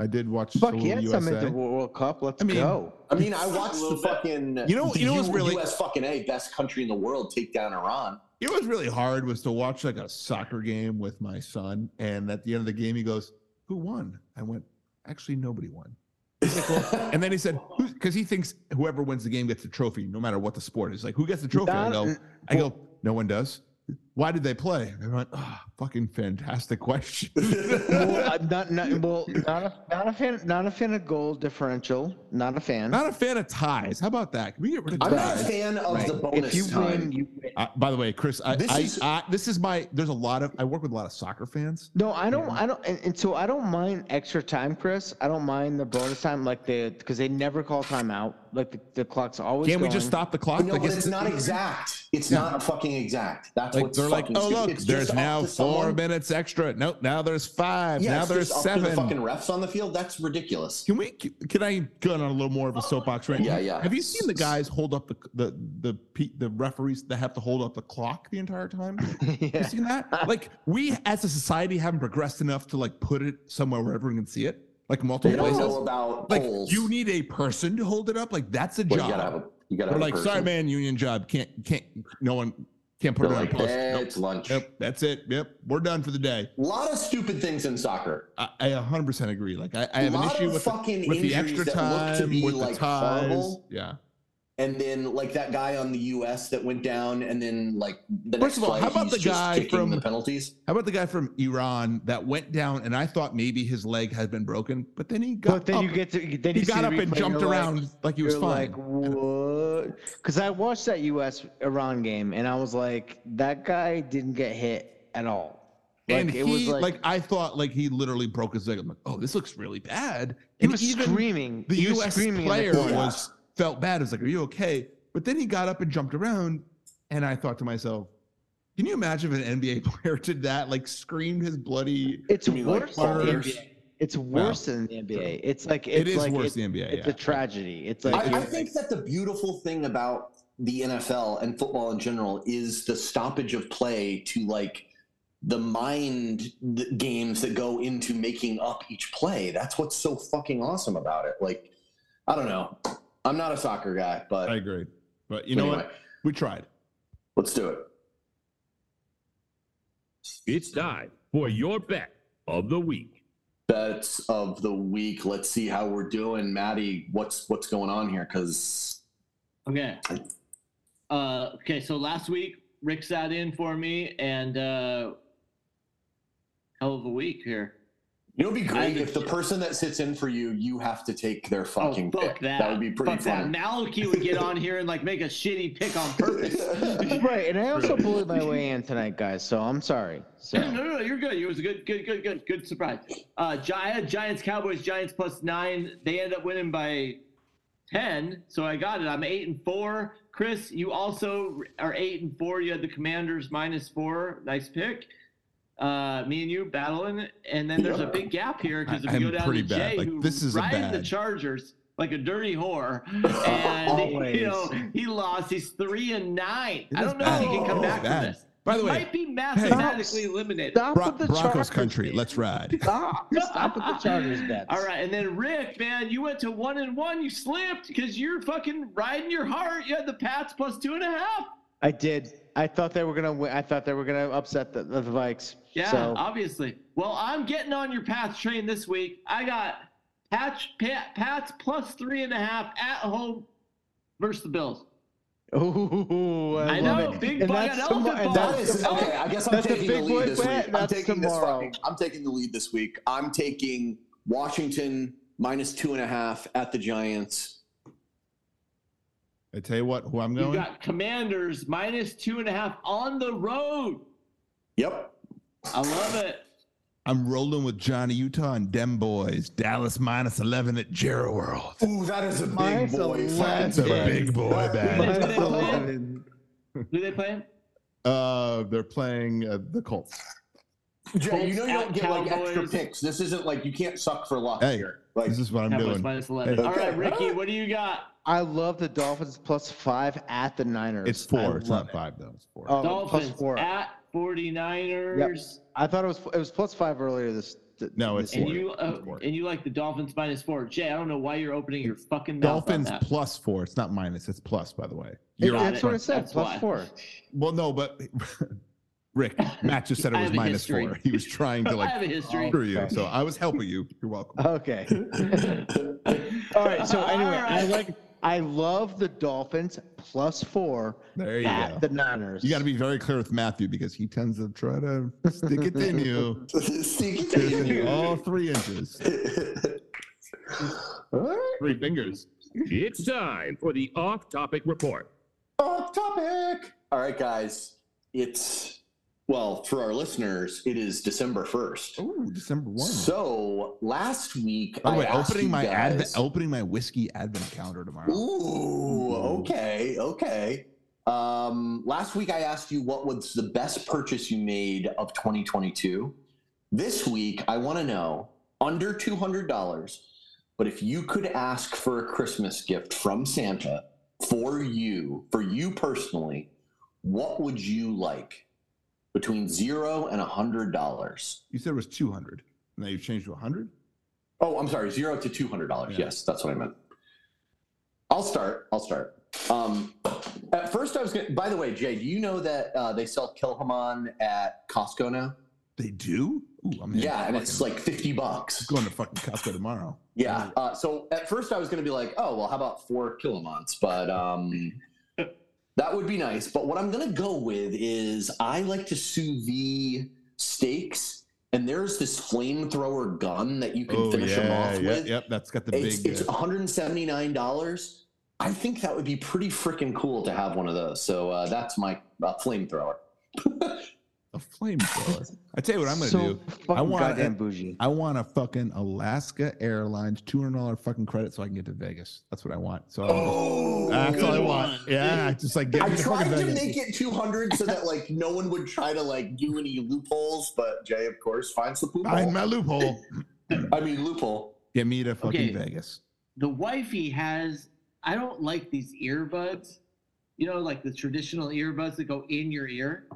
Speaker 6: I did watch a
Speaker 5: Fuck
Speaker 6: little
Speaker 5: yes, I'm at
Speaker 6: USA.
Speaker 5: the World Cup. Let's
Speaker 6: I mean,
Speaker 5: go.
Speaker 2: I mean, I watched the fucking
Speaker 6: You know-
Speaker 2: the
Speaker 6: you know what's
Speaker 2: U-
Speaker 6: really-
Speaker 2: U.S. fucking a best country in the world take down Iran.
Speaker 6: it was really hard was to watch like a soccer game with my son, and at the end of the game, he goes, "Who won?" I went, "Actually, nobody won." And then he said, because he thinks whoever wins the game gets the trophy, no matter what the sport is. Like, who gets the trophy? I
Speaker 5: Not-
Speaker 6: go, I go, no one does. why did they play? They went, oh, fucking fantastic question.
Speaker 5: well, I'm not, not, well, not a, not a fan, not a fan of goal differential. Not a fan.
Speaker 6: Not a fan of ties. How about that? Can we get rid of
Speaker 2: I'm
Speaker 6: ties?
Speaker 2: not a fan of
Speaker 5: Right.
Speaker 2: the bonus
Speaker 5: if you
Speaker 2: time.
Speaker 5: win, you win.
Speaker 6: I, by the way, Chris, I,
Speaker 2: This
Speaker 6: I,
Speaker 2: is-
Speaker 6: I, this is my. There's a lot of. I work with a lot of soccer fans.
Speaker 5: No, I don't. I don't. And, and so I don't mind extra time, Chris. I don't mind the bonus time, like the because they never call timeout. Like the, the clock's always.
Speaker 6: Can we
Speaker 5: going.
Speaker 6: just stop the
Speaker 2: I
Speaker 6: clock?
Speaker 2: know,
Speaker 6: Like,
Speaker 2: but it's not exact. It's not fucking exact. That's
Speaker 6: Like
Speaker 2: what's
Speaker 6: they're like,
Speaker 2: fucking
Speaker 6: oh
Speaker 2: stupid.
Speaker 6: look,
Speaker 2: It's
Speaker 6: there's
Speaker 2: just up
Speaker 6: now four
Speaker 2: to someone-
Speaker 6: minutes extra. Nope, now there's five.
Speaker 2: Yeah,
Speaker 6: now
Speaker 2: it's
Speaker 6: there's
Speaker 2: just up to the
Speaker 6: seven.
Speaker 2: fucking refs on the field. That's ridiculous.
Speaker 6: Can we? Can I go on a little more of a soapbox right
Speaker 2: Yeah,
Speaker 6: now?
Speaker 2: yeah.
Speaker 6: Have you seen the guys hold up the the the pe- the referees that have to hold up the clock the entire time? You
Speaker 5: yeah.
Speaker 6: seen that? Like we as a society haven't progressed enough to like put it somewhere where everyone can see it, like multiple
Speaker 2: They don't
Speaker 6: places.
Speaker 2: know about
Speaker 6: Like
Speaker 2: polls.
Speaker 6: you need a person to hold it up. Like that's a
Speaker 2: Well,
Speaker 6: job.
Speaker 2: you gotta have a, you gotta
Speaker 6: We're
Speaker 2: have a
Speaker 6: like, sorry,
Speaker 2: person."
Speaker 6: man, union job. Can't can't no one can't put
Speaker 2: They're
Speaker 6: it on
Speaker 2: like,
Speaker 6: a post.
Speaker 2: "Eh,
Speaker 6: Nope.
Speaker 2: it's lunch.
Speaker 6: Yep, that's it. Yep, we're done for the day.
Speaker 2: A lot of stupid things in soccer.
Speaker 6: I, I 100% agree. Like, I, I
Speaker 2: A
Speaker 6: have an
Speaker 2: lot
Speaker 6: issue
Speaker 2: of
Speaker 6: with
Speaker 2: fucking
Speaker 6: the, with the
Speaker 2: injuries
Speaker 6: extra
Speaker 2: that look to
Speaker 6: time,
Speaker 2: be,
Speaker 6: with
Speaker 2: like,
Speaker 6: the ties.
Speaker 2: horrible.
Speaker 6: Yeah.
Speaker 2: And then like that guy on the U.S. that went down, and then like the next
Speaker 6: First of all,
Speaker 2: play,
Speaker 6: how about
Speaker 2: he's
Speaker 6: the
Speaker 2: just
Speaker 6: guy
Speaker 2: kicking
Speaker 6: from-
Speaker 2: the penalties?
Speaker 6: How about the guy from Iran that went down and I thought maybe his leg had been broken, but then he got
Speaker 5: But then
Speaker 6: up.
Speaker 5: you get to then
Speaker 6: he
Speaker 5: you see
Speaker 6: got
Speaker 5: the
Speaker 6: up
Speaker 5: replay
Speaker 6: and jumped
Speaker 5: you're like-
Speaker 6: around like, he was
Speaker 5: you're
Speaker 6: fine.
Speaker 5: like what? Because I watched that U.S. Iran game and I was like, that guy didn't get hit at all. Like
Speaker 6: and
Speaker 5: it
Speaker 6: he,
Speaker 5: was like,
Speaker 6: like, I thought, like he literally broke his leg. I'm like, oh, this looks really bad.
Speaker 5: he
Speaker 6: And
Speaker 5: was
Speaker 6: even
Speaker 5: screaming.
Speaker 6: The
Speaker 5: he was
Speaker 6: U.S.
Speaker 5: screaming in the
Speaker 6: player
Speaker 5: corner.
Speaker 6: was felt bad. It was like, are you okay? But then he got up and jumped around, and I thought to myself, can you imagine if an NBA player did that? Like screamed his bloody.
Speaker 5: It's
Speaker 2: You mean, like,
Speaker 5: worse than the
Speaker 6: players?
Speaker 5: NBA. It's worse than the NBA. It's like it's
Speaker 6: It is
Speaker 5: like
Speaker 6: worse
Speaker 5: it's,
Speaker 6: than the NBA.
Speaker 5: it's
Speaker 6: yeah.
Speaker 5: a tragedy. It's like
Speaker 2: I, I
Speaker 5: you're-
Speaker 2: think that the beautiful thing about the NFL and football in general is the stoppage of play to like the mind th- games that go into making up each play. That's what's so fucking awesome about it. Like, I don't know. I'm not a soccer guy, but
Speaker 6: I agree. But you know
Speaker 2: anyway,
Speaker 6: what? We tried.
Speaker 2: Let's do it.
Speaker 8: It's time for your bet of the week.
Speaker 2: Bets of the week. Let's see how we're doing, Maddie. What's what's going on here? Because
Speaker 4: Okay. Uh, okay, so last week Rick sat in for me, and uh, hell of a week here.
Speaker 2: you know, it'd be great
Speaker 4: I-
Speaker 2: if the person that sits in for you, you have to take their fucking
Speaker 4: oh, fuck
Speaker 2: pick.
Speaker 4: that.
Speaker 2: would be pretty
Speaker 4: fuck
Speaker 2: fun.
Speaker 4: that. Maliki would get on here and like make a shitty pick on purpose.
Speaker 5: right, and I also bullied my way in tonight, guys. So I'm sorry. So
Speaker 4: No, no, no, you're good. It was a good, good, good, good, good surprise. Uh, Giant, Giants, Cowboys, Giants plus nine. They end up winning by ten, so I got it. I'm eight and four. Chris, you also are eight and four. You had the Commanders minus four. Nice pick. Uh, me and you battling, and then there's a
Speaker 2: Yeah.
Speaker 4: big gap here because if
Speaker 6: I-
Speaker 4: you go
Speaker 6: I'm
Speaker 4: down
Speaker 6: pretty
Speaker 4: to
Speaker 6: bad.
Speaker 4: Jay,
Speaker 6: Like,
Speaker 4: who
Speaker 6: this is a
Speaker 4: rides the
Speaker 6: bad-
Speaker 4: Chargers like a dirty whore, and you know he lost. He's three and nine.
Speaker 6: It
Speaker 4: I
Speaker 6: is
Speaker 4: don't know
Speaker 6: bad.
Speaker 4: if he can come
Speaker 6: It is
Speaker 4: back from
Speaker 6: bad.
Speaker 4: this.
Speaker 6: By the way,
Speaker 4: Might be mathematically eliminated.
Speaker 5: stop
Speaker 6: Bro-
Speaker 5: with the
Speaker 6: Broncos
Speaker 5: Chargers.
Speaker 6: country. Let's ride.
Speaker 5: Stop. Stop with the Chargers bets.
Speaker 4: All right, and then Rick, man, you went to one and one. You slipped because you're fucking riding your heart. You had the Pats plus two and a half.
Speaker 5: I did. I thought they were gonna. Win. I thought they were gonna upset the, the Vikes.
Speaker 4: Yeah,
Speaker 5: So
Speaker 4: obviously. Well, I'm getting on your Pats train this week. I got Pats, Pat, Pats plus three and a half at home versus the Bills.
Speaker 5: ooh, I,
Speaker 4: I
Speaker 5: love
Speaker 4: know,
Speaker 5: it.
Speaker 4: big
Speaker 5: and
Speaker 4: boy
Speaker 5: that's
Speaker 4: got
Speaker 5: tomo-
Speaker 4: elephant balls.
Speaker 5: and
Speaker 2: That
Speaker 5: that's
Speaker 2: is,
Speaker 5: tomo-
Speaker 2: okay, I guess I'm
Speaker 5: That's a
Speaker 2: taking the
Speaker 5: big boy
Speaker 2: lead this week.
Speaker 5: bet.
Speaker 2: I'm
Speaker 5: That's
Speaker 2: taking this
Speaker 5: tomorrow.
Speaker 2: fucking, I'm taking the lead this week. I'm taking Washington minus two and a half at the Giants.
Speaker 6: I tell you what, who I'm
Speaker 4: You
Speaker 6: going.
Speaker 4: got Commanders minus two and a half on the road.
Speaker 2: Yep.
Speaker 4: I love it.
Speaker 6: I'm rolling with Johnny Utah and Dem Boys. Dallas minus 11 at Jero World.
Speaker 2: Ooh, that is a big
Speaker 5: Mine's
Speaker 2: boy.
Speaker 5: eleven.
Speaker 2: That's
Speaker 6: It's a big boy bad.
Speaker 5: Mine's
Speaker 4: Did they play?
Speaker 5: 11.
Speaker 4: Who they playing?
Speaker 6: Uh, they're playing uh, the Colts.
Speaker 2: Jay, you know you don't
Speaker 4: Colts
Speaker 2: get
Speaker 4: at
Speaker 2: like extra
Speaker 4: Cowboys.
Speaker 2: picks. This isn't like you can't suck for luck
Speaker 6: Hey,
Speaker 2: here. Like
Speaker 6: This is what I'm
Speaker 4: Cowboys
Speaker 6: doing.
Speaker 4: minus 11. All
Speaker 2: Okay.
Speaker 4: right, Ricky, what do you got?
Speaker 5: I love the Dolphins plus five at the Niners.
Speaker 6: It's
Speaker 5: I
Speaker 6: four. It's
Speaker 5: love
Speaker 6: not
Speaker 5: it.
Speaker 6: five, though. It's four.
Speaker 5: Oh,
Speaker 4: Dolphins
Speaker 5: plus four.
Speaker 4: at 49ers.
Speaker 5: I thought it was it was plus five earlier this. th-
Speaker 6: No, it's
Speaker 5: this
Speaker 4: And
Speaker 6: four.
Speaker 5: year.
Speaker 4: you uh,
Speaker 6: Four.
Speaker 4: and you like the Dolphins minus four. Jay, I don't know why you're opening your fucking mouth
Speaker 6: Dolphins
Speaker 4: on that.
Speaker 6: plus four. It's not minus. It's plus, by the way.
Speaker 5: It-
Speaker 6: You're on
Speaker 5: that's what it said.
Speaker 4: That's
Speaker 5: plus
Speaker 4: why.
Speaker 5: four.
Speaker 6: Well, no, but Rick, Matt just said it
Speaker 4: I
Speaker 6: was
Speaker 4: have a
Speaker 6: minus
Speaker 4: history.
Speaker 6: four. He was trying to
Speaker 4: I
Speaker 6: like
Speaker 4: have a history.
Speaker 6: screw you. So I was helping you. You're welcome.
Speaker 5: Okay. All right. So anyway,
Speaker 4: All
Speaker 5: I
Speaker 4: right.
Speaker 5: like I love the Dolphins plus four
Speaker 6: There you
Speaker 5: at
Speaker 6: go.
Speaker 5: the Niners.
Speaker 6: You got to be very clear with Matthew because he tends to try to stick it in you
Speaker 2: Seek
Speaker 6: to
Speaker 2: you.
Speaker 6: all three inches,
Speaker 2: All right.
Speaker 6: three fingers.
Speaker 8: It's time for the off topic report.
Speaker 2: Off topic. All right, guys. It's well for our listeners. It is December first.
Speaker 6: Oh, December one.
Speaker 2: So last week,
Speaker 5: Oh,
Speaker 6: By the
Speaker 2: I
Speaker 6: way,
Speaker 2: asked
Speaker 6: opening
Speaker 2: you
Speaker 6: my advent,
Speaker 2: guys-
Speaker 6: opening my whiskey advent calendar tomorrow.
Speaker 2: Ooh, okay, okay. Um, last week I asked you what was the best purchase you made of 2022. This week I want to know under $200, but if you could ask for a Christmas gift from Santa for you, for you personally, what would you like between zero and $100?
Speaker 6: You said it was two hundred. Now you've changed to hundred.
Speaker 2: Oh, I'm sorry, zero to two hundred dollars.
Speaker 6: Yeah.
Speaker 2: Yes, that's what I meant. I'll start. I'll start. Um, at first, I was going. to By the way, Jay, do you know that uh, they sell Kilhamon at Costco now?
Speaker 6: They do. Ooh, I'm
Speaker 2: Yeah, and it's like fifty bucks.
Speaker 6: going to fucking Costco tomorrow.
Speaker 2: Yeah. Uh, so at first, I was going to be like, oh well, how about four Kilamons? But um, that would be nice. But what I'm going to go with is I like to sous vide steaks, and there's this flamethrower gun that you can
Speaker 6: Oh,
Speaker 2: finish them off
Speaker 6: yep,
Speaker 2: with.
Speaker 6: Yep, that's got the
Speaker 2: It's,
Speaker 6: big.
Speaker 2: it's
Speaker 6: uh,
Speaker 2: $179. I think that would be pretty freaking cool to have one of those. So uh, that's my uh, flamethrower.
Speaker 6: a flamethrower. I tell you what I'm gonna
Speaker 5: so
Speaker 6: do.
Speaker 5: fucking
Speaker 6: I want-
Speaker 5: goddamn bougie.
Speaker 6: I want a fucking Alaska Airlines two hundred dollar fucking credit so I can get to Vegas. That's what I want. So I'll-
Speaker 2: Oh,
Speaker 6: that's all I
Speaker 7: good
Speaker 6: want.
Speaker 7: one.
Speaker 6: Yeah, just like get
Speaker 2: I
Speaker 6: me to fucking
Speaker 2: tried to
Speaker 6: Vegas.
Speaker 2: make it 200 so that like no one would try to like do any loopholes, but Jay, of course, finds the loophole.
Speaker 6: Find my loophole.
Speaker 2: I mean, loophole.
Speaker 6: Get me to fucking
Speaker 4: Okay.
Speaker 6: Vegas.
Speaker 4: the wifey has i don't like these earbuds you know like the traditional earbuds that go in your ear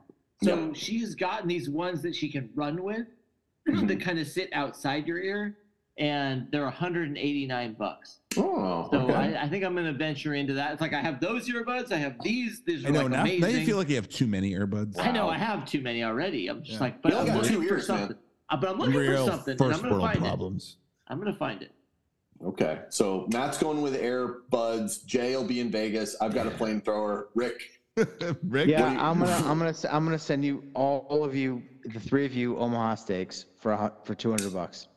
Speaker 4: so she's gotten these ones that she can run with
Speaker 6: Mm-hmm.
Speaker 4: that kind of sit outside your ear and they're 189 bucks
Speaker 2: Oh,
Speaker 4: so
Speaker 2: okay.
Speaker 4: I, I think i'm going to venture into that it's like i have those earbuds i have these these are
Speaker 6: I know
Speaker 4: like
Speaker 6: now, now
Speaker 4: amazing
Speaker 6: you feel like you have too many earbuds.
Speaker 4: i know i have too many already i'm just
Speaker 6: Yeah.
Speaker 4: like but
Speaker 2: You
Speaker 4: i'm
Speaker 2: only got
Speaker 4: looking
Speaker 2: two
Speaker 4: for
Speaker 2: ears, man.
Speaker 4: something Uh, but i'm looking
Speaker 6: Real
Speaker 4: for something and i'm
Speaker 6: first
Speaker 4: going to
Speaker 6: world
Speaker 4: find it
Speaker 6: problems.
Speaker 4: i'm going to find it
Speaker 2: okay. So Matt's going with AirBuds. Jay will be in Vegas. I've got a flamethrower. Rick.
Speaker 6: Rick,
Speaker 5: Yeah,
Speaker 2: Wait.
Speaker 5: I'm gonna, I'm gonna, s- I'm gonna send you all, all of you, the three of you, Omaha steaks for a hu- for 200 bucks.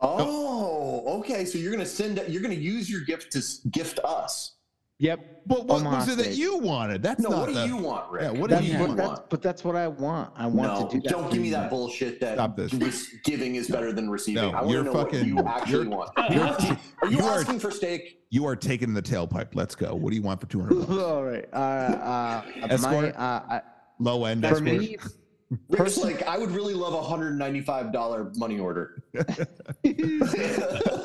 Speaker 2: Oh, okay. So you're gonna send. You're gonna use your gift to s- gift us.
Speaker 5: Yep.
Speaker 6: but what
Speaker 5: Omaha
Speaker 6: was it that
Speaker 5: steak.
Speaker 6: you wanted? That's
Speaker 2: No,
Speaker 6: not
Speaker 2: what do
Speaker 6: the-
Speaker 2: you want, Rick?
Speaker 6: Yeah, what do
Speaker 5: That's,
Speaker 6: you
Speaker 5: but,
Speaker 6: want?
Speaker 5: that's, but that's what I want. I want
Speaker 2: no,
Speaker 5: to do that.
Speaker 2: don't
Speaker 5: for
Speaker 2: give me
Speaker 5: you.
Speaker 2: that bullshit that
Speaker 6: Stop this.
Speaker 2: res- giving is better than receiving.
Speaker 6: No,
Speaker 2: I want to
Speaker 6: you're
Speaker 2: know
Speaker 6: fucking-
Speaker 2: what you actually
Speaker 6: you're-
Speaker 2: want.
Speaker 6: you're-
Speaker 2: are you,
Speaker 6: you are-
Speaker 2: asking for steak?
Speaker 6: You are taking the tailpipe. Let's go. What do you want for 200 bucks?
Speaker 5: all right. Uh, uh, my,
Speaker 6: Escort?
Speaker 5: uh, I,
Speaker 6: Low end.
Speaker 5: for
Speaker 6: escort.
Speaker 5: me,
Speaker 2: Rick's like, I would really love a hundred ninety-five dollar money order.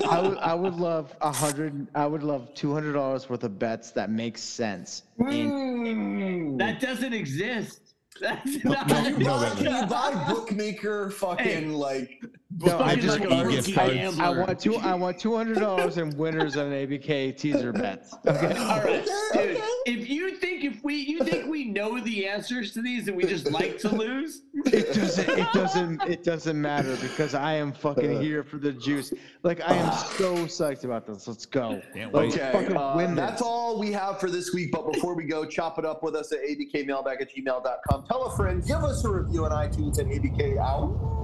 Speaker 5: I would, I would love a hundred. I would love 200 dollars worth of bets that makes sense. And
Speaker 2: Mm.
Speaker 4: That doesn't exist. That's
Speaker 6: No,
Speaker 4: not.
Speaker 6: no,
Speaker 2: you
Speaker 6: no,
Speaker 2: buy,
Speaker 6: wait, wait.
Speaker 2: can you buy bookmaker fucking
Speaker 4: Hey.
Speaker 2: like
Speaker 5: no, I just
Speaker 4: Fucking
Speaker 5: want-
Speaker 4: lucky
Speaker 6: gift
Speaker 4: I
Speaker 6: cards.
Speaker 4: am.
Speaker 5: I want two. I want 200 dollars in winners on ABK teaser bets.
Speaker 4: All right,
Speaker 2: Okay,
Speaker 4: dude. If you think if we you think we know the answers to these and we just like to lose,
Speaker 5: It doesn't. It doesn't. It doesn't matter because I am
Speaker 2: Uh.
Speaker 5: fucking here for the juice. Like I am so psyched about this. Let's go. Let's
Speaker 2: Okay,
Speaker 5: fucking
Speaker 2: uh,
Speaker 5: win this.
Speaker 2: that's all we have for this week. But before we go, chop it up with us at abkmailbag at gmail.com. Tell a friend, give us a review on iTunes and abk out.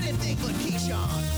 Speaker 9: Anything but Keyshawn.